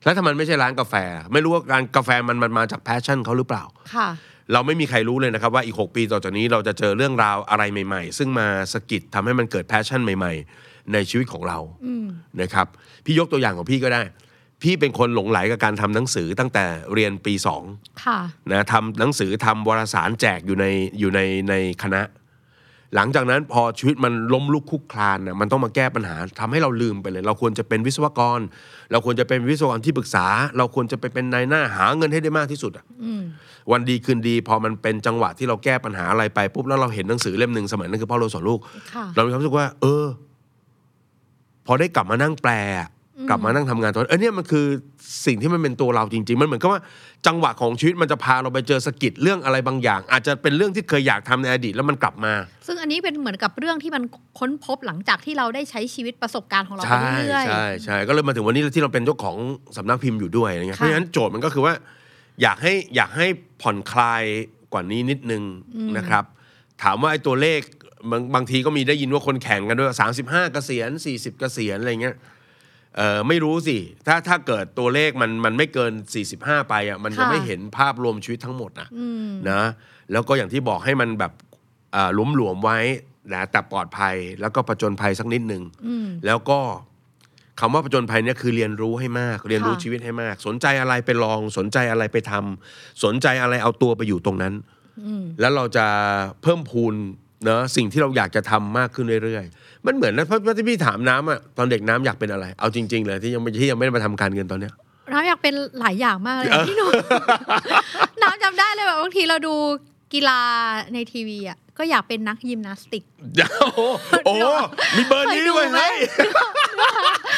แล้วถ้ามันไม่ใช่ร้านกาแฟ ไม่รู้ว่าร้านกาแฟมันมันมาจากแพชชั่นเขาหรือเปล่า ค่ะ เราไม่มีใครรู้เลยนะครับว่าอีก 6 ปีต่อจากนี้เราจะเจอเรื่องราวอะไรใหม่ ๆ ซึ่งมาสะกิดทำให้มันเกิดแพชชั่นใหม่ ๆ ในชีวิตของเรา อืม นะครับพี่ยกตัวอย่างของพี่ก็ได้ พี่เป็นคนหลงไหลกับการทำหนังสือตั้งแต่เรียนปีสอง ค่ะ นะทำหนังสือทำวารสารแจกอยู่ในอยู่ในในคณะ หลังจากนั้นพอชีวิตมันล้มลุกคลุกคลานนะมันต้องมาแก้ปัญหาทำให้เราลืมไปเลย เราควรจะเป็นวิศวกร เราควรจะเป็นวิศวกรที่ปรึกษา เราควรจะไปเป็นนายหน้าหาเงินให้ได้มากที่สุดอะ อืม วันดีคืนดีพอมันเป็นจังหวะที่เราแก้ปัญหาอะไรไปปุ๊บแล้วเราเห็นหนังสือเล่มหนึ่งสมัยนั้นคือพ่อเราสอนลูก ค่ะ เรามีความรู้สึกว่า เออ พอได้กลับมานั่งแปลอะ อืม กลับมานั่งทำงานตอนเออเนี่ยมันคือสิ่งที่มันเป็นตัวเราจริง ๆ มันเหมือนกับว่าจังหวะของชีวิตมันจะพาเราไปเจอสะกิดเรื่องอะไรบางอย่าง อาจจะเป็นเรื่องที่เคยอยากทำในอดีตแล้วมันกลับมา ซึ่งอันนี้เป็นเหมือนกับเรื่องที่มันค้นพบหลังจากที่เราได้ใช้ชีวิตประสบการณ์ของเราไป ใช่ เรื่อย ใช่ใช่ก็เลยมาถึงวันนี้ที่เราเป็นเจ้าของสำนักพิมพ์อยู่ด้วยอะไรเงี้ย ค่ะ เพราะฉะนั้นโจทย์มันก็คือว่า อยากให้อยากให้ผ่อนคลายกว่านี้นิดนึง อืม นะครับ ถามว่าไอ้ตัวเลขบางบางทีก็มีได้ยินว่าคนแข่งกันด้วย35เกษียณ40 เกษียณอะไรเงี้ยเออไม่รู้สิ ถ้าถ้าเกิดตัวเลขมันมันไม่เกิน 45 ไปอ่ะมันจะไม่เห็นภาพรวมชีวิตทั้งหมดนะ อืม นะแล้วก็อย่างที่บอกให้มันแบบอ่าหลวมหลวมๆไว้นะแต่ปลอดภัยแล้วก็ประจนภัยสักนิดหนึ่ง อืม แล้วก็คำว่าประจนภัยเนี่ยคือเรียนรู้ให้มาก เรียนรู้ ค่ะ ชีวิตให้มาก สนใจอะไรไปลอง สนใจอะไรไปทำสนใจอะไรเอาตัวไปอยู่ตรงนั้น อืม แล้วเราจะเพิ่มพูนเนอะสิ่งที่เราอยากจะทำมากขึ้นเรื่อยๆ มันเหมือนนะเพราะที่พี่ถามน้ำอะตอนเด็กน้ำอยากเป็นอะไร เอาจริงๆเลยที่ยังไม่ที่ยังไม่ได้มาทำการเงินตอนเนี้ย [laughs] น้ำอยากเป็นหลายอย่างมากเลย เออ พี่หนุ่ม [laughs] น้ำจำได้เลยแบบบางทีเราดูกีฬาในทีวีอ่ะก็อยากเป็นนักยิมนาสติก โอ้โหโอ้โหมีเบอร์นี้ด้วย เคยดูไหม เฮ้ย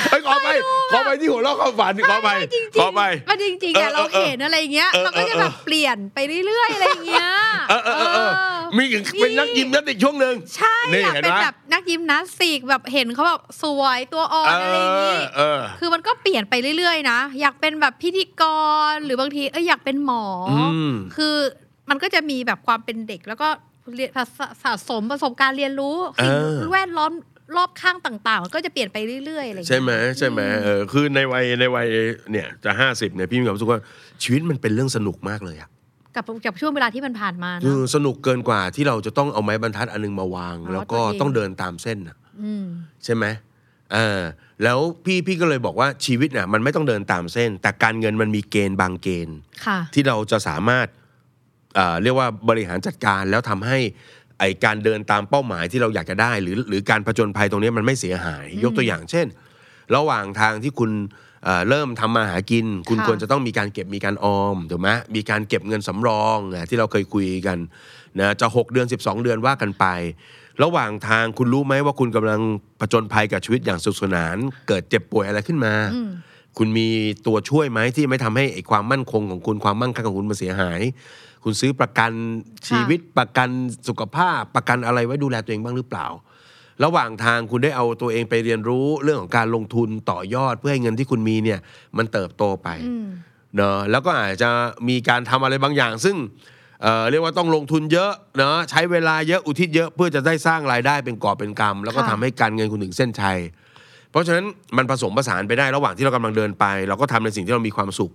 เฮ้ยขอไป ขอไปที่หัวเราะความฝันขอไป จริง ขอไป มันจริงๆอะ เออเราเออเออ เห็นอะไรอย่างเงี้ย เออ เราก็จะ เออเออ แบบเปลี่ยนไปเรื่อยๆอะไรอย่างเงี้ย เออเออเออเออ เออ มีถึงเป็นนักยิมนักติดช่วงหนึ่ง ใช่ นี่ อยาก เห็น เป็น ไหม แบบนักยิมนาสติกแบบเห็นเขาแบบสวยตัวอ่อน เอ อะไรอย่าง อ งี้ เออ คือมันก็เปลี่ยนไปเรื่อยๆนะอยากเป็นแบบพิธีกรหรือบางทีเอยอยากเป็นหมออ ม คือมันก็จะมีแบบความเป็นเด็กแล้วก็เรียนสะสะสะสมประสบการณ์เรียนรู้สิ่งแวดล้อมรอบข้างต่างๆมันก็จะเปลี่ยนไปเรื่อยๆอะไรอย่าง ใช่ เงี้ย ไหมใช่ไหมเออคือในวัยในวัยเนี่ยจะห้าสิบเนี่ยพี่มีความรู้สึกว่าชีวิตมันเป็นเรื่องสนุกมากเลยอะ กับกับช่วงเวลาที่มันผ่านมา คื เนาะ อสนุกเกินกว่าที่เราจะต้องเอาไม้บรรทัดอันนึงมาวาง เอา แล้วก็ ตัวเอง ต้องเดินตามเส้นน่ะ อืม ใช่ไหมเออแล้วพี่พี่ก็เลยบอกว่าชีวิตน่ะมันไม่ต้องเดินตามเส้น แต่การเงินมันมีเกณฑ์บางเกณฑ์ ค่ะ ที่เราจะสามารถเอ่อเรียกว่าบริหารจัดการแล้วทำให้ไอการเดินตามเป้าหมายที่เราอยากจะได้ หรือหรือการผจญภัยตรงนี้มันไม่เสียหาย ยกตัวอย่างเช่น ระหว่างทางที่คุณเอ่อเริ่มทำมาหากิน คุณ ค่ะ ควรจะต้องมีการเก็บมีการออมถูกไหมมีการเก็บเงินสำรองนะที่เราเคยคุยกันนะจะ 6 เดือน 12 เดือนว่ากันไป ระหว่างทางคุณรู้ไหมว่าคุณกำลังผจญภัยกับชีวิตอย่างสนุขสนาน เกิดเจ็บป่วยอะไรขึ้นมา อืม คุณมีตัวช่วยไหมที่ไม่ทำให้ไอ้ความมั่นคงของคุณความมั่งคั่งของคุณมันเสียหาย คุณซื้อประกัน ค่ะ ชีวิตประกันสุขภาพ ประกันอะไรไว้ดูแลตัวเองบ้างหรือเปล่า ระหว่างทางคุณได้เอาตัวเองไปเรียนรู้เรื่องของการลงทุนต่อยอดเพื่อให้เงินที่คุณมีเนี่ยมันเติบโตไป อืม เนอะแล้วก็อาจจะมีการทำอะไรบางอย่าง ซึ่งเอ่อเรียกว่าต้องลงทุนเยอะเนอะใช้เวลาเยอะอุทิศเยอะเพื่อจะได้สร้างรายได้เป็นกอบเป็นกำแล้วก็ ค่ะ ทำให้การเงินคุณถึงเส้นชัย เพราะฉะนั้นมันผสมผสานไปได้ระหว่างที่เรากำลังเดินไป เราก็ทำในสิ่งที่เรามีความสุข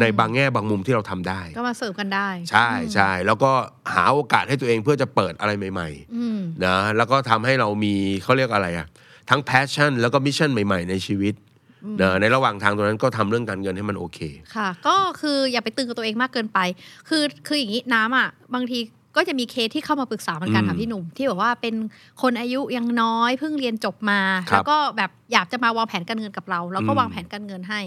ในบางแง่บางมุมที่เราทำได้ ก็มาเสริมกันได้ ใช่ใช่แล้วก็หาโอกาสให้ตัวเองเพื่อจะเปิดอะไรใหม่ อืม ๆนะแล้วก็ทำให้เรามีเขาเรียกอะไรอะทั้งแพชชั่นแล้วก็มิชชั่นใหม่ๆ ในชีวิตนะในระหว่างทางตรงนั้นก็ทำเรื่องการเงินให้มันโอเค ค่ะ ก็คืออย่าไปตึงกับตัวเองมากเกินไป คือคืออย่างนี้น้ำอ่ะบางทีก็จะมีเคสที่เข้ามาปรึกษาเหมือนกัน อื ค่ะ ม พี่หนุ่มที่แบบว่าเป็นคนอายุยังน้อยเพิ่งเรียนจบมา ครับ แล้วก็แบบอยากจะมาวางแผนการเงินกับเราแล้วก็ อืม วางแผนการเงินให้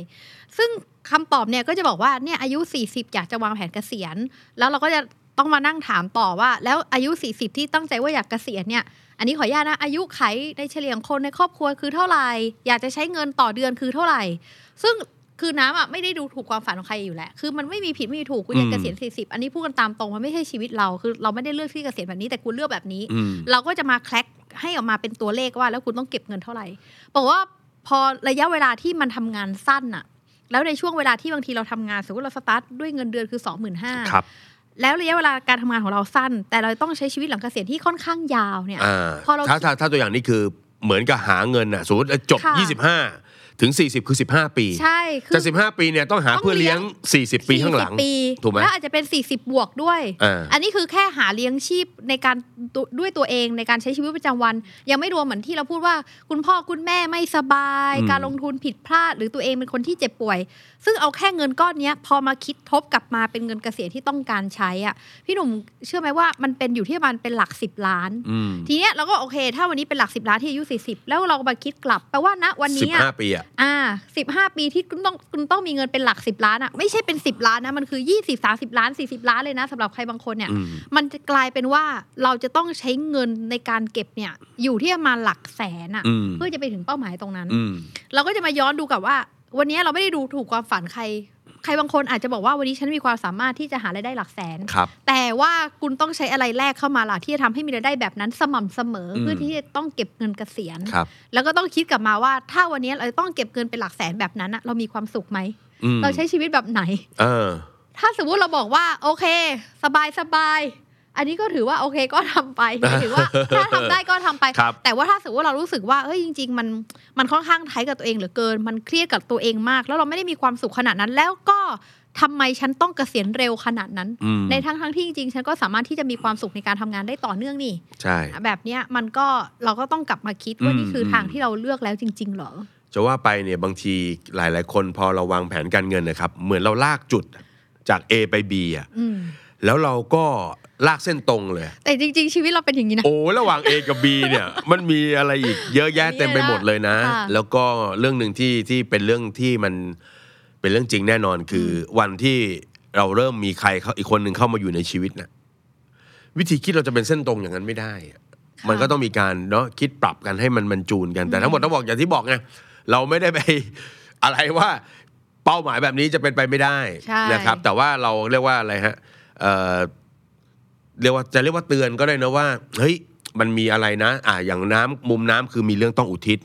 ซึ่งคำตอบเนี่ยก็จะบอกว่าเนี่ยอายุ 40 อยากจะวางแผนเกษียณ แล้วเราก็จะต้องมานั่งถามต่อว่า แล้วอายุ 40 ที่ตั้งใจว่าอยากเกษียณเนี่ยอันนี้ขออนุญาตนะอายุไขในเฉลี่ยของคนในครอบครัวคือเท่าไหร่อยากจะใช้เงินต่อเดือนคือเท่าไหร่ ซึ่ง คือน้ำอ่ะไม่ได้ดูถูกความฝันของใครอยู่แหละคือมันไม่มีผิดไม่มีถูกกูอยากเกษียณสี่สิบอันนี้พูดกันตามตรงมันไม่ใช่ชีวิตเราคือเราไม่ได้เลือกที่เกษียณแบบนี้แต่กูเลือกแบบนี้ อืม เราก็จะมาแคลกให้ออกมาเป็นตัวเลขว่า แล้วคุณต้องเก็บเงินเท่าไหร่บอกว่าพอระยะเวลาที่มันทำงานสั้นอะแล้วในช่วงเวลาที่บางทีเราทำงานสมมติเราสตาร์ทด้วยเงินเดือนคือ 2 5 0 0 0 ครับ แล้วระยะเวลาการทำงานของเราสั้น แต่เราต้องใช้ชีวิตหลังเกษียณที่ค่อนข้างยาวเนี่ย อ่า พอเรา ถ้าถ้าถ้าตัวอย่างนี้คือเหมือนกับหาเงินน่ะสมมติจบ ค่ะ 25 ถึง 40 คือ 15 ปี ใช่คื จะ อ 15 ปีเนี่ยต้องหา ต้อง เพื่อเลี้ยง เลี้ 40 ปีข้างหลัง 40ปี ถูกไหม แล้วอาจจะเป็น 40 บวกด้วย อ่า อันนี้คือแค่หาเลี้ยงชีพในการตัวด้วยตัวเองในการใช้ชีวิตประจำวัน ยังไม่รวมเหมือนที่เราพูดว่า คุณพ่อคุณแม่ไม่สบาย อืม การลงทุนผิดพลาด หรือตัวเองเป็นคนที่เจ็บป่วย ซึ่งเอาแค่เงินก้อนเนี้ยพอมาคิดทบกลับมาเป็นเงินเกษียณที่ต้องการใช้อ่ะพี่หนุ่มเชื่อไหมว่ามันเป็นอยู่ที่ประมันเป็นหลัก 10 ล้าน อืม ทีเนี้ยเราก็โอเค ถ้าวันนี้เป็นหลัก 10 ล้านที่อายุ 40 แล้วเรามาคิดกลับแปลว่าณวันนี้อะ 15 ปีอ่ะ อ่าสิบห้าปีที่คุณต้องคุณต้องมีเงินเป็นหลักสิบล้านอะ่ะไม่ใช่เป็นสิบล้านนะมันคือยี่สิบสาสิบล้านสี่สิบล้านเลยนะสำหรับใครบางคนเนี่ย อืม มันจะกลายเป็นว่าเราจะต้องใช้เงินในการเก็บเนี่ยอยู่ที่ประมาณหลักแสนอะ่ะ อืม เพื่อจะไปถึงเป้าหมายตรงนั้น อืม เราก็จะมาย้อนดูกับว่า วันนี้เราไม่ได้ดูถูกความฝันใคร ใครบางคนอาจจะบอกว่าวันนี้ฉันมีความสามารถที่จะหารายได้หลักแสน ครับ แต่ว่าคุณต้องใช้อะไรแลกเข้ามาล่ะที่จะทำให้มีรายได้แบบนั้นสม่ำเสมออ ม เพื่อที่จะต้องเก็บเงินเกษียณ ครับ แล้วก็ต้องคิดกลับมาว่าถ้าวันนี้เราจะต้องเก็บเงินเป็นหลักแสนแบบนั้นอะเรามีความสุขไหม อืม เราใช้ชีวิตแบบไหน เออ ถ้าสมมุติเราบอกว่า โอเค สบายสบายอันนี้ก็ถือว่าโอเคก็ทำไปหมายถือว่า ถ้าทำได้ก็ทำไป ครับ แต่ว่าถ้าสมมติว่าเรารู้สึกว่าเฮ้ยจริง ๆ มันมันค่อนข้างไทยกับตัวเองเหลือเกิน มันเครียดกับตัวเองมาก แล้วเราไม่ได้มีความสุขขนาดนั้น แล้วก็ทำไมฉันต้องเกษียณเร็วขนาดนั้น อืม ในทั้งทั้งๆที่จริงๆฉันก็สามารถที่จะมีความสุขในการทำงานได้ต่อเนื่องนี่ ใช่ แบบเนี้ยมันก็เราก็ต้องกลับมาคิดว่า อืม นี่คือทางที่เราเลือกแล้วจริง ๆ เหรอ จะว่าไปเนี่ยบางทีหลาย ๆ คนพอเราวางแผนการเงินนะครับ เหมือนเราลากจุดจาก A ไป B อ่ะ อืม แล้วเราก็ลากเส้นตรงเลย แต่จริง ๆ ชีวิตเราเป็นอย่างนี้นะ โอ้ระหว่าง A กับ B เนี่ย [laughs] มันมีอะไรอีกเยอะแยะเต็มไปหมดเลยนะ ค่ะ แล้วก็เรื่องหนึ่งที่ที่เป็นเรื่องที่มันเป็นเรื่องจริงแน่นอนคืออวันที่เราเริ่มมีใครเขาอีกคนหนึ่งเข้ามาอยู่ในชีวิตน่ะวิธีคิดเราจะเป็นเส้นตรงอย่างนั้นไม่ได้อะมันก็ต้องมีการเนาะคิดปรับกันให้มันมันจูนกันแต่ทั้งหมดต้องบอกอย่างที่บอกไงเราไม่ได้ไป อะไรว่าเป้าหมายแบบนี้จะเป็นไปไม่ได้ ใช่ นะครับ แต่ว่าเราเรียกว่าอะไรฮะเอ่อ เรียกว่าจะเรียกว่าเตือนก็ได้นะว่าเฮ้ยมันมีอะไรนะ อ่าอย่างน้ำมุมน้ำคือมีเรื่องต้องอุทิศ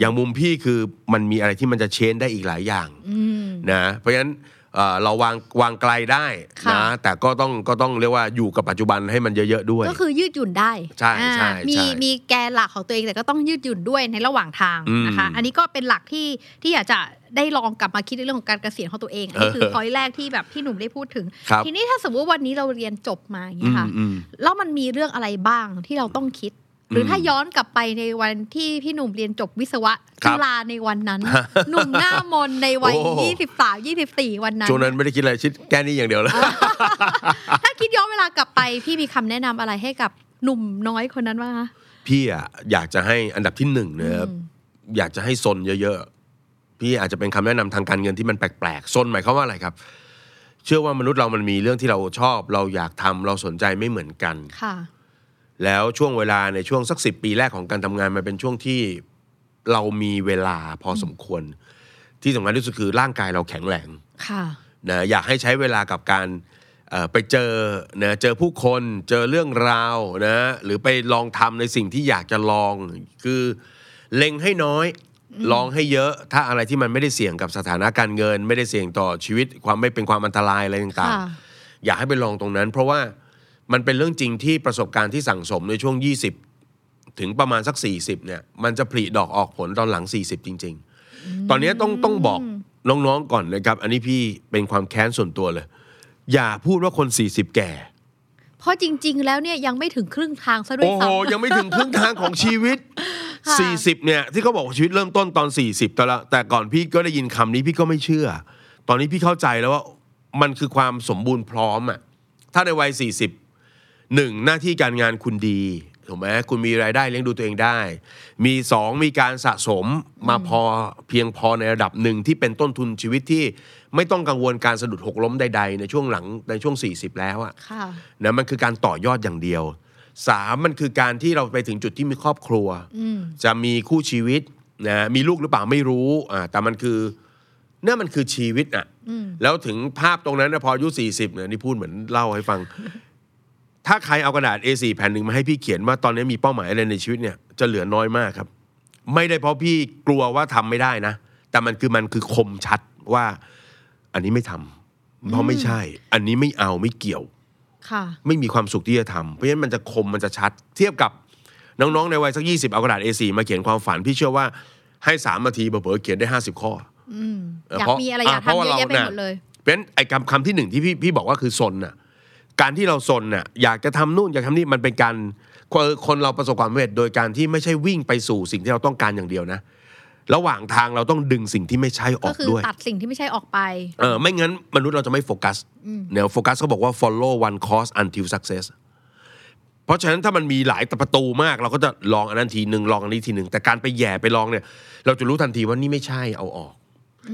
อย่างมุมพี่คือมันมีอะไรที่มันจะเชนได้อีกหลายอย่าง อืม นะเพราะฉะนั้นเอ่อเราวางวางไกลได้ ค่ะ นะแต่ก็ต้องก็ต้องเรียกว่าอยู่กับปัจจุบันให้มันเยอะๆด้วย ก็คือยืดหยุ่นได้ ใช่ อ่า ใช่ มี ใช่ มีแกนหลักของตัวเองแต่ก็ต้องยืดหยุ่นด้วยในระหว่างทาง อืม นะคะ อันนี้ก็เป็นหลักที่ที่อยากจะได้ลองกลับมาคิดในเรื่องของการเกษียณของตัวเอง อันนี้คือ เออ พอยแรกที่แบบพี่หนุ่มได้พูดถึง ครับ ทีนี้ถ้าสมมติวันนี้เราเรียนจบมาอย่าง อื เงี้ย ม ค่ะ อืม แล้วมันมีเรื่องอะไรบ้างที่เราต้องคิด หรืออ ม ถ้าย้อนกลับไปในวันที่พี่หนุ่มเรียนจบวิศวะ ครั จุ บ ฬาในวัน [laughs] นั้น หนุ่มหน้ามนต์ในวัย โอ้ 23 24 วันนั้น ช่วงนั้นไม่ได้คิดอะไรคิดแก้นี้อย่างเดียวเลย ถ้าคิดย้อนเวลากลับไป พี่มีคำแนะนำอะไรให้กับหนุ่มน้อยคนนั้นบ้างคะ พี่อะอยากจะให้อันดับที่หนึ่งนะครับ อืม อยากจะให้ซนเยอะๆ พี่อาจจะเป็นคำแนะนำทางการเงินที่มันแปลกๆซนหมายความว่าอะไรครับ เชื่อว่ามนุษย์เรามันมีเรื่องที่เราชอบ เราอยากทำเราสนใจไม่เหมือนกัน ค่ะ แล้วช่วงเวลาในช่วงสักสิปีแรกของการทำงานมันเป็นช่วงที่เรามีเวลาพอสมควร ที่สำคัญที่สุดคือร่างกายเราแข็งแรง ค่ะ นะอยากให้ใช้เวลากับการเอ่อไปเจอนะเจอผู้คนเจอเรื่องราวนะหรือไปลองทำในสิ่งที่อยากจะลอง คือเล็งให้น้อย ลองให้เยอะ ถ้าอะไรที่มันไม่ได้เสี่ยงกับสถานะการเงิน ไม่ได้เสี่ยงต่อชีวิตความไม่เป็นความอันตรายอะไรต่าง ค่ะ ๆ อยากให้ไปลองตรงนั้น เพราะว่ามันเป็นเรื่องจริงที่ประสบการณ์ที่สั่งสมในช่วง 20 ถึงประมาณสัก 40เนี่ยมันจะผลิดอกออกผลตอนหลัง 40 จริง ๆ ตอนนี้ต้องต้องบอกน้อง ๆ ก่อนนะครับ อันนี้พี่เป็นความแค้นส่วนตัวเลย อย่าพูดว่าคน 40 แก่ เพราะจริง ๆ แล้วเนี่ยยังไม่ถึงครึ่งทางซะด้ว โอ้ ย โห ซ้ำ ยังไม่ถึงครึ่งทางของชีวิต ค่ะ 40 เนี่ย ที่เขาบอกว่าชีวิตเริ่มต้นตอน 40แต่ละแต่ก่อนพี่ก็ได้ยินคำนี้พี่ก็ไม่เชื่อ ตอนนี้พี่เข้าใจแล้วว่ามันคือความสมบูรณ์พร้อมอ่ะถ้าในวัย 40หนึ่งหน้าที่การงานคุณดีถูกไหมคุณมีรายได้เลี้ยงดูตัวเองได้ มีสองมีการสะสมมาพอเพียงพอในระดับหนึ่งที่เป็นต้นทุนชีวิตที่ไม่ต้องกังวลการสะดุดหกล้มใดๆ ในช่วงหลังในช่วง 40 แล้วอ่ะ ค่ะ นะมันคือการต่อยอดอย่างเดียวสามมันคือการที่เราไปถึงจุดที่มีครอบครัว อืม จะมีคู่ชีวิตนะมีลูกหรือเปล่าไม่รู้อ่าแต่มันคือ นั่นมันคือชีวิตอ่ะ อืม แล้วถึงภาพตรงนั้นนะพออายุ 40เนี่ยนี่พูดเหมือนเล่าให้ฟัง [laughs] ถ้าใครเอากระดาษ A4 แผ่นหนึ่งมาให้พี่เขียนว่าตอนนี้มีเป้าหมายอะไรในชีวิตเนี่ยจะเหลือน้อยมากครับ ไม่ได้เพราะพี่กลัวว่าทำไม่ได้นะ แต่มันคือมันคือคมชัดว่า อันนี้ไม่ทำเพราะไม่ใช่ อันนี้ไม่เอาไม่เกี่ยว ค่ะ ไม่มีความสุขที่จะทำเพราะฉะนั้นมันจะคมมันจะชัด เทียบกับน้องๆ ในวัยสัก 20 เอากระดาษ A4 มาเขียนความฝัน พี่เชื่อว่าให้ 3 นาทีเผลอๆเขียนได้ 50 ข้อ อืม เอ่อ อากอยเพราะ มีอะไรออ่ะยาก เพราะ ทำ ว่า เยอะแยะไป เราน่ะ หมดเลย เพราะฉะนั้นไอ้คำคำที่หนึ่งที่พี่พี่บอกว่าคือซนน่ะการที่เราซนน่ะอยากจะทำนู่นอยากทำนี่มันเป็นการคนคนเราประสบความสำเร็จ โดยการที่ไม่ใช่วิ่งไปสู่สิ่งที่เราต้องการอย่างเดียวนะ ระหว่างทางเราต้องดึงสิ่งที่ไม่ใช่อ ก็ อก คือ ด้วย ตัดสิ่งที่ไม่ใช่ออกไป เออไม่งั้น มนุษย์เราจะไม่โฟกัสแนวโฟกัสเขาบอกว่า follow one course until success เพราะฉะนั้นถ้ามันมีหลายประตูมาก เราก็จะลองอันนั้นทีหนึ่งลองอันนี้ทีหนึ่งแต่การไปแหย่ไปลองเนี่ย เราจะรู้ทันทีว่านี่ไม่ใช่เอาออก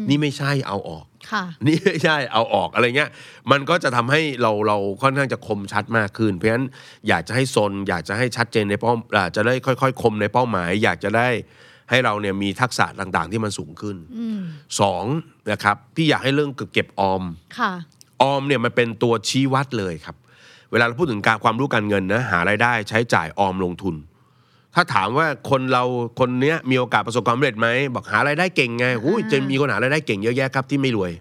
นี่ไม่ใช่เอาออก ค่ะ [laughs] นี่ไม่ใช่เอาออกอะไรเงี้ย มันก็จะทำให้เราเราค่อนข้างจะคมชัดมากขึ้น เพราะฉะนั้นอยากจะให้ซนอยากจะให้ชัดเจนในเป้าอ่าจะได้ค่อย ๆ คมในเป้าหมาย อยากจะได้ให้เราเนี่ยมีทักษะต่างๆ ที่มันสูงขึ้น อืม สองนะครับพี่อยากให้เรื่องเก็บออม ค่ะ ออมเนี่ยมันเป็นตัวชี้วัดเลยครับ เวลาเราพูดถึงการความรู้การเงินนะหารายได้ใช้จ่ายออมลงทุน ถ้าถามว่าคนเราคนเนี้ยมีโอกาสประสบความสำเร็จไหมบอกหารายได้เก่งไงอุ้ยจะมีคนหารายได้เก่งเยอะแยะครับที่ไม่รวย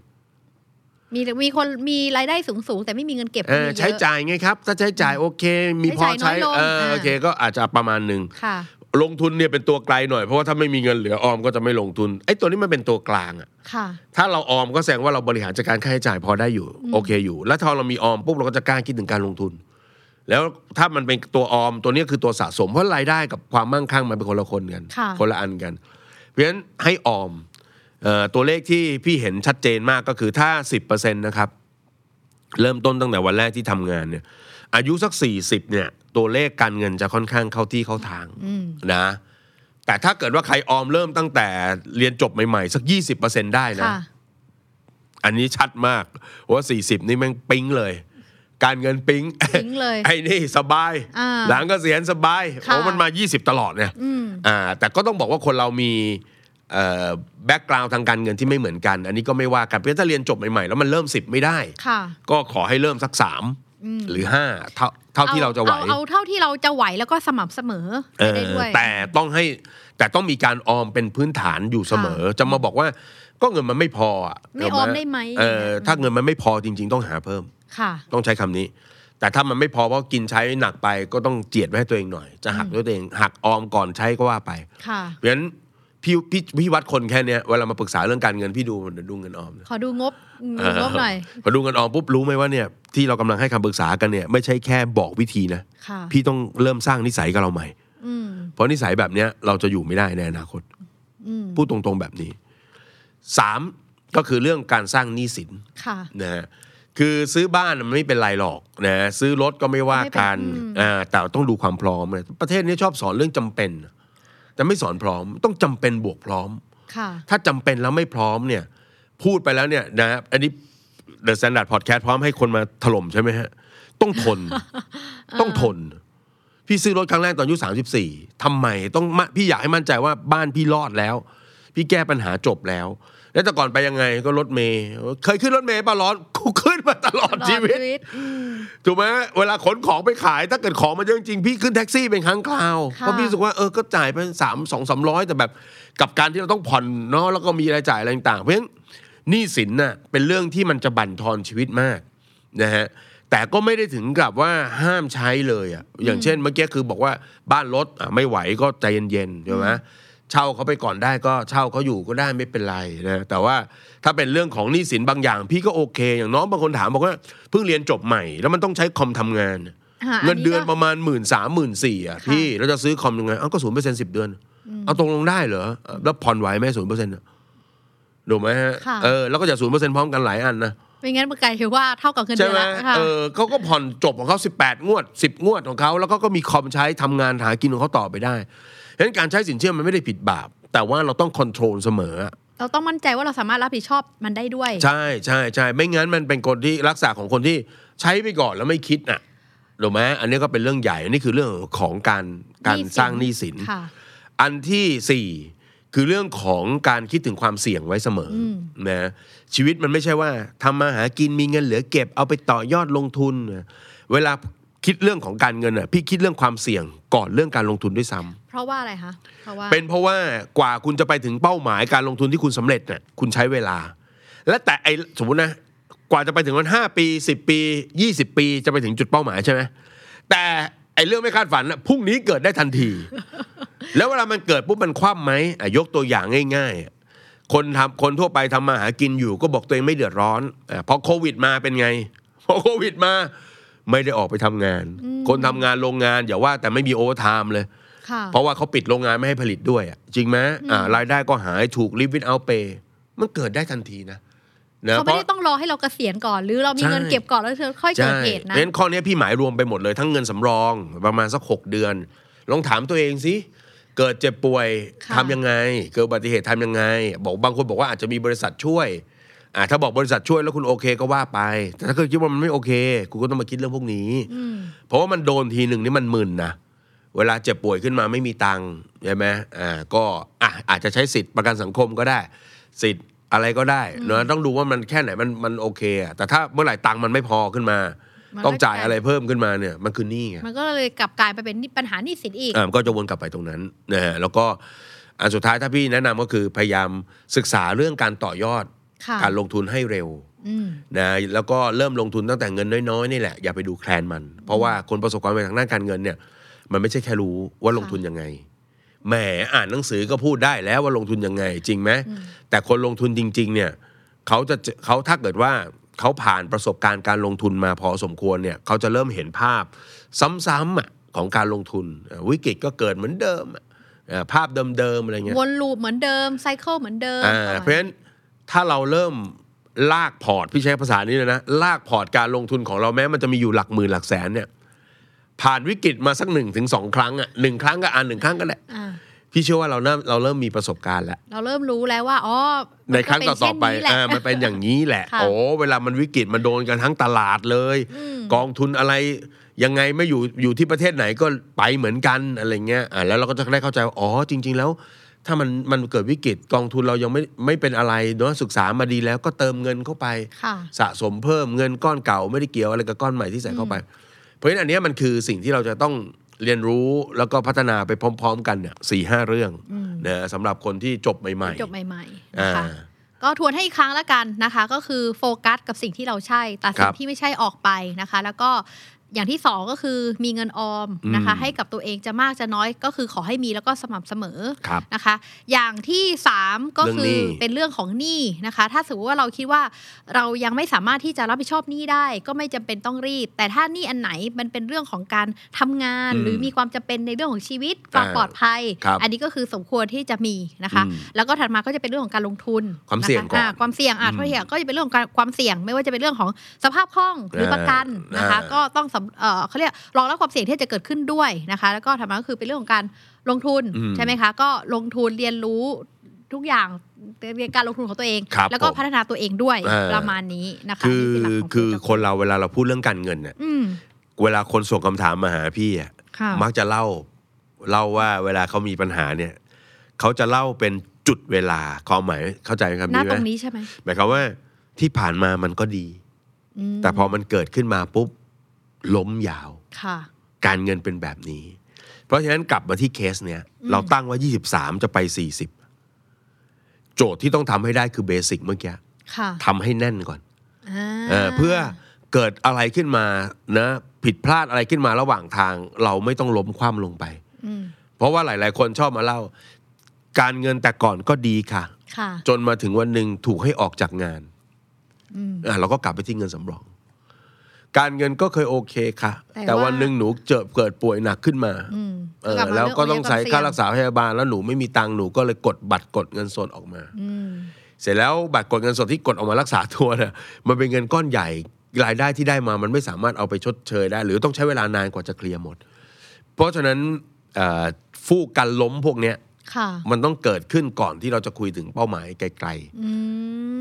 มีมีคนมีรายได้สูงสูงๆแต่ไม่มีเงินเก็บ เอมีอเยอะ ใช้จ่ายไงครับ ถ้าใช้จ่ายโอเค มีพอ ใช้ ใช้ จ่ายน้อยลง เออ อ่า โอเคก็อาจจะประมาณหนึ่ง ค่ะ ลงทุนเนี่ยเป็นตัวไกลหน่อยเพราะว่าถ้าไม่มีเงินเหลือออมก็จะไม่ลงทุนไอ้ตัวนี้มันเป็นตัวกลางอะ ค่ะ ถ้าเราออมก็แสดงว่าเราบริหารจัดการค่าใช้จ่ายพอได้อยู่ โอเคอยู่ แล้วถ้าเรามีออมปุ๊บเราก็จะกล้าคิดถึงการลงทุน แล้วถ้ามันเป็นตัวออมตัวเนี้ยคือตัวสะสมเพราะรายได้กับความมั่งคั่งมันเป็นคนละคนกัน ค่ะ คนละอันกัน เพราะฉะนั้นให้ออมเอ่อตัวเลขที่พี่เห็นชัดเจนมากก็คือถ้า 10%นะครับ เริ่มต้นตั้งแต่วันแรกที่ทำงานเนี่ย อายุสัก 40เนี่ย ตัวเลขการเงินจะค่อนข้างเข้าที่เข้าทางนะ แต่ถ้าเกิดว่าใครออมเริ่มตั้งแต่เรียนจบใหม่ ๆ สัก 20%ได้นะ ค่ะ อันนี้ชัดมากว่า 40 นี่แม่งปิ๊งเลย การเงินปิ๊ง ปิ๊งเลย [laughs] ไอ้นี่สบาย อ่า หลังเกษียณสบาย ค่ะ โอ้มันมา 20 ตลอดเนี่ย อืม อ่า แต่ก็ต้องบอกว่าคนเรามีแบ็กกราวทางการเงินที่ไม่เหมือนกัน อันนี้ก็ไม่ว่ากันเพราะฉะนั้นถ้าเรียนจบใหม่ๆ แล้วมันเริ่ม 10 ไม่ได้ ค่ะ ก็ขอให้เริ่มสักสามหรือห้าเท่าเท่าที่เราจะไหว อเอาเท่าที่เราจะไหวแล้วก็สม่ำเสมอ เอ ได้ อ ด้วย แต่ต้องให้แต่ต้องมีการออมเป็นพื้นฐานอยู่เสมอ จะมาบอกว่าก็เงินมันไม่พออะ ไม่ออมได้ไหม เออถ้าเงินมันไม่พอจริง ๆ ต้องหาเพิ่ม ค่ะ ต้องใช้คำนี้ แต่ถ้ามันไม่พอเพราะกินใช้หนักไปก็ต้องเจียดไว้ให้ตัวเองหน่อย จะหักด้วยตัวเองหักออมก่อนใช้ก็ว่าไป ค่ะ เพราะฉะนั้นพี่พี่พี่วัดคนแค่เนี้ยเวลามาปรึกษาเรื่องการเงินพี่ดูดูเงินออมนะ ขอดูงบงบหน่อย พอดูเงินออมปุ๊บรู้ไหมว่าเนี่ยที่เรากำลังให้คำปรึกษากันเนี่ยไม่ใช่แค่บอกวิธีนะ ค่ะ พี่ต้องเริ่มสร้างนิสัยกับเราใหม่ อืม เพราะนิสัยแบบเนี้ยเราจะอยู่ไม่ได้ในอนาคต อืม พูดตรงๆแบบนี้สามก็คือเรื่องการสร้างหนี้สิน ค่ะ นะฮะคือซื้อบ้านมันไม่เป็นไรหรอกนะซื้อรถก็ไม่ว่ากัน ไม่เป็นอืม อ่าแต่ต้องดูความพร้อมนะประเทศนี้ชอบสอนเรื่องจำเป็น แต่ไม่สอนพร้อม ต้องจำเป็นบวกพร้อม ค่ะ ถ้าจำเป็นแล้วไม่พร้อมเนี่ย พูดไปแล้วเนี่ยนะฮะอันนี้ The Standard Podcast พร้อมให้คนมาถล่มใช่ไหมฮะ ต้องทน ต้องทน พี่ซื้อรถครั้งแรกตอนอายุ34ทำไมต้องมาพี่อยากให้มั่นใจว่าบ้านพี่รอดแล้ว พี่แก้ปัญหาจบแล้ว แล้วแต่ก่อนไปยังไงก็รถเมย์เคยขึ้นรถเมย์ป่ะร้อนกูขึ้นมาตลอด รอด ชีวิต ชีวิตอืม ถูกไหมเวลาขนของไปขายถ้าเกิดของมาเยอะจริงๆพี่ขึ้นแท็กซี่เป็นครั้งคราว ค่ะ เพราะพี่รู้สึกว่าเออก็จ่ายไปสามสองสามร้อยแต่แบบกับการที่เราต้องผ่อนเนาะแล้วก็มีรายจ่ายอะไรต่างๆเพราะฉะนั้นหนี้สินน่ะเป็นเรื่องที่มันจะบั่นทอนชีวิตมากนะฮะแต่ก็ไม่ได้ถึงกับว่าห้ามใช้เลยอ่ะอย่างเช่นเมื่อกี้คือบอกว่าบ้านรถอ่ะไม่ไหวก็ใจเย็นๆใช่ไหมเช่าเขาไปก่อนได้ก็เช่าเขาอยู่ก็ได้ไม่เป็นไรนะแต่ว่าถ้าเป็นเรื่องของหนี้สินบางอย่าง พี่ก็โอเค อย่างน้องบางคนถามบอกว่าเพิ่งเรียนจบใหม่ แล้วมันต้องใช้คอมทำงาน หา เงินเดือน ก็ ประมาณหมื่นสามหมื่นสี่อ่ะ ค่ะ พี่แล้วจะซื้อคอมยังไงเอาก็ศูนย์เปอร์เซ็นสิบเดือน เอาตรงลงได้เหรอเออแล้วผ่อนไหวไหมศูนย์เปอร์เซ็นต์ถูกไหมฮะ ค่ะ เออแล้วก็จะศูนย์เปอร์เซ็นต์พร้อมกันหลายอันนะ ไม่งั้นมันกลายเป็นว่าเท่ากับเงิน ใช่ เดือน ไหม ละค่ะ เออเขาก็ผ่อนจบของเขาสิบแปดงวดสิบงวดของเขาแล้วก็ก็มีคอมใช้ทำงานหากินของเขาต่อไปได้เพราะฉะนั้นการใช้สินเชื่อมันไม่ได้ผิดบาป แต่ว่าเราต้องคอนโทรลเสมออะ เราต้องมั่นใจว่าเราสามารถรับผิดชอบมันได้ด้วย ใช่ใช่ใช่ไม่งั้นมันเป็นคนที่รักษาของคนที่ใช้ไปก่อนแล้วไม่คิดน่ะถูกไหมอันนี้ก็เป็นเรื่องใหญ่อันนี้คือเรื่องของการการ หนี้สิน สร้างหนี้สิน ค่ะ อันที่สี่ คือเรื่องของการคิดถึงความเสี่ยงไว้เสมออ ม นะชีวิตมันไม่ใช่ว่าทำมาหากินมีเงินเหลือเก็บ เอาไปต่อยอดลงทุนนะเวลาคิดเรื่องของการเงินอ่ะพี่คิดเรื่องความเสี่ยงก่อนเรื่องการลงทุนด้วยซ้ำ เพราะว่าอะไรคะเพราะว่า เป็นเพราะว่ากว่าคุณจะไปถึงเป้าหมายการลงทุนที่คุณสำเร็จเนี่ยคุณใช้เวลา และแต่ไอสมมตินะกว่าจะไปถึงวันห้าปีสิบปียี่สิบปีจะไปถึงจุดเป้าหมายใช่ไหมแต่ไอเรื่องไม่คาดฝันน่ะพรุ่งนี้เกิดได้ทันที [laughs] แล้วเวลามันเกิดปุ๊บมันคว่ำไหมอ่ะยกตัวอย่างง่ายๆอ่ะคนทำคนทั่วไปทำมาหากินอยู่ ก็บอกตัวเองไม่เดือดร้อนอะพอโควิดมาเป็นไง พอโควิดมา ไม่ได้ออกไปทำงาน อืม คนทำงานโรงงานอย่าว่าแต่ไม่มีโอเวอร์ไทม์เลย ค่ะ เพราะว่าเขาปิดโรงงานไม่ให้ผลิตด้วยอะจริงไหมอ่า รายได้ก็หายถูกลิฟวินเอาเปมันเกิดได้ทันทีนะนะ เขาไม่ได้ต้องรอให้เราเกษียณก่อน หรือเรามีเงินเก็บก่อนแล้วเธอค่อย ใช่ เกิดเหตุนะ เพราะฉะนั้นข้อเนี้ยพี่หมายรวมไปหมดเลย ทั้งเงินสำรองประมาณสัก 6 เดือน ลองถามตัวเองสิ เกิดเจ็บป่วย ค่ะ ทำยังไง เกิดอุบัติเหตุทำยังไง บอกบางคนบอกว่าอาจจะมีบริษัทช่วยอ่าถ้าบอกบริษัทช่วยแล้วคุณโอเคก็ว่าไป แต่ถ้าเกิดคิดว่ามันไม่โอเค คุณก็ต้องมาคิดเรื่องพวกนี้ อืม เพราะว่ามันโดนทีหนึ่งนี่มันหมื่นนะ เวลาเจ็บป่วยขึ้นมาไม่มีตังค์ใช่ไหมอ่าก็อ่ะอาจจะใช้สิทธิ์ประกันสังคมก็ได้ สิทธิ์อะไรก็ได้เนอะต้องดูว่ามันแค่ไหนมันมันโอเคอะแต่ถ้าเมื่อไหร่ตังค์มันไม่พอขึ้นมา มันก็ ต้องจ่ายอะไรเพิ่มขึ้นมาเนี่ยมันคือหนี้ไง มันก็เลยกลับกลายไปเป็นปัญหาหนี้สินอีก อ่ามันก็จะวนกลับไปตรงนั้นนะฮะแล้วก็อันสุดท้ายถ้าพี่แนะนำก็คือพยายามศึกษาเรื่องการต่อยอด ค่ะ การลงทุนให้เร็ว อืม นะแล้วก็เริ่มลงทุนตั้งแต่เงินน้อยๆนี่แหละอย่าไปดูแคลนมัน เพราะว่าคนประสบความสำเร็จทางด้านการเงินเนี่ย มันไม่ใช่แค่รู้ว่าลงทุนยังไงแหมอ่านหนังสือก็พูดได้แล้วว่าลงทุนยังไง จริงไหม อืม แต่คนลงทุนจริง ๆ เนี่ยเขาจะเขาถ้าเกิดว่าเขาผ่านประสบการณ์การลงทุนมาพอสมควรเนี่ยเขาจะเริ่มเห็นภาพซ้ำๆอะของการลงทุนอ่ะวิกฤตก็เกิดเหมือนเดิมอ่ะอ่ะภาพเดิมๆอะไรเงี้ย วนลูปเหมือนเดิมไซเคิลเหมือนเดิม อ่า ประมาณ เพราะฉะนั้นถ้าเราเริ่มลากพอร์ตพี่ใช้ภาษานี้เลยนะลากพอร์ตการลงทุนของเราแม้มันจะมีอยู่หลักหมื่นหลักแสนเนี่ยผ่านวิกฤตมาสักหนึ่งถึงสองครั้งอ่ะหนึ่งครั้งก็อ่านหนึ่งครั้งก็แหละ อ่า พี่เชื่อว่าเราเริ่มเราเริ่มมีประสบการณ์แล้ว เราเริ่มรู้แล้วว่าอ๋อมั ใน ก็ ครั้ง เ ต่อๆไป เช่นนี้แหละ อ่ามันเป็นอย่างนี้แหละ ค่ะ โอ้เวลามันวิกฤตมันโดนกันทั้งตลาดเลย อืม กองทุนอะไรยังไงไม่อยู่อยู่ที่ประเทศไหนก็ไปเหมือนกันอะไรเงี้ยอ่าแล้วเราก็จะได้เข้าใจว่าอ๋อจริง ๆ แล้ว ถ้ามันมันเกิดวิกฤตกองทุนเรายังไม่ไม่เป็นอะไรเนาะศึกษามาดีแล้วก็เติมเงินเข้าไป ค่ะ สะสมเพิ่มเงินก้อนเก่าไม่ได้เกี่ยวอะไรกับก้อนใหม่ที่ใส่เข้าไป เพราะฉะนั้นอันเนี้ยมันคือสิ่งที่เราจะต้องเรียนรู้แล้วก็พัฒนาไปพร้อม ๆ กันเนี่ยสี่ห้าเรื่อง อืม นะสำหรับคนที่จบใหม่ๆ จบใหม่ๆ อ่า นะคะ ก็ทวนให้อีกครั้งละกันนะคะ ก็คือโฟกัสกับสิ่งที่เราใช่ตัดสิ่ ครั ง บ ที่ไม่ใช่ออกไปนะคะ แล้วก็อย่างที่สองก็คือมีเงินออมนะคะ อืม ให้กับตัวเองจะมากจะน้อยก็คือขอให้มีแล้วก็สม่ำเสมอ ครับ นะคะอย่างที่ 3 ก็ เรื่อง คื หนี้ อเป็นเรื่องของหนี้นะคะ ถ้าสมมติว่าเราคิดว่าเรายังไม่สามารถที่จะรับผิดชอบหนี้ได้ ก็ไม่จำเป็นต้องรีบ แต่ถ้าหนี้อันไหนมันเป็นเรื่องของการทำงาน อืม หรือมีความจำเป็นในเรื่องของชีวิตความ อ่า ปลอดภัย ครับ อันนี้ก็คือสมควรที่จะมีนะคะ อืม แล้วก็ถัดมาก็จะเป็นเรื่องของการลงทุน ความเสี่ยง ะะ ก่อน อ่าความเสี่ยงอ่ะ อืม ทเหียก็จะเป็นเรื่องของการความเสี่ยง ไม่ว่าจะเป็นเรื่องของสภาพคล่องหรือประกันนะคะ อ่า ก็ต้องสำเอ่อเขาเรียกรองรับความเสี่ยงที่จะเกิดขึ้นด้วยนะคะ แล้วก็ถัดมาก็คือเป็นเรื่องของการลงทุน อืม ใช่ไหมคะ ก็ลงทุนเรียนรู้ทุกอย่างเรียนการลงทุนของตัวเอง ครับ แล้วก็ ผม พัฒนาตัวเองด้วย อ่า ประมาณนี้นะคะ คือ นี่หลักขง คือ ณจักร คนเราเวลาเราพูดเรื่องการเงินเนี่ย อืม เวลาคนส่งคำถามมาหาพี่อะ ค่ะ มักจะเล่าเล่าว่าเวลาเขามีปัญหาเนี่ยเขาจะเล่าเป็นจุดเวลาความหมายเข้าใจไหมครับ หน้า ดีไห ต ม รงนี้ใช่ไหม หมายความว่าที่ผ่านมามันก็ดี ม แต่พอมันเกิดขึ้นมาปุ๊บล้มยาว ค่ะ การเงินเป็นแบบนี้ เพราะฉะนั้นกลับมาที่เคสเนี้ย อืม เราตั้งไว่า 23 จะไป 40 โจทย์ที่ต้องทำให้ได้คือเบสิกเมื่อกี้ ค่ะ ทำให้แน่นก่อน อ่า เออเพื่อเกิดอะไรขึ้นมานะผิดพลาดอะไรขึ้นมาระหว่างทาง เราไม่ต้องล้มคว่ำลงไป อืม เพราะว่าหลาย ๆ คนชอบมาเล่า การเงินแต่ก่อนก็ดีค่ะ ค่ะ จนมาถึงวันหนึ่งถูกให้ออกจากงาน อืม อ่ะเราก็กลับไปที่เงินสำรอง การเงินก็เคยโอเคค่ะ แต่ แต่ ว่า วันหนึ่งหนูเจอเกิดป่วยหนักขึ้นมา อืม เออ ลับมา แล้วก็ต้องใช้ค่ารัก เอง ษาพยาบาลแล้วหนูไม่มีตังค์หนูก็เลยกดบัตรกดเงินสดออกมา อืม เสร็จแล้วบัตรกดเงินสดที่กดออกมารักษาตัวเนี่ย [laughs] มันเป็นเงินก้อนใหญ่รายได้ที่ได้มามันไม่สามารถเอาไปชดเชยได้ หรือต้องใช้เวลานานกว่าจะเคลียร์หมด เพราะฉะนั้นเอ่อฟูกกันล้มพวกเนี้ย ค่ะ มันต้องเกิดขึ้นก่อนที่เราจะคุยถึงเป้าหมายไกลๆ อื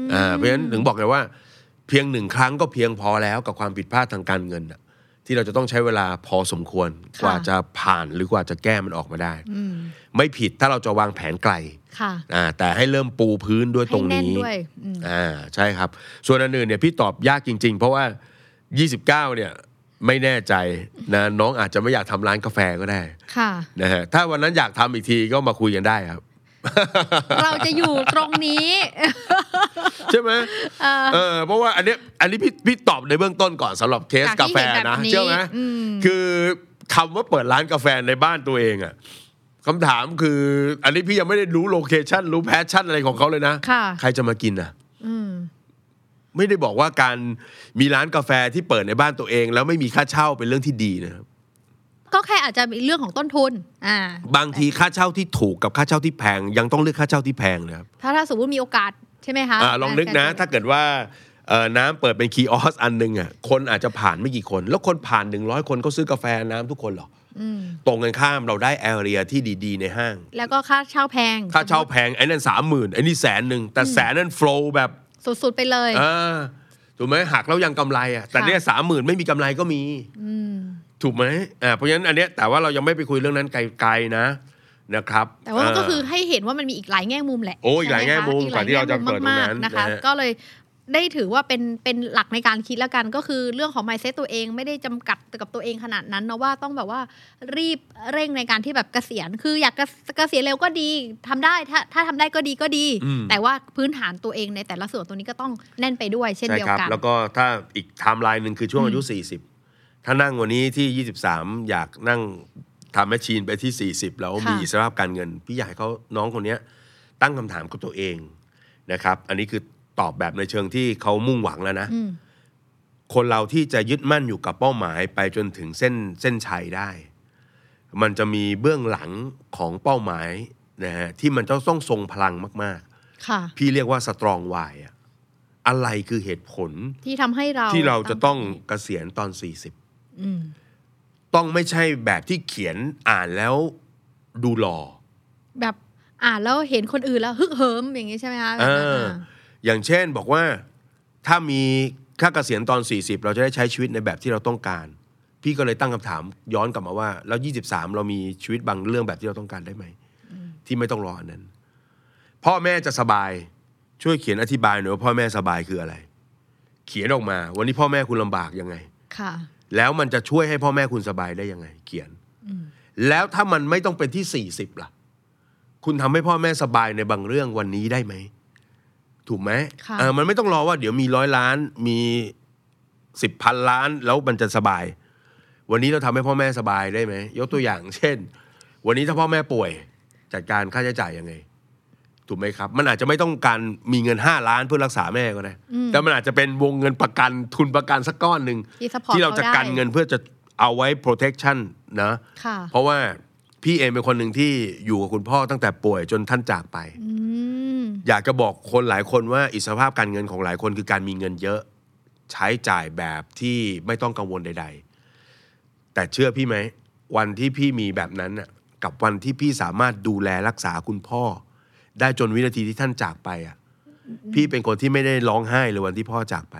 ม อ่าเพราะฉะนั้นถึงบอกไงว่า เพียงหนึ่งครั้งก็เพียงพอแล้วกับความผิดพลาดทางการเงินน่ะ ที่เราจะต้องใช้เวลาพอสมควร ค่ะ กว่าจะผ่านหรือกว่าจะแก้มันออกมาได้ อืม ไม่ผิดถ้าเราจะวางแผนไกล ค่ะ อ่าแต่ให้เริ่มปูพื้นด้วยต ให้ รง แน่น นี้ ด้วยอืม อ่าใช่ครับ ส่วนอันอื่นเนี่ยพี่ตอบยากจริง ๆ เพราะว่า 29 เนี่ยไม่แน่ใจนะน้องอาจจะไม่อยากทำร้านกาแฟก็ได้ ค่ะ นะฮะถ้าวันนั้นอยากทำอีกทีก็มาคุยกันได้ครับ เราจะอยู่ตรงนี้ [laughs] ใช่ไหม เออ เออเพราะว่าอันเนี้ยอันนี้พี่พี่ตอบในเบื้องต้นก่อนสำหรับเคส จาก กา ที่ แฟ เห็นแบบ นะ นี้ เชื่อไหม อืม คือคำว่าเปิดร้านกาแฟในบ้านตัวเองอะคำถามคือ อันนี้พี่ยังไม่ได้รู้โลเคชันรู้แพชชั่นอะไรของเขาเลยนะ ค่ะ ใครจะมากินอะ อืม ไม่ได้บอกว่าการมีร้านกาแฟที่เปิดในบ้านตัวเอง แล้วไม่มีค่าเช่าเป็นเรื่องที่ดีนะครับ ก็แค่อาจจะมีเรื่องของต้นทุน อ่า บางทีค่าเช่าที่ถูกกับค่าเช่าที่แพง ยังต้องเลือกค่าเช่าที่แพงนะครับ ถ้าถ้าสมมติมีโอกาสใช่ไหมคะ อ่าลองนึกนะ ใช่ใช่ ถ้าเกิดว่าเอ่อน้ำเปิดเป็นคีย์ออสอันหนึงอ่ะคนอาจจะผ่านไม่กี่คน แล้วคนผ่าน 100 คนก็ซื้อกาแฟน้ำทุกคนหรอ อืม ตรงกันข้ามเราได้แอเรียที่ดีๆ ในห้าง แล้วก็ค่าเช่าแพง ค่าเช่าแพงไอ้นั่นสามหมื่นไอ้นี่แสนหนึ่งแต่แสนนั่นโฟล์แบบ สุดๆไปเลย อ่าถูกไหมหักแล้วยังกำไรอ่ะแต่เนี่ยสามหมื่นไม่มีกำไรก็มี อืม ถูกไหมอ่า เพราะฉะนั้นอันเนี้ยแต่ว่าเรายังไม่ไปคุยเรื่องนั้นไกลๆนะนะครับ แต่ว่ามันก็คือ เ ให้เห็นว่ามันมีอีกหลายแง่มุมแหละ โอ้ย ใช่ไห หลายแง่มุม คะอี กว่าที่เราจะเปิดตรงนั้น หลายแง่มุมมากๆนะคะ นะฮะ ก็เลยได้ถือว่าเป็นเป็นหลักในการคิดแล้วกัน ก็คือเรื่องของ mindset ตัวเองไม่ได้จำกัดกับตัวเองขนาดนั้นนะว่าต้องแบบว่ารีบเร่งในการที่แบบเกษียณ คืออยากเกษเกษียณเร็วก็ดีทำได้ถ้าถ้าทำได้ก็ดีก็ดี อืม แต่ว่าพื้นฐานตัวเองในแต่ละส่วนตัวนี้ก็ต้องแน่นไปด้วยเช่น ใช่ เดียว ครับ กัน แล้วก็ถ้าอีกไทม์ไลน์หนึ่งคือช่วงอายุ 40 ถ้านั่งวันนี้ที่ 23 อยากนั่งทำแมชชีนไปที่ 40 แล้วมี ค่ะ อิสรภาพการเงิน พี่อยากให้เขาน้องคนเนี้ยตั้งคำถามกับตัวเองนะครับ อันนี้คือตอบแบบในเชิงที่เขามุ่งหวังแล้วนะ อืม คนเราที่จะยึดมั่นอยู่กับเป้าหมายไปจนถึงเส้นเส้นชัยได้ มันจะมีเบื้องหลังของเป้าหมายนะฮะที่มันจะต้องทรงพลังมาก ค่ะ ๆ พี่เรียกว่าสตรองวายอะอะไรคือเหตุผล ที่ทำให้เรา ที่เราจะต้องเกษียณตอน 40 อืม ต้องไม่ใช่แบบที่เขียนอ่านแล้วดูหล่อ แบบอ่านแล้วเห็นคนอื่นแล้วฮึกเหิมอย่างนี้ใช่ไหมคะแบบ เอ นั้น อ อ่ะ อย่างเช่นบอกว่าถ้ามีค่าเกษียณตอน 40 เราจะได้ใช้ชีวิตในแบบที่เราต้องการ พี่ก็เลยตั้งคำถามย้อนกลับมาว่า แล้ว 23 เรามีชีวิตบางเรื่องแบบที่เราต้องการได้ไหม ที่ไม่ต้องรออันนั้น พ่อแม่จะสบายช่วยเขียนอธิบายหน่อยว่าพ่อแม่สบายคืออะไร เขียนออกมา วันนี้พ่อแม่คุณลำบากยังไง ค่ะ แล้วมันจะช่วยให้พ่อแม่คุณสบายได้ยังไง เขียน อืม แล้วถ้ามันไม่ต้องเป็นที่ 40 ล่ะ คุณทำให้พ่อแม่สบายในบางเรื่องวันนี้ได้ไหม ถูกไหม ค่ะ เออมันไม่ต้องรอว่าเดี๋ยวมีร้อยล้าน มีสิบพันล้าน แล้วมันจะสบาย วันนี้เราทำให้พ่อแม่สบายได้ไหม ยกตัวอย่าง เช่น วันนี้ถ้าพ่อแม่ป่วย จัดการค่าใช้จ่ายยังไง ถูกไหมครับ มันอาจจะไม่ต้องการมีเงิน 5 ล้านเพื่อรักษาแม่ก็ได้ แต่มันอาจจะเป็นวงเงินประกันทุนประกันสักก้อนหนึ่ง ที่ support ที่เราจะ ได้ กันเงินเพื่อจะเอาไว้ protection นะ ค่ะ เพราะว่าพี่เองเป็นคนหนึ่งที่อยู่กับคุณพ่อตั้งแต่ป่วยจนท่านจากไป อืม อยากจะบอกคนหลายคนว่าอิสรภาพการเงินของหลายคนคือการมีเงินเยอะ ใช้จ่ายแบบที่ไม่ต้องกังวลใด ๆ แต่เชื่อพี่ไหม วันที่พี่มีแบบนั้นน่ะกับวันที่พี่สามารถดูแลรักษาคุณพ่อ ได้จนวินาทีที่ท่านจากไปอ่ะพี่เป็นคนที่ไม่ได้ร้องไห้เลยวันที่พ่อจากไป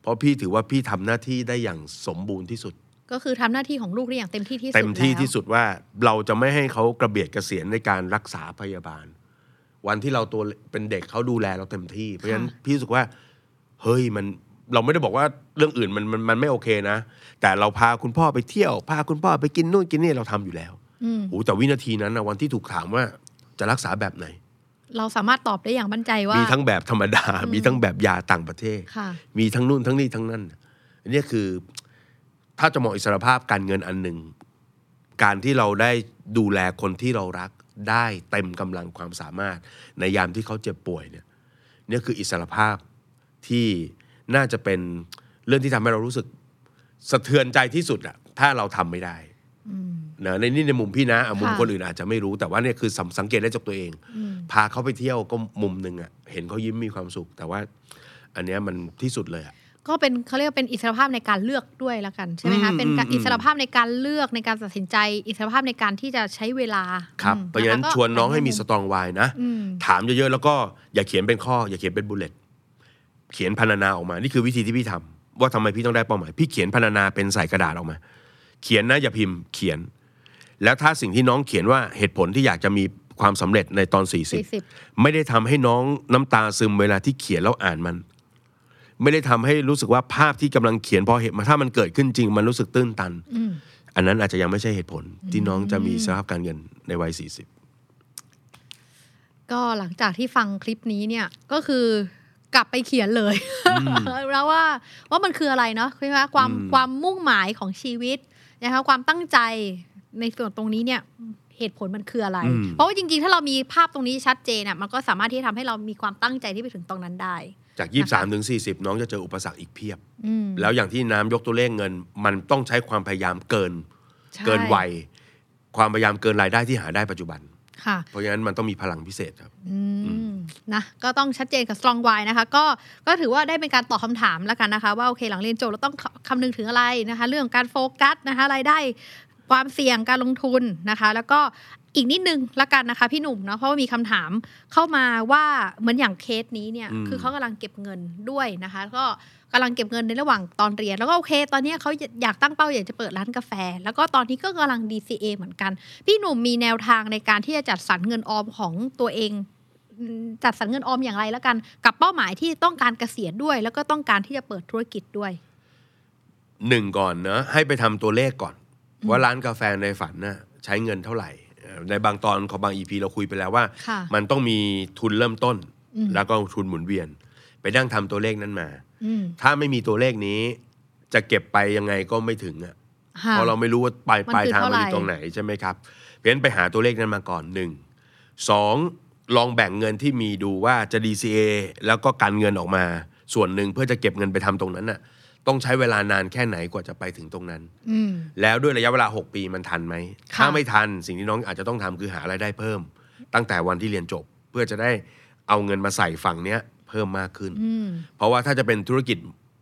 เพราะพี่ถือว่าพี่ทำหน้าที่ได้อย่างสมบูรณ์ที่สุด ก็คือทำหน้าที่ของลูกได้อย่างเต็มที่ที่สุด เต็มที่ แล้ว ที่สุดว่าเราจะไม่ให้เขากระเบียดกระเสียนในการรักษาพยาบาล วันที่เราตัวเป็นเด็กเขาดูแลเราเต็มที่ เพราะฉะนั้นพี่รู้สึกว่า เฮ้ยมันเราไม่ได้บอกว่าเรื่องอื่นมันมันมันไม่โอเคนะ แต่เราพาคุณพ่อไปเที่ยว พาคุณพ่อไปกินนู่นกินนี่เราทำอยู่แล้ว อืม โอ้แต่วินาทีนั้นนะวันที่ถูกถามว่าจะรักษาแบบไหน เราสามารถตอบได้อย่างมั่นใจว่า มีทั้งแบบธรรมดา มีทั้งแบบยาต่างประเทศ ค่ะ มีทั้งนู่นทั้งนี่ทั้งนั่นอันเนี้ยคือถ้าจะมองอิสรภาพการเงินอันหนึ่ง การที่เราได้ดูแลคนที่เรารักได้เต็มกำลังความสามารถ ในยามที่เขาเจ็บป่วยเนี่ยเนี่ยคืออิสรภาพที่น่าจะเป็นเรื่องที่ทำให้เรารู้สึกสะเทือนใจที่สุดอะถ้าเราทำไม่ได้ อืม นะในนี่ในมุมพี่นะอ่ะมุม ค่ะ คนอื่นอาจจะไม่รู้แต่ว่าเนี่ยคือสังสังเกตได้จากตัวเอง อืม พาเขาไปเที่ยวก็มุมหนึ่งอะเห็นเขายิ้มมีความสุข แต่ว่า อันเนี้ยมันที่สุดเลยอะ ก็เป็นเขาเรียกว่าเป็นอิสรภาพในการเลือกด้วยละกันใช่ไหมคะ อืม เป็นการ อืม อิสรภาพในการเลือกในการตัดสินใจอิสรภาพในการที่จะใช้เวลา ครับ อืม เพราะฉะนั้น คก็ ชวนน้องให้มีสตรองวายนะ อืม ถามเยอะๆ แล้วก็อย่าเขียนเป็นข้อ อย่าเขียนเป็นบุลเลตเขียนพรรณนาออกมา นี่คือวิธีที่พี่ทำ ว่าทำไมพี่ต้องได้เป้าหมาย พี่เขียนพรรณนาเป็นใส่กระดาษออกมา เขียนนะอย่าพิมพ์เขียน แล้วถ้าสิ่งที่น้องเขียนว่าเหตุผลที่อยากจะมีความสำเร็จในตอน 40 ไม่ได้ทำให้น้องน้ำตาซึมเวลาที่เขียนแล้วอ่านมัน ไม่ได้ทำให้รู้สึกว่าภาพที่กำลังเขียนพอเห็นมาถ้ามันเกิดขึ้นจริง มันรู้สึกตื้นตัน อืม อันนั้นอาจจะยังไม่ใช่เหตุผลที่น้องจะมีสภาพการเงินในวัย ก็หลังจากที่ฟังคลิปนี้เนี่ยก็คือกลับไปเขียน [laughs] เลยแล้วว่าว่ามันคืออะไรเนาะใช่ไหมความ อืม ความมุ่งหมายของชีวิตนะคะความตั้งใจในส่วนตรงนี้เนี่ยเหตุผลมันคืออะไร เพราะว่าจริงๆ ถ้าเรามีภาพตรงนี้ชัดเจนอ่ะมันก็สามารถที่จะทำให้เรามีความตั้งใจที่ไปถึงตรงนั้นได้ 40 จาก นะคะ 23 ถึง 40 น้องจะเจออุปสรรคอีกเพียบ อืม แล้วอย่างที่น้ำยกตัวเลขเงิน มันต้องใช้ความพยายามเกิน ใช่ เกินวัย ความพยายามเกินรายได้ที่หาได้ปัจจุบัน ค่ะ เพราะฉะนั้นมันต้องมีพลังพิเศษครับ อืมนะก็ต้องชัดเจนกับ strong why นะคะก็ก็ถือว่าได้เป็นการตอบคำถามแล้วกันนะคะ ว่าโอเคหลังเรียนจบเราต้องคคำนึงถึงอะไรนะคะ เรื่องของการโฟกัสนะคะรายได้ความเสี่ยงการลงทุนนะคะ แล้วก็อีกนิดนึงละกันนะคะ พี่หนุ่มเนาะเพราะว่ามีคำถามเข้ามาว่าเหมือนอย่างเคสนี้เนี่ย อืม คือเขากำลังเก็บเงินด้วยนะคะ ก็กำลังเก็บเงินในระหว่างตอนเรียน แล้วก็โอเค ตอนเนี้ยเขาอยากตั้งเป้าอยากจะเปิดร้านกาแฟ แล้วก็ตอนนี้ก็กำลัง DCA เหมือนกัน พี่หนุ่มมีแนวทางในการที่จะจัดสรรเงินออมของตัวเองอืมจัดสรรเงินออมอย่างไรแล้วกัน กับเป้าหมายที่ต้องการเกษียณด้วย แล้วก็ต้องการที่จะเปิดธุรกิจด้วย หนึ่งก่อนเนอะให้ไปทำตัวเลขก่อน ว่าร้านกาแฟในฝันน่ะใช้เงินเท่าไหร่เอ่อในบางตอนของบางอีพีเราคุยไปแล้วว่า ค่ะ มันต้องมีทุนเริ่มต้น อืม แล้วก็ทุนหมุนเวียน ไปนั่งทำตัวเลขนั้นมา อืม ถ้าไม่มีตัวเลขนี้ จะเก็บไปยังไงก็ไม่ถึงอะ ค่ะ เพราะเราไม่รู้ว่าปลาย มันคือ ปลายทางมันอ เท่าไหร่ ยู่ตรงไหนใช่ไหมครับ เพราะฉะนั้นไปหาตัวเลขนั้นมาก่อนหนึ่งสองลองแบ่งเงินที่มีดูว่าจะ DCA แล้วก็การเงินออกมา ส่วนหนึ่งเพื่อจะเก็บเงินไปทำตรงนั้นน่ะ ต้องใช้เวลานานแค่ไหนกว่าจะไปถึงตรงนั้น อืม แล้วด้วยระยะเวลา 6 ปีมันทันไหม ค่ะ ถ้าไม่ทันสิ่งที่น้องอาจจะต้องทำคือหารายได้เพิ่ม ตั้งแต่วันที่เรียนจบ เพื่อจะได้เอาเงินมาใส่ฝั่งเนี้ยเพิ่มมากขึ้น อืม เพราะว่าถ้าจะเป็นธุรกิจ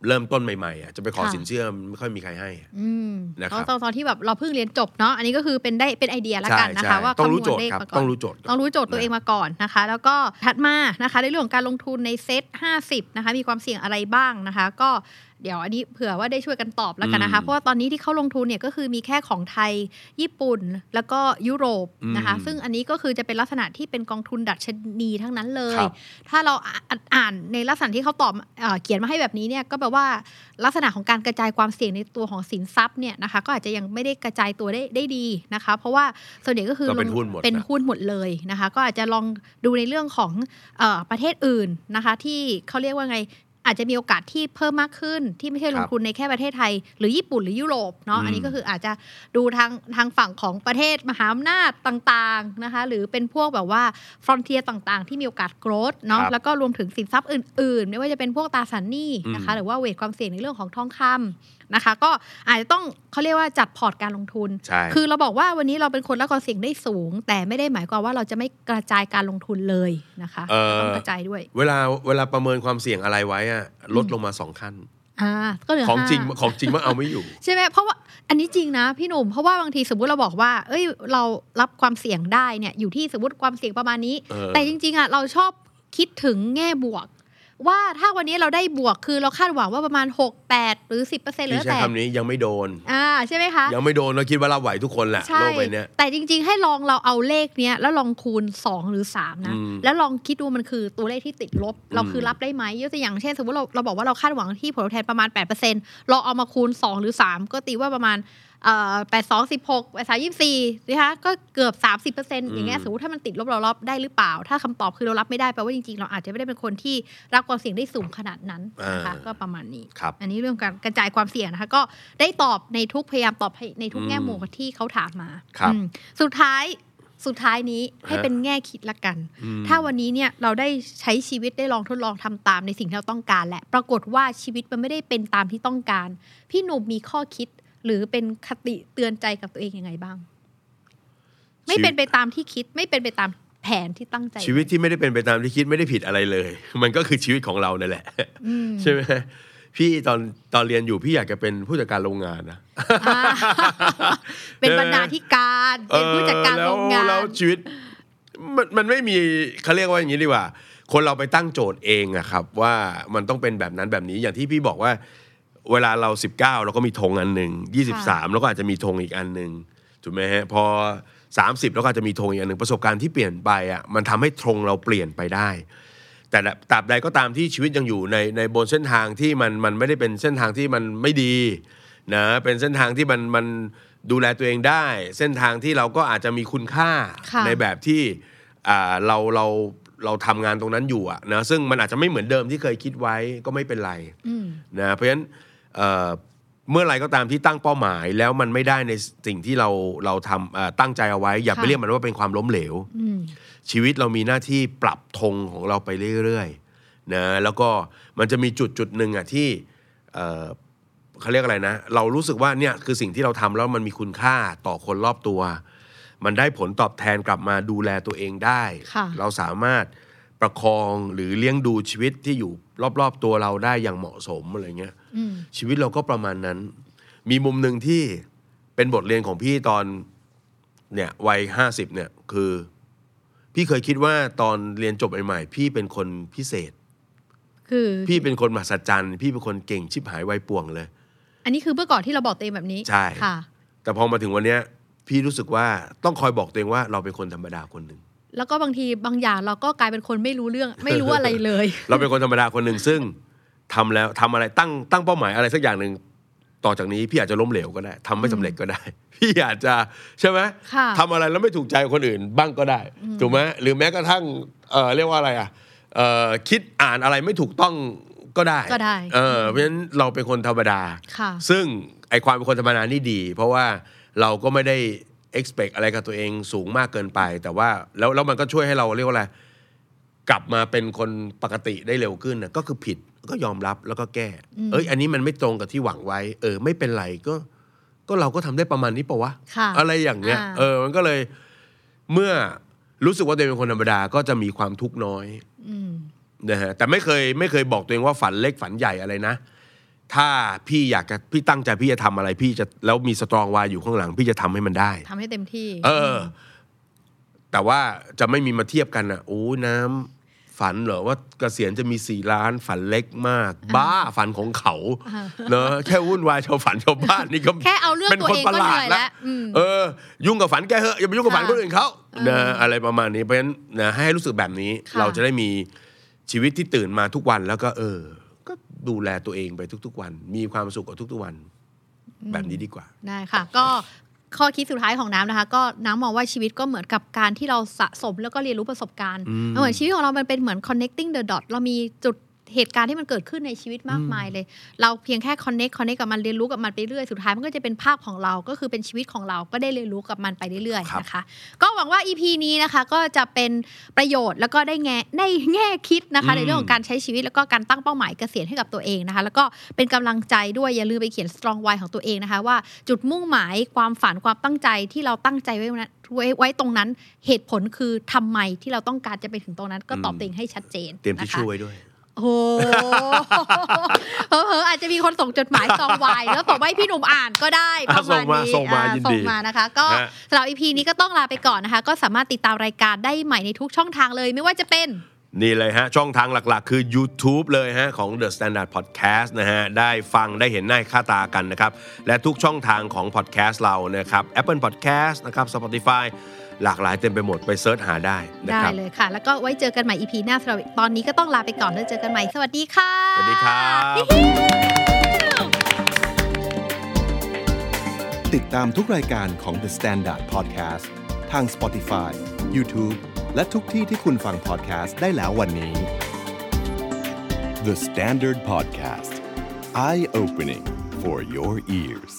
เริ่มต้นใหม่ๆอ่ะจะไปขอ ค่ะ สินเชื่อไม่ค่อยมีใครให้อะ อืม นะครั ตอบ นตอนตอนที่แบบเราเพิ่งเรียนจบเนาะอันนี้ก็คือเป็นได้เป็นไอเดียละกันนะคะ ว่า ต้องรู้ คำนวณ โจทย์ เลข ครับ มาก่ ต้ อ อน งรู้โจทย์ก่น ต้องรู้โจทย์ตัวเองมาก่อนนะคะ แล้วก็ถัดมานะคะในเรื่องของการลงทุนในเซต50นะคะมีความเสี่ยงอะไรบ้างนะคะ ก็เดี๋ยวอันนี้เผื่อว่าได้ช่วยกันตอบแล้วกันนะคะ อืม เพราะว่าตอนนี้ที่เขาลงทุนเนี่ยก็คือมีแค่ของไทยญี่ปุ่นแล้วก็ยุโรปนะคะ อืม ซึ่งอันนี้ก็คือจะเป็นลักษณะที่เป็นกองทุนดัชนีทั้งนั้นเลย ครับ ถ้าเราอ่านอ่านในลักษณะที่เขาตอบเออเขียนมาให้แบบนี้เนี่ยก็แปลว่าลักษณะของการกระจายความเสี่ยงในตัวของสินทรัพย์เนี่ยนะคะก็อาจจะยังไม่ได้กระจายตัวได้ได้ดีนะคะ เพราะว่าส่วนใหญ่ก็คือ ก็เป็นหุ้นหมดนะ เป็นหุ้นหมดเลยนะคะ ก็อาจจะลองดูในเรื่องของเออประเทศอื่นนะคะ ที่เขาเรียกว่าไง อาจจะมีโอกาสที่เพิ่มมากขึ้น ที่ไม่ใช่ลงทุนในแค่ประเทศไทย หรือญี่ปุ่นหรือยุโรปเนาะ อืม อันนี้ก็คืออาจจะดูทางทางฝั่งของประเทศมหาอำนาจต่างๆนะคะ หรือเป็นพวกแบบว่าฟรอนเทียต่างๆ ที่มีโอกาสโกรธเนาะ ครับ แล้วก็รวมถึงสินทรัพย์อื่นๆ ไม่ว่าจะเป็นพวกตราสารหนี้นะคะ อืม หรือว่าเวทความเสี่ยงในเรื่องของทองคำนะคะ ก็อาจจะต้องเขาเรียกว่าจัดพอร์ตการลงทุน ใช่ คือเราบอกว่าวันนี้เราเป็นคนละความเสี่ยงได้สูง แต่ไม่ได้หมายความว่าเราจะไม่กระจายการลงทุนเลยนะคะ เอ่อ ต้องกระจายด้วย เวลาเวลาประเมินความเสี่ยงอะไรไว้อะลดลงมาสองขั้น อ่าก็เหลือ ของ ห้า จริงของจริงมันเอาไม่อยู่ ใช่ไหมเพราะว่าอันนี้จริงนะพี่หนุ่มเพราะว่าบางทีสมมติเราบอกว่า เอ้ยเรารับความเสี่ยงได้เนี่ยอยู่ที่สมมติความเสี่ยงประมาณนี้ เออ แต่จริงๆอ่ะเราชอบคิดถึงแง่บวก ว่าถ้าวันนี้เราได้บวกคือเราคาดหวังว่าประมาณ 6 8 หรือ 10%เหลื ที่ อ ใช้ แต่ คำนี้ยังไม่โดน อ่าใช่ไหมคะ ยังไม่โดนเราคิดว่าเราไหวทุกคนแหละ ใช่ โลกใบเนี้ย แต่จริงๆ ให้ลองเราเอาเลขเนี้ยแล้วลองคูณ 2 หรือ 3 นะ อืม แล้วลองคิดดูมันคือตัวเลขที่ติดลบ เราคือรับได้ไหมยกตัวอย่างเช่น สมมติเราเราบอกว่าเราคาดหวังที่ผลตอบแทนประมาณ 8%เราเอามาคูณ 2 หรือ 3 ก็ตีว่าประมาณแปดสองสิบหกแปดสามยี่สี่นะคะก็เกือบสามสิบเปอร์เซ็นต์อย่างเงี้ย อืม สมมติถ้ามันติดลบเรารับได้หรือเปล่า ถ้าคำตอบคือเรารับไม่ได้แปลว่าจริงๆ เราอาจจะไม่ได้เป็นคนที่รับความเสี่ยงได้สูงขนาดนั้นนะคะก็ประมาณนี้ ครับ อันนี้เรื่องการกระจายความเสี่ยงนะคะ ก็ได้ตอบในทุกพยายามตอบให้ในทุกแง่มุมที่เขาถามมา ครับ อืมสุดท้ายสุดท้ายนี้ให้เป็นแง่คิดละกัน อืม ถ้าวันนี้เนี่ยเราได้ใช้ชีวิตได้ลองทดลองทำตามในสิ่งที่เราต้องการแหละ ปรากฏว่าชีวิตมันไม่ได้เป็นตามที่ต้องการ พี่หนุ่มมีข้อคิดหรือเป็นคติเตือนใจกับตัวเองยังไงบ้าง ไม่เป็นไปตามที่คิด ไม่เป็นไปตามแผนที่ตั้งใจ ชีวิตที่ไม่ได้เป็นไปตามที่คิดไม่ได้ผิดอะไรเลย [laughs] มันก็คือชีวิตของเราเนี่ยแหละ อืม ใช่ไหมพี่ตอนตอนเรียนอยู่พี่อยากจะเป็นผู้จัดการโรงงานนะ อ่า [laughs] เป็นบรรณาธิการเป็นผู้จัดการโรงงา เออแล้วแล้ว น ชีวิตมันมันไม่มีเขาเรียกว่าอย่างนี้ดีกว่า คนเราไปตั้งโจทย์เองอะครับ ว่ามันต้องเป็นแบบนั้นแบบนี้อย่างที่พี่บอกว่า เวลาเรา 19 เราก็มีธงอันหนึ่ง23 แล้วก็อาจจะมีธงอีกอันหนึ่งถูกไหมฮะพอ 30 แล้วก็อาจจะมีธงอีกอันหนึ่งประสบการณ์ที่เปลี่ยนไปอ่ะมันทำให้ธงเราเปลี่ยนไปได้ แต่ละตราบใดก็ตามที่ชีวิตยังอยู่ในในบนเส้นทางที่มันมันไม่ได้เป็นเส้นทางที่มันไม่ดีนะเป็นเส้นทางที่มันมันดูแลตัวเองได้ เส้นทางที่เราก็อาจจะมีคุณค่า ค่ะ ในแบบที่อ่าเราเราเราทำงานตรงนั้นอยู่อะนะซึ่งมันอาจจะไม่เหมือนเดิมที่เคยคิดไว้ก็ไม่เป็นไร อืม นะเพราะฉะนั้นเอ่อเมื่อไหรก็ตามที่ตั้งเป้าหมายแล้วมันไม่ได้ในสิ่งที่เราเราทำเอ่อตั้งใจเอาไว้ อย่าไป ค่ะ เรียกมันว่าเป็นความล้มเหลว อืม ชีวิตเรามีหน้าที่ปรับธงของเราไปเรื่อยๆนะแล้วก็มันจะมีจุดจุดหนึ่งอ่ะที่เอ่อเขาเรียกอะไรนะ เรารู้สึกว่าเนี่ยคือสิ่งที่เราทำแล้วมันมีคุณค่าต่อคนรอบตัว มันได้ผลตอบแทนกลับมาดูแลตัวเองได้ ค่ะ เราสามารถประคองหรือเลี้ยงดูชีวิตที่อยู่รอบๆตัวเราได้อย่างเหมาะสมอะไรเงี้ย อืม ชีวิตเราก็ประมาณนั้น มีมุมหนึ่งที่เป็นบทเรียนของพี่ตอนเนี่ยวัยห้าสิบเนี่ยคือ พี่เคยคิดว่าตอนเรียนจบใหม่ๆพี่เป็นคนพิเศษ คือ พี่เป็นคนมหัศจรรย์ พี่เป็นคนเก่งชิบหายวัยป่วงเลย อันนี้คือเมื่อก่อนที่เราบอกตัวเองแบบนี้ ใช่ ค่ะ แต่พอมาถึงวันเนี้ย พี่รู้สึกว่าต้องคอยบอกตัวเองว่าเราเป็นคนธรรมดาคนหนึ่ง แล้วก็บางทีบางอย่างเราก็กลายเป็นคนไม่รู้ [laughs] เรื่อง ไม่รู้อะไรเลย เราเป็นคนธรรมดาคนหนึ่งซึ่งทำแล้วทำอะไรตั้งตั้งเป้าหมายอะไรสักอย่างหนึ่งต่อจากนี้พี่อาจจะล้มเหลวก็ได้ทำไม่สำเร็จก็ได้ [laughs] พี่อาจจะใช่ไหม ค่ะ ทำอะไรแล้วไม่ถูกใจคนอื่นบ้างก็ได้ถูกไหมหรือแม้กระทั่งเอ่อเรียกว่าอะไรอ่ะเอ่อคิดอ่านอะไรไม่ถูกต้องก็ได้ ก็ได้ เออเพราะฉะนั้นเราเป็นคนธรรมดา [laughs] ค่ะ ซึ่งไอความเป็นคนธรรมดานี่ดี เพราะว่าเราก็ไม่ได้ expect อะไรกับตัวเองสูงมากเกินไป แต่ว่าแล้วแล้วมันก็ช่วยให้เราเรียกว่าอะไร กลับมาเป็นคนปกติได้เร็วขึ้นนะก็คือผิดก็ยอมรับแล้วก็แก้ อืม เอ้ย อันนี้มันไม่ตรงกับที่หวังไว้ เออ ไม่เป็นไรก็ ก็เราก็ทำได้ประมาณนี้ปะวะ ค่ะ อะไรอย่างเงี้ย อ่า เออ มันก็เลยเมื่อรู้สึกว่าตัวเองเป็นคนธรรมดาก็จะมีความทุกข์น้อย อืม นะฮะแต่ไม่เคยไม่เคยบอกตัวเองว่าฝันเล็กฝันใหญ่อะไรนะ ถ้าพี่อยากจะพี่ตั้งใจพี่จะทำอะไรพี่จะแล้วมีสตรองวายอยู่ข้างหลัง พี่จะทำให้มันได้ ทำให้เต็มที่ เออ แต่ว่าจะไม่มีมาเทียบกันอ่ะโอ้ยน้ำฝันเหรอว่าเกษียณจะมีสี่ล้านฝันเล็กมาก บ้าฝันของเขาเนอะแค่วุ่นวายชาวฝันชาวบ้านนี่ก็ แค่เอาเรื่อง ป็น ตัว คน เอง ประ ก็ ห เห ลา นื่ ด อย ละ แล้วอืม เออ ยุ่งกับฝันแกเหอะอย่าไปยุ่งกับฝัน ค่ะ คนอื่นเขา เออ นะอะไรประมาณนี้เพราะฉะนั้นนะให้รู้สึกแบบนี้ ค่ะ เราจะได้มีชีวิตที่ตื่นมาทุกวันแล้วก็เออ ก็ดูแลตัวเองไปทุกๆวัน มีความสุขกับทุกๆวัน แบบนี้ดีกว่า ได้ค่ะ ก็ข้อคิดสุดท้ายของน้ำนะคะ ก็น้ำมองว่าชีวิตก็เหมือนกับการที่เราสะสมแล้วก็เรียนรู้ประสบการณ์ อืม มันเหมือนชีวิตของเรามันเป็นเหมือน connecting the dot เรามีจุดเหตุการณ์ที่มันเกิดขึ้นในชีวิตมากมายเลย เราเพียงแค่ connect connect กับมันเรียนรู้กับมันไปเรื่อยสุดท้ายมันก็จะเป็นภาพของเราก็คือเป็นชีวิตของเราก็ได้เรียนรู้กับมันไปเรื่อย ครัๆบนะคะ ก็หวังว่า EP นี้นะคะก็จะเป็นประโยชน์แล้วก็ได้แง่ได้แง่คิดนะคะ ในเรื่องของการใช้ชีวิตแล้วก็การตั้งเป้าหมายเกษียณให้กับตัวเองนะคะ แล้วก็เป็นกำลังใจด้วยอย่าลืมไปเขียน strong why ของตัวเองนะคะ ว่าจุดมุ่งหมายความฝันความตั้งใจที่เราตั้งใจไว้นะไว้ไว้ตรงนั้นเหตุผลคือทำไมที่เราต้องการจะไปถึงตรงนั้น ก็ตอบตัวเองให้ชัดเจน เตรียมทิช นะคะ ชู่ไว้ด้วย โอ้โหเผลอๆอาจจะมีคนส่งจดหมายซองวายแล้วบอกว่าให้พี่หนุ่มอ่านก็ได้ป อ่ะ ระมาณนี้ ส่งมา อ่ ส่งมายินดี ส่งมานะคะ ก็ ฮะ สำหรับ EP นี้ก็ต้องลาไปก่อนนะคะ ก็สามารถติดตามรายการได้ใหม่ในทุกช่องทางเลย ไม่ว่าจะเป็น นี่เลยฮะ ช่องทางหลักๆ คือ YouTube เลยฮะ ของ The Standard Podcast นะฮะ ได้ฟังได้เห็นหน้าค่าตากันนะครับ และทุกช่องทางของ Podcast เรานะครับ Apple Podcast นะครับ Spotify หลากหลายเต็มไปหมดไปเซิร์ชหาได้ได้นะครับ เลยค่ะ แล้วก็ไว้เจอกันใหม่ EP หน้าสำหรับตอนนี้ก็ต้องลาไปก่อนแล้วเจอกันใหม่ สวัสดีค่ะ สวัสดีครับ ติดตามทุกรายการของ The Standard Podcast ทาง Spotify, YouTube และทุกที่ที่คุณฟัง podcast ได้แล้ววันนี้ The Standard Podcast Eye Opening for Your Ears